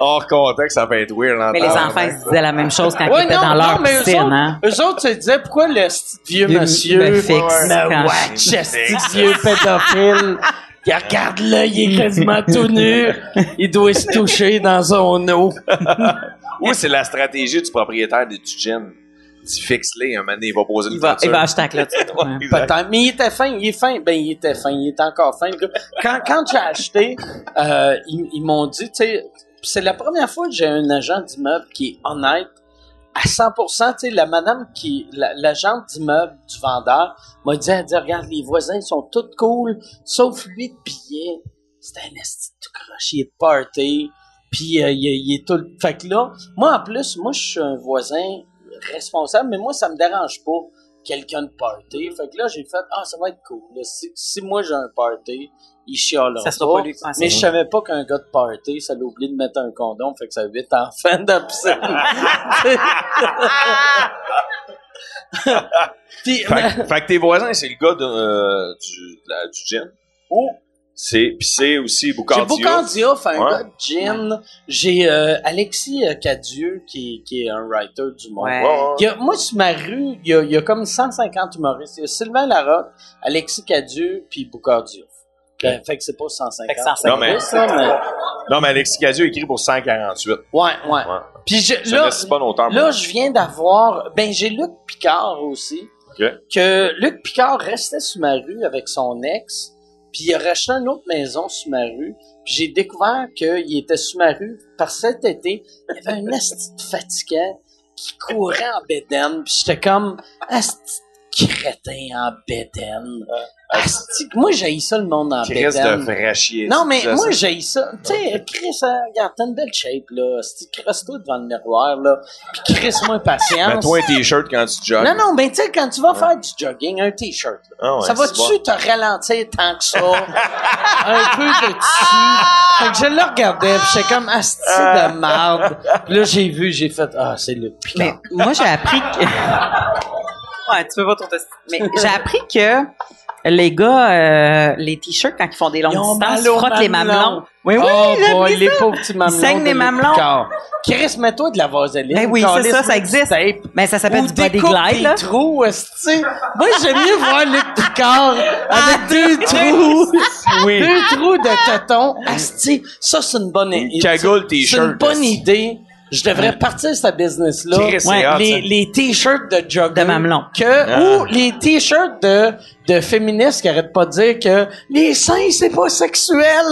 Speaker 4: Hors contexte, ça peut être weird.
Speaker 3: Mais les enfants, ils se disaient la même chose quand
Speaker 2: Ouais,
Speaker 3: ils étaient
Speaker 2: non,
Speaker 3: dans
Speaker 2: non,
Speaker 3: leur
Speaker 2: mais eux
Speaker 3: piscine,
Speaker 2: autres-
Speaker 3: hein?
Speaker 2: Eux autres, tu disais, pourquoi le petit vieux
Speaker 3: Vieux
Speaker 2: monsieur
Speaker 3: me fixe quand
Speaker 2: me
Speaker 3: je-
Speaker 2: watch, ce petit vieux pédophile? Il regarde là, il est quasiment tout nu. Il doit se toucher dans son eau.
Speaker 4: Oui, c'est la stratégie du propriétaire du gin. Dis fixe-les, un moment donné, il va poser une
Speaker 3: Il va, il
Speaker 4: clôture.
Speaker 3: va acheter la clôture.
Speaker 4: Ouais,
Speaker 3: ouais.
Speaker 4: exact.
Speaker 2: Peut-être. Mais il était fin, il est fin. Ben, il était fin, il est encore fin, le gars. Quand, quand j'ai acheté, euh, ils, ils m'ont dit, tu sais, c'est la première fois que j'ai un agent d'immeuble qui est honnête. À 100%, tu sais, la madame qui, la- l'agent d'immeuble du vendeur m'a dit, elle dit, regarde, les voisins sont tous cool, sauf lui de billet. C'est un esti tout croche, il est de party. Puis, euh, il, est- il est tout, fait que là, moi, en plus, moi, je suis un voisin responsable, mais moi, ça me dérange pas quelqu'un de party. Fait que là, j'ai fait, ah, ça va être cool. là. Si, si moi, j'ai un party, il chialera
Speaker 3: Ça
Speaker 2: pas.
Speaker 3: sera pas lui. Ouais,
Speaker 2: Mais
Speaker 3: c'est
Speaker 2: je savais pas qu'un gars de party, ça l'a oublié de mettre un condom, fait que ça a huit enfants dans la piscine. Puis,
Speaker 4: Fait, que- fait que tes voisins, c'est le gars de, euh, du, de la- du gin.
Speaker 2: oh,
Speaker 4: C'est, pis c'est aussi
Speaker 2: j'ai
Speaker 4: Boucandia.
Speaker 2: Boucandia, fait un
Speaker 4: Ouais.
Speaker 2: gars de gin. J'ai euh, Alexis euh, Cadieux, qui, qui est un writer du monde.
Speaker 3: Ouais.
Speaker 4: Ouais, ouais.
Speaker 2: Il y a- moi, sur ma rue, il y, a, il y a comme 150 humoristes. Il y a Sylvain Larocque, Alexis Cadieux, puis Boucardio. Ben, fait que c'est pas 150.
Speaker 3: Fait que 150.
Speaker 4: Non, mais-
Speaker 2: ça, mais-
Speaker 4: Non, mais Alexis Cadieux écrit pour 148.
Speaker 2: Ouais, ouais.
Speaker 4: Ouais.
Speaker 2: Puis je-
Speaker 4: C'est
Speaker 2: là,
Speaker 4: un bon auteur.
Speaker 2: là, je viens d'avoir... Ben, j'ai Luc Picard aussi.
Speaker 4: Ok.
Speaker 2: Que Luc Picard restait sur ma rue avec son ex, puis il a racheté une autre maison sur ma rue. Puis j'ai découvert qu'il était sur ma rue par cet été. Il y avait un asti de fatigant qui courait en bédaine. Puis j'étais comme, asti de crétin en bédaine. Asti- Moi, j'ai ça le monde en
Speaker 4: Chris
Speaker 2: bédaine.
Speaker 4: de vrai chier.
Speaker 2: Non, mais
Speaker 4: Tu disais
Speaker 2: moi,
Speaker 4: ça.
Speaker 2: j'ai ça. Tu sais, Chris, hein, regarde, t'as une belle shape, là. Si tu toi devant le miroir, là, puis Chris-moi patience.
Speaker 4: Mets-toi un t-shirt quand tu jogues.
Speaker 2: non, non, ben, tu sais, quand tu vas faire du jogging, un T-shirt, là,
Speaker 4: Ah ouais,
Speaker 2: ça va-tu
Speaker 4: c'est bon.
Speaker 2: te ralentir tant que ça? un peu de dessus. Fait que je le regardais, pis j'étais comme asti de marde. Puis là, j'ai vu, j'ai fait, ah, c'est le
Speaker 3: Mais
Speaker 2: piquant.
Speaker 3: moi, j'ai appris que. ouais, tu peux pas ton test. Mais j'ai appris que les gars, euh, les t-shirts, quand ils font des longues
Speaker 2: Ils ont
Speaker 3: distances,
Speaker 2: mal aux
Speaker 3: frottent les
Speaker 2: mamelons.
Speaker 3: mamelons. Oui, oui,
Speaker 2: oh
Speaker 3: j'ai
Speaker 2: boy,
Speaker 3: appris
Speaker 2: les
Speaker 3: ça.
Speaker 2: pauvres petits mamelons.
Speaker 3: saignent
Speaker 2: de
Speaker 3: des
Speaker 2: Luc
Speaker 3: mamelons.
Speaker 2: Picard. Chris, mets-toi de la vaseline.
Speaker 3: Ben oui,
Speaker 2: Calisse,
Speaker 3: c'est ça, ça
Speaker 2: mets du
Speaker 3: existe.
Speaker 2: tape.
Speaker 3: Mais ça s'appelle
Speaker 2: Ou
Speaker 3: du body
Speaker 2: découpe
Speaker 3: glide,
Speaker 2: des
Speaker 3: là.
Speaker 2: trous, esti. Moi, j'aime mieux voir Luc Picard
Speaker 4: Ah,
Speaker 2: avec deux trous. Deux trous de tétons. Asti, ça, c'est une bonne idée.
Speaker 4: cagoule
Speaker 2: C'est une
Speaker 4: t-shirt.
Speaker 2: bonne idée. Je devrais partir ce business-là.
Speaker 4: Chris, c'est hot,
Speaker 2: les,
Speaker 4: ça.
Speaker 2: les t-shirts de jogger.
Speaker 3: De mamelon.
Speaker 2: Que,
Speaker 4: Ah.
Speaker 2: Ou les t-shirts de, de féministes qui arrêtent pas de dire que les seins, c'est pas sexuel.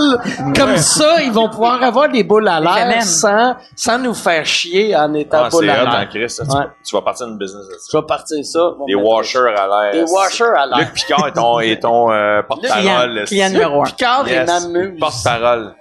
Speaker 2: Comme ça, ils vont pouvoir avoir des boules à
Speaker 3: femmes.
Speaker 2: l'air sans, sans nous faire chier en étant
Speaker 4: Ah,
Speaker 2: boules
Speaker 4: c'est
Speaker 2: à
Speaker 4: hot, hein,
Speaker 2: l'air.
Speaker 4: Chris. ça, tu-
Speaker 2: Ouais.
Speaker 4: Tu vas partir d'une business de ça.
Speaker 2: Je vais partir ça. ben,
Speaker 4: Des washers à l'air.
Speaker 2: Des washers à l'air.
Speaker 4: Luc Picard est ton, est ton euh, porte-parole.
Speaker 3: Client, client
Speaker 4: c'est-
Speaker 3: numéro un.
Speaker 2: Picard et
Speaker 4: Yes.
Speaker 2: Mamuse.
Speaker 4: Porte-parole.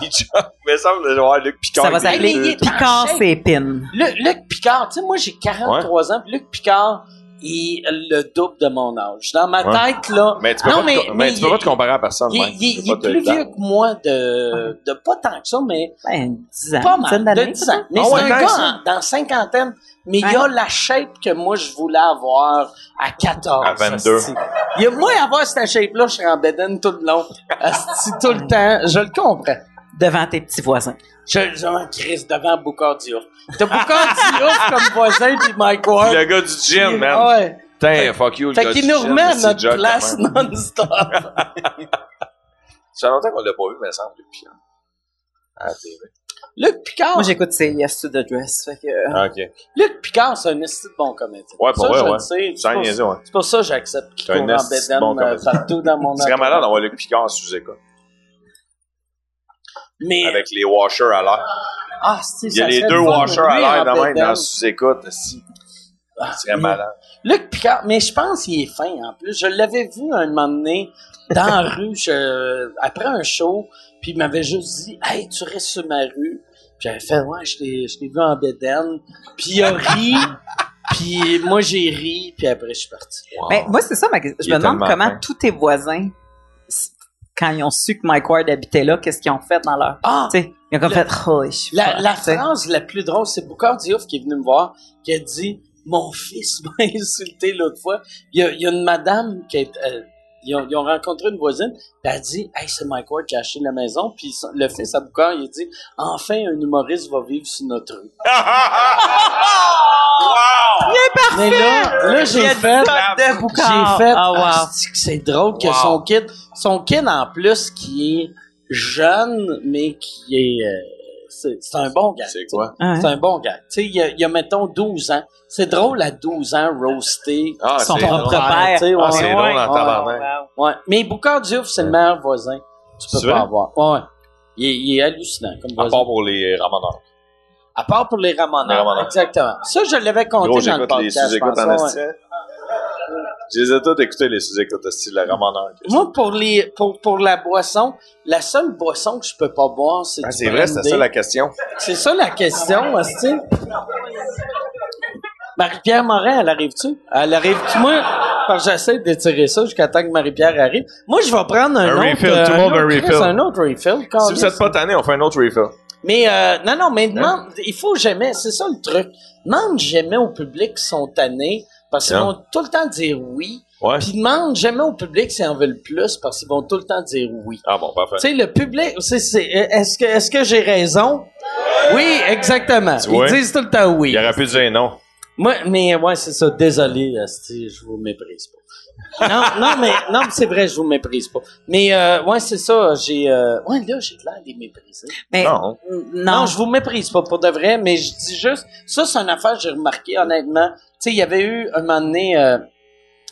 Speaker 4: Il ah, me semble de voir Luc Picard.
Speaker 3: Ça va
Speaker 4: avec des
Speaker 3: s'appeler
Speaker 4: cheveux.
Speaker 3: Picard Sépine.
Speaker 2: Lu- Luc Picard, tu sais, moi, j'ai 43 ans, puis Luc Picard, il est le double de mon âge. Dans ma
Speaker 4: Ouais.
Speaker 2: tête, là...
Speaker 4: Mais tu peux,
Speaker 2: Non,
Speaker 4: pas, te, mais tu peux
Speaker 2: il-
Speaker 4: pas te comparer à personne.
Speaker 2: Il,
Speaker 4: Mike.
Speaker 2: il-
Speaker 4: Tu peux
Speaker 2: il est
Speaker 4: pas te-
Speaker 2: plus vieux que moi de, de pas tant que ça, mais
Speaker 3: Ben, 10 ans.
Speaker 2: pas
Speaker 3: une dizaine
Speaker 2: mal, de
Speaker 3: d'années,
Speaker 2: 10 ans. Mais
Speaker 4: Ah
Speaker 2: c'est un
Speaker 4: ouais, tant
Speaker 2: gars
Speaker 4: que ça.
Speaker 2: en- dans cinquantaine, mais il a
Speaker 3: Ouais.
Speaker 2: la shape que moi, je voulais avoir à 14.
Speaker 4: À 22.
Speaker 2: asti. Il y a moi, avoir cette shape-là, je serais en bedaine tout le long. Asti, tout le temps. Je le comprends.
Speaker 3: Devant tes petits voisins.
Speaker 2: Je, je m'en crisse devant Boucard Diouf. T'as Boucard Diouf comme voisin puis Mike Ward.
Speaker 4: ah, Le gars du gym, man.
Speaker 2: Ouais.
Speaker 4: Putain, fuck you. le gars
Speaker 2: Fait qu'il
Speaker 4: du
Speaker 2: nous
Speaker 4: gym,
Speaker 2: remet à
Speaker 4: c'est
Speaker 2: notre
Speaker 4: joke,
Speaker 2: place
Speaker 4: quand même.
Speaker 2: non-stop.
Speaker 4: Ça fait longtemps qu'on l'a pas vu, mais ça semble, Luc Picard. Ah, t'es vrai.
Speaker 2: Luc Picard,
Speaker 3: Moi, j'écoute c'est Yes to the Dress. Fait que, euh,
Speaker 4: Ah, OK.
Speaker 2: Luc Picard, c'est un esti de bon comédien.
Speaker 4: Ouais, pour
Speaker 2: Ça,
Speaker 4: vrai,
Speaker 2: je le
Speaker 4: ouais.
Speaker 2: sais.
Speaker 4: Sans
Speaker 2: C'est
Speaker 4: niaiser, ouais.
Speaker 2: pour- C'est pour ça que j'accepte qu'il
Speaker 4: C'est un
Speaker 2: court en
Speaker 4: esti de
Speaker 2: bédaine
Speaker 4: bon
Speaker 2: euh,
Speaker 4: comédien.
Speaker 2: partout dans mon
Speaker 4: C'est serait malade d'avoir Luc Picard sous écoute
Speaker 2: Mais,
Speaker 4: avec les washers à l'air.
Speaker 2: ah, c'est-
Speaker 4: Il y
Speaker 2: ça
Speaker 4: a les
Speaker 2: serait
Speaker 4: deux
Speaker 2: le fun,
Speaker 4: washers à
Speaker 2: lui, en
Speaker 4: l'air de même
Speaker 2: bédaine.
Speaker 4: dans sous-écoute. Si.
Speaker 2: Ah,
Speaker 4: C'est serait
Speaker 2: mais-
Speaker 4: malade.
Speaker 2: Luc Picard, mais je pense qu'il est fin en plus. Je l'avais vu un moment donné dans la rue, je- après un show, puis il m'avait juste dit Hey, tu restes sur ma rue. Puis j'avais fait Ouais, je t'ai je t'ai vu en bédaine. Puis il a ri, puis moi j'ai ri, puis après je suis parti.
Speaker 3: ben, moi, c'est ça ma question. Je
Speaker 4: Il
Speaker 3: me
Speaker 4: est
Speaker 3: demande
Speaker 4: tellement
Speaker 3: comment
Speaker 4: fin.
Speaker 3: tous tes voisins, s- quand ils ont su que Mike Ward habitait là, qu'est-ce qu'ils ont fait dans leur.
Speaker 2: Ah,
Speaker 3: Tu sais, ils ont comme
Speaker 2: Le-
Speaker 3: fait. Oh, je suis
Speaker 2: La,
Speaker 3: fort,
Speaker 2: la
Speaker 3: tu sais.
Speaker 2: phrase la plus drôle, c'est Boucard Diouf qui est venu me voir, qui a dit Mon fils m'a insulté l'autre fois. Il y, a, il y a une madame qui est. euh, ils, ont, ils ont rencontré une voisine, puis elle a dit Hey, c'est Mike Ward qui a acheté la maison. Puis son- le fils à Boucard, il a dit Enfin, un humoriste va vivre sur notre rue.
Speaker 3: Ah,
Speaker 2: Mais là, là j'ai fait.
Speaker 3: de Boucard.
Speaker 2: J'ai fait.
Speaker 3: Ah, wow.
Speaker 2: Ah, c'est que c'est drôle que son kid, son kid en plus qui est jeune, mais qui est, euh, c'est, c'est un bon gars.
Speaker 4: C'est quoi?
Speaker 3: Ah, ouais.
Speaker 2: C'est un bon gars. Tu sais, il y a, il y a, mettons 12 ans. C'est drôle à 12 ans roaster
Speaker 4: Ah,
Speaker 2: son
Speaker 4: c'est
Speaker 2: propre
Speaker 3: drôle.
Speaker 2: père. tu sais,
Speaker 4: Ah,
Speaker 2: ouais,
Speaker 4: c'est
Speaker 2: ouais,
Speaker 4: drôle en
Speaker 2: ouais,
Speaker 4: tabarnak.
Speaker 2: ouais. Mais Boucard Diouf, c'est le meilleur voisin. que Tu
Speaker 4: C'est
Speaker 2: peux pas
Speaker 4: vrai?
Speaker 2: avoir. Ouais. ouais. Il est, il est hallucinant comme
Speaker 4: À
Speaker 2: voisin.
Speaker 4: part pour les ramoneurs.
Speaker 2: À part pour les
Speaker 4: Les
Speaker 2: ramoneurs.
Speaker 4: ramoneurs.
Speaker 2: Exactement. Ça, je l'avais compté dans le
Speaker 4: Gros, j'écoute les
Speaker 2: podcast. je
Speaker 4: sous-écoutes
Speaker 2: pense,
Speaker 4: en
Speaker 2: ouais.
Speaker 4: esti. Je les ai tous écoutés, les sous-écoutes esti de la ramoneur.
Speaker 2: Moi, pour, les, pour, pour la boisson, la seule boisson que je peux pas boire, c'est
Speaker 4: Ah,
Speaker 2: du
Speaker 4: c'est vrai, c'est
Speaker 2: brandy.
Speaker 4: ça la question.
Speaker 2: C'est ça la question, est-ce que- Marie-Pierre Morin, elle arrive-tu? Elle arrive-tu? Moi, parce que j'essaie d'étirer ça jusqu'à temps que Marie-Pierre arrive. Moi, je vais prendre un,
Speaker 4: Un
Speaker 2: autre...
Speaker 4: refill,
Speaker 2: euh,
Speaker 4: tout le
Speaker 2: un
Speaker 4: monde un
Speaker 2: autre-
Speaker 4: refill.
Speaker 2: Chris, Un autre refill,
Speaker 4: Si vous
Speaker 2: câlisse.
Speaker 4: êtes Hein? pas tanné, on fait un autre refill.
Speaker 2: Mais, euh, non, non, mais demande... Il faut jamais... C'est ça le truc. Demande jamais au public qui sont tannés, parce qu'ils
Speaker 4: Non.
Speaker 2: vont tout le temps dire oui.
Speaker 4: Ouais.
Speaker 2: Puis demande jamais au public s'ils en veulent plus, parce qu'ils vont tout le temps dire oui.
Speaker 4: Ah bon, parfait.
Speaker 2: Tu sais, le public, c'est- c'est- euh, est-ce que, est-ce que j'ai raison? Oui, exactement.
Speaker 4: Tu vois?
Speaker 2: Ils disent tout le temps oui.
Speaker 4: Il aurait pu dire non.
Speaker 2: Moi, mais ouais, c'est ça. Désolé, asti, je vous méprise pas. Non, non, mais non, mais c'est vrai, je vous méprise pas. Mais euh, ouais, c'est ça. J'ai, euh, ouais, là, j'ai de l'air les mépriser.
Speaker 3: Mais-
Speaker 4: Non.
Speaker 2: Non.
Speaker 3: Non,
Speaker 2: je vous méprise pas pour de vrai, mais je dis juste, ça, c'est une affaire que j'ai remarqué, honnêtement. Tu sais, il y avait eu, un moment donné, euh,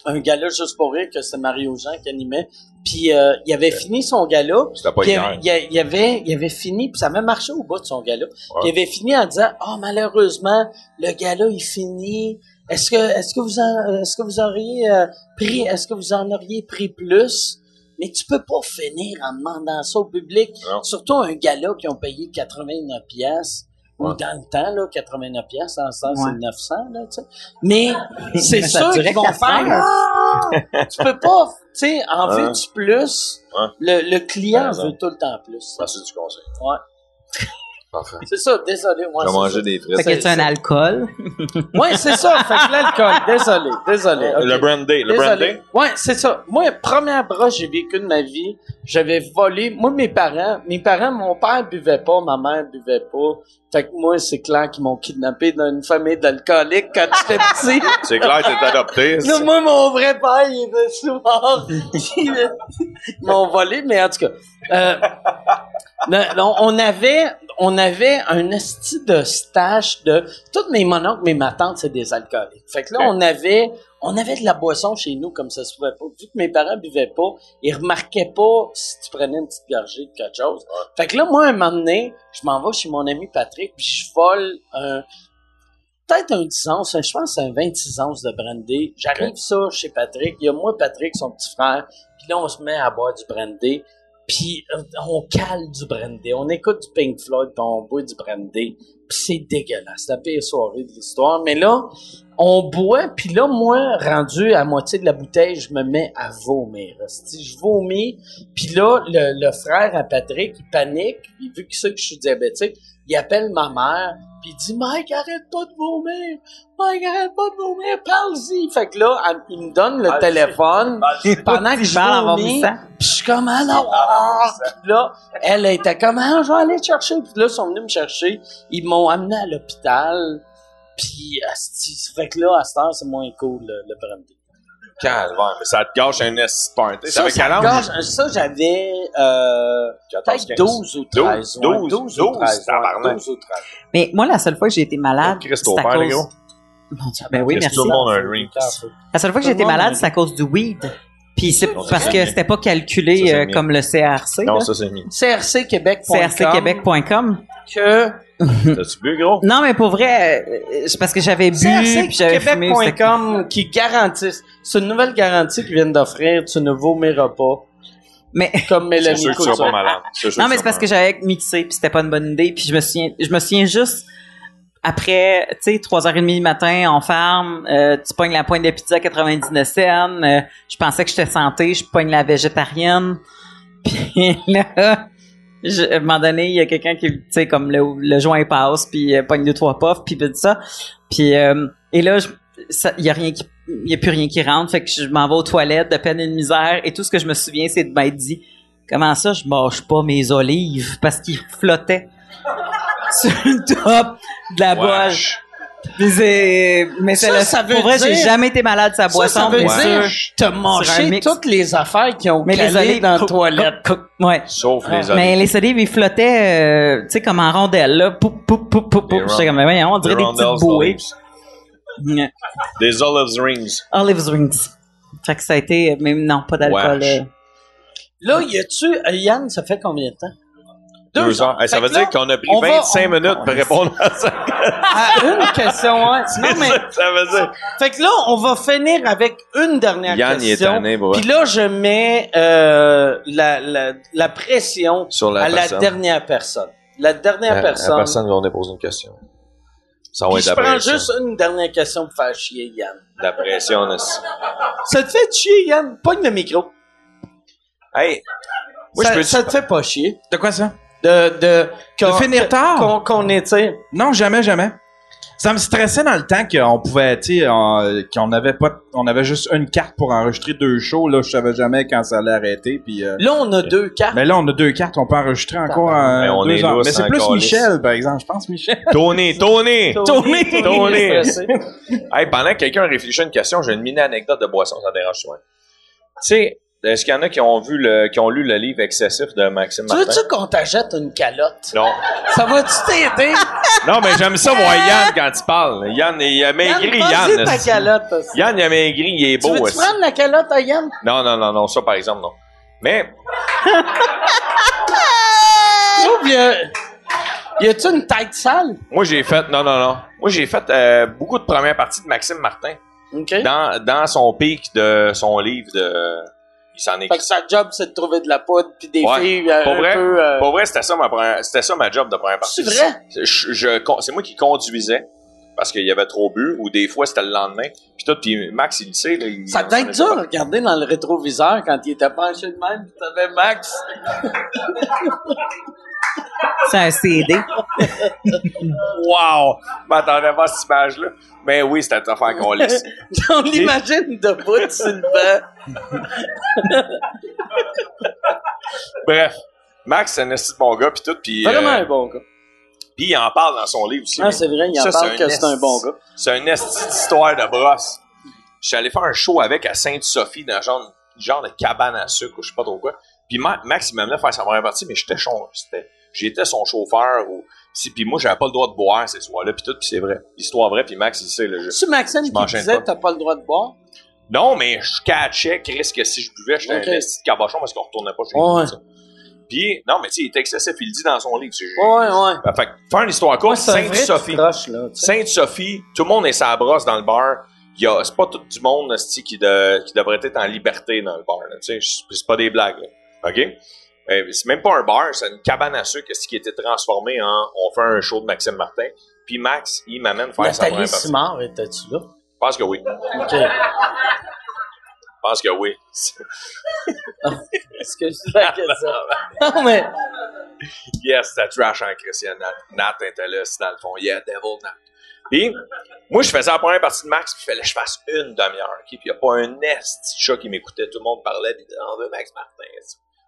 Speaker 2: un gala juste pour rire que c'est Mario Jean qui animait. Puis euh, il avait fini son gala,
Speaker 4: C'était pas
Speaker 2: puis il, y
Speaker 4: hier.
Speaker 2: avait, il y a- il y avait, il y avait fini, puis ça avait marché au bout de son gala. Puis Il avait fini en disant, ah malheureusement, le gala il finit. Est-ce que, est-ce que vous en, est-ce que vous auriez euh, pris, est-ce que vous en auriez pris plus? Mais tu peux pas finir en demandant ça au public.
Speaker 4: Non.
Speaker 2: Surtout un gala qui ont payé 89 pièces. Ou
Speaker 4: Ouais.
Speaker 2: dans le temps, là, 89 pièces, dans le sens,
Speaker 3: Ouais.
Speaker 2: c'est 900, là, tu sais. Mais, c'est
Speaker 3: Mais ça
Speaker 2: sûr
Speaker 3: durait
Speaker 2: qu'ils vont
Speaker 3: quatre
Speaker 2: faire,
Speaker 3: heures.
Speaker 2: Ah! tu peux pas, tu sais, en
Speaker 4: Ouais.
Speaker 2: veux-tu plus?
Speaker 4: Hein? Ouais. Ben,
Speaker 2: Le, le client
Speaker 4: Ouais, ouais.
Speaker 2: veut tout le temps plus.
Speaker 4: Merci du conseil.
Speaker 2: Ouais.
Speaker 4: Parfait.
Speaker 2: C'est ça, désolé. Moi,
Speaker 4: Je vais
Speaker 2: c'est
Speaker 4: manger
Speaker 2: ça.
Speaker 4: des
Speaker 3: Fait
Speaker 4: frites.
Speaker 3: que tu un alcool.
Speaker 2: Ouais, c'est ça. Fait que l'alcool. Désolé, désolé. ok.
Speaker 4: Le brandy. Le
Speaker 2: Désolé.
Speaker 4: brandy.
Speaker 2: Ouais, c'est ça. Moi, première broche que j'ai vécu de ma vie, j'avais volé. Moi, mes parents, mes parents, mon père buvait pas, ma mère buvait pas. Fait que moi, c'est clair qu'ils m'ont kidnappé dans une famille d'alcooliques quand j'étais petit.
Speaker 4: C'est clair, t'es adopté.
Speaker 2: Non, moi, mon vrai père, il était souvent. Ils m'ont volé, mais en tout cas. euh, non, non, on avait, on avait un esti de stage de. Toutes mes mononcles, mais ma tante, c'est des alcooliques. Fait que là, on avait, on avait de la boisson chez nous, comme ça se pouvait pas. Vu que mes parents buvaient pas, ils remarquaient pas si tu prenais une petite gorgée de quelque chose. Fait que là, moi, un moment donné, je m'en vais chez mon ami Patrick, puis je vole un, peut-être un 10 ans, je pense que c'est un 26 ans de brandy. J'arrive ça chez Patrick. Il y a moi, Patrick, son petit frère. Puis là, on se met à boire du brandy. Puis euh, on cale du brandy. On écoute du Pink Floyd, puis on boit du brandy. Puis c'est dégueulasse. C'est la pire soirée de l'histoire. Mais là, on boit. Puis là, moi, rendu à moitié de la bouteille, je me mets à vomir. Si je vomis. Puis là, le, le frère à Patrick, il panique. Puis vu que ça, que je suis diabétique, il appelle ma mère. Puis il dit, Mike, arrête pas de vomir! Mike, arrête pas de vomir! Parle-y! Fait que là, elle- il me donne le téléphone pendant que je
Speaker 3: Mal en
Speaker 2: vomis.
Speaker 3: vomissant.
Speaker 2: Puis je suis comme, ah non! ah! Puis là, elle était comme, ah, je vais aller te chercher. Puis là, ils sont venus me chercher. Ils m'ont amené à l'hôpital. Puis, asti, fait que là, à cette heure, c'est moins cool, le, le brandy.
Speaker 4: Calvaire, mais ça te gâche un S party. Ça fait
Speaker 2: ça,
Speaker 4: quel âge?
Speaker 2: gage- ça, j'avais euh,
Speaker 4: 14,
Speaker 2: peut-être
Speaker 4: 15.
Speaker 2: 12 ou 13. ouais,
Speaker 4: 12,
Speaker 2: 12
Speaker 4: 12,
Speaker 2: ou 13. ouais,
Speaker 4: tabarnak.
Speaker 2: 12 ou 13.
Speaker 3: Mais moi, la seule fois que j'ai été malade,
Speaker 4: Oh, Christ,
Speaker 3: c'est à
Speaker 4: au père, les
Speaker 3: cause... Mon Dieu, ben oui,
Speaker 4: Christ,
Speaker 3: merci.
Speaker 4: tout le monde a un drink.
Speaker 3: La seule fois que j'ai été
Speaker 2: monde hein.
Speaker 3: malade,
Speaker 2: a-
Speaker 3: c'est à cause du weed. Puis c'est
Speaker 4: Non, ça,
Speaker 3: parce
Speaker 4: c'est
Speaker 3: que
Speaker 4: mieux.
Speaker 3: c'était pas
Speaker 4: Ça,
Speaker 3: calculé
Speaker 4: c'est
Speaker 3: euh,
Speaker 4: mieux.
Speaker 3: comme le CRC.
Speaker 4: Non,
Speaker 3: là.
Speaker 4: ça, c'est mis.
Speaker 2: crcquebec.com.
Speaker 3: CRCquebec.com.
Speaker 2: Que
Speaker 4: T'as-tu bu, gros?
Speaker 3: Non, mais pour vrai, euh, c'est parce que j'avais bu, puis j'avais fumé. c'était-
Speaker 2: crcquebec.com qui garantissent. C'est une nouvelle garantie qu'ils viennent d'offrir. Tu ne vomiras pas.
Speaker 3: Mais
Speaker 2: Comme
Speaker 4: C'est
Speaker 2: Mélanie
Speaker 4: sûr que tu seras
Speaker 2: Couture.
Speaker 4: pas malade. C'est sûr
Speaker 3: Non, mais c'est parce que
Speaker 4: tu seras
Speaker 3: j'avais mixé, puis c'était pas une bonne idée. Puis je me souviens, je me souviens juste, après, tu sais, 3h30 du matin, en ferme, euh, tu pognes la pointe de pizza à 99 cents. euh, je pensais que j'étais santé, je pogne la végétarienne. Puis là, je, à un moment donné, il y a quelqu'un qui, tu sais, comme le, le joint passe, puis euh, pogne deux, trois puffs, puis tout ça. Puis, euh, et là, je- ça- il y a rien qui il y a plus rien qui rentre, fait que je m'en vais aux toilettes de peine et de misère, et tout ce que je me souviens, c'est de m'être dit, Comment ça, je mange pas mes olives parce qu'ils flottaient sur le top de la
Speaker 4: malade.
Speaker 3: boîte. Puis c'est- Mais c'est
Speaker 2: Ça,
Speaker 3: le-
Speaker 2: ça veut
Speaker 3: pour vrai,
Speaker 2: dire-
Speaker 3: j'ai jamais été malade de sa
Speaker 2: Ça,
Speaker 3: boisson.
Speaker 2: ça veut
Speaker 3: mais
Speaker 2: dire
Speaker 3: sûr.
Speaker 2: t'as
Speaker 3: Sur un
Speaker 2: mangé
Speaker 3: mix.
Speaker 2: toutes les Oh. affaires qui ont
Speaker 3: Mais les
Speaker 2: calé
Speaker 3: olives
Speaker 2: dans la
Speaker 3: cook-
Speaker 2: toilette.
Speaker 3: cook- cook- ouais.
Speaker 4: Sauf les
Speaker 3: Ah, Mais
Speaker 4: amis.
Speaker 3: les olives, ils flottaient, euh, tu sais, comme en rondelles, là. Pou, pou, pou, pou, pou.
Speaker 4: Des
Speaker 3: J'étais comme, voyons, on dirait des petites bouées.
Speaker 4: Des olives rings.
Speaker 3: Olives rings. Fait que ça a été, mais non, pas d'alcool.
Speaker 4: Wesh.
Speaker 3: euh.
Speaker 2: Là, y a-tu... euh, Yann, ça fait combien de temps?
Speaker 4: Deux, heures. Eh, ça
Speaker 2: Fait
Speaker 4: veut
Speaker 2: que là,
Speaker 4: dire qu'on a pris
Speaker 2: on va-
Speaker 4: 25
Speaker 2: on-
Speaker 4: minutes pour répondre à ça.
Speaker 2: Ah,
Speaker 3: euh.
Speaker 2: une question, ouais. Non, mais...
Speaker 4: ça veut dire.
Speaker 2: Fait que là, on va finir avec une dernière
Speaker 4: Yann, il est
Speaker 2: question.
Speaker 4: tanné, bro. hein,
Speaker 2: Puis là, je mets euh, la, la, la pression
Speaker 4: Sur la
Speaker 2: à la
Speaker 4: personne.
Speaker 2: dernière personne. La dernière
Speaker 4: La-
Speaker 2: personne.
Speaker 4: La personne qui on a posé une question. Ça va
Speaker 2: Puis
Speaker 4: être
Speaker 2: je
Speaker 4: la
Speaker 2: prends
Speaker 4: pression.
Speaker 2: juste une dernière question pour faire chier Yann.
Speaker 4: La pression, là. c'est-
Speaker 2: Ça te fait chier, Yann? Pogne le micro.
Speaker 4: Hey! Moi,
Speaker 2: ça,
Speaker 4: je peux
Speaker 2: ça te fait pas chier.
Speaker 7: De quoi ça?
Speaker 2: De, Ah, de, qu'on-
Speaker 7: finir tard?
Speaker 2: Qu'on, qu'on étire.
Speaker 7: Non, jamais, jamais. Ça me stressait dans le temps qu'on pouvait, tu sais, on- qu'on avait pas, on avait juste une carte pour enregistrer deux shows. Là, je savais jamais quand ça allait arrêter. Puis, euh,
Speaker 2: Là, on a deux cartes.
Speaker 7: mais là, on a deux cartes, on peut enregistrer encore euh,
Speaker 4: Mais on
Speaker 7: deux
Speaker 4: est
Speaker 7: heures.
Speaker 4: là,
Speaker 7: Mais
Speaker 4: c'est
Speaker 7: c'est plus
Speaker 4: encore
Speaker 7: Michel, par exemple. Je pense Michel.
Speaker 4: Tony,
Speaker 2: Tony,
Speaker 4: Tony!
Speaker 2: Tony,
Speaker 4: Tony.
Speaker 2: est stressé.
Speaker 4: Hey, pendant que quelqu'un réfléchit à une question, j'ai une mini anecdote de boisson, ça dérange souvent. Tu sais, est-ce qu'il y en a qui ont vu le, qui ont lu le livre excessif de Maxime
Speaker 2: Tu
Speaker 4: Martin?
Speaker 2: veux-tu qu'on t'achète une calotte?
Speaker 4: Non.
Speaker 2: Ça va-tu t'aider?
Speaker 4: Non, mais j'aime ça voir Yann quand il parle. Yann, il a maigri, Yann.
Speaker 2: Yann, vas-y, ta
Speaker 4: est-ce-
Speaker 2: calotte. aussi.
Speaker 4: Yann, il a maigri, il est
Speaker 2: Tu
Speaker 4: beau.
Speaker 2: veux-tu
Speaker 4: est-ce-
Speaker 2: prendre la calotte à Yann?
Speaker 4: Non, non, non, non, ça par exemple, non. Mais,
Speaker 2: trouve, y a... euh, Y a-tu une tête sale?
Speaker 4: moi, j'ai fait, non, non, non. Moi, j'ai fait euh, beaucoup de premières parties de Maxime Martin.
Speaker 2: OK.
Speaker 4: Dans, dans son pic de son livre de. Il s'en est
Speaker 2: Fait que sa job, c'est de trouver de la poudre puis des
Speaker 4: Ouais.
Speaker 2: filles euh,
Speaker 4: Pas
Speaker 2: un
Speaker 4: vrai?
Speaker 2: peu... euh,
Speaker 4: Pour vrai, c'était ça ma première, c'était ça ma job de première partie.
Speaker 2: C'est vrai?
Speaker 4: Je- je- con- c'est moi qui conduisais. parce qu'il y avait trop bu, ou des fois c'était le lendemain. Puis tout, puis Max, il le sait. là, il-
Speaker 6: Ça devait être dur, regarder dans le rétroviseur quand il était penché de même, pis t'avais Max.
Speaker 3: C'est un CD.
Speaker 4: Wow! Je m'attendais pas à cette image-là. Mais oui, c'était une affaire qu'on laisse.
Speaker 6: On l'imagine debout sur le banc.
Speaker 4: Bref, Max, c'est un esti de bon gars, puis tout, puis... euh,
Speaker 6: Vraiment un bon gars.
Speaker 4: Puis il en parle dans son livre aussi.
Speaker 6: Ah, c'est vrai, il en
Speaker 4: Ça,
Speaker 6: parle
Speaker 4: c'est un
Speaker 6: que c'est un
Speaker 4: esti-
Speaker 6: bon gars.
Speaker 4: C'est un esti d'histoire de brosse. Je suis allé faire un show avec à Sainte-Sophie dans genre, genre de cabane à sucre ou je sais pas trop quoi. Puis Ma- Max, il m'amenait faire sa première partie, mais j'étais son, c'était- j'étais son chauffeur. Ou, si, puis moi, j'avais pas le droit de boire ces soirs-là, puis tout, puis c'est vrai. L'histoire vraie, puis Max, il sait le jeu.
Speaker 6: C'est Maxime
Speaker 4: Je
Speaker 6: qui
Speaker 4: m'enchaîne
Speaker 6: disait
Speaker 4: pas.
Speaker 6: t'as pas le droit de boire.
Speaker 4: Non, mais je catchais, Chris, que si je buvais, j'étais
Speaker 6: Ok.
Speaker 4: un esti de cabochon parce qu'on retournait pas chez
Speaker 6: Ouais.
Speaker 4: lui. tu sais. Puis, non, mais tu sais, il était excessif, il le dit dans son livre. c'est- Ben,
Speaker 6: Ouais, ouais.
Speaker 4: Fait que, faire une histoire courte, Sainte-Sophie.
Speaker 6: croche, là. tu sais.
Speaker 4: Sainte-Sophie, tout le monde est sa brosse dans le bar. Il y a- C'est pas tout du monde hostie, qui, de- qui devrait être en liberté dans le bar. là, tu sais. C'est c'est pas des blagues. là. OK? Euh, C'est même pas un bar, c'est une cabane à sucre hostie, qui a été transformée en on fait un show de Maxime Martin. Puis Max, il m'amène faire sa
Speaker 6: Nathalie
Speaker 4: première partie.
Speaker 6: Simard, étais-tu là?
Speaker 4: Je pense que oui.
Speaker 6: Ok.
Speaker 4: Je pense que oui.
Speaker 6: Est-ce que je la question? Non, mais.
Speaker 4: yes, c'était trash en Christian. Nat, Nat était là, c'est dans le fond. Yeah, devil Nat. Puis, moi, je faisais la première partie de Max, puis il fallait que je fasse une demi-heure, OK? Puis il n'y a pas un est chat qui m'écoutait. Tout le monde parlait, puis il disait, Ah, on veut Max Martin.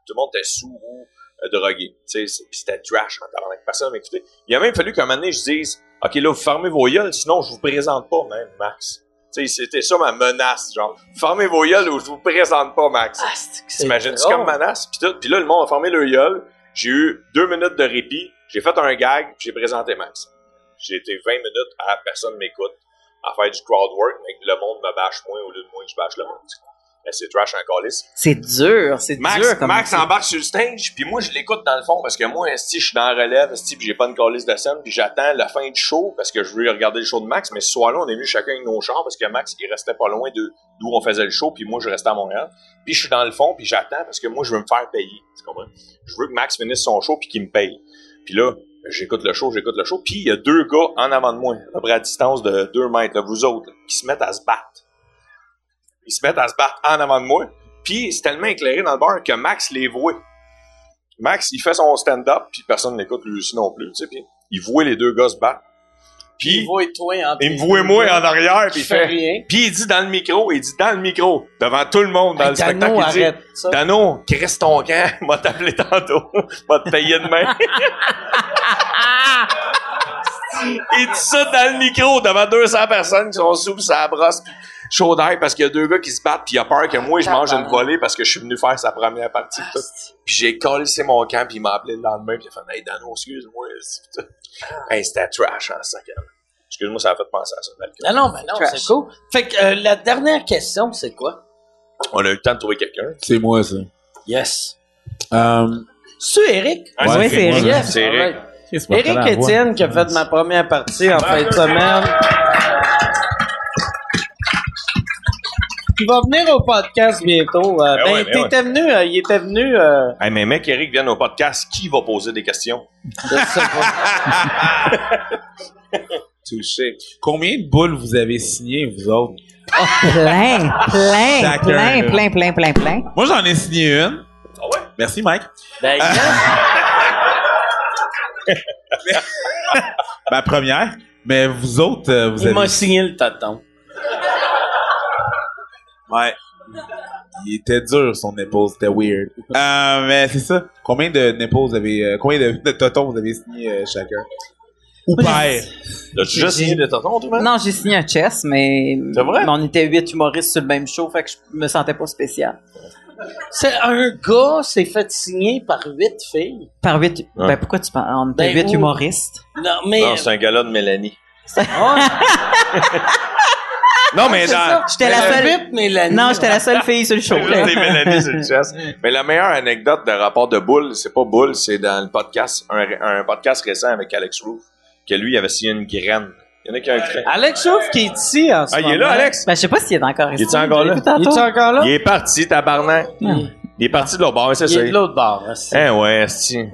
Speaker 4: Tout le monde était sous ou euh, drogué. Tu sais, c'est- puis c'était trash en parlant personne m'écoutait. Il a même fallu qu'à un moment donné, je dise, OK, là, vous fermez vos gueules, sinon je vous présente pas, même, Max. Tu sais, c'était ça ma menace, genre, fermez vos gueules ou je vous présente pas, Max. T'imagines-tu comme menace? Puis tout. Puis là, le monde a formé le gueule. J'ai eu deux minutes de répit. J'ai fait un gag. puis J'ai présenté Max. J'ai été 20 minutes à personne m'écoute à faire du crowd work, mais que le monde me bâche moins au lieu de moi que je bâche le monde. Mais c'est trash en calice.
Speaker 3: C'est dur, c'est
Speaker 4: Max,
Speaker 3: dur. Comme
Speaker 4: Max embarque sur le stage, puis moi je l'écoute dans le fond parce que moi, si je suis dans la relève, si j'ai pas une calice de scène, puis j'attends la fin du show parce que je veux regarder le show de Max. Mais ce soir-là, on est venu chacun avec nos chars parce que Max, il restait pas loin de d'où on faisait le show, puis moi je restais à Montréal. Puis je suis dans le fond, puis j'attends parce que moi je veux me faire payer. Tu comprends? Je veux que Max finisse son show puis qu'il me paye. Puis là, j'écoute le show, j'écoute le show, puis il y a deux gars en avant de moi, à peu près à distance de deux mètres, là, vous autres, là, qui se mettent à se battre. Ils se mettent à se battre en avant de moi. Puis c'est tellement éclairé dans le bar que Max les voit. Max, il fait son stand-up, puis personne n'écoute lui aussi non plus. Tu sais, puis il voit les deux gars se battre.
Speaker 6: Il
Speaker 4: Puis
Speaker 6: voit et toi en
Speaker 4: il me voit moi en arrière, puis
Speaker 6: Il
Speaker 4: il fait...
Speaker 6: rien.
Speaker 4: Puis il dit dans le micro, il dit dans le micro, devant tout le monde dans le
Speaker 6: Dano,
Speaker 4: spectacle, il dit...
Speaker 6: arrête ça.
Speaker 4: Dano, crisse ton camp, m'a t'appeler tantôt, m'a te payer demain. Il dit ça dans le micro devant 200 personnes qui sont sous pis ça brosse pis chaud d'air parce qu'il y a deux gars qui se battent puis il a peur que moi je mange une volée parce que je suis venu faire sa première partie pis tout. Puis j'ai collé mon camp puis il m'a appelé le lendemain puis il a fait Hey Dano, excuse-moi. c'est- tout. Hey, c'était trash en sacrément. Excuse-moi, ça a fait penser à ça. l'alcool.
Speaker 6: Ah non, mais non, c'est cool. Fait que euh, la dernière question, c'est quoi?
Speaker 4: On a eu le temps de trouver quelqu'un.
Speaker 7: C'est moi, ça.
Speaker 6: Yes.
Speaker 7: Euh,
Speaker 6: C'est Eric?
Speaker 4: Ah,
Speaker 7: Ouais,
Speaker 4: c'est
Speaker 7: c'est
Speaker 4: Eric.
Speaker 7: Eric.
Speaker 4: C'est Eric.
Speaker 6: Alright. Eric Etienne qui a fait ma première partie en fin de semaine. Il va venir au podcast bientôt. Euh,
Speaker 4: Ben
Speaker 6: ben,
Speaker 4: ouais, ben
Speaker 6: t'étais venu, euh, il était venu. euh,
Speaker 4: Hey, mais mec, Eric vient au podcast, qui va poser des questions?
Speaker 6: je sais pas.
Speaker 7: touché. Combien de boules vous avez signé, vous autres?
Speaker 3: plein, plein,
Speaker 7: Chacun,
Speaker 3: plein,
Speaker 7: là.
Speaker 3: plein, plein, plein, plein.
Speaker 7: Moi, j'en ai signé une.
Speaker 4: Ah ouais?
Speaker 7: Merci, Mike.
Speaker 6: Ben,
Speaker 7: Ma première. Mais vous autres, euh, vous
Speaker 6: il
Speaker 7: avez...
Speaker 6: m'a signé le tonton.
Speaker 7: Ouais. Il était dur, son épaule. C'était weird. Euh, mais c'est ça. Combien de nipples vous avez... euh, combien de, de totons vous avez signé euh, chacun? Ou père?
Speaker 4: T'as-tu juste signé des tontons, toi, man?
Speaker 3: Non, j'ai signé un chess, mais, mais on était huit humoristes sur le même show, fait que je me sentais pas spécial.
Speaker 6: C'est un gars s'est fait signer par huit filles.
Speaker 3: Par huit, ben pourquoi tu parles? On était
Speaker 6: Ben,
Speaker 3: huit
Speaker 6: où?
Speaker 3: humoristes.
Speaker 6: Non, mais.
Speaker 4: Non, c'est un gala de Mélanie.
Speaker 6: Ouais,
Speaker 4: Non, mais
Speaker 6: c'est
Speaker 4: dans...
Speaker 6: ça.
Speaker 3: J'étais la
Speaker 6: Mais
Speaker 3: seule-
Speaker 6: huit, Mélanie.
Speaker 3: Non, j'étais la seule fille sur le show. là.
Speaker 4: Des Mélanie, c'est une chasse. Mais la meilleure anecdote d'un rapport de boule, c'est pas boule, c'est dans le podcast, un, un podcast récent avec Alex Roof, que lui, il avait signé une graine. Il y en a qui ont écouté.
Speaker 6: Alex Ouf qui est ici en ce
Speaker 4: Ah, il
Speaker 6: moment.
Speaker 4: est là, Alex?
Speaker 3: Ben, je sais pas s'il est encore ici.
Speaker 4: est-tu encore
Speaker 3: Je l'ai
Speaker 4: là?
Speaker 3: vu tantôt.
Speaker 6: Il est encore là?
Speaker 4: Il est parti, tabarnak.
Speaker 3: Non.
Speaker 4: Il est parti de l'autre bord, c'est
Speaker 6: Il
Speaker 4: ça.
Speaker 6: est de l'autre bord. hein, c'est-
Speaker 4: Eh ouais, esti.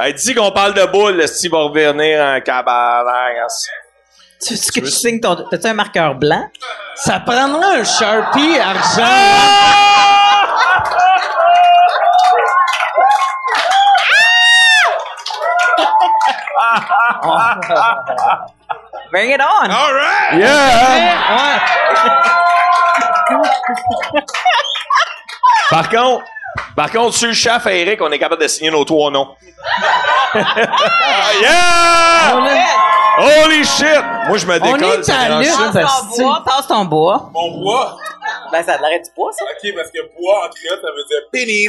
Speaker 4: Hey, dis qu'on parle de boule, esti va revenir en cabaret. esti.
Speaker 3: Tu veux que je signe ton. T'as-tu un marqueur blanc?
Speaker 2: Ça prendrait un Sharpie argent.
Speaker 6: Ah!
Speaker 3: Bring it on!
Speaker 4: Par contre, par contre, sur le chef à Eric, on est capable de signer nos trois noms. yeah!
Speaker 2: On est-
Speaker 4: Holy shit! Moi, je me
Speaker 2: on
Speaker 4: décolle.
Speaker 2: est
Speaker 4: ça
Speaker 2: à
Speaker 4: dérange.
Speaker 2: lutte,
Speaker 3: Tasse ton
Speaker 2: asti.
Speaker 3: bois, tasse ton bois.
Speaker 7: Mon bois.
Speaker 3: Ben, ça a l'air du bois, ça.
Speaker 7: OK, parce que bois en créole, ça veut dire pénis.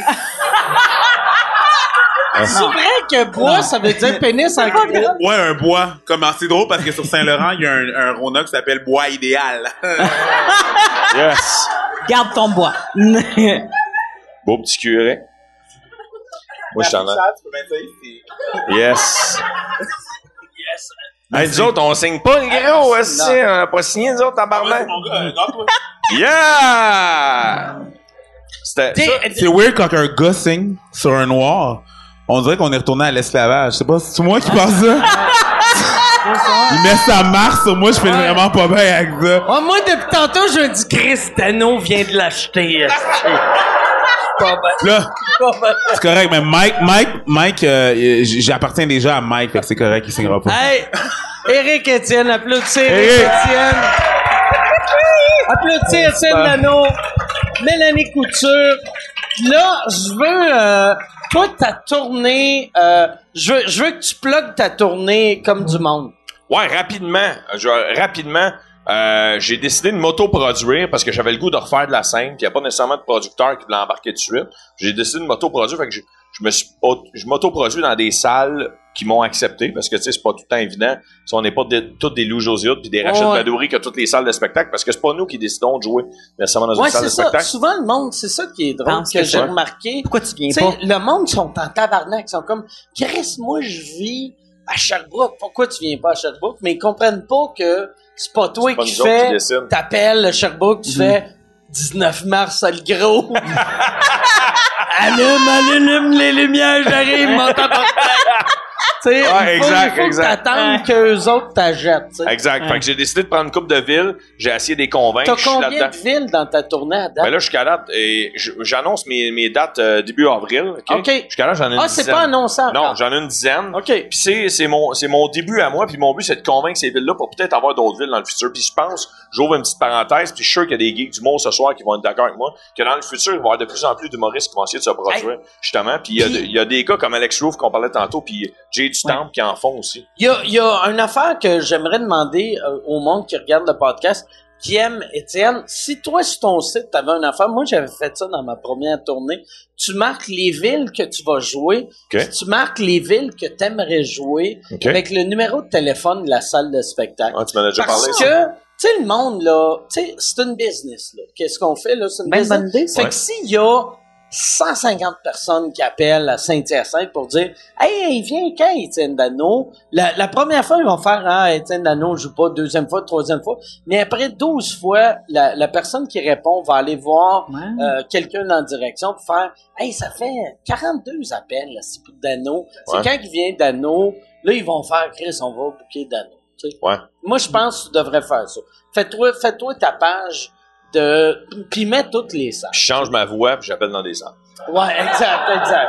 Speaker 7: Ah.
Speaker 2: C'est vrai que bois, ça veut dire pénis en gros.
Speaker 7: Ouais, un bois. Comme en- c'est drôle parce que sur Saint-Laurent, Ah, il y a un, un Rona qui s'appelle Bois Idéal.
Speaker 4: Yes!
Speaker 3: Garde ton bois. Ben,
Speaker 4: Beau petit curé. Moi, je t'en ai.
Speaker 7: Ça, tu peux mettre ça ici.
Speaker 4: Yes. Hey, nous autres, on signe pas le gros, aussi. On a pas signé, nous autres,
Speaker 7: Ouais,
Speaker 4: tabarnak.
Speaker 7: mon gars, euh, garde-toi.
Speaker 4: Yeah! C'était ça.
Speaker 7: C'est weird quand un gars signe sur un noir. On dirait qu'on est retourné à l'esclavage. Je sais pas, c'est moi qui pense ça. Il met sa marque sur moi, je fais vraiment pas bien avec ça.
Speaker 2: Oh, moi, depuis tantôt, je me dis Cristano vient de
Speaker 6: hein.
Speaker 2: l'acheter. asti.
Speaker 7: Puis Là, c'est correct, mais Mike, Mike, Mike, euh, euh, j- j'appartiens déjà à Mike, fait que c'est correct, il signera pas.
Speaker 2: hey! Éric Étienne, applaudissez Éric Étienne. Applaudissez Étienne Lano, Mélanie Couture. Là, je veux... Euh, toi, ta tournée... euh, je, veux, je veux que tu plugues ta tournée comme du monde.
Speaker 4: Ouais, rapidement. Je, rapidement, euh, j'ai décidé de m'auto-produire parce que j'avais le goût de refaire de la scène. Puis il n'y a pas nécessairement de producteur qui voulait embarquer tout de suite. J'ai décidé de m'auto-produire. Fait que je, je me suis auto- je m'auto-produis dans des salles qui m'ont accepté parce que tu sais, c'est pas tout le temps évident. Si on n'est pas de- toutes des Lou Josiotes puis des Rachid
Speaker 2: Ouais.
Speaker 4: Badouri que toutes les salles de spectacle parce que c'est pas nous qui décidons de jouer nécessairement dans
Speaker 2: Ouais,
Speaker 4: une salle
Speaker 2: c'est
Speaker 4: de
Speaker 2: ça.
Speaker 4: spectacle.
Speaker 2: Souvent, le monde, c'est ça qui est drôle
Speaker 3: Pense
Speaker 2: que
Speaker 3: que
Speaker 2: j'ai
Speaker 4: ça.
Speaker 2: remarqué.
Speaker 3: Pourquoi tu viens
Speaker 2: Tu sais,
Speaker 3: pas?
Speaker 2: le monde sont en tabarnak. Ils sont comme, Chris, moi, je vis à Sherbrooke. Pourquoi tu viens pas à Sherbrooke? Mais ils comprennent pas que c'est pas toi
Speaker 4: C'est pas
Speaker 2: qui
Speaker 4: nous autres qui
Speaker 2: fais,
Speaker 4: décident.
Speaker 2: t'appelles le Sherbrooke,
Speaker 4: Mm.
Speaker 2: tu fais 19 mars, ça le gros. allume, allume les lumières, j'arrive, mon tabarnak. Tu sais,
Speaker 4: Ouais,
Speaker 2: il faut, il
Speaker 4: exact,
Speaker 2: faut
Speaker 4: exact.
Speaker 2: que t'attendes qu'eux autres t'achètent, tu sais.
Speaker 4: Exact. Fait que j'ai décidé de prendre une coupe de ville. J'ai essayé de les convaincre.
Speaker 2: T'as
Speaker 4: Je suis
Speaker 2: combien
Speaker 4: là-dedans.
Speaker 2: de villes dans ta tournée à date?
Speaker 4: Ben là, jusqu'à date, et je- j'annonce mes, mes dates euh, début avril. OK.
Speaker 2: OK.
Speaker 4: Jusqu'à là, j'en ai Ben, une
Speaker 2: ah, c'est
Speaker 4: dizaine.
Speaker 2: pas annoncé encore.
Speaker 4: Non, j'en ai une dizaine.
Speaker 2: OK.
Speaker 4: Puis c'est, c'est, mon, c'est mon début à moi, puis mon but, c'est de convaincre ces villes-là pour peut-être avoir d'autres villes dans le futur. Puis je pense, j'ouvre une petite parenthèse, puis je suis sûr qu'il y a des geeks du monde ce soir qui vont être d'accord avec moi, que dans le futur, il va y avoir de plus en plus d'humoristes qui vont essayer de se produire, justement. Puis il y, a de- il y a des gars comme Alex Roof qu'on parlait tantôt, puis Jay du Temple qui en font aussi.
Speaker 2: Il y a, il y a une affaire que j'aimerais demander euh, au monde qui regarde le podcast, qui aime Étienne. Si toi, sur ton site, t'avais une affaire, moi, j'avais fait ça dans ma première tournée, tu marques les villes que tu vas jouer,
Speaker 4: OK.
Speaker 2: puis tu marques les villes que t'aimerais jouer,
Speaker 4: OK.
Speaker 2: avec le numéro de téléphone de la salle de spectacle.
Speaker 4: Ah, tu m'en as déjà
Speaker 2: Parce
Speaker 4: parlé. ça.
Speaker 2: que, tu sais, le monde, là, tu sais, c'est une business, là. Qu'est-ce qu'on fait, là? C'est une
Speaker 3: Ben,
Speaker 2: business.
Speaker 3: bonne idée,
Speaker 2: Fait que s'il y a 150 personnes qui appellent à Saint-Hyacinthe pour dire Hey, hey, viens quand, Étienne Dano? La, la première fois, ils vont faire Ah, Étienne Dano joue pas, deuxième fois, troisième fois. Mais après 12 fois, la, la personne qui répond va aller voir
Speaker 3: Ouais.
Speaker 2: euh, quelqu'un dans la direction pour faire Hey, ça fait 42 appels, là, c'est pour Dano. C'est
Speaker 4: Ouais.
Speaker 2: quand il vient Dano, là, ils vont faire Chris, on va bouquer Dano. Tu sais.
Speaker 4: Ouais.
Speaker 2: Moi, je pense que tu devrais faire ça. Fais-toi fais-toi ta page de. Puis mets toutes les salles.
Speaker 4: Je change ma voix, puis j'appelle dans des salles.
Speaker 2: Ouais, exact, exact.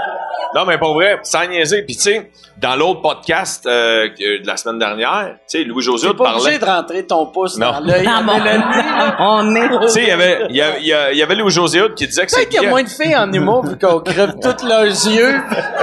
Speaker 4: Non, mais pour vrai, sans niaiser. Puis, tu sais, dans l'autre podcast euh, que- de la semaine dernière, tu sais, Louis-José
Speaker 2: T'es pas
Speaker 4: parlait.
Speaker 2: obligé de rentrer ton pouce
Speaker 4: Non.
Speaker 2: dans l'œil.
Speaker 3: Dans
Speaker 2: de
Speaker 3: mon-
Speaker 2: Mélanie, là.
Speaker 3: On est.
Speaker 4: Tu sais, il y avait, il y a- il y a- il y avait Louis-José Hood qui disait que c'est
Speaker 2: Peut-être qu'il y a moins de filles en humour vu qu'on crève tous leurs yeux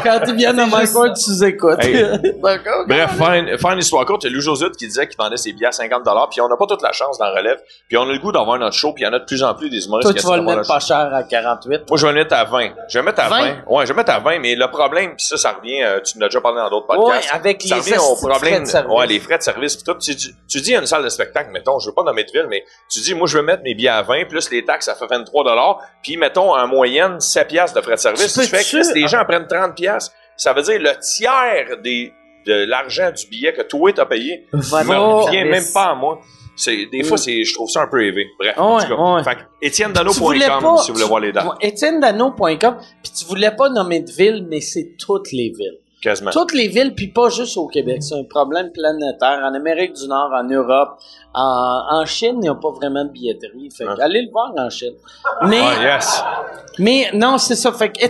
Speaker 2: quand ils viennent à ma cour, tu les écoutes.
Speaker 4: Hey.
Speaker 2: D'accord?
Speaker 4: Bref, faire une, faire une histoire courte, il y a Lou José Hood qui disait qu'il vendait ses billets à 50 puis on n'a pas toute la chance d'en relève, puis on a le goût d'avoir notre show, puis il y en a de plus en plus des humoristes
Speaker 2: Toi,
Speaker 4: qui
Speaker 2: tu vas
Speaker 4: essaient
Speaker 2: le
Speaker 4: d'avoir
Speaker 2: mettre
Speaker 4: leur
Speaker 2: pas cher à 48.
Speaker 4: show. Moi, je vais le mettre à 20. Je vais le mettre à 20.
Speaker 2: 20?
Speaker 4: Ouais, je vais le mettre à 20, mais le problème, puis ça, ça revient, euh, tu nous as déjà parlé dans d'autres podcasts.
Speaker 2: Ouais, avec
Speaker 4: ça
Speaker 2: les
Speaker 4: revient au
Speaker 2: hosties de frais
Speaker 4: problème.
Speaker 2: de service.
Speaker 4: ouais, les frais de service, puis tout. Tu, tu- tu dis à une salle de spectacle, mettons, je veux pas nommer de ville, mais tu dis, moi, je veux mettre mes billets à 20, plus les taxes, ça fait 23 puis mettons, en moyenne, 7 piastres de frais de service.
Speaker 2: Tu
Speaker 4: Tu fais
Speaker 2: peux-tu- Ah.
Speaker 4: que les gens prennent 30 piastres, ça veut dire le tiers des, de l'argent du billet que toi, t'as payé
Speaker 2: Va-
Speaker 4: me
Speaker 2: va-
Speaker 4: revient même pas à moi. C'est, des fois, c'est, je trouve ça un peu élevé. Bref. en
Speaker 2: Mm. Ouais,
Speaker 4: tout cas.
Speaker 2: ouais.
Speaker 4: Fait que,
Speaker 2: Tu voulais
Speaker 4: étienne-dano.com
Speaker 2: pas-
Speaker 4: si vous voulez voir les dates.
Speaker 2: Étienne-Dano.com, puis tu voulais pas nommer de ville, mais c'est toutes les villes.
Speaker 4: Quasiment.
Speaker 2: Toutes les villes, puis pas juste au Québec. C'est un problème planétaire. En Amérique du Nord, en Europe, en, en Chine, il n'y a pas vraiment de billetterie. Fait que allez le voir en Chine. Mais,
Speaker 4: Ah, yes.
Speaker 2: mais non, c'est ça. Fait que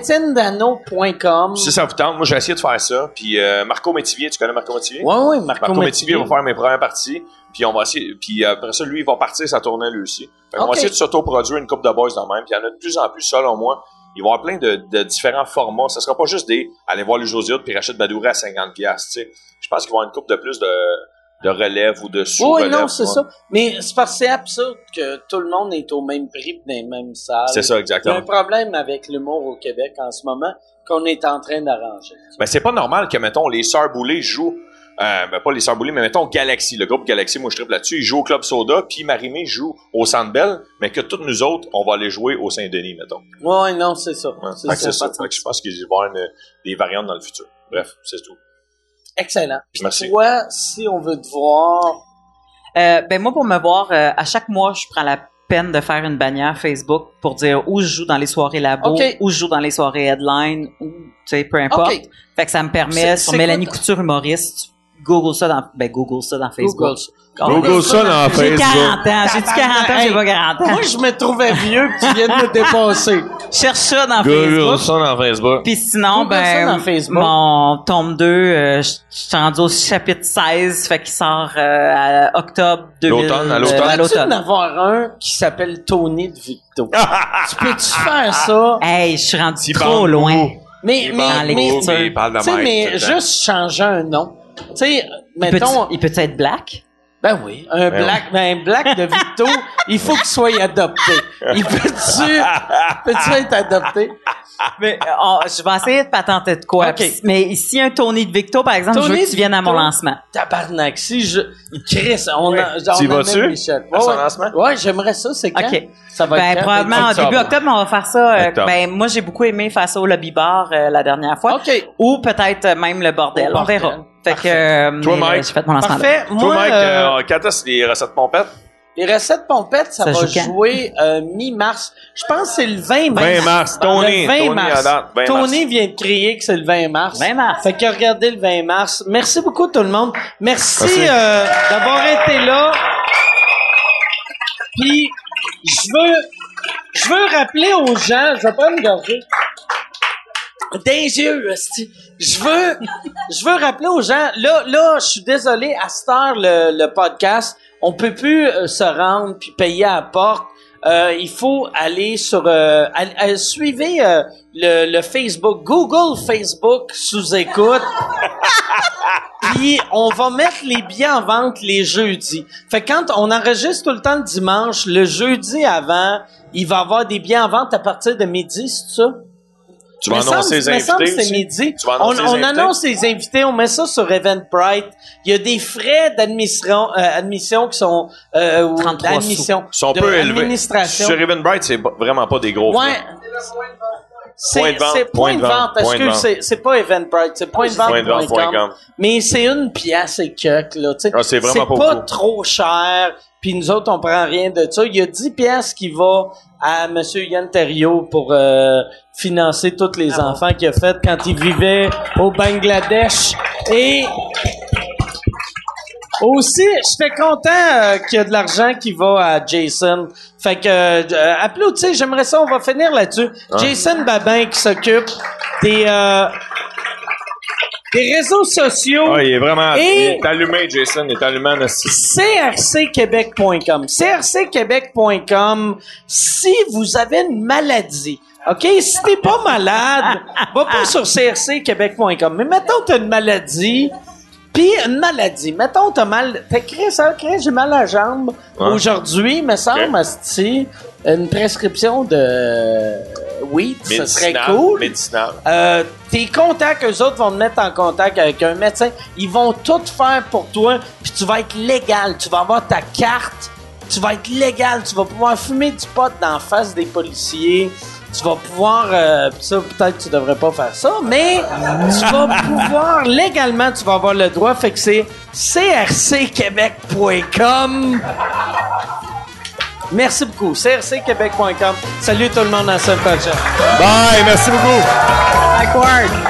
Speaker 2: étienne-dano.com.
Speaker 4: Si ça vous tente, moi, j'ai essayé de faire ça. Puis euh, Marco Métivier, tu connais Marco Métivier?
Speaker 2: Ouais, ouais, Marco,
Speaker 4: Marco Métivier
Speaker 2: Métivier.
Speaker 4: va faire mes premières parties. Puis on va essayer. Puis après ça, lui, il va partir sa tournée lui aussi. Fait qu'on
Speaker 2: Ok.
Speaker 4: va essayer de s'autoproduire une coupe de boys dans le même. Puis il y en a de plus en plus, selon moi. Il va y avoir plein de, de différents formats. Ça sera pas juste des aller voir les Josiades puis Rachid Badouré à 50$. Tu sais. Je pense qu'il va y avoir une coupe de plus de, de relève ou de sous
Speaker 2: Oui, non, c'est ça. Mais c'est parce que c'est absurde que tout le monde est au même prix pis dans les mêmes salles.
Speaker 4: C'est
Speaker 2: Il y a
Speaker 4: ça,
Speaker 2: un
Speaker 4: exactement.
Speaker 2: problème avec l'humour au Québec en ce moment qu'on est en train d'arranger.
Speaker 4: Ben, c'est pas normal que, mettons, les Sœurs Boulay jouent. Euh, ben, pas les Sœurs Boulay, mais mettons Galaxy, le groupe Galaxy, moi je tripe là-dessus. Ils jouent au Club Soda, puis Marimé joue au Centre Bell, mais que toutes nous autres, on va aller jouer au Saint-Denis, mettons.
Speaker 2: Oui, non, c'est ça.
Speaker 4: Ouais.
Speaker 2: C'est
Speaker 4: Fait que
Speaker 2: ça,
Speaker 4: c'est ça.
Speaker 2: pas de
Speaker 4: Fait que je pense qu'il va y avoir une- des variantes dans le futur. Bref, c'est tout.
Speaker 2: Excellent.
Speaker 4: Merci.
Speaker 2: Toi, si on veut te voir,
Speaker 3: Euh, ben moi, pour me voir, euh, à chaque mois, je prends la peine de faire une bannière Facebook pour dire où je joue dans les soirées labo,
Speaker 2: Ok.
Speaker 3: où je joue dans les soirées headline, ou, tu sais, peu importe.
Speaker 2: OK,
Speaker 3: Fait que ça me
Speaker 2: C'est-
Speaker 3: permet, sur
Speaker 2: c'est
Speaker 3: Mélanie
Speaker 2: quoi
Speaker 3: Couture humoriste, tu Google ça dans, ben Google ça dans Facebook.
Speaker 2: Google ça.
Speaker 7: Google ça dans
Speaker 3: J'ai
Speaker 7: Facebook.
Speaker 3: 40 ans, j'ai dit 40 ans, j'ai pas 40 ans.
Speaker 2: Moi, je me trouvais vieux que tu viens de me dépasser.
Speaker 3: Cherche ça dans
Speaker 4: Google
Speaker 3: Facebook.
Speaker 4: ça dans Facebook.
Speaker 3: Puis sinon,
Speaker 2: Google ça
Speaker 3: ben,
Speaker 2: dans Facebook.
Speaker 3: mon tome 2, euh, je je suis rendu au chapitre 16, fait qu'il sort euh, à octobre 2000.
Speaker 4: L'automne, à
Speaker 3: euh,
Speaker 4: l'automne.
Speaker 3: à
Speaker 2: Peux-tu en
Speaker 3: l'automne.
Speaker 2: avoir un qui s'appelle Tony de Victo? tu peux-tu faire ça?
Speaker 3: Hey, je suis rendu
Speaker 4: T'y
Speaker 3: trop
Speaker 4: parles
Speaker 3: loin.
Speaker 4: beaucoup.
Speaker 2: Mais,
Speaker 3: parle
Speaker 2: mais, mais,
Speaker 3: beaucoup,
Speaker 4: mais il parle de
Speaker 2: tu sais,
Speaker 4: même
Speaker 2: mais
Speaker 4: tout le temps.
Speaker 2: juste changer un nom. Tu sais,
Speaker 3: Il peut,
Speaker 2: mettons,
Speaker 3: il peut être black?
Speaker 2: ben oui, un
Speaker 4: Ben
Speaker 2: black, ben un black de Victo, il faut qu'il soit adopté. Il peut-tu, peut-tu être adopté?
Speaker 4: Ah.
Speaker 3: Mais, euh, on- je vais essayer de patenter de quoi.
Speaker 2: Ok.
Speaker 3: Puis- Mais ici, un Tony de Victo, par exemple, je
Speaker 2: Tony
Speaker 3: veux que
Speaker 2: de
Speaker 3: tu viennes à mon
Speaker 2: Victo.
Speaker 3: lancement.
Speaker 2: Tabarnak, si je, Chris, on a, on
Speaker 4: T'y
Speaker 2: amène
Speaker 4: vas-tu?
Speaker 2: Michel.
Speaker 4: À son
Speaker 2: Ouais,
Speaker 4: lancement?
Speaker 2: ouais. Ouais, j'aimerais ça, c'est quand?
Speaker 3: Ok.
Speaker 2: Ça va
Speaker 3: Ben,
Speaker 2: être quand?
Speaker 3: probablement au
Speaker 4: octobre.
Speaker 3: début octobre, mais on va faire ça. euh,
Speaker 4: Octobre.
Speaker 3: ben, moi, j'ai beaucoup aimé faire ça au lobby bar euh, la dernière fois.
Speaker 2: OK.
Speaker 3: Ou peut-être euh, même le bordel.
Speaker 2: Au
Speaker 3: on
Speaker 2: bordel.
Speaker 3: verra. Fait que, euh,
Speaker 4: Toi,
Speaker 3: mais,
Speaker 4: Mike?
Speaker 3: euh, j'ai fait mon lancement. là.
Speaker 2: Parfait.
Speaker 4: Toi,
Speaker 2: Moi,
Speaker 4: Mike,
Speaker 2: euh,
Speaker 4: euh, quand est-ce les recettes pompettes?
Speaker 2: les recettes pompettes, ça,
Speaker 3: Ça
Speaker 2: va
Speaker 3: joue quand?
Speaker 2: jouer euh, mi-mars. Je pense que c'est le 20 mars.
Speaker 4: 20 mars. Tony,
Speaker 2: Le 20
Speaker 4: Tony
Speaker 2: mars.
Speaker 4: à date, 20
Speaker 2: Tony vient de crier que c'est le 20 mars.
Speaker 3: 20 mars.
Speaker 2: Fait que regardez le 20 mars. Merci beaucoup tout le monde. Merci, euh, d'avoir été là. Puis je veux je veux rappeler aux gens, je vais pas me garder. Des yeux, esti. Je veux je veux rappeler aux gens là là, je suis désolé à cette heure le, le podcast, on peut plus euh, se rendre puis payer à la porte. Euh, il faut aller sur euh, all- euh, suivez euh, le, le Facebook Google Facebook sous écoute. Puis on va mettre les billets en vente les jeudis. Fait que quand on enregistre tout le temps le dimanche, le jeudi avant, il va y avoir des billets en vente à partir de midi, c'est ça?
Speaker 4: Tu vas
Speaker 2: Me semble-
Speaker 4: annoncer les
Speaker 2: me semble que c'est
Speaker 4: invités. aussi?
Speaker 2: midi.
Speaker 4: Tu vas
Speaker 2: on
Speaker 4: annoncer les
Speaker 2: on
Speaker 4: invités?
Speaker 2: annonce les invités, on met ça sur Eventbrite. Il y a des frais d'admission euh, admission qui sont euh, ou
Speaker 3: 33 sous.
Speaker 2: d'admission,
Speaker 4: Ils sont
Speaker 2: de
Speaker 4: peu élevés.
Speaker 2: administration.
Speaker 4: Sur Eventbrite, c'est pas- vraiment pas des gros.
Speaker 2: Ouais.
Speaker 4: frais.
Speaker 2: C'est
Speaker 4: Point de vente,
Speaker 2: c'est point de vente, parce
Speaker 4: point de
Speaker 2: que
Speaker 4: vente.
Speaker 2: c'est- c'est pas Eventbrite, c'est point de
Speaker 4: Point de vente, point
Speaker 2: vente.com.
Speaker 4: com.
Speaker 2: Mais c'est une pièce et quelques, là, tu sais.
Speaker 4: Ah, c'est vraiment pas
Speaker 2: pas
Speaker 4: beaucoup.
Speaker 2: trop cher, puis nous autres, on prend rien de ça. Il y a 10 pièces qui va à M. Yann Terriot pour euh, financer tous les enfants qu'il a fait quand il vivait au Bangladesh. Et aussi, j'étais content euh, qu'il y a de l'argent qui va à Jason. Fait que, euh, applaudissez, j'aimerais ça, on va finir là-dessus. Jason Babin qui s'occupe des, euh, des réseaux sociaux.
Speaker 4: Ah, il est vraiment.
Speaker 2: Et-
Speaker 4: Il est allumé, Jason. Il est allumé en esti.
Speaker 2: crcquebec.com. crcquebec.com. Si vous avez une maladie, OK? Si t'es pas malade, va pas sur crcquebec.com. Mais mettons que t'as une maladie, puis une maladie. Mettons que t'as mal... T'as créé ça, créé, j'ai mal à la jambe
Speaker 4: Ouais.
Speaker 2: aujourd'hui, me semble, asti, une prescription de... Oui, ce serait
Speaker 4: Médicinal,
Speaker 2: cool.
Speaker 4: Médicinal.
Speaker 2: Euh, tes contacts, eux autres vont te mettre en contact avec un médecin. Ils vont tout faire pour toi, puis tu vas être légal. Tu vas avoir ta carte, tu vas être légal. Tu vas pouvoir fumer du pot dans la face des policiers. Tu vas pouvoir... euh, ça, peut-être que tu devrais pas faire ça, mais tu vas pouvoir... Légalement, tu vas avoir le droit. Fait que c'est crcquebec.com. Merci beaucoup. crcquebec.com. Salut tout le monde à la semaine prochaine.
Speaker 7: Bye, merci beaucoup.
Speaker 2: Backward.